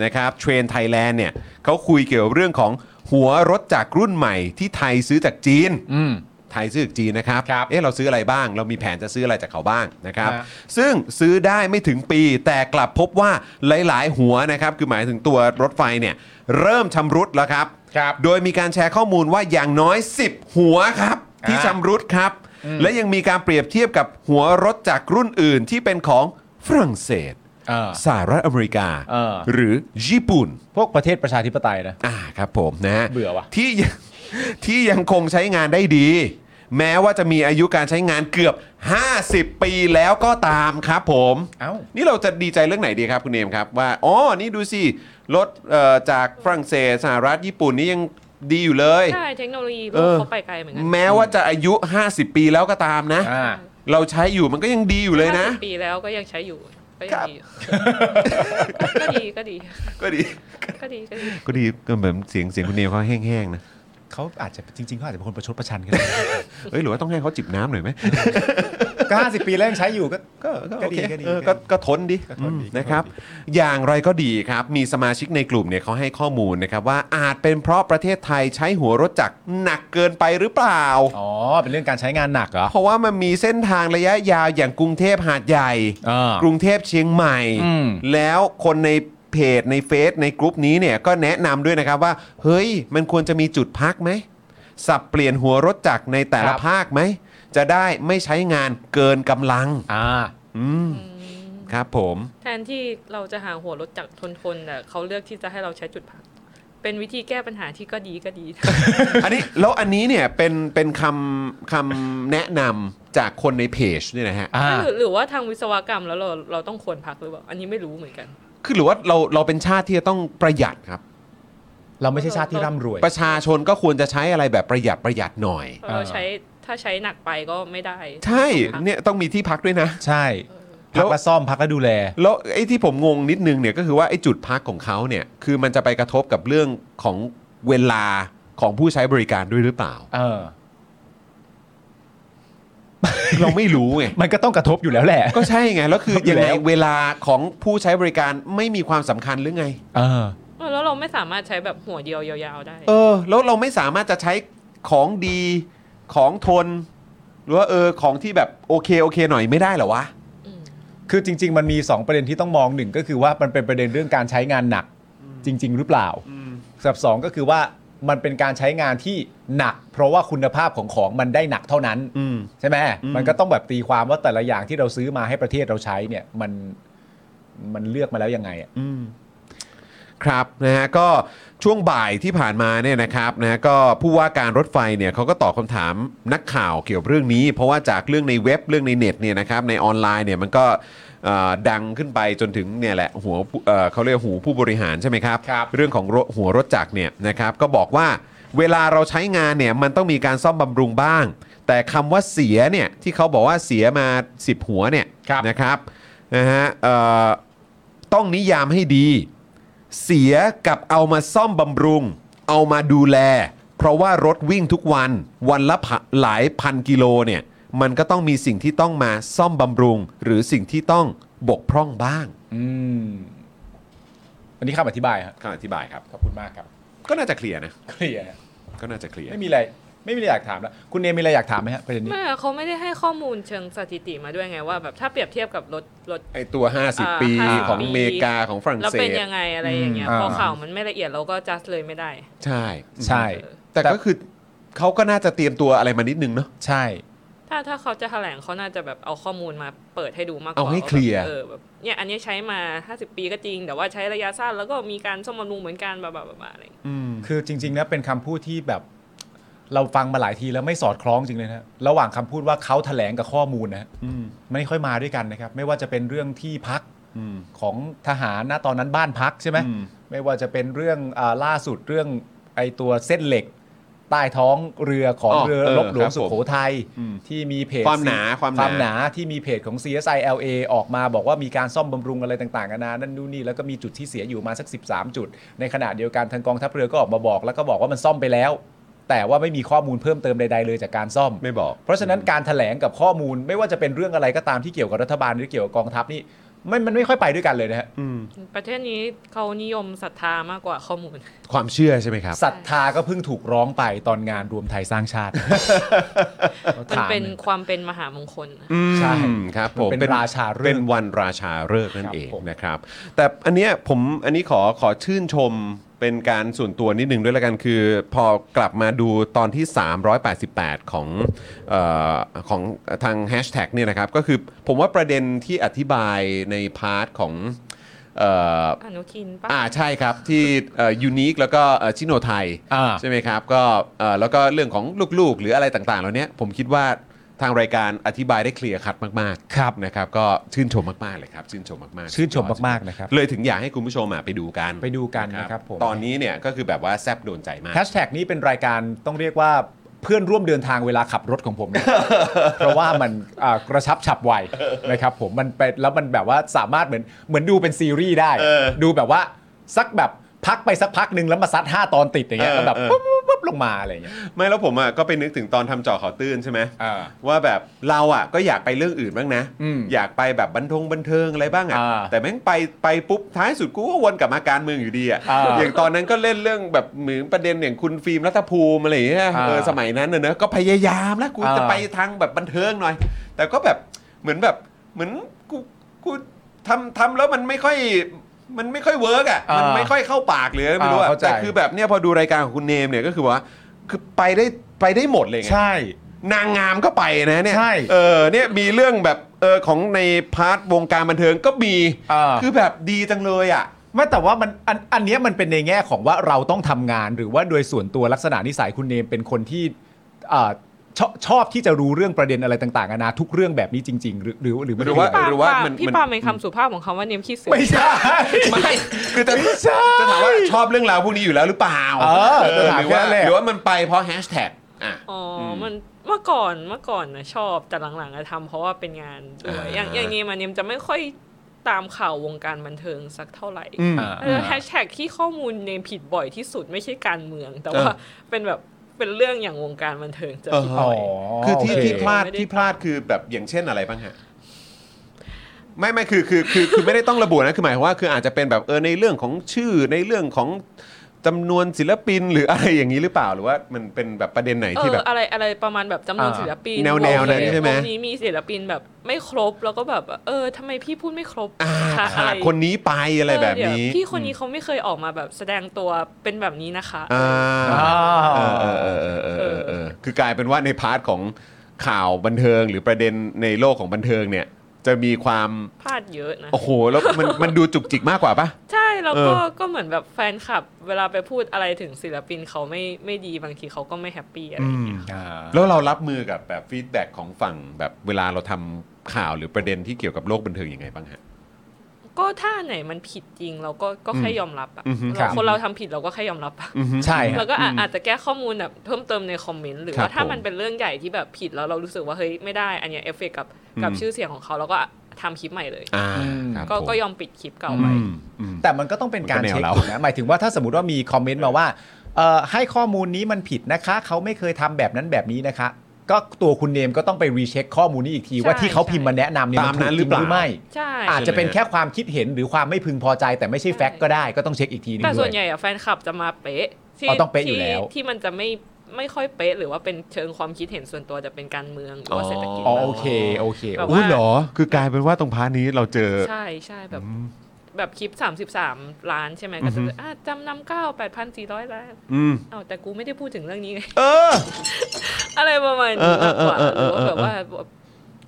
C: นะครับเทรนไทยแลนด์เนี่ยเขาคุยเกี่ยวกับเรื่องของหัวรถจากรุ่นใหม่ที่ไทยซื้อจากจีน
D: อืม
C: ไทยซื้อจากจีนนะครับ
D: ครับ
C: เอ๊ะเราซื้ออะไรบ้าง เรามีแผนจะซื้ออะไรจากเขาบ้างนะครับ
D: ฮะ
C: ซึ่งซื้อได้ไม่ถึงปี แต่กลับพบว่าหลาย ๆ หัวนะครับ คือหมายถึงตัวรถไฟเนี่ยเริ่มชำรุดแล้วครับ
D: ครับ
C: โดยมีการแชร์ข้อมูลว่าอย่างน้อย 10 หัวครับ ที่ชำรุดครับ และยังมีการเปรียบเทียบกับหัวรถจากรุ่นอื่นที่เป็นของฝรั่งเศส
D: เออ
C: สหรัฐอเมริกา
D: เออ
C: หรือญี่ปุ่น
D: พวกประเทศประชาธิปไตยนะ
C: อ่าครับผมนะฮะ
D: เบื่อว่ะ
C: ที่ ยังที่ยังคงใช้งานได้ดี แม้ว่าจะมีอายุการใช้งานเกือบ 50 ปีแล้วก็ตามครับผม
D: เอ้า
C: นี่เราจะดีใจเรื่องไหนดีครับคุณเนมครับ ว่าอ๋อนี่ดูสิรถเอ่อจากฝรั่งเศสสหรัฐญี่ปุ่นนี่ยังดีอยู่เลย
F: ใช่เทคโนโลยี
C: เออ
F: เขาไปไกลเหมือนกัน
C: แม้ว่าจะอายุ 50 ปีแล้วก็ตามนะ
D: อ่า
C: เราใช้อยู่มันก็ยังดีอยู่เลยนะ
F: ห้าสิบปีแล้วก็ยังใช้อยู่ก็ยังดีอยู่ ก็ดีก็ดี
C: ก็ดี
F: ก็ดีก็ดี
C: ก็ดีก็เหมือนเสียงเสียงคุณเนมเขาแห้งๆนะ
D: เขาอาจจะจริงๆเขาอาจจะเป็นคนประชดประชันกัน
C: เอ้ยหรือว่าต้องให้เขาจิบน้ำหน่อยไหม
D: ก็ห้าสิบปีแล้วยังใช้อยู่ก็
C: ก็ก็
D: ก็
C: โอ
D: ดี
C: เค
D: ก็ดี
C: เออก็ก็ทนดิ
D: ก็ทนดี
C: อืมนะครับ
D: ก็ทนดี
C: อย่างไรก็ดีครับ มีสมาชิกในกลุ่มเนี่ยเขาให้ข้อมูลนะครับว่าอาจเป็นเพราะประเทศไทยใช้หัวรถจักรหนักเกินไปหรือเปล่า
D: อ๋อ เป็นเรื่องการใช้งานหนักเหรอ
C: เพราะว่ามันมีเส้นทางระยะยาวอย่างกรุงเทพหาดใหญ่
D: อ่าก
C: รุงเทพเชียงใหม่
D: อืม
C: แล้วคนในเพจในเฟซในกลุ่มนี้เนี่ยก็แนะนำด้วยนะครับว่า เฮ้ยมันควรจะมีจุดพักไหมสับเปลี่ยนหัวรถจักรในแต่ละภาคไหมจะได้ไม่ใช้งานเกินกำลัง
D: อ่า
C: อืมครับผม
F: แทนที่เราจะหาหัวรถจักรทนๆแต่เขาเลือกที่จะให้เราใช้จุดพัก เป็นวิธีแก้ปัญหาที่ก็ดีก็ดี
C: อันนี้แล้วอันนี้เนี่ยเป็นเป็นคำคำแนะนำจากคนในเพจเนี่ยนะฮะ
D: อ่า
F: หรือหรือว่าทางวิศวกรรมแล้วเราเราต้องควรพักหรือเปล่า อันนี้ไม่รู้เหมือนกัน
C: คือหรือว่าเราเราเป็นชาติที่จะต้องประหยัดครับ
D: เราไม่ใช่ชาติที่ร่ำรวย
C: ประชาชนก็ควรจะใช้อะไรแบบประหยัดประหยัดหน่อย
F: เพราะเราใช้ถ้าใช้หนักไปก็ไม่ได้
C: ใช่
F: ต้องพัก
C: เนี่ยต้องมีที่พักด้วยนะ
D: ใช่
C: แล้
D: พัก
C: ว
D: และซ่อมพักและดูแล
C: แล้วไอ้ที่ผมงงนิดนึงเนี่ยก็คือว่าไอ้จุดพักของเขาเนี่ยคือมันจะไปกระทบกับเรื่องของเวลาของผู้ใช้บริการด้วยหรือเปล่า
D: เออ
C: เราไม่รู้ไง
D: มันก็ต้องกระทบอยู่แล้วแหละ
C: ก็ใช่ไง แล้วคือ
D: อยู่
C: ยัง
D: แล้
C: ไง
D: ว
C: เวลาของผู้ใช้บริการไม่มีความสำคัญหรือไง
D: เออ
F: เออแล้วเราไม่สามารถใช้แบบหัวเดียวยาวๆได้
C: เออแล้วเราไม่สามารถจะใช้ของดีของทน หรือว่าเออของที่แบบโอเคโอเคหน่อยไม่ได้เหรอวะ
D: คือจริง ๆ มันมี 2 ประเด็นที่ต้องมองหนึ่งก็คือว่ามันเป็นประเด็นเรื่องการใช้งานหนักจริง ๆ หรือเปล่ากับสองก็คือว่ามันเป็นการใช้งานที่หนัก เพราะว่าคุณภาพของของมันได้หนักเท่านั้น
C: อืม
D: ใช่ไหมมันก็ต้องแบบตีความว่าแต่ละอย่างที่เราซื้อมาให้ประเทศเราใช้เนี่ยมันมันเลือกมาแล้วยังไงอะ
C: ครับนะฮะก็ช่วงบ่ายที่ผ่านมาเนี่ยนะครับนะฮะก็ผู้ว่าการรถไฟเนี่ยเขาก็ตอบคำถามนักข่าวเกี่ยวกับเรื่องนี้ เพราะว่าจากเรื่องในเว็บเรื่องในเน็ตเนี่ยนะครับในออนไลน์เนี่ยมันก็เอ่อดังขึ้นไปจนถึงเนี่ยแหละหัวผู้เอ่อเขาเรียกหูผู้บริหารใช่ไหมครับ
D: ครับ
C: เรื่องของรถหัวรถจักรเนี่ยนะครับก็บอกว่าเวลาเราใช้งานเนี่ยมันต้องมีการซ่อมบำรุงบ้าง แต่คำว่าเสียเนี่ยที่เขาบอกว่าเสียมา 10 หัวเนี่ยนะครับนะฮะเอ่อต้องนิยามให้ดี เสียกับเอามาซ่อมบำรุง เอามาดูแล เพราะว่ารถวิ่งทุกวัน วันละพะหลายพันกิโลเนี่ยมันก็ต้องมีสิ่งที่ต้องมาซ่อมบำรุง หรือสิ่งที่ต้องบกพร่องบ้าง
D: อืมอันนี้คำอธิบายฮะ
C: คำอธิบายครับ
D: ขอบคุณมากครับ
C: ก็น่าจะเคลียร์นะ
D: เคลียร์ฮะ
C: ก็น่าจะเคลียร์
D: ไม่มีอะไร ไม่มีอะไรอยากถามแล้ว คุณเนมมีอะไรอยากถามไหมฮะประเด็นนี้
F: ไม่อะเขาไม่ได้ให้ข้อมูลเชิงสถิติมาด้วยไงว่าแบบถ้าเปรียบเทียบกับรถรถ
C: ไอตัว 50
F: อ่า
C: ปี
F: 50
C: ของ
F: ปี
C: อเมริกาของฝรั่ง
F: แล้ว
C: เศ
F: เป็
C: ส
F: นยังไงอะไรอย่างเงี้ย
D: อืม
F: พอ
D: อ่า
F: ข่าวมันไม่ละเอียดเราก็จัดเลยไม่ได้
C: ใช่
D: ใช่
C: แต่ก็คือเขาก็น่าจะเตรียมตัวอะไรมานิดนึงเนาะ
D: ใช่
F: ถ้าถ้าเขาจะแถลงเขาน่าจะแบบเอาข้อมูลมาเปิดให้ดูมากกว่า
C: เอาให้เคลียร์
F: ว่าแบบเออแบบเนี่ยอันเนี้ยใช้มา 50 ปีก็จริง แต่ว่าใช้ระยะสั้นแล้วก็มีการซ่อมบำรุงเหมือนกันแบบแบบแบบอะไรอย่างเงี้ย
D: คือจริงๆนะเป็นคำพูดที่แบบเราฟังมาหลายทีแล้วไม่สอดคล้องจริงเลยนะระหว่างคำพูดว่าเขาแถลงกับข้อมูลนะฮะไม่ค่อยมาด้วยกันนะครับ ไม่ว่าจะเป็นเรื่องที่พักของทหารนะตอนนั้นบ้านพักใช่ไหมไม่ว่าจะเป็นเรื่องอาล่าสุดเรื่องไอตัวเส้นเหล็ก ใต้ท้องเรือของ
C: อ๋อ
D: เรือ
C: เออ
D: รบหลว
C: ค
D: ง
C: รับผม
D: สุโขทัย
C: อืม
D: ที่มีเพจ
C: ความหนาความหนา
D: ความหนาที่มีเพจของ CSI LA ออกมาบอกว่ามีการซ่อมบำรุงอะไรต่างๆนานานั่นนู่นนี่แล้วก็มีจุดที่เสียอยู่มาสัก 13 จุด ในขณะเดียวกันทางกองทัพเรือก็ออกมาบอก แล้วก็บอกว่ามันซ่อมไปแล้ว แต่ว่าไม่มีข้อมูลเพิ่มเติมใดๆเลยจากการซ่อม
C: ไม่บอก
D: เพราะฉะนั้นการถแถลงกับข้อมูลไม่ว่าจะเป็นเรื่องอะไรก็ตามที่เกี่ยวกับรัฐบาลหรือเกี่ยวกับกองทัพนี่ไม่มันไม่ค่อยไปด้วยกันเลยนะฮะ
F: ประเทศนี้เขานิยมศรัทธามากกว่าข้อมูล
C: ความเชื่อใช่ไหมครับ
D: ศรัทธาก็เพิ่งถูกร้องไปตอนงานรวมไทยสร้างชาติ
F: มันเป็น
D: ถาม
F: ความเป็นมหามงคลนะ
D: ใช่
C: อืมครับผม
D: มันเป็นราชาฤกษ์
C: เป็นวันราชาฤกษ์นั่นเอง
D: ครับผม
C: นะครับ แต่อันเนี้ยผมอันนี้ขอขอชื่นชมเป็นการส่วนตัวนิดนึงด้วยละกันคือ พอกลับมาดูตอนที่ 388 ของเออของทางแฮชแท็กเนี่ยนะครับ ก็คือผมว่าประเด็นที่อธิบายในพาร์ทของเอ่อ
F: อนุทินปะ
C: อ่าใช่ครับที่ยูนิคแล้วก็เอ่อชิโนไทย
D: อ่า
C: ใช่ไหมครับก็เอ่อแล้วก็เรื่องของลูกๆ หรืออะไรต่างๆเหล่านี้ผมคิดว่าทางรายการอธิบายได้เคลียร์คัดมาก
D: ครับ
C: ๆนะครับก็ชื่นชมมากๆเลยครับชื่นชมมากๆ
D: ชื่นชมมากๆนะครับ
C: เลยถึงอยากให้คุณผู้ชมอ่ะไปดูกัน
D: ไปดูกันนะครับผม
C: ตอนนี้เนี่ยก็คือแบบว่าแซบโดนใจมาก
D: แฮชแท็กนี้เป็นรายการต้องเรียกว่าเพื่อนร่วมเดินทางเวลาขับรถของผมนะ เพราะว่ามันอ่ากระชับฉับไวนะครับผมมันเป็นแล้วมันแบบว่าสามารถเหมือนเหมือนดูเป็นซีรีส์ได้
C: เออ
D: ดูแบบว่าสักแบบพักไปสักพักหนึ่งแล้วมาซัด 5 ตอนติดอย่างเงี้ย
C: เออ
D: แล้วแบบ
C: เออ
D: ปุ๊บปุ๊บปุ๊บลงมาอะไรอย่างเงี้ย
C: ไม่แล้วผมอ่ะก็ไปนึกถึงตอนทำเจอข่าวตื้นใช่ไหม
D: อ่า
C: ว่าแบบเราอ่ะก็อยากไปเรื่องอื่นบ้างนะ
D: อืม
C: ยากไปแบบบันทงบันเทิงอะไรบ้างอ่ะ
D: อ่า
C: แต่แม่งไปไปปุ๊บท้ายสุดกูก็วนกลับมาการเมืองอยู่ดีอ่ะ
D: อ่า
C: อย่างตอนนั้นก็เล่นเรื่องแบบเหมือนประเด็นอย่างคุณฟิล์มรัฐภูมิอะไรอย่างเงี้ย
D: อ่า
C: เออสมัยนั้นเนอะเนอะก็พยายามแล้วกู
D: อ่า
C: จะไปทางแบบบันเทิงหน่อย แต่ก็แบบเหมือนแบบเหมือนกูกูทำทำแล้วมันไม่ค่อยมันไม่ค่อยเวิร์กอ่ะมันไม่ค่อยเข้าปากหรืออะไรไม่รู้อ่ะ
D: อ่าเข้าใจ
C: แต่คือแบบเนี่ยพอดูรายการของคุณเนมเนี่ยก็คือว่า คือไปได้ไปได้หมดเลยไง
D: ใช่
C: นางงามก็ไปนะเนี่ย
D: ใช่
C: เออเนี่ยมีเรื่องแบบเออของในพาร์ทวงการบันเทิงก็มี
D: อ่า
C: คือแบบดีจังเลยอ่ะ
D: ไม่แต่ว่ามันอันอันเนี้ยมันเป็นในแง่ของว่าเราต้องทำงานหรือว่าโดยส่วนตัวลักษณะนิสัยคุณเนมเป็นคนที่อ่าชอบชอบที่จะรู้เรื่องประเด็นอะไรต่างๆนานาทุกเรื่องแบบนี้จริง ๆ หรือหรือหรือไม่
C: หรือว่า
D: ได้
F: ปม
C: ว่า
F: ปม
C: มัน
F: พี่
C: มัน
F: ปาล์มเป็นคำสุภาพของคำว่าเนียมขี้เสือ
D: ไม่ใช่
C: ไม่คือจะ
D: ใช่
C: จะถามว่าชอบเรื่องราวพวกนี้อยู่แล้วหรือเปล่า
D: เออ
C: เออ
D: จะถาม
C: หรือว่า
D: แค่นั้นแหละ
C: หรือว่ามันไปเพราะแฮชแท็กอ่ะ
F: อ๋ออ
C: ม
F: มันเมื่อก่อนเมื่อก่อนนะชอบแต่หลังๆอะทำเพราะว่าเป็นงานด้วย
C: อ่า
F: อย่างอย่างนี้มาเนียมจะไม่ค่อยตามข่าววงการบันเทิงสักเท่าไหร่
C: อืม
F: เออแฮชแท็กที่ข้อมูลเนมผิดบ่อยที่สุดไม่ใช่การเมือง แต่ว่า
C: เออ
F: เป็นแบบเป็นเรื่องอย่างวงการบันเทิงจะผิด
D: อ๋
F: บ่
D: อ
F: อย
C: คือที่
D: โเ
C: ที่พลาด
F: ไม่ได้
C: ที่พลาดคือแบบอย่างเช่นอะไรบ้างฮะไม่ไม่คือคือคือคือไม่ได้ต้องระบุนะคือหมายความว่าคืออาจจะเป็นแบบเออในเรื่องของชื่อในเรื่องของจำนวนศิลปินหรืออะไรอย่างนี้หรือเปล่าหรือว่ามันเป็นแบบประเด็นไหน
F: เอ
C: ที่
F: อ
C: แบบ
F: อะไรอะไรประมาณแบบจำนวน
D: อ่า
F: ศิลปิน
C: แนวแนวนั้นใช่ไหม
F: วงนี้มีศิลปินแบบไม่ครบแล้วก็แบบเออทำไมพี่พูดไม่ครบ
C: อ่า
F: ะ
C: ขาด
F: อะไร
C: คนนี้ไปอะไรแบบนี้
F: เออเดี๋ยวพี่คนนี้เขาไม่เคยออกมาแบบแสดงตัวเป็นแบบนี้นะคะ
C: อ่า
D: อ่
C: เอา อเออเออเออเออเออเออคือกลายเป็นว่าในพาร์ทของข่าวบันเทิงหรือประเด็นในโลกของบันเทิงเนี่ย จะมีความ
F: พลาดเยอะนะ
C: โอ้โหแล้วมันมันดูจุกจิกมากกว่าปะ
F: ใช่แล้วก็
C: เออ
F: ก็เหมือนแบบแฟนคลับ เวลาไปพูดอะไรถึงศิลปินเขาไม่ไม่ดีบางทีเขาก็ไม่แฮปปี้อะไรอย่างเงี้ย
D: อ่า
C: แล้วเรารับมือกับแบบฟีดแบ็กของฝั่งแบบเวลาเราทำข่าวหรือประเด็นที่เกี่ยวกับโลกบันเทิงยังไงบ้างฮะ
F: ก็ถ้าอันไหนมันผิดจริงเราก็ก็แค่ยอมรับอะ
C: อือฮึ
D: ครั
F: เรา
D: บ
F: คนเราทำผิดเราก็แค่ยอมรับอะ
D: ใช่ฮะ
F: แล้วก็อาอาจจะแก้ข้อมูลแบบเพิ่มเติมในคอมเมนต์หรือ
C: ครับ
F: ว่าถ้า
C: ผม
F: มันเป็นเรื่องใหญ่ที่แบบผิดแล้วเรารู้สึกว่าเฮ้ยไม่ได้อันเนี้ยเอฟเฟกต์กับกับชื่อเสียงของเขาเราก็ทำคลิปใหม่เลย
C: อ่า
D: อืม
C: ครับ
F: ก็
C: ผม
F: ก็ยอมปิดคลิปเก่า
C: อื
F: ไป
C: มอืม
D: แต่มันก็ต้องเป็นการ
C: มันก็แนว
D: เช็ค
C: เรา
D: อยู่นะหมายถึงว่าถ้าสมมติว่ามีคอมเมนต์มาว่าเอ่อให้ข้อมูลนี้มันผิดนะคะ เขาไม่เคยทำแบบนั้นแบบนี้นะคะ ก็ตัวคุณเนมก็ต้องไปรีเช็คข้อมูลนี้อีกที
F: ใช่
D: ว่าที่เขาพิมพ์
F: ใช่
D: มาแนะนำเนี่ย
C: ตาม
D: มันถูก
C: นั้น
D: จริงห
C: หรื
D: รือ
C: อเปล่า
D: ไม่
F: ใช่
D: อาจจะเป็นแค่ความคิดเห็นหรือความไม่พึงพอใจแต่ไม่ใช่แฟกต์ก็ได้ก็ต้องเช็คอีกทีหนึง
F: แต่
D: ด้
F: ส่
D: ว
F: วน
D: ย
F: ใหญ่อะแฟนคลับจะมาเป๊ะที่
D: อ๋อต้องเป๊ะอยู่
F: ที่
D: แล้ว
F: ที่มันจะไม่ไม่ค่อยเป๊ะหรือว่าเป็นเชิงความคิดเห็นส่วนตัวจะเป็นการเมืองหรือว่าเศรษฐกิจ
D: อ๋อโอเคโอเค
F: แบบ
D: โอเค
F: ว่า
C: คือกลายเป็นว่าตรงพาร์ทนี้เราเจอ
F: ใช่ใช่แบบ แบบคลิป 33 ล้านใช่ไหมก็จะอ่ะจำนำเก้าแปดพันสี่ร้อยล้าน
C: อืม
F: เอาแต่กูไม่ได้พูดถึงเรื่องนี้ไง
C: เออ
F: อะไรประมาณนี้มากกว่า
C: เออ
F: ห
C: เอ
F: รือ
C: อเออ
F: ว่าแบบ
C: เออ
F: ว่าแบบ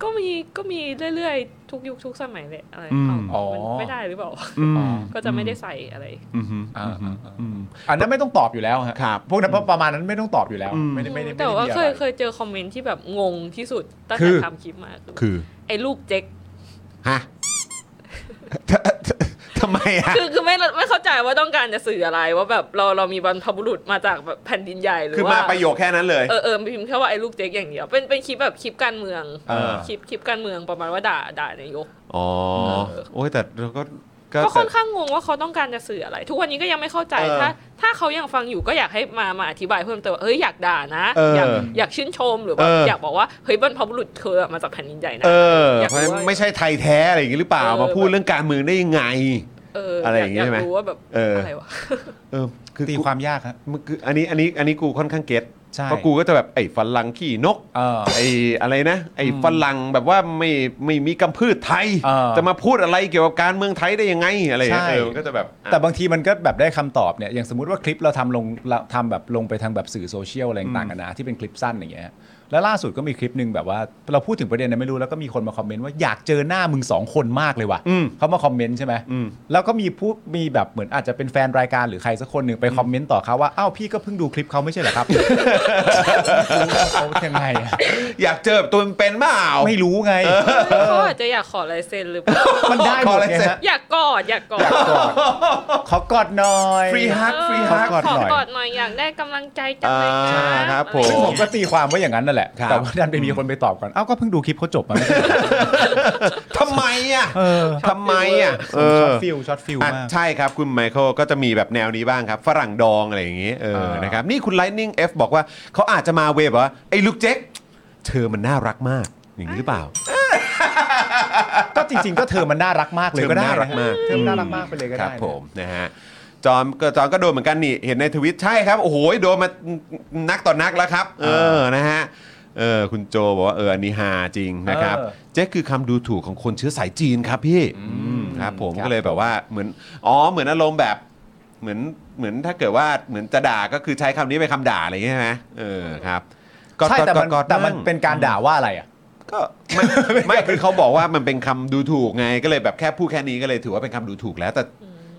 F: ก็มีก็มีเรื่อยๆ ทุกยุคทุกสมัยเลยอะไร
C: อืม
F: เอา
D: อ๋อ
F: มันไม่ได้หรือเปล่า
C: อืม
F: ก็จะไม่ได้ใส่อะไร
C: อืม
D: อ่าอ่าอ่า
C: อืม
D: อันนั้นไม่ต้องตอบอยู่แล้วฮะ
C: ครับ
D: พวกนั้นประมาณนั้นไม่ต้องตอบอยู่แล้ว
C: อืม
D: ไม่ได้ไม่ได้ไม่
F: แต่
D: ได้
F: ว่า
D: มีอะ
F: เค
D: ไร
F: ยเคยเจอคอมเมนต์ที่แบบงงที่สุดตั้ง
D: คื
F: แต่
D: อ
F: ทำคลิปมาคือ
C: คือ
F: ไอ้ลูกเจ๊ก
C: ฮะทำไม อะ
F: คือคือไม่ไม่เข้าใจว่าต้องการจะสื่ออะไรว่าแบบเราเรามีบรรพบุรุษมาจากแบบแผ่นดินใหญ่หรือ
C: คือมา
F: ว่า
C: ประโยคแค่นั้นเลย
F: เออเออพิมพ์แค่ว่าไอ้ลูกเจ๊กอย่างเดียวเป็นเป็นคลิปแบบคลิปการเมือง
C: เออ
F: คลิปคลิปการเมืองประมาณว่าด่าด่านายก
C: อ๋อโอ้ยแต่เราก็
F: ก็ค่อน
C: แต่
F: ข้างงงว่าเขาต้องการจะสื่ออะไร ทุกวันนี้ก็ยังไม่เข้าใจ
C: เออ
F: ถ้า ถ้าเขายังฟังอยู่ก็อยากให้มามาอธิบายเพิ่มเติมว่าเอ้ยอยากด่านะ
C: เอออย
F: ากอยากชื่นชมหรือแบบ
C: เอออ
F: อยากบอกว่าเฮ้ยบรรพบุรุษเธออะมาจากแผ่นดินใหญ่นะ
C: เออ
F: อยาก
C: เพ
F: รู้
C: ราะฉะนั้น
F: ว่า
C: ไม่ใช่ไทยแท้อะไรอย่างงี้หรือเปล่า
F: เออ
C: มาพูดเรื่องการเมืองได้ยังไง
F: เออ
C: อะไรอย่างงี้
F: อ
C: ใช่ไหม
F: ยากรู้ว่าแบบ
C: เอออ
F: อะไรว ะ
C: เออคือ
D: ตี
C: กู
D: ความยากฮะ
C: มันคืออันนี้อันนี้อันนี้กูค่อนข้างเก็ต
D: ใช่
C: เพราะกูก็จะแบบไอ้ฝรั่งขี้นก
D: เออ
C: ไอ้อะไรนะไอ้ฝรั่งแบบว่าไม่ไม่มีกำพืชไทย
D: เออ
C: จะมาพูดอะไรเกี่ยวกับการเมืองไทยได้ยังไงอะไรอย่างเงี้ย
D: ใช่
C: เออมันก็จะแบบ
D: แต่บางทีมันก็แบบได้คำตอบเนี่ยอย่างสมมติว่าคลิปเราทำลงเราทำแบบลงไปทางแบบสื่อโซเชียลอะไรต่างๆกันานะที่เป็นคลิปสั้นอย่างเงี้ยแล้วล่าสุดก็มีคลิปหนึ่งแบบว่า เราพูดถึงประเด็นนั้นไม่รู้แล้วก็มีคนมาคอมเมนต์ว่าอยากเจอหน้ามึงสองคนมากเลยว่ะเขามาคอมเมนต์ใช่ไหมแล้วก็มีผู้มีแบบเหมือนอาจจะเป็นแฟนรายการหรือใครสักคนหนึ่งไปคอมเมนต์ต่อเขาว่าอ้าวพี่ก็เพิ่งดูคลิปเขาไม่ใช่เหรอครับ เขายังไงอะ
C: อยากเจอแบบตัวเป็นๆเปล่า
D: ไม่รู้ไง
F: เขาอาจจะอยากขอลายเซ็นหรื อเปล่า
D: มันได้หมดไงฮะ
F: อยากกอดอยากกอด
D: ขอกอดหน่อย
C: Free hug
F: เออ
C: free
F: ข
C: hug
F: อขอกอดหน่อยอยากได้กำลังใจจังเลย
C: อ่
F: นะ
C: าครับผม
F: อะไอ
D: ซึ่ง
F: ย่าง
D: ผม
F: เงี้ย
D: ก็ตีความไว่าอย่างนั้นนั่นแหละ
C: ครับ
D: แต่ว่าดันไปมีคนไปตอบก่อน เอ้าก็เพิ่งดูคลิปเขาจบมาไม่ใช่เหรอ
C: ทำไมอ่ะทำไมอ่ะเออ
D: ช็อตฟิลช็อตฟิล
C: อ่ะ
D: มาก
C: ใช่ครับคุณไมเคิลก็จะมีแบบแนวนี้บ้างครับ ฝรั่งดองอะไรอย่างงี้เออ
D: เออ
C: นะครับนี่คุณ Lightning F บอกว่าเขาอาจจะมาเวฟว่าไอ้ลูกเจ๊กเธอมันน่ารักมาก อย่างนี้หรือเปล่า
D: ก็จริง ๆ ก็เธอมันน่ารักมากเลยก็
C: เธอมั
D: ได้
C: นน่ารักมาก
D: เธอมันน่ารักมากไปเลยก็
C: ค
D: ได้
C: รับผมนะฮะจอมก็จอมก็โดนเหมือนกันนี่เห็นในทวิตใช่ครับโอ้โหโดนมานักต่อนนักแล้วครับ เออนะฮะเออคุณโจบอกว่าเอออันนี้ฮาจริงนะครับเจ๊คือคำดูถูกของคนเชื้อสายจีนครับพี่ครับผมก็เลยแบบว่าเหมือนอ๋อเหมือนอารมณ์แบบเหมือนเหมือนถ้าเกิดว่าเหมือนจะด่าก็คือใช้คำนี้เป็นคำด่าอะไรอย่างเงี้ยใช่ไหมเออครับก็
D: ใช่แต่มัน
C: ก็ก็
D: แต่มันเป็นการด่าว่าอะไรอ่ะ
C: ก็ไม่ไม่คือเขาบอกว่ามันเป็นคำดูถูกไงก็เลยแบบแค่พูดแค่นี้ก็เลยถือว่าเป็นคำดูถูกแล้วแต่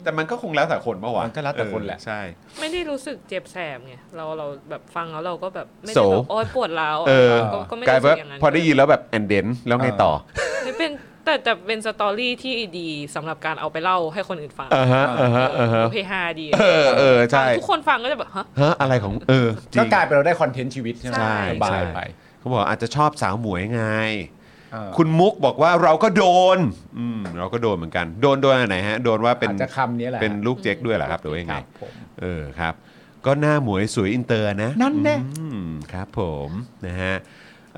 C: แต่มันก็คงแล้วแต่คนเมื่อวาน
D: มันก็แล้วแต่คนแหละ
C: ใช่
F: ไม่ได้รู้สึกเจ็บแสบไงเราเราแบบฟังแล้วเราก็แบบไม่
C: โศ
F: ได้
C: ก
F: แบบโอ๊ยปวดร้าว
C: เออ
F: ก็ก็ไม่
C: กลา
F: ได้
C: ย
F: รู้
C: ว่า
F: สึกอย่างนั้น
C: พอได้ยินแล้วแบบแอนเดนแล้วไงต่อ
F: ไม่เป็นแต่แต่เป็นสตอรี่ที่ดีสำหรับการเอาไปเล่าให้คนอื่นฟัง
C: อ่าฮะอ่าฮะอ่าฮะ
F: เพฮาดี
C: เออเออใช่
F: ทุกคนฟังก็จะแบบฮะ
C: ฮะอะไรของเออจริ
D: ก็
C: ง
D: กลายเป็นเราได้คอนเทนต์ชีวิตใช่ไหม
F: ใช่
D: สบา
C: ใช่
D: ยไป
C: เขาบอกอาจจะชอบสาวหมวยไง
D: เออ
C: คุณมุกบอกว่าเราก็โดนอืมเราก็โดนเหมือนกัน โดนโดนอันไหนฮะ โดนว่าเป็น
D: อาจจะคำนี้แหละ
C: เป็นลูกเจ๊กด้วยเหรอครับหรือว่ายัง
D: ค
C: ไง
D: รับผม
C: เออครับ ก็หน้าหมวยสวยอินเตอร์นะ
D: นั่นแน่
C: อืมครับผมนะฮะ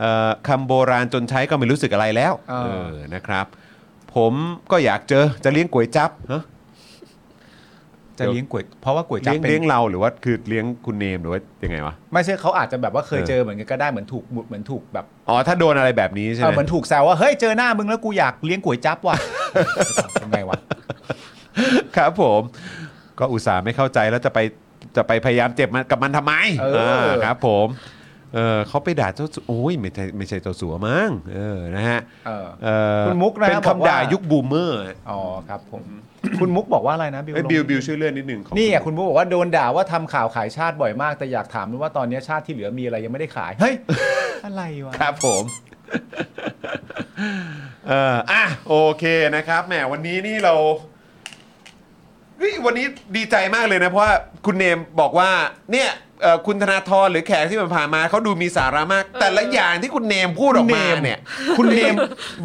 C: เอ่อคำโบราณจนใช้ก็ไม่รู้สึกอะไรแล้วเออนะครับ ผมก็อยากเจอจะเลี้ยงก๋วยจับฮะ
D: จะเลี้ยงก๋วยเพราะว่าก๋วยจั๊บ
C: เลี้ยง
D: เป็
C: เลี้ย
D: น
C: งเราหรือว่าคือเลี้ยงคุณเนมหรือว่ายังไงวะ
D: ไม่ใช่เขาอาจจะแบบว่าเคย
C: เออ
D: เจอเหมือนกันก็ได้เหมือนถูกหมุดเหมือนถูกแบบ
C: อ๋อถ้าโดนอะไรแบบนี้ใช่
D: เอ
C: ไหม
D: อเหมือนถูกแซวว่าเฮ้ยเจอหน้ามึงแล้วกูอยากเลี้ยงก๋วยจั๊บว่ะ ทำไงวะ
C: ครับผม ก็อุตส่าห์ไม่เข้าใจแล้วจะไปจะไปพยายามเจ็บมันกับมันทำไม
D: เออ
C: าครับผมเออเขาไปด่าเจ้าสัวโอ้ยไม่ใช่ไม่ใช่เจ้าสัวมั้งเออนะฮะ
D: เออ
C: เอ่อ
D: คุณมุกนะฮะ
C: เป็น
D: บอก
C: คำ
D: ว่า
C: ด่ายุคบูมเมอร์ฮะ
D: อ๋อครับผม คุณมุกบอกว่าอะไรนะบิว
C: เอ้ย
D: ลง
C: บิวบิวช่วยเลื่อนนิดหนึ่งของ
D: นี่อ่ะคุณมุกบอกว่าโดนด่าว่าทำข่าวขายชาติบ่อยมาก แต่อยากถามด้วยว่าตอนนี้ชาติที่เหลือมีอะไรยังไม่ได้ขาย เฮ้ย อะไรวะ
C: ครับผม เอออ่ะโอเคนะครับแหมวันนี้นี่เราเฮ้ยวันนี้ดีใจมากเลยนะ เพราะว่าคุณเนมบอกว่า เนี่ยเอ่อคุณธนาธรหรือแขกที่ผ่านๆมาเขาดูมีสาระมาก แต่ละอย่างที่คุณเนมพูดออกมาเนี่ย คุณเนม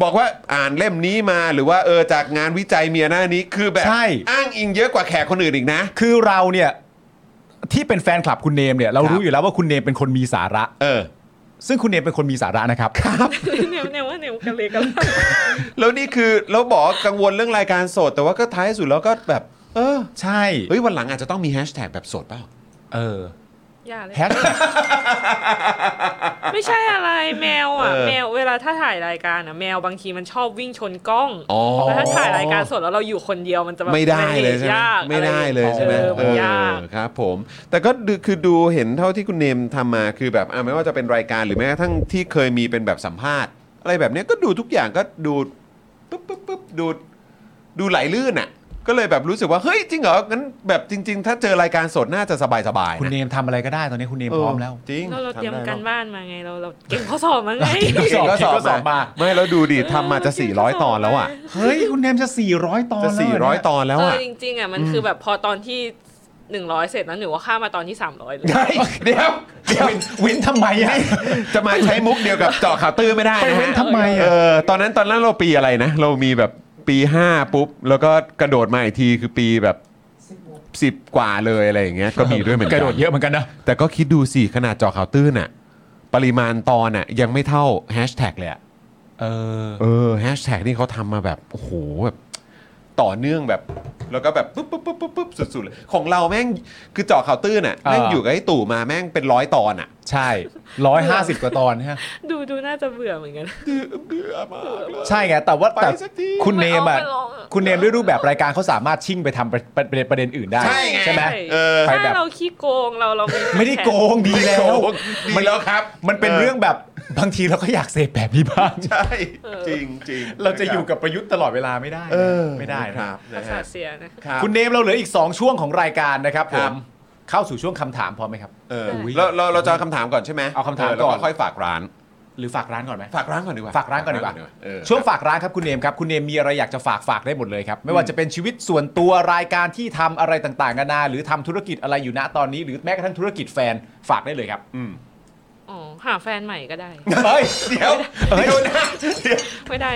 C: บอกว่าอ่านเล่มนี้มาหรือว่าเออจากงานวิจัยเมียหน้านี้คือแบบ
D: ใช่
C: อ้างอิงเยอะกว่าแขกคนอื่นอีกนะ
D: คือเราเนี่ย ที่เป็นแฟนคลับคุณเนมเนี่ย เรา
C: ครับ
D: รู้อยู่แล้วว่าคุณเนมเป็นคนมีสาระ
C: เออ
D: ซึ่งคุณเนมเป็นคนมีสาระนะครับ
F: เนี่ยเนี่ยว่าเนี่ยกันเลยกันเลย
C: แล้วนี่คือเราบอกว่ากังวลเรื่องรายการสด แต่ว่าก็ท้ายสุดแล้วก็แบบ เออ
D: ใช่
C: เฮ้ยวันหลังอาจจะต้องมีแฮชแท็กแบบสดเปล่า
D: เออ
F: อย่าเลย
D: แฮชแท็ก
F: ไม่ใช่อะไรแมวอ่ะ
C: เออ
F: แมวเวลาถ้าถ่ายรายการอ่ะแมวบางทีมันชอบวิ่งชนกล้อง
C: อ๋อ
F: แล้วถ้าถ่ายรายการสดแล้วเราอยู่คนเดียวมันจะแบบ
C: ไม่ได้เลยใช่ไหม
F: ยาก
C: ไม่ได้เลยใช่ไหม
F: ออมันยาก
C: เออครับผม แต่ก็ดูคือดูเห็นเท่าที่คุณเนมทำมาคือแบบอ่ะไม่ว่าจะเป็นรายการหรือแม้กระทั่งที่เคยมีเป็นแบบสัมภาษณ์ อะไรแบบเนี้ยก็ดูทุกอย่างก็ดูปุ๊บปุ๊บปุ๊บดูดูไหลลื่นอ่ะ ก็เลยแบบรู้สึกว่าเฮ้ยจริงเหรองั้นแบบจริง ๆ ถ้าเจอรายการสดน่าจะสบายสบาย
D: คุณเนมทำอะไรก็ได้ตอนนี้คุณเนมพร้อมแล้ว
C: จริง
F: แล้วเราเตรียม
C: ทำได้
F: การ
C: แล้ว
F: บ้านมาไงเราเราเก่งข้อสอบมาไง
D: เก่ง
C: เก่ง
D: ก็สอบมา
C: ไม่แล้วดูดิทำมาจะ 400 ตอนแล้วอ่ะ
D: เฮ้ย คุณเนมจะ 400 ตอน
C: จะ
D: แล้วเหรเนี่ย
C: 400 ตอนแล้ว
F: เออ
C: อ่ะ
F: จริงๆอ่ะมันคือแบบพอตอนที่หนึ่งร้อยเสร็จแล้วหนูว่าข้ามมาตอนที่สามร้อยเลย
C: เฮ้ยเดี๋ยวเดี๋ยว
D: วินวินทำไมอะ
C: จะมาใช้มุกเดียวกับเจาะข่าวตื้อไม่ได้นะ
D: ไปเว้
C: ฮะ
D: นทำไมอะ
C: เออตอนนั้นตอนนั้นเราปีอะไรนะ เรามีแบบปี 5 ปุ๊บ แล้วก็กระโดดมาอีกทีคือปีแบบ 10 กว่าเลยอะไรอย่างเงี้ยก็มีด้วยเหมือน
D: ก
C: กั
D: ระโดดเยอะเหมือนกันนะ
C: แต่ก็คิดดูสิ ขนาดเจาะข่าวตื้นอะปริมาณตอนอะยังไม่เท่าแฮชแท็กเลยอะ
D: เออ
C: เออแฮชแท็กนี่เขาทำมาแบบ โอ้โหแบบต่อเนื่องแบบ แล้วก็แบบปุ๊บปุ๊บปุ๊บปุ๊บปุ๊บสุดๆเลยของเราแม่งคือเจาะข่าวตื้นอะแม่ง
D: อ่า
C: อยู่กับไอ้ตู่มาแม่งเป็นร้อยตอนอะ
D: ใช่ 150 กว่าตอนฮะ
F: ดูดูน่าจะเบื่อเหมือนกัน
C: เบื่อมากเลย
D: ใช่ไง แต่ว่าแต่
C: ไปสักที
D: คุณเนมอ่ะ
F: ไม่เอาไม่เอา
D: คุณเนมด้วยรูปแบบรายการเขาสามารถชิ่งไปทำประประประประเด็นอื่นได้
C: ใช่ไง
D: ไหม
C: เออ
D: ไปแบบ
F: ถ้าเราขี้โกงเราเรา
D: ไม่ได้โกงดีแล้ว
C: มันแล้วครับ
D: มันเป็นเรื่องแบบบางทีเราก็อยากเสพแบบนี้บ้าง
C: ใช่จริงจริง
D: เราจะอยู่กับประยุทธ์ตลอดเวลาไม่ได้นะ
C: เออ
D: ไม่ได้นะ
C: ครับ
F: ป
C: นะ
F: ระสา
C: ฮะ
F: ทเสียนะ
C: ครับ
D: คุณเนมเราเหลืออีก 2 ช่วงของรายการนะครับผ
C: ครั
D: ม
C: บ
D: เข้าสู่ช่วงคำถามพร้อมไหมครับ
C: เออ
D: อุ๊ย
C: เราเราเราจะเอาคำถามก่อนใช่ไหม
D: เอาคำถามก่อน
C: แล้วค่อยฝากร้าน
D: หรือฝากร้านก่อนไหม
C: ฝากร้านก่อนดีกว่า
D: ฝากร้านก่อนดีกว่า
C: เออ
D: ช่วงฝากร้านครับคุณเนมครับ คุณเนมมีอะไรอยากจะฝากฝากได้หมดเลยครับ ไม่ว่าจะเป็นชีวิตส่วนตัวรายการที่ทำอะไรต่างๆกันานาหรือทำธุรกิจอะไรอยู่ณตอนนี้ หรือแม้กระทั่งธุรกิจแฟนฝากได้เลยครับ
F: อ๋อ หาแฟนใหม่ ก็ได้
D: เฮ้ย
C: เดี๋ยวเดี๋ยวนะเดี๋ยว
F: ไม่ได้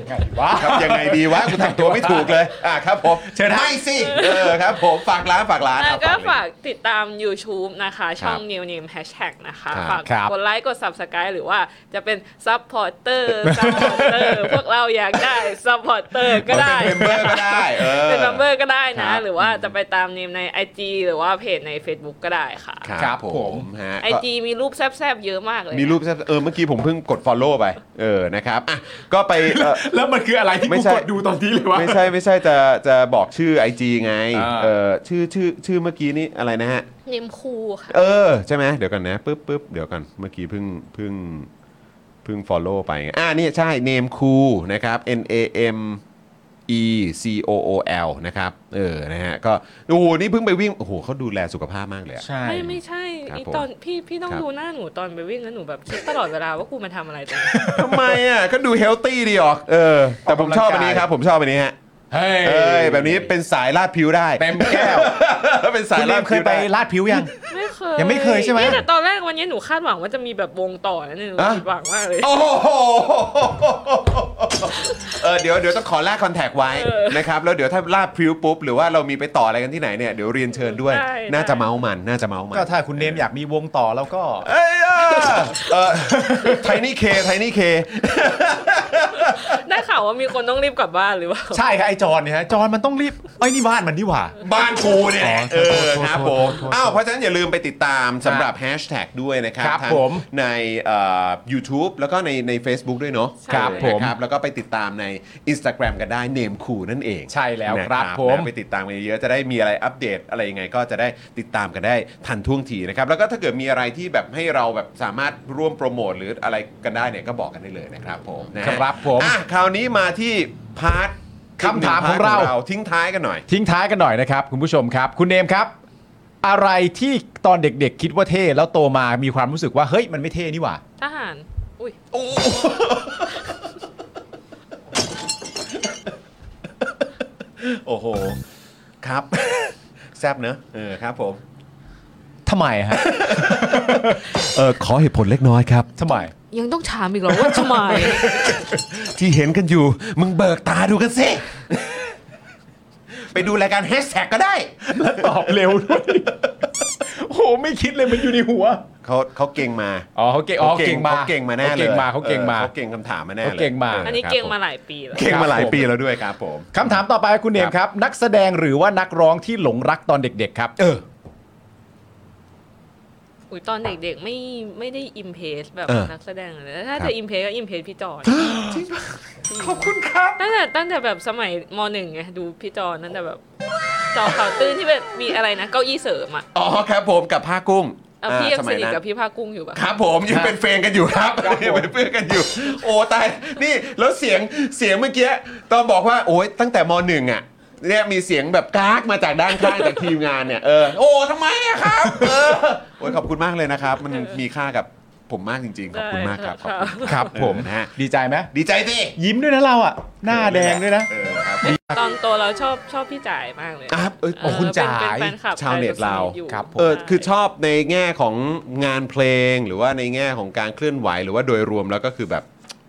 D: ยังไงวะ
C: ครับยังไงดีวะกูทำตัวไม่ถูกเลย อ่ะครับผม
D: เชิญนะ
C: ไม่สิ เออครับ ผมฝากร้านฝากร้าน
F: แล้วก็
C: อ่ะร้น
F: ฝากติดตาม YouTube นะคะ ช่อง
C: ครับ
F: New Name Hashtag นะคะ
C: ครับ
F: ฝาก
D: ครับ
F: กดไลค์กด Subscribe หรือว่าจะเป็น Supporter Supporter พวกเราอยากได้ Supporter ก็ได้
C: เป็นเมมเบอร์ก็ได้เออ
F: เป็นเมมเบอร์ก็ได้นะ
C: ครับ
F: หรือว่าจะไปตามเนมใน IG หรือว่าเพจใน Facebook ก็ได้ค่ะ
C: ครับผมฮะ
F: ไอจีมีรูปแซบๆเยอะมากเลย
C: มีรูปแซ่บเออเมื่อกี้ผมเพิ่งกด follow ไป เออนะครับอ่ะก็ไปเอ่อ
D: แล้วมันคืออะไรที่
C: ไม่
D: กู
C: ใช่
D: กดดูตอนนี้เล ยวะ
C: ไม่ใช่ไม่ใช่จะจะบอกชื่อ IG ไง
D: อ่า
C: เออชื่อชื่อชื่อเมื่อกี้นี้อะไรนะฮะ
F: เนมคูค่ะ
C: เออ ใช่ไหมเดี๋ยวกันนะปึ๊บปึ๊บเดี๋ยวกันเมื่อกี้เพิ่งเพิ่งเพิ่ง follow ไปไงอ่านี่ใช่ name cool นะครับ n a m e c o o l นะครับเออนะฮะก็โอ้โหนี่เพิ่งไปวิ่งโอ้โหเขาดูแลสุขภาพมากเลยอะ
D: ใช่
F: ไม่ไม่ใช่
C: ครับ
F: อี
C: ผม
F: ตอนพี่พี่ต้อง
C: ครับ
F: ดูหน้าหนูตอนไปวิ่งแล้วหนูแบบคิดตลอดเวลาว่ากูมาทำอะไรตรง นี้
C: ทำไมอ่ะก็ดูเฮลตี้ดีออกเออ แต่ผมชอบอันนี้ครับ ผมชอบอันนี้ฮะ
D: เฮ้ย
C: เอ้ยแบบนี้เป็นสายลาดผิวได้
D: เต็มแก้ว
C: เป็นสาย
D: คุณเน
C: ลาด
D: มเค
C: ผิ
D: ยว ไป
C: ได้
D: ลาดผิว ยัง
F: ไม่เคย
D: ยังไม่เคยใช่ไหม
F: นี่แต่ตอนแรกวันนี้หนูคาดหวังว่าจะมีแบบวงต่อนะหนู
C: อ่ะ
F: ผิดหวังมากเลย
C: โอ้โหเออเดี๋ยวเดี๋ยวต้องขอลากคอนแทคไว้นะครับ แล้วเดี๋ยวถ้าลากพริ้วปุ๊บ หรือว่าเรามีไปต่ออะไรกันที่ไหนเนี่ย เดี๋ยวเรียนเชิญด้วย
F: ได้
C: น่า
F: ได้
C: จะเมามัน น่าจะเมามัน
D: ก็ถ้าคุณเนมอยากมีวงต่อแล้วก็
C: เอ้ยอ่ะ เออไทนี่เคไทนี่เค
F: ได้ข่าวว่ามีคนต้องรีบกลับบ้านหรือว่า
D: ใช่ครับไอ้จอนเนี่ยฮะจอนมันต้องรีบไอ้ยนี่บ้านมันนี่หว่า
C: บ้านกูเนี่ยแหละ
D: อ๋
C: เอ
D: อโท
C: อ
D: ษโทษ
C: ครับ
D: โทษ
C: ผม
D: โทษโทษ
C: อ้าวเพราะฉะนั้นอย่าลืมไปติดตามสำหรับแฮชแท็กด้วยนะครับ
D: ครับ
C: ทั้ง
D: ผม
C: ในเอ่อ YouTube แล้วก็ในใน Facebook ด้วยเนาะ
D: ครับ
C: นะ
D: ผม
C: แล้วก็ไปติดตามใน Instagram กันได้เนมคูนั่นเอง
D: ใช่แล้ว
C: นะครับ
D: ผม
C: นะไปติดตามกันเยอะๆจะได้มีอะไรอัปเดตอะไรยังไงก็จะได้ติดตามกันได้ทันท่วงทีนะครับ แล้วก็ถ้าเกิดมีอะไรที่แบบให้เราแบบสามารถร่วมโปรโมทหรืออะไรกันได้เนี่ยก็บอกกันได้เลยนะครับผมนะฮะ
D: ครับผม
C: อ่ะคราวนี้มาที่พาร์ท
D: คำถามของเรา
C: ทิ้งท้ายกันหน่อย
D: ทิ้งท้ายกันหน่อยนะครับ คุณผู้ชมครับ คุณเนมครับ อะไรที่ตอนเด็กๆ คิดว่าเท่แล้วโตมามีความรู้สึกว่าเฮ้ยมันไม่เท่นี่หว่า
F: ทหาร อุ้ย
C: โอ้โห ครับ แซบเนอะเออครับผม
D: ทำไมฮะ
C: เออขอเหตุผลเล็กน้อยครับ
D: ทำไม
F: ยังต้องถามอีกเหรอว่าทำไม
C: ที่เห็นกันอยู่ มึงเบิกตาดูกันสิ ไปดูรายการแฮชแท็กก็ได้
D: แล้วตอบเร็วด้วยโอ้โหไม่คิดเลยมันอยู่ในหัว
C: เขาเขาเก่งมา
D: อ๋อเขาเก่งอ๋อเขาเก่งมา
C: เขาเก่งมาแน่เลย
D: เขาเก่งมาเขาเก่งมา
C: ออเขาเก่งคำถามมาแน่เลย
D: เขาเก่งมา
F: อันนี้
C: ครับ
F: เก่งมา
C: ผ
F: หลายปีแล้ว
C: เก่งมาหลายปีแล้วด้วยครับผม
D: คำถามต่อไปคุณเนมครับ นักแสดงหรือว่านักร้องที่หลงรักตอนเด็ก ๆ ครับ เออ
F: อุ้ยตอนเด็กๆไม่ไม่ได้อิมเพสแบบ
C: เออ
F: นักแสดงเลยถ้า
C: ครับ
F: จะอิมเพสก็อิมเพสพี่จอน
C: ขอบคุณครับ
F: ตั้งแต่ตั้งแต่แบบสมัยมหนึ่งไงดูพี่จอนตั้งแต่แบบจอข่าวตื้นที่แบบมีอะไรนะเก้าอี้เสริมอ่ะ
C: อ๋อครับผมกับผ้ากุ้ง
F: เอาพี่
C: อ่า
F: ยังสนิท
C: นั้น
F: กับพี่ภาคกุ้งอยู่ปะ
C: ครับผมยังเป็นเฟรนกันอยู่ครับยังเป็นเพื่อนกันอยู่ โอ้ตายนี่แล้วเสียงเสียงเมื่อกี้ตอนบอกว่าโอ้ยตั้งแต่มหนึ่งอ่ะ เนี่ยมีเสียงแบบกากมาจากด้านข้างจากทีมงานเนี่ยเออโอ้ทำไมอะครับเออโอ้ยขอบคุณมากเลยนะครับ มันมีค่ากับผมมากจริงๆ ขอบคุณมากครับขอบคุณ
D: ครับผม
C: นะฮะ
D: ดีใจไหม
C: ดีใจสิ
D: ยิ้มด้วยนะเราอ่ะ หน้าแดงด้วยนะ
C: เออครับ
F: ตอนโตเราชอบชอบพี่จ่ายมากเลย
C: อ่ะครับเอ้ย
F: เ
C: โอ้คุณ
F: เป็น
C: จ่าย
F: เป็นแฟนคลับ
C: ชาวเน็ตเรา
F: ไอดอลสมัยอยู่
D: ครับผม
C: เออคือ
F: ใ
C: ชอบในแง่ของงานเพลงหรือว่าในแง่ของการเคลื่อนไหวหรือว่าโดยรวมแล้วก็คือแบบ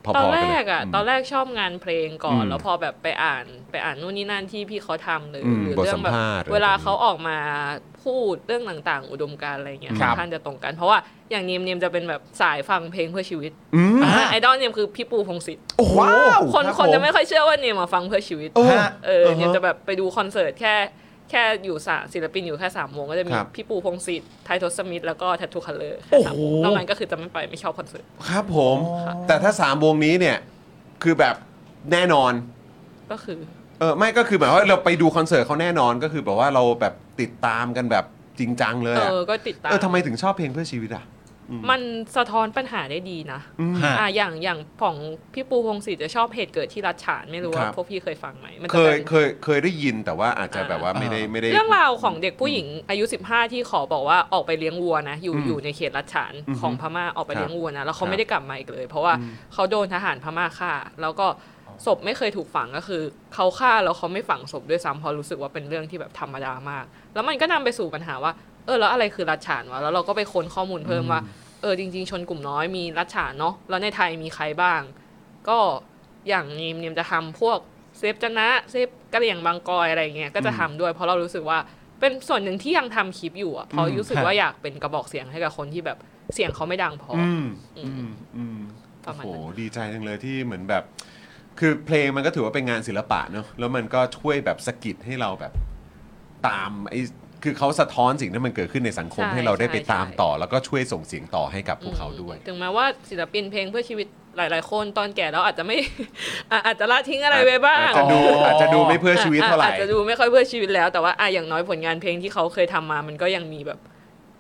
C: พ
F: ต
C: อ
F: อน
C: ๆ
F: แร
C: กันเลย
F: กอ่ะตอนแรกชอบงานเพลงก่อ
C: อื
F: น
C: ม
F: แล้วพอแบบไปอ่านไปอ่านนู่นนี่นั่นที่พี่เขาทำเลย
C: อืม
F: หรื
C: บท
F: เรื่
C: สัม
F: แบบ
C: ภาษณ์อะไร
F: เวลาเขาออกมาพูดเรื่องต่างๆ อุดมการณ์อะไรเงี้ย
C: ค
F: ค่
C: รั
F: อบ นข้างจะตรงกัน เพราะว่าอย่างเนียมเนียมจะเป็นแบบสายฟังเพลงเพื่อชีวิต
C: อืม
F: อ่ะไอดอลเนียมคือพี่ปูพงศิษฐ์
D: โอ้โห
F: คน
D: รับ
F: คน
D: ผ
F: จะไม่ค่อยเชื่อว่าเนียมมาฟังเพื่อชีวิต
D: ฮะ
F: เออเนี่ยจะแบบไปดูคอนเสิร์ตแค่แค่อยู่สามศิลปินอยู่แค่สามวงก็จะมี
C: ครับ
F: พี่ปูพงศิษฐ์ไททอสมิธแล้วก็แททูคัลเลอร์
D: โอ้โห
F: นอกนั้นก็คือจะไม่ไปไม่ชอบคอนเสิร์ต
C: ครับผมแต่ถ้าสามวงนี้เนี่ยคือแบบแน่นอน
F: ก็คือ
C: เออไม่ก็คือหมายว่าเราไปดูคอนเสิร์ตเขาแน่นอนก็คือแบบว่าเราแบบติดตามกันแบบจริงจังเลย
F: เอ
C: อะ
F: อ ก็ติดตาม
C: เออทำไมถึงชอบเพลงเพื่อชีวิตอ่ะ
F: มันสะท้อนปัญหาได้ดีนะ
D: ฮะ
F: อ่าอย่างอย่างของพี่ปูพงศิษฐ์จะชอบเหตุเกิดที่รัชฉานไม่รู้
C: ค
F: ว่า
C: รับ
F: พวกพี่เคยฟังไหมมัน
C: เค
F: จะเป็
C: ย
F: น
C: เคยเคยได้ยินแต่ว่าอาจจะแบบว่าไม่ได้ไม่ได้
F: เรื่องราวของเด็กผู้หญิงอายุ 15 ที่ขอบอกว่าออกไปเลี้ยงวัวนะอยู่
C: อืม
F: อยู่ในเขตรัชฉาน
C: อือฮึ
F: ของพม่าออกไป
C: ครับ
F: เลี้ยงวัวนะแล้วเขา
C: ครับ
F: ไม่ได้กลับมาอีกเลย เพราะว่าเขาโดนทหารพม่าฆ่า แล้วก็ศพไม่เคยถูกฝังก็คือเขาฆ่าแล้วเขาไม่ฝังศพด้วยซ้ำเพราะรู้สึกว่าเป็นเรื่องที่แบบธรรมดามาก แล้วมันก็นำไปสู่ปัญหาว่าเออแล้วอะไรคือรัชฉานวะแล้วเราก็ไปค้นข้อมูลเพิ่มว่าเออจริง ๆ ชนกลุ่มน้อยมีรัชฉานเนาะแล้วในไทยมีใครบ้าง ก็อย่างนิมนิมจะทำพวกเซฟจนะเซฟกระเหลี่ยงบางกอยอะไรอย่างเงี้ยก็จะทำด้วย เพราะเรารู้สึกว่าเป็นส่วนหนึ่งที่ยังทำคลิปอยู่อะเพราะรู้สึกว่าอยากเป็นกระบอกเสียงให้กับคนที่แบบเสียงเขาไม่ดังพออ
C: ืมอืมอืม
F: ประมาณนั้น
C: โอ้โหดีใจจังเลยที่เหมือนแบบ คือเพลงมันก็ถือว่าเป็นงานศิลปะเนอะแล้วมันก็ช่วยแบบสะกิดให้เราแบบตามไอ้คือเขาสะท้อนสิ่งที่มันเกิดขึ้นในสังคม
F: ใช่
C: ให้เราได้ไป
F: ใช่
C: ตาม
F: ใช่
C: ต่อ แล้วก็ช่วยส่งเสียงต่อให้กับพวกเขาด้วย
F: ถึงแม้ว่าศิลปินเพลงเพื่อชีวิตหลาย ๆ คนตอนแก่แล้วอาจจะไม่ อ่ะอาจจะละทิ้งอะไรไปบ้าง
C: อาจจะดู
D: อ๋ออ
C: อาจจะดูไม่เพื่อชีวิตเท่าไหร่
F: จจะดูไม่ค่อยเพื่อชีวิตแล้วแต่ว่าอ่ะอย่างน้อยผลงานเพลงที่เขาเคยทำมา มันก็ยังมีแบบ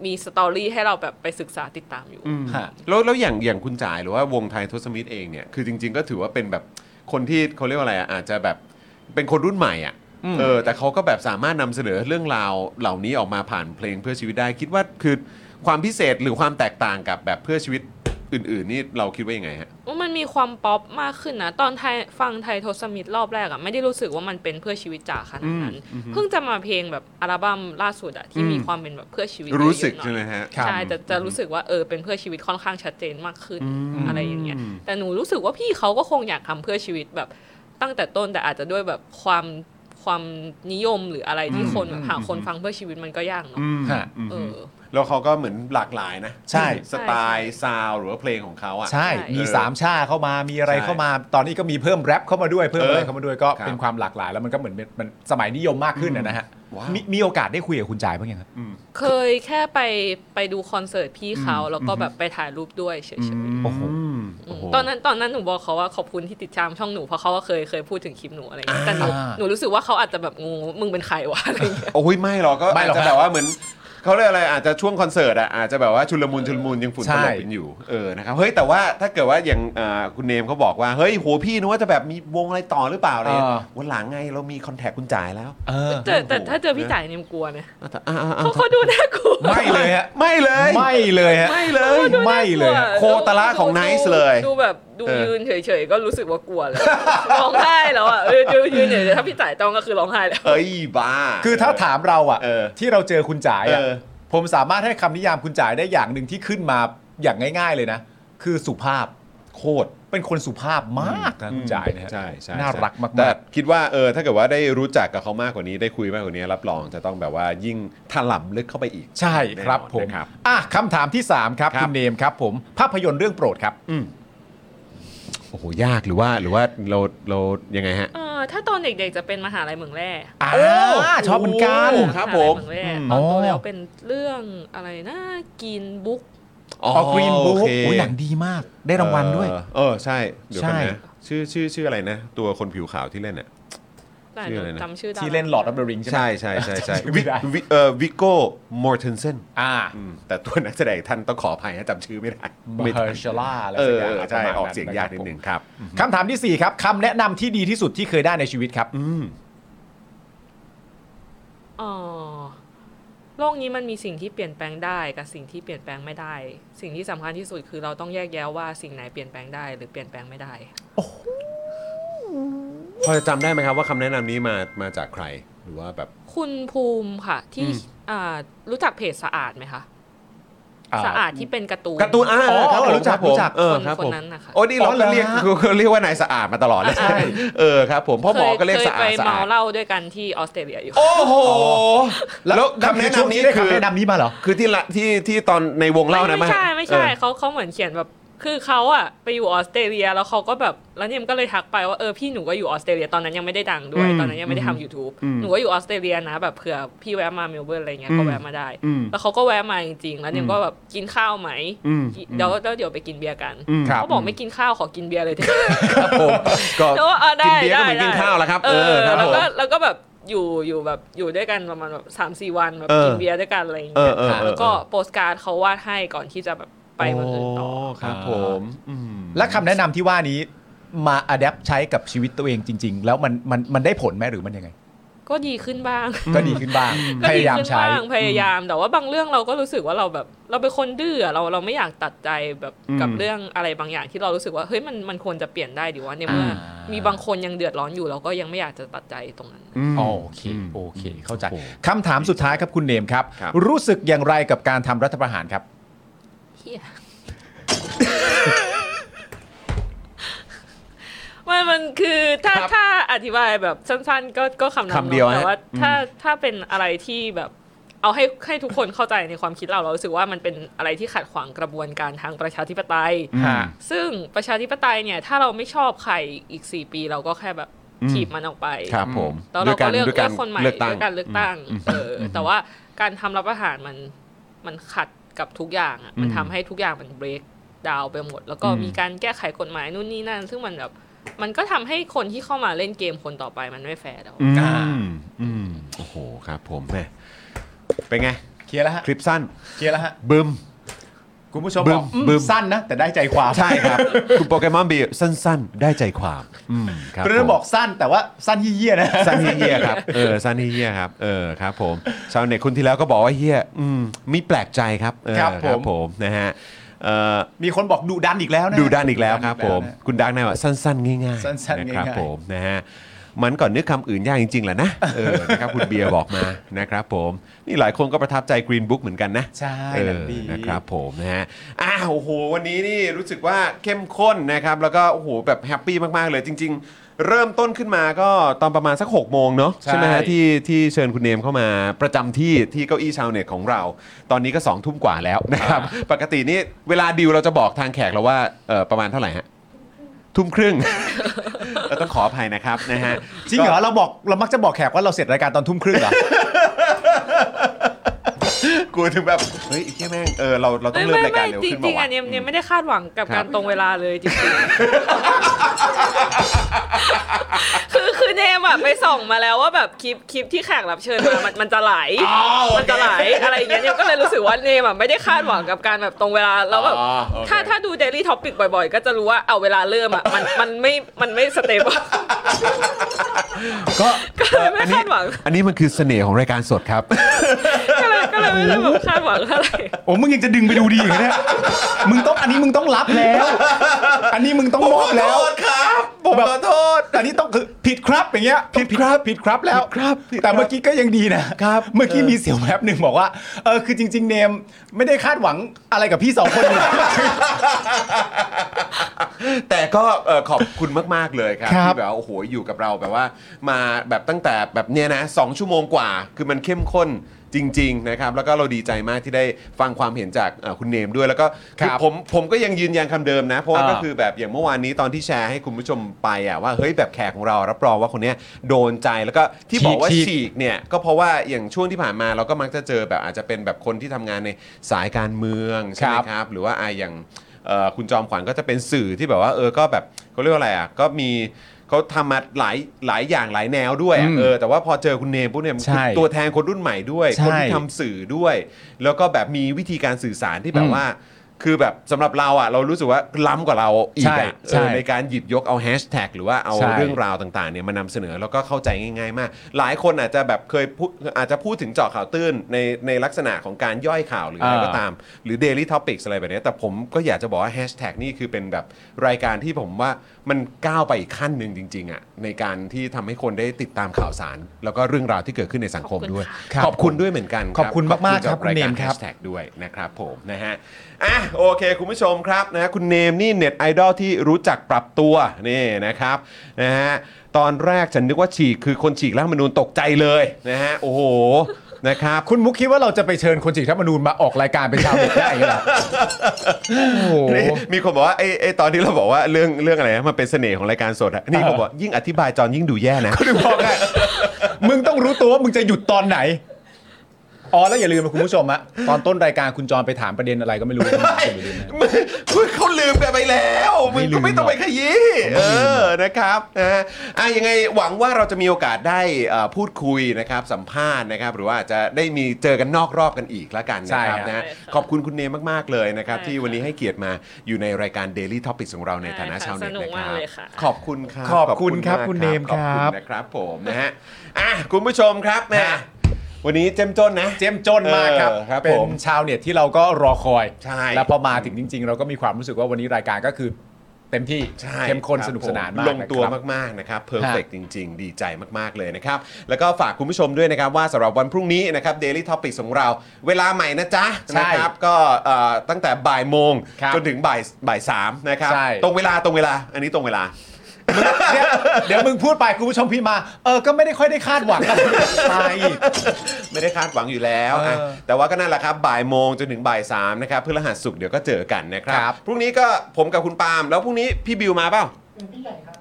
F: มีสตอรี่ให้เราแบบไปศึกษาติดตามอยู่
D: ฮะ
C: แล้วแล้วอย่างอย่างคุณจ่ายหรือว่าวงไทยทศมิตรเองเนี่ยคือจริง ๆ ก็ถือว่าเป็นแบบคนที่เขาเรียกว่าอะไรอ่ะอาจจะแบบเป็นคนรุ่นใหม่อ่ะเออแต่เขาก็แบบสามารถนำเสนอเรื่องราวเหล่านี้ออกมาผ่านเพลงเพื่อชีวิตได้ คิดว่าคือความพิเศษหรือความแตกต่างกับแบบเพื่อชีวิตอื่น ๆ นี่เราคิดว่ายังไงฮะ
F: ว่ามันมีความป๊อปมากขึ้นนะ ตอนไทยฟังไทยโทสมิธรอบแรกอะไม่ได้รู้สึกว่ามันเป็นเพื่อชีวิตจ๋าขนาดนั้น เพิ่งจะมาเพลงแบบอัลบั้มล่าสุดอะที่มีความเป็นแบบเพื่อชีวิตเยอะๆ
C: รู้สึก
F: หน่อย
C: ใช่ไหมฮะ
F: ใช่แต่จะรู้สึกว่าเออเป็นเพื่อชีวิตค่อนข้างชัดเจนมากขึ้น
C: อืม
F: อะไรอย่างเงี้ยแต่หนูรู้สึกว่าพี่เขาก็คงอยากทำเพื่อชีวิตแบบตั้งแต่ต้นแต่อาจจะด้วยแบบความความนิยมหรืออะไรที่คนแบบหาคนฟังเพื่อชีวิตมันก็ยากเนาะ
D: ฮะ
F: เออ
C: แล้วเขาก็เหมือนหลากหลายนะ
D: ใช่
C: สไตล์ซาวด์หรือว่าเพลงของเขาอ่ะ
D: ใช่
F: ใช่
D: มีสามชาเข้ามา มีอะไร
C: ใช่
D: เข้ามา ตอนนี้ก็มีเพิ่มแรปเข้ามาด้วย เพิ่มอะไร
C: เออ
D: เข้ามาด้วย ก็
C: ครับ
D: เป็นความหลากหลาย แล้วมันก็เหมือนเป็นมันสมัยนิยมมากขึ้นนะนะฮะ
C: ว้าว
D: มีมีโอกาสได้คุยกับคุณจ่ายบ้างยังครับ
F: เคยแค่ไปไปดูคอนเสิร์ตพี่เขาแล้วก็แบบไปถ่ายรูปด้วยเฉยๆ
D: โอ้โห
C: โอ้โห
F: ตอนนั้นตอนนั้นหนูบอกเขาว่าขอบคุณที่ติดตามช่องหนูเพราะเขาก็เคยเคยพูดถึงคลิปหนูอะไรอย่างเงี้ยแต่หนู
D: อ่า
F: หนูรู้สึกว่าเขาอาจจะแบบงงมึงเป็นใครวะอะไรอย่างเงี้ย
C: โอ้ยไม่หรอกก็
D: ไม่
C: อาจ
D: หรอก
C: จะ
D: ฮะ
C: แบบว่าเหมือนเขาเรียกอะไรอาจจะช่วงคอนเสิร์ตอะอาจจะแบบว่าชุลมุนชุลมุนยังฝุ่น
D: ใช่
C: ตลบกันอยู่เออนะครับเฮ้ยแต่ว่าถ้าเกิดว่าอย่างเอ่อคุณเนมเขาบอกว่าเฮ้ยโหพี่นึกว่าจะแบบมีวงอะไรต่อหรือเปล่าอะไรเลยวันหลังไงเรามีคอนแทคคุณจ่ายแล้ว
D: เออ
F: แต่แต่ถ้าเจอพี่จ่ายเนี่ยกลัวนะ
C: อ่ะแต่อ่ะอ่ะอ่ะ
F: เขาเขาดูน่ากลัว
D: ไม่เลยฮะ
C: ไม่เลย
D: ไม่เลยฮะ
C: ไม่เลย
F: โอ้ดูน่ากว
D: ไม่เลยอะ
C: โคตรละของ
F: ดู
C: Nice เลย
F: ดูแบบดูยืนเฉยๆก็รู้สึกว่ากลัวแล้วร้องไห้แล้วอ่ะเออดูยืนเฉยๆถ้าพี่จ่ายต้องก็คือร้องไห้แล้ว
C: เอ้ยบ้า
D: คือถ้าถามเราอะ
C: เออ
D: ที่เราเจอคุณจ่ายอะ
C: เออ
D: ผมสามารถให้คำนิยามคุณจ่ายได้อย่างหนึ่งที่ขึ้นมาอย่างง่าย ๆเลยนะ คือสุภาพ โคตร เป็นคนสุภาพมากนะคุณจ่ายนะฮะ
C: ใช่ใช่
D: น่ารักมากๆ
C: แต่คิดว่าเออถ้าเกิดว่าได้รู้จักกับเขามากกว่านี้ได้คุยมากกว่านี้รับรองจะต้องแบบว่ายิ่งถล่ำลึกเข้าไปอีก
D: ใช่ครับ
C: แน่นอน
D: ผม
C: นะครับ
D: อ่ะคำถามที่ 3 ครับ
C: ครับ
D: คุณเนมครับผม ภาพยนตร์เรื่องโปรดครับ
C: โอ้โหยากหรือว่าหรือว่าเราเรายังไงฮะ
F: เออถ้าตอนเด็กๆจะเป็นมหาลัยเมืองแร่
D: อ่า
C: โอ้
D: ชอบเหมือนกัน
C: โอ้ครับผม
F: หาลัยเองแร่ตอนโตแล้วเป็นเรื่องอะไรนะกินบุ๊ก
C: อ๋อ
D: ออกรีนบุ๊ก
C: โอเค
D: หนังดีมาก ได้รางวัลด้วย
C: เออเออใช่ เดี๋ยวกัน
D: ใช่
C: นะชื่อชื่อชื่ออะไรนะ ตัวคนผิวขาวที่เล่นเนี่ย
F: หลาย
C: ชื่ออะไรนะ
F: จำชื่อดารา
D: ที่เล่นหลอดดับเบิลริงใช่ไหม
C: ใช่ใช่ใช่ใช่
D: ไม่ได้
C: วิเอ่อวิโก้มอร์เทนเซน
D: อ่า
C: แต่ตัวนักแสดงท่านต้องขออภัยนะจำชื่อไม่ได้
D: เ
C: ไม่ทัน
D: ฮอร์ชล่าอะไร
C: เอ
D: สั
C: อ
D: กอย่าง
C: เออใช่
D: ประมณ
C: ออกเสียงยากนิดนึงครับ
D: คำถามที่ 4 ครับคำแนะนำที่ดีที่สุดที่เคยได้ในชีวิตครับ
F: อ๋อโลกนี้มันมีสิ่งที่เปลี่ยนแปลงได้กับสิ่งที่เปลี่ยนแปลงไม่ได้ สิ่งที่สำคัญที่สุดคือเราต้องแยกแยะว่าสิ่งไหนเปลี่ยนแปลงได้หรือเปลี่ยนแปลงไม่ได้
C: พอจะจำได้ไหมครับว่าคำแนะนำนี้มามาจากใครหรือว่าแบบ
F: คุณภูมิค่ะ ที่อ่ารู้จักเพจสะอาดไหมคะสะอาดที่เป็นการ์ตูน
C: การ์ตูนอ่า
D: อ๋อ
C: ครับผม
D: รู้
C: รู้
D: จั
C: จั
D: ก
C: กผม
D: รู้จัก
C: เออ
F: คน
C: รับ
F: คน
C: ผม
F: นั้นน่ะค่ะ
C: โอ้นี่เราก็เรียกเขาเรียกว่านายสะอาดมาตลอดเลยใช่เออครับผมพ่อหมอก็เรียก
F: คค
C: สะอาด
F: ไป
C: สะ
F: เมา
C: อาด
F: เหล้าด้วยกันที่ออสเตรเลียอยู่
C: โอ้โห
D: แล้ว
C: แล้วคำ
D: นั่นคือ
C: แนะ
D: ช่วง
C: นำนี้
D: ได้
C: คือ
D: คำแนะนำนี้มาเหรอ
C: คือที่ละที่ที่ตอนในวงเล่านะ
F: ไม่ใช่
C: ฮะ
F: ไม่ใช่
C: เออ
F: เขาเขาเหมือนเขียนแบบ คือเขาอะไปอยู่ออสเตรเลียแล้วเขาก็แบบแล้วเนี่ยมก็เลยทักไปว่าเออพี่หนูก็อยู่ออสเตรเลียตอนนั้นยังไม่ได้ดังด้วย
C: อืม
F: ตอนนั้นยังไม่ได้ทำ YouTube หนูก็อยู่ออสเตรเลียนะแบบเผื่อพี่แวะมาเมลเบิร์นอะไรเงี้ยก็แวะมาได้
C: อืม
F: แล้วเขาก็แวะมาจริงๆแล้วเนี่ยมก็แบบกินข้าวไหม
C: อืม
F: เดี๋ยวแล้วเดี๋ยวไปกินเบียร์กัน
D: ครับ
F: เขาบอกไม่กินข้าวขอกินเบียร์เลยเถอะ
C: ครับผมก็
F: แล้วก็อ่ะได้
C: กินเบียร์ก็
F: ได้
C: เหมือนกิน
F: ได้
C: ข้าวแล้วครับ
F: เอ
C: เอ
F: อ
C: อครับ
F: แล้วก็
C: ผม
F: แล้วก็แบบอยู่อยู่แบบอยู่ด้วยกันประมาณแบบสามสี่วันแบบ
C: เออ
F: กินเบียร์ด้วยกันอะไรอย่างเงี้ย
C: เออเออ
F: ค่ะ
C: เออ
F: แล้วก็โปสการ์ดเขาวาดให้ก่อนที่จะแบบไปเมืองอื่นต่อ
C: โครับผมอืม
D: และคำแนะนำที่ว่านี้มาอัดแอปใช้กับชีวิตตัวเองจริง ๆ แล้วมันมันมันได้ผลไหมหรือมันยังไง
F: ก็ดีขึ้นบ้าง
D: ก็ดีขึ้นบ้าง
F: ก็
D: พ
F: ดี
D: ยายาม
F: ขึ้น
D: ใช้
F: บ้างพยายามแต่ว่าบางเรื่องเราก็รู้สึกว่าเราแบบ เราเป็นคนดื้ออะเราเราไม่อยากตัดใจแบบกับเรื่องอะไรบางอย่างที่เรารู้สึกว่าเฮ้ยมันมันควรจะเปลี่ยนได้ดีว่าในเมื่ออา มีบางคนยังเดือดร้อนอยู่เราก็ยังไม่อยากจะตัดใจตรงนั้น
C: ม
D: โอเคโอเค เข้าใจคำถามสุดท้ายครับคุณเนมครับ
C: ครับ
D: รู้สึกอย่างไรกับการทำรัฐประหารครับ
F: เหี้ยไม่มันคือถ้า
C: ครับ
F: ถ้าอธิบายแบบสั้นๆ ก็ก็คำนำนอะ
D: คำเดียวฮะ
F: แต่ว่าถ้าถ้าเป็นอะไรที่แบบ เอาให้ให้ทุกคนเข้าใจในความคิดเราเรารู้สึกว่ามันเป็นอะไรที่ขัดขวางกระบวนการทางประชาธิปไตย
D: ฮะ
F: ซึ่งประชาธิปไตยเนี่ย ถ้าเราไม่ชอบใครอีก 4 ปีเราก็แค่แบบถีบมันออกไป
C: ครับผม
F: แล้วเราก็เลือก
C: ด้วย
F: เลื
C: กา
F: อ
C: ร
F: กคนใหม่
C: เลื
F: เลื
C: อ
F: อก ก
C: ตั้ง
F: การเลือกตั้งเอออแต่ว่าการทำรับประหารมันมันขัดกับทุกอย่างอะมันทำให้ทุกอย่างมันเบรกดาวไปหมด แล้วก็มีการแก้ไขกฎหมายนู่นนี่นั่น ซึ่งมันแบบมันก็ทำให้คนที่เข้ามาเล่นเกมคนต่อไปมันไม่แฟร์แล้ว
C: อื
D: อ่า
C: มอืมโอ้โหครับผมแหมเป็นไง
D: เคลียร์แล้วฮะ
C: คลิปสั้น
D: เคลียร์แล้วฮะ
C: บึม
D: คุณผู้ชม
C: บึ้ม
D: บอกอืม
C: บึ้ม
D: สั้นนะ แต่ได้ใจความ
C: ใช่ ครับ คุณโปเกมอนบีสั้นๆ ได้ใจความอืมครับ
D: คุณนันบอกสั้นแต่ว่าสั้นเยี่ยๆนะ
C: สั้นเฮี้ยๆครับเออสั้นเฮี้ยๆครับเออครับผมชาวเน็ตคุณที่แล้วก็บอกว่าเฮี้ยอืมไม่แปลกใจครับเออ
D: ครับผม
C: ผมนะฮะเอ่อ
D: มีคนบอกดุดันอีกแล้วนะ
C: ดูด้านอีกแล้วครับ
D: ดุ
C: ผ
D: ดันอี
C: ม
D: กแล้วนะ
C: คุณดังนายว่าสั้นๆ ง่าย
D: สั้น
C: ๆ
D: ๆ
C: นะครับ
D: ง่ายๆ
C: ผมนะฮะมันก่อนนึกคำอื่นยากจริงๆแหละ นะเออนะครับคุณเบียร์บอกมานะครับผมนี่หลายคนก็ประทับใจ Green Book เหมือนกันนะ
D: ใช่
C: เอ
D: นั่
C: อน
D: ดี
C: นะครับผมนะฮะอ้าวโอ้โห วันนี้นี่รู้สึกว่าเข้มข้นนะครับ แล้วก็โอ้โหแบบแฮปปี้มาก ๆ เลยจริง ๆ เริ่มต้นขึ้นมาก็ตอนประมาณสัก6กโมงเนาะ
D: ใช่
C: ไหมฮะที่ที่เชิญคุณเนมเข้ามาประจำที่ที่เก้าอี้ชาวเน็ตของเรา ตอนนี้ก็2องทุ่มกว่าแล้วนะครับ ปกตินี่เวลาดิวเราจะบอกทางแขกเราว่าเออประมาณเท่าไหร่ฮะทุ่มค รึ่ง เราต้องขออภัยนะครับนะฮะ
D: จริงเหรอเราบอกเรามักจะบอกแขกว่าเราเสร็จรายการตอนทุ่มครึ่งเหรอ
C: กูถึงแบบเฮ้ยไอ้เหี้ยแม่งเออเราเราต้องเริ่มรายการเร็ว
F: จ
C: ขึ้น
F: ริ
C: มาง
F: ๆ
C: ว่ะ
F: อันเนี้ยเนี่ยไม่ได้คาดหวังกับ
C: ครับ
F: การตรงเวลาเลยจริง ๆ คือคือเนมอะไปส่องมาแล้วว่าแบบคลิปคลิปที่แขกรับเชิญมามันมันจะไหลมันจะไหลอะไรอย่างเงี้ยเนี่ยก็เลยรู้สึกว่าเนมอะไม่ได้คาดหวังกับการแบบตรงเวลาแล้วแบบ
C: อ๋อโอเค
F: ถ้าถ้าดู Daily Topic บ่อยๆ ก็จะรู้ว่าเอาเวลาเริ่มอะมันมันไม่มันไม่สเตเบิล
C: ก็
F: ก็เลยไม่
C: อันนี้
F: คาดหวัง
C: อันนี้มันคือเสน่ห์ของรายการสดครับ
F: ก็เลยก็เลยไม่ได้แบบคาดหวังอะไร
D: โอ้มึงยังจะดึงไปดูดีอีกนะเนี่ยมึงต้องอันนี้มึงต้องรับแล้ว อันนี้มึงต้องมอบแล้ว
C: ครับผมขอโทษ
D: อันนี้ต้องคือผิดครับอย่างเงี้ยผิดครับผิดครับแล้วครับ แต่เมื่อกี้ก็ยังดีนะครับเมื่อกี้มีเสียวแป๊บหนึ่งบอกว่าเออคือจริง ๆ เนมไม่ได้คาดหวังอะไรกับพี่สองคนเลย
C: แต่ก็เอ่อขอบคุณมาก ๆ เลยครับ
D: ครับ
C: ที่แบบว่าโอ้โหอยู่กับเราแบบว่า มาแบบตั้งแต่แบบเนี้ยนะสองชั่วโมงกว่า คือมันเข้มข้นจริง ๆ นะครับ แล้วก็เราดีใจมากที่ได้ฟังความเห็นจากเอ่อคุณเนมด้วยแล้วก็
D: ครับ
C: อผมผมก็ยังยืนยันคำเดิมนะ เพราะว่า
D: อ่า
C: ก็คือแบบอย่างเมื่อวานนี้ตอนที่แชร์ให้คุณผู้ชมไปอ่ะว่าเฮ้ยแบบแขกของเรารับรองว่าคนเนี้ยโดนใจแล้วก็ที่บอกว่าฉีกเนี่ยก็เพราะว่าอย่างช่วงที่ผ่านมาเราก็มักจะเจอแบบอาจจะเป็นแบบคนที่ทำงานในสายการเมืองใช่ไหมครับ ครับหรือว่าอะอย่างเอ่อคุณจอมขวัญก็จะเป็นสื่อที่แบบว่าเออก็แบบเขาเรียกว่าอะไรอ่ะก็มีเขาทำมาหลายหลายอย่างหลายแนวด้วยอะ
D: อืม
C: เออแต่ว่าพอเจอคุณเนมปุ๊บเนี่ย
D: ใช่
C: คือตัวแทนคนรุ่นใหม่ด้วย
D: ใช่
C: คนที่ทำสื่อด้วย แล้วก็แบบมีวิธีการสื่อสารที่แบบว่า คือแบบสำหรับเราอ่ะเรารู้สึกว่าล้ำกว่าเราอีกอ่ะเออ
D: ใช่ใช่
C: ในการหยิบยกเอาแฮชแท็กหรือว่าเอา
D: ใช่
C: เรื่องราวต่างๆเนี่ยมานำเสนอแล้วก็เข้าใจง่ายๆมาก หลายคนอาจจะแบบเคยพูดอาจจะพูดถึงเจาะข่าวตื้นในในลักษณะของการย่อยข่าวหรืออะไร
D: อ่า
C: ก็ตาม หรือ Daily Topics อะไรแบบเนี้ยแต่ผมก็อยากจะบอกว่าแฮชแท็กนี่คือเป็นแบบรายการที่ผมว่ามันก้าวไปอีกขั้นหนึ่งจริงๆอ่ะในการที่ทำให้คนได้ติดตามข่าวสาร แล้วก็เรื่องราวที่เกิดขึ้นในสังคมด้วย
D: ครับ
C: ขอบคุณด้วยเหมือนกัน
D: ขอบคุณมากๆครับ
C: ขอณ
D: คุณเนม
C: กัรายการ
D: ครับ
C: hashtag ด้วยนะครับผมนะฮะอ่ะโอเค คุณผู้ชมครับนะฮะคุณเนมนี่เน็ตไอดอลที่รู้จักปรับตัวนี่นะครับนะฮะตอนแรกฉันนึกว่าฉีกคือคนฉีกรัฐธรรมนูญตกใจเลยนะฮะโอ้โหนะครับ
D: คุณมุกคิดว่าเราจะไปเชิญคนจิตธรรมนูญมาออกรายการเป็นชาวเน็ตได้เหรอโอ้โห
C: นี่มีคนบอกว่าไอ้ไอ้ตอนที่เราบอกว่าเรื่องเรื่องอะไรนะมันเป็นเสน่ห์ของรายการสดอะนี่เขาบอกว่ายิ่งอธิบายจอนยิ่งดูแย่นะ
D: ถึงบอกไงมึงต้องรู้ตัวว่ามึงจะหยุดตอนไหน อ๋อแล้วอย่าลืมนะคุณผู้ชมอะตอนต้นรายการคุณจรไปถามประเด็นอะไรก็ไม่รู้นะอย่าลืมนะ
C: มึงมึงเขาลืมกันไปแล้วมึงก็ไม่ต้องไปขยี้เออนะครับนะฮะอ่ะยังไงหวังว่าเราจะมีโอกาสได้เอ่อพูดคุยนะครับสัมภาษณ์นะครับ หรือว่าจะได้มีเจอกันนอกรอบกันอีกละกัน
D: ใช่
C: นะครับบ นะ
D: ครั
C: ฮะ
F: ใช่ค่ะ
C: ขอบคุณคุณเนมมากๆเลยนะครับ
F: ใช่
C: ที่วันนี้ให้เกียรติมาอยู่ในรายการ Daily Topics ของเราในฐานะ
F: ใช่ค่ะ
C: ชาวเน็ต
F: สนุก
C: นะค
F: มา
C: รั
F: ก
C: บ
F: เลยค่ะ
C: ขอบคุณครับ
D: ขอบคุณครับ
C: าก
D: คุณเนม
C: ขอบ
D: ค
C: คุ
D: รับ
C: ณนะครับผมนะฮะอ่ะคุณผู้ชมครับนะวันนี้เจ้มจนนะ
D: เจ้มจนมากครับ
C: เออครับ
D: เป็
C: ผ
D: น
C: ม
D: ชาวเน็ตที่เราก็รอคอย
C: ใช่
D: แล้วพอมาถึงจริง ๆ เราก็มีความรู้สึกว่าวันนี้รายการก็คือ เต็มที่
C: ใช่
D: เข้มข้น
C: ครับ
D: สนุกสนานมาก
C: ลงตัว
D: นะครับ
C: มาก ๆ นะครับเพอร์เฟกจริง ๆ ดีใจมาก ๆ เลยนะครับ แล้วก็ฝากคุณผู้ชมด้วยนะครับ ว่าสำหรับวันพรุ่งนี้นะครับ Daily t o p i c ของเรา เวลาใหม่นะจ๊ะ
D: ใช่
C: นะครับก็เอ่อตั้งแต่บ่ายโมง
D: ครับ
C: จนถึงบ่ายบ่ายสามนะครับ
D: ใช่
C: ตรงเวลาตรงเวลา อันนี้ตรงเวลา
D: เนี่ยเดี๋ยวมึงพูดไปคุณผู้ชมพี่มา เออก็ไม่ได้ค่อยได้คาดหวังอะไรตายอีก
C: ไม่ได้คาดหวังอยู่แล้ว
D: เอออ่
C: ะแต่ว่าก็นั่นแหละครับบ่ายโมงจนถึงบ่ายสามนะครับเพื่อรหัสสุขเดี๋ยวก็เจอกันนะครั
D: ครับ บ
C: พรุ่งนี้ก็ผมกับคุณปาล์มแล้วพรุ่งนี้พี่บิวมาเปล่า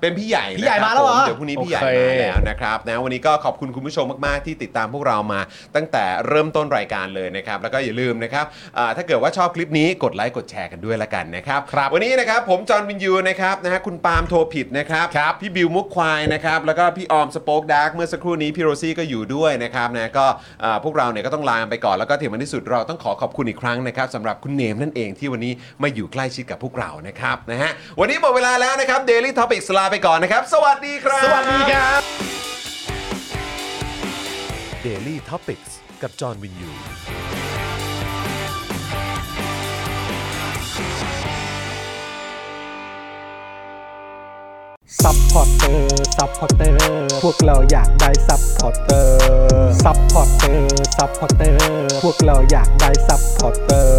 C: เป็นพี่ใหญ่
D: พี่ใหญ่
C: นะครับ
D: มาแล้วเหรอ
C: ผเดี๋ยวพรุ่งนี้พี่ใหญ่
D: โอเค
C: มาแล้วนะครับนะวันนี้ก็ขอบคุณคุณผู้ชมมากๆที่ติดตามพวกเรามา ตั้งแต่เริ่มต้นรายการเลยนะครับแล้วก็อย่าลืมนะครับอ่าถ้าเกิดว่าชอบคลิปนี้กดไลค์กดแชร์กันด้วยละกันนะครับ
D: ครับ
C: วันนี้นะครับผมจอห์นวินยูนะครับนะฮะคุณปาล์มโทรผิดนะครับ
D: ครับ
C: พี่บิวมุกควายนะครับแล้วก็พี่ออมสป็อกดาร์กเมื่อสักครู่นี้พี่โรซี่ก็อยู่ด้วยนะครับนะก็เอ่อพวกเราเนี่ยก็ต้องลาไปก่อนแล้วก็ถึงวันที่สุดเราต้องขอขอบคุณอีกครั้งนะครับสำหรับคุณเนมนั่นเองที่วันนี้มาอยู่ใกล้ชิดกับพวกเรานะครับนะฮะวันนี้หมดเวลาแล้วนะครับ Daily Topics ลาไปก่อนนะครับ สวัสดีครับ
D: สวัสดีครับ
B: Daily Topics กับจอห์นวินยู
A: ซัพพอร์เตอร์ ซัพพอร์เตอร์ พวกเราอยากได้ซัพพอร์เตอร์ ซัพพอร์เตอร์ ซัพพอร์เตอร์ พวกเราอยากได้ซัพพอร์เตอร์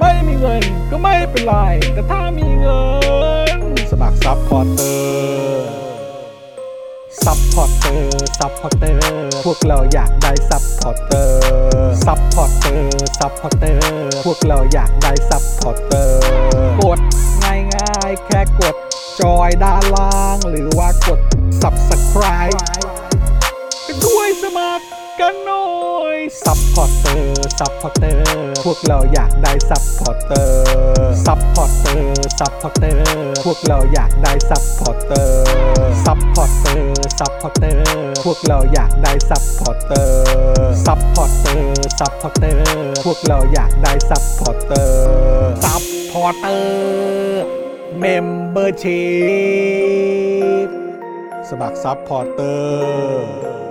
A: ไม่มีเงินก็ไม่เป็นไร แต่ถ้ามีเงิน สมัครซัพพอร์เตอร์ ซัพพอร์เตอร์ ซัพพอร์เตอร์ พวกเราอยากได้ซัพพอร์เตอร์ ซัพพอร์เตอร์ ซัพพอร์เตอร์ พวกเราอยากได้ซัพพอร์เตอร์ กดง่ายง่ายๆแค่กดจอยด้านล่าง หรือว่ากด subscribe กันด้วยสมัครกันหน่อย ซัพพอร์เตอร์ ซัพพอร์เตอร์ พวกเราอยากได้ซัพพอร์เตอร์ ซัพพอร์เตอร์ ซัพพอร์เตอร์ พวกเราอยากได้ซัพพอร์เตอร์ ซัพพอร์เตอร์ ซัพพอร์เตอร์ พวกเราอยากได้ซัพพอร์เตอร์ ซัพพอร์เตอร์ ซัพพอร์เตอร์ พวกเราอยากได้ซัพพอร์เตอร์ ซัพพอร์เตอร์ เมมเบอร์ชีพสมัครซัพพอร์เตอร์